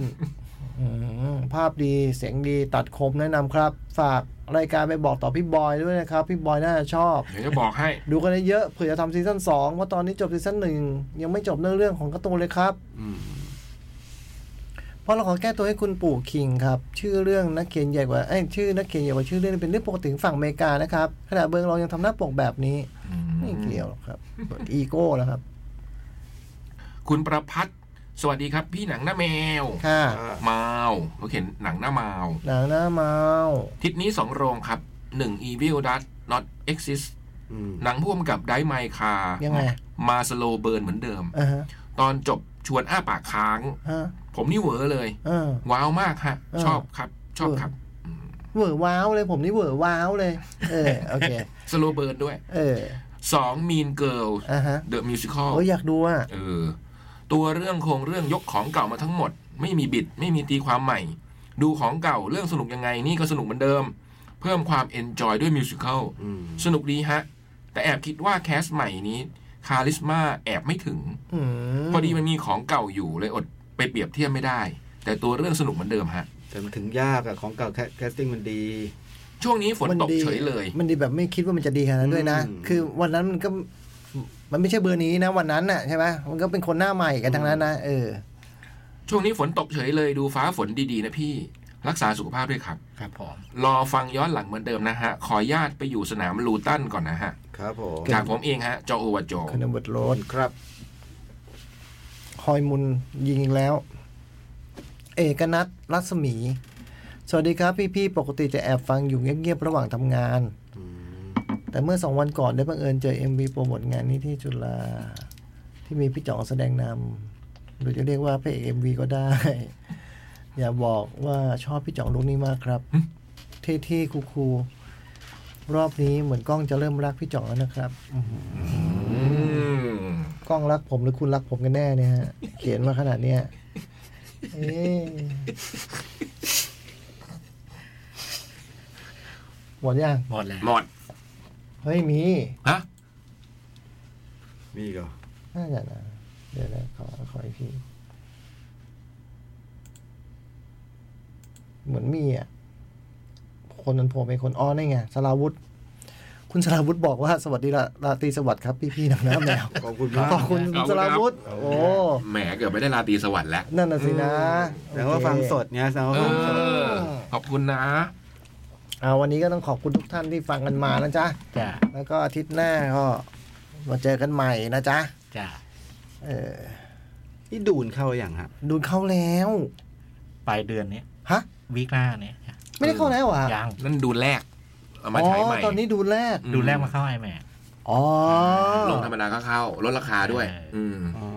Speaker 2: อืมภาพดีเสียงดีตัดคมแนะนำครับ ฝากรายการไปบอกต่อพี่บอยด้วยนะครับ พี่บอยน่าจะชอบ
Speaker 5: เดี๋ยวจะบอกให้
Speaker 2: ดูกันเยอะๆเผื่อจะทำซีซั่นสองว่าะตอนนี้จบซีซั่นหนึ่งยังไม่จบเนื้อเรื่องของการ์ตูนเลยครับ เพราะเราขอแก้ตัวให้คุณปู่คิงครับ ชื่อเรื่องนักเขียนใหญ่กว่าเอ้ยชื่อนักเขียนใหญ่กว่าชื่อเรื่องเป็นเรื่องปกติของฝั่งอเมริกานะครับขณะเบิร์งเรายังทำหน้าปกแบบนี้ไม่เกี่ยวหรอกครับอีโก้แล้วครับ
Speaker 5: คุณประพัฒน์สวัสดีครับ พี่หนังหน้าแมว
Speaker 2: ค่ะ
Speaker 5: มาวเขาเขียนหนังหน้ามาว
Speaker 2: หนังหน้าเมา
Speaker 5: ทิศนี้สองโรงครับหนึ่ง Evil Does Not Exist
Speaker 3: อืม
Speaker 5: หนังพ่วมกับไดไมคา
Speaker 2: ยังไง
Speaker 5: มาสโลเบิร์นเหมือนเดิม
Speaker 2: อ่าฮะ
Speaker 5: ตอนจบชวนอ้าปากค้าง
Speaker 2: ฮะ
Speaker 5: ผมนี่เหวอเลย
Speaker 2: อ่า
Speaker 5: ว้าวมากฮะ
Speaker 2: เออ
Speaker 5: ชอบครับ ชอบครับ
Speaker 2: เหวอว้าวเลยผมนี่เหวอว้าวเลย เออโอเค
Speaker 5: สโลเบิร์นด้วย
Speaker 2: เออ
Speaker 5: สองมีนเกิล
Speaker 2: อ่าฮะ
Speaker 5: เดอะมิวสิคอล
Speaker 2: โอ้ยอยากดูอ่ะ
Speaker 5: เออ ตัวเรื่องโครงเรื่องยกของเก่ามาทั้งหมด ไม่มีบิด ไม่มีตีความใหม่ ดูของเก่าเรื่องสนุกยังไงนี่ก็สนุกเหมือนเดิม เพิ่มความเอนจอยด้วยมิวสิคอล
Speaker 3: อืม
Speaker 5: สนุกดีฮะ แต่แอบคิดว่าแคสใหม่นี้ คาลิสมาแอบไม่ถึง
Speaker 2: อืม
Speaker 5: พอดีมันมีของเก่าอยู่เลยอดไปเปรียบเทียบไม่ได้ แต่ตัวเรื่องสนุกเหมือนเดิมฮะ
Speaker 3: แต่มันถึงยากอะของเก่าแคสติ้งมันดี
Speaker 5: ช่วงนี้ฝนตก
Speaker 2: ดี
Speaker 5: เฉยเลย
Speaker 2: มันดีแบบไม่คิดว่ามันจะดีขนาดนั้นด้วยนะ
Speaker 3: อืม
Speaker 2: คือวันนั้นมันก็ มันไม่ใช่เบอร์นี้นะวันนั้นน่ะใช่ไหมมันก็เป็นคนหน้าใหม่กันทั้งนั้นนะเออ
Speaker 5: ช่วงนี้ฝนตกเฉยเลยดูฟ้าฝนดีๆนะพี่ รักษาสุขภาพด้วยครับ
Speaker 1: ครับผม
Speaker 5: รอฟังย้อนหลังเหมือนเดิมนะฮะ ขออนุญาตไปอยู่สนามลูตันก่อนนะฮะ
Speaker 3: ครับผม
Speaker 5: จากผมเองฮะจอโอวาโจ
Speaker 2: คอนเวิร์ตโรด
Speaker 3: ครับ
Speaker 2: คอยมุนยิงอีกแล้ว เอกนัทรัศมี สวัสดีครับพี่ๆปกติจะแอบฟังอยู่เงียบๆระหว่างทำงาน
Speaker 3: อืม
Speaker 2: แต่เมื่อสองวันก่อนได้บังเอิญเจอ MV โปรโมทงานนี้ที่จุฬาที่มีพี่จ๋องแสดงนำหรือจะเรียกว่าพระเอก MV ก็ได้ อย่าบอกว่าชอบพี่จ๋องลุกนี้มากครับ เท่ๆคูลๆรอบนี้เหมือนกล้องจะเริ่มรักพี่จ๋องแล้วนะครับ
Speaker 5: อืม
Speaker 2: กล้องรักผมหรือคุณรักผมกันแน่เนี่ยฮะ เขียนมาขนาดเนี้ยเอ๊ะหมดยัง
Speaker 1: หมดแล้ว
Speaker 5: หมด
Speaker 2: เฮ้ยมี
Speaker 5: ฮะ
Speaker 3: มีอีก็
Speaker 2: น่าจะนะ เดี๋ยวนะขอขออีกทีเหมือนมีอ่ะ คนนั้นผมเป็นคนอ้อนี่นไงสราวุธ คุณสราวุธบอกว่า สวัสดีละราตรีสวัสดิ์ครับ พี่พี่ๆหนังหน้าแมว
Speaker 3: ขอบคุณมาก
Speaker 2: ขอบคุณสราวุธ โอ้
Speaker 5: แหมเกือบไม่ได้ลาตรีสวัสดิ์แล้ว
Speaker 2: นั่นน่ะสินะ
Speaker 3: แต่ว่า
Speaker 2: โอเค
Speaker 3: ฟังสดไงแต่ว่า
Speaker 5: เอ
Speaker 3: ฟังสด
Speaker 5: อขอบคุณนะ
Speaker 2: เอาวันนี้ก็ต้องขอบคุณทุกท่านที่ฟังกันมานะจ๊ะ
Speaker 1: จ้า
Speaker 2: แล้วก็อาทิตย์หน้าก็มาเจอกันใหม่นะจ๊ะ
Speaker 1: จ้า
Speaker 2: เออ
Speaker 3: นี่ดูนเข้าอย่างฮะ
Speaker 2: ดูเข้าแล้ว
Speaker 1: ปลายเดือนเนี้ย
Speaker 2: ฮะ
Speaker 1: วีคหน้าเนี้ยจ้ะ
Speaker 2: ไม่ได้เข้าแล้วเหรอ่ะ
Speaker 1: ยัง
Speaker 5: นั่นดูแรกเอามาฉายใหม่
Speaker 2: อ๋อ ตอนนี้ดูแรก
Speaker 5: อื
Speaker 1: ดูแรกมาเข้าไอแม็ก
Speaker 2: อ๋อ
Speaker 5: ลงธรรมดาก็เข้าลดราคาด้วย
Speaker 1: เอออื
Speaker 5: อืม
Speaker 3: อ๋อ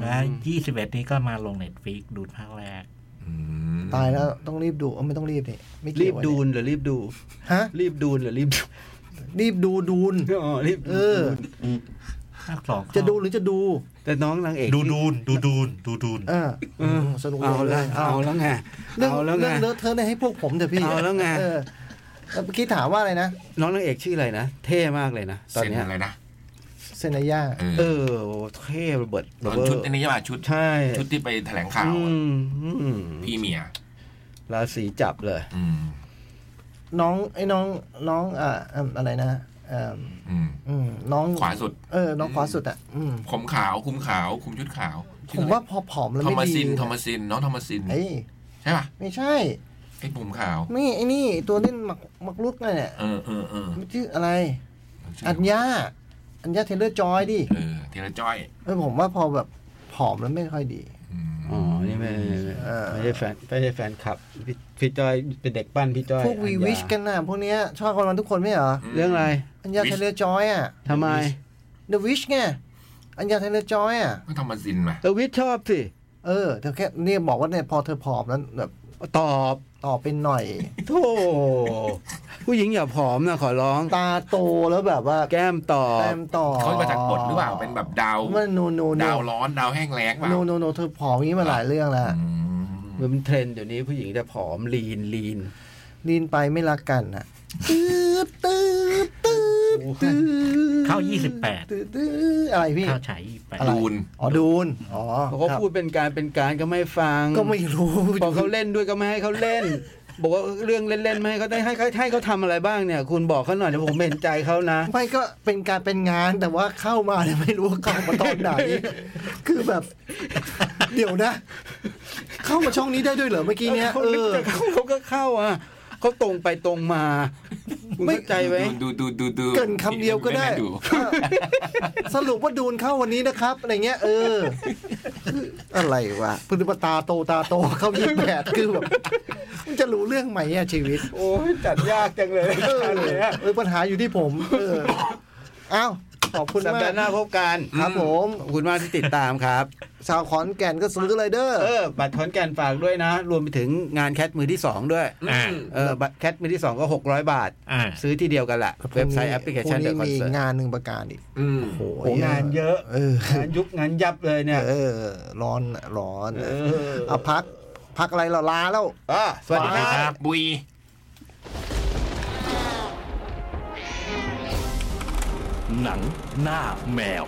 Speaker 1: และยี่สิบเอ็ดนี้ก็มาลงเน็ตฟิกดูภาคแรก
Speaker 5: อืม
Speaker 2: ตายแล้วต้องรีบดูเอ้าไม่ต้องรีบนี่ไม่
Speaker 3: รี
Speaker 2: เกี่ย
Speaker 3: บ
Speaker 2: วอะ
Speaker 3: ดู
Speaker 2: เนี่ย
Speaker 3: นหรือรีบดู
Speaker 2: ฮะ
Speaker 3: รีบดูนหรือรีบดู
Speaker 2: รีบดูดูน
Speaker 3: อ๋อรีบ
Speaker 2: เออ
Speaker 3: ดูน
Speaker 1: ภาคสองเข้า
Speaker 2: จะดูหรือจะดู
Speaker 3: แต่น้องนางเอก
Speaker 1: ดูดูนดูดูนดูดูน
Speaker 2: เอออืมสนุก
Speaker 3: เอาละ
Speaker 2: ย
Speaker 3: เอาแล้วไง
Speaker 2: เรื่อง
Speaker 3: เอาแล้ว
Speaker 2: เรื่
Speaker 3: ไง
Speaker 2: องเลอะเทอะเนี่ยให้พวกผมเถอะพี่
Speaker 3: เอาแล้วไง
Speaker 2: เออแล้วเมื่อกี้ถามว่าอะไรนะ
Speaker 3: น้องนางเอกชื่ออะไรนะเท่มากเลยนะตอน
Speaker 5: เซ็น
Speaker 3: เนี้ย
Speaker 5: อะไรนะ
Speaker 2: เซนายา
Speaker 5: เออ
Speaker 3: เออโอ้เท่ระเบิด
Speaker 5: ต
Speaker 3: ระ
Speaker 5: อน
Speaker 3: เบิ
Speaker 5: ชุด
Speaker 3: ด
Speaker 5: อันนี้ใช่ป่ะชุด
Speaker 3: ใช่
Speaker 5: ชุดที่ไปแถลงข่าว
Speaker 3: อื
Speaker 5: อะ
Speaker 3: มอืม
Speaker 5: พี่เมีย
Speaker 3: ราศีจับเลย
Speaker 5: อืม
Speaker 2: น้องไอ้น้องน้องอ่าอืมอะไรนะอ่า
Speaker 5: อืม
Speaker 2: อืมน้อง
Speaker 5: ขวาสุด
Speaker 2: เออน้องขวาสุดอ่ะอืม
Speaker 5: ผมขาวคุมขาวคุมชุดขาวชื่
Speaker 2: ผ
Speaker 5: อ
Speaker 2: ม
Speaker 5: อะไร
Speaker 2: ว่าพอผอมแล้ว
Speaker 5: ทอ
Speaker 2: ไม่
Speaker 5: มัส
Speaker 2: ดี
Speaker 5: ซินทอมัสซินน้องทอมัสซิน
Speaker 2: เอ้ย
Speaker 5: ใช่ป่ะ
Speaker 2: ไม่ใช่
Speaker 5: ไอ้ผมขาว
Speaker 2: ไม่ไอ้นี่ตัวเล่นหมักหมักลุกนั่นเนี่ย
Speaker 5: เออเออเออ
Speaker 2: มันชื่ออะไร
Speaker 5: ชื่
Speaker 2: อัญญาอัญญาเทเลอร์จอยดิ
Speaker 5: เออเทเลจอย
Speaker 2: เออผมว่าพอแบบผอมแล้วไม่ค่อยดี
Speaker 5: อืม
Speaker 3: อ๋อนี่ไม่
Speaker 2: เออ
Speaker 3: ไม่ใช่แฟนไม่ใช่แฟนคลับพี่พี่จอยเป็นเด็กปั้นพี่จอย
Speaker 2: พวกวีวิชกันนะพวกเนี้ยชอบกันมันทุกคนไม่เหรอ
Speaker 3: เรื่องอะไร
Speaker 2: อัญญาเทเลอร์จอยอ่ะ
Speaker 3: ทำไม
Speaker 2: The Witch ไงอัญญาเทเลอร์จอยอ่ะ
Speaker 5: ก็ทอมัสซินมา
Speaker 3: เออวิชชอบสิ
Speaker 2: เออเธอแค่เนี่ยบอกว่าเนี่ยพอเธอผอมแล้วแบบ
Speaker 3: ตอบ
Speaker 2: ต่อเป็นหน่อย
Speaker 3: โธ่ผู้หญิงอย่าผอมนะขอร้อง
Speaker 2: ตาโตแล้วแบบว่า
Speaker 3: แก้มตอบ
Speaker 2: แต้มต่อ
Speaker 5: เขามาจากบทหรือเปล่าเป็นแบบดาว
Speaker 2: มันโนโนโน
Speaker 5: ดาวร้อนดาวแห้งแล้งเปล่า
Speaker 2: โนโนโนเธอผอมอย่างนี้มาหลายเรื่องแล้ว
Speaker 5: อืม
Speaker 3: มันเป็นเทรนด์เดี๋ยวนี้ผู้หญิงจะผอมลีนลีน
Speaker 2: ลีนไปไม่รักกันอ่ะตื้อตื้อตื้อตื้อ
Speaker 1: เข้ายี่สิบแปด
Speaker 2: ตื้อตื้ออะไรพี่
Speaker 1: เข้าฉายยี่แปด
Speaker 2: อะไร
Speaker 5: ดูน
Speaker 2: อ๋อดูนอ๋อ
Speaker 3: เขาก็
Speaker 2: ครับ
Speaker 3: พูดเป็นการเป็นการก็ไม่ฟัง
Speaker 2: ก็ไม่รู้
Speaker 3: พอเขาเล่นด้วยก็ไม่ให้เขาเล่น บอกว่าเรื่องเล่นๆไม่ให้เขาได้ให้เขาให้เขาทำอะไรบ้างเนี่ย คุณบอกเขาหน่อยเดี๋ยวผมเห็นใจเขานะ
Speaker 2: ไม่ก็เป็นการเป็นงานแต่ว่าเข้ามาเนี่ยไม่รู้ว่าเข้ามาตอนไหน คือแบบ เดี๋ยวนะ เข้ามาช่องนี้ได้ด้วยเหรอเมื่อกี้เนี้ย
Speaker 3: เขา
Speaker 2: เอ
Speaker 3: นึก
Speaker 2: อ
Speaker 3: จะเข้าเขาก็เข้าอ่ะเขาตรงไปตรงมาคุณ
Speaker 2: ไม่
Speaker 3: เข้าใจไหม
Speaker 5: ดูดูดูดู
Speaker 2: เกินคำเดียวก็ได้
Speaker 5: ม่น่า
Speaker 2: สรุปว่าดูนเข้าวันนี้นะครับอะไรเงี้ย เออคืออะไรวะพฤติปตาโตตาโตเข้ายี่แปดคือแบบมันจะรู้เรื่องไหมอะชีวิต
Speaker 3: โอ้ยจัดยากจังเลย
Speaker 2: เออเออปัญหาอยู่ที่ผมเอออ้าวขอบคุณ
Speaker 3: สัป
Speaker 2: มา
Speaker 3: ดาห์หน้าก พบกัน
Speaker 2: ครับผม
Speaker 3: ขอบคุณมากที่ติดตามครับ
Speaker 2: ชาวขอนแก่นก็ซื้อเลยเด้อ
Speaker 3: เออ บัตรขอนแก่นฝากด้วยนะ รวมไปถึงงานแคทมือที่ 2 ด้วย
Speaker 1: อ่า
Speaker 3: เออ บัตรแคทมือที่ 2 ก็ 600 บาท
Speaker 1: อ่า
Speaker 3: ซื้อที่เดียวกันแหละ เว็บไซต์แอปพลิเคชันเด
Speaker 2: เด
Speaker 3: อะคอน
Speaker 2: มี
Speaker 3: เสิร์ต
Speaker 2: งานหนึ่งประการอีก
Speaker 5: อืม
Speaker 2: โอ้
Speaker 3: โอ้งานเยอะ
Speaker 2: เออง
Speaker 3: านยุบงานยับเลยเนี่ย
Speaker 2: เออ ร้อนอะร้อน
Speaker 3: เออ
Speaker 2: เอาพัก พักอะไรเราลาแล้ว
Speaker 3: อ่ะสวัส
Speaker 1: สวั
Speaker 3: ดีค
Speaker 1: สดีค
Speaker 3: รั
Speaker 1: รับ บ
Speaker 5: บุย
Speaker 6: หนังหน้าแมว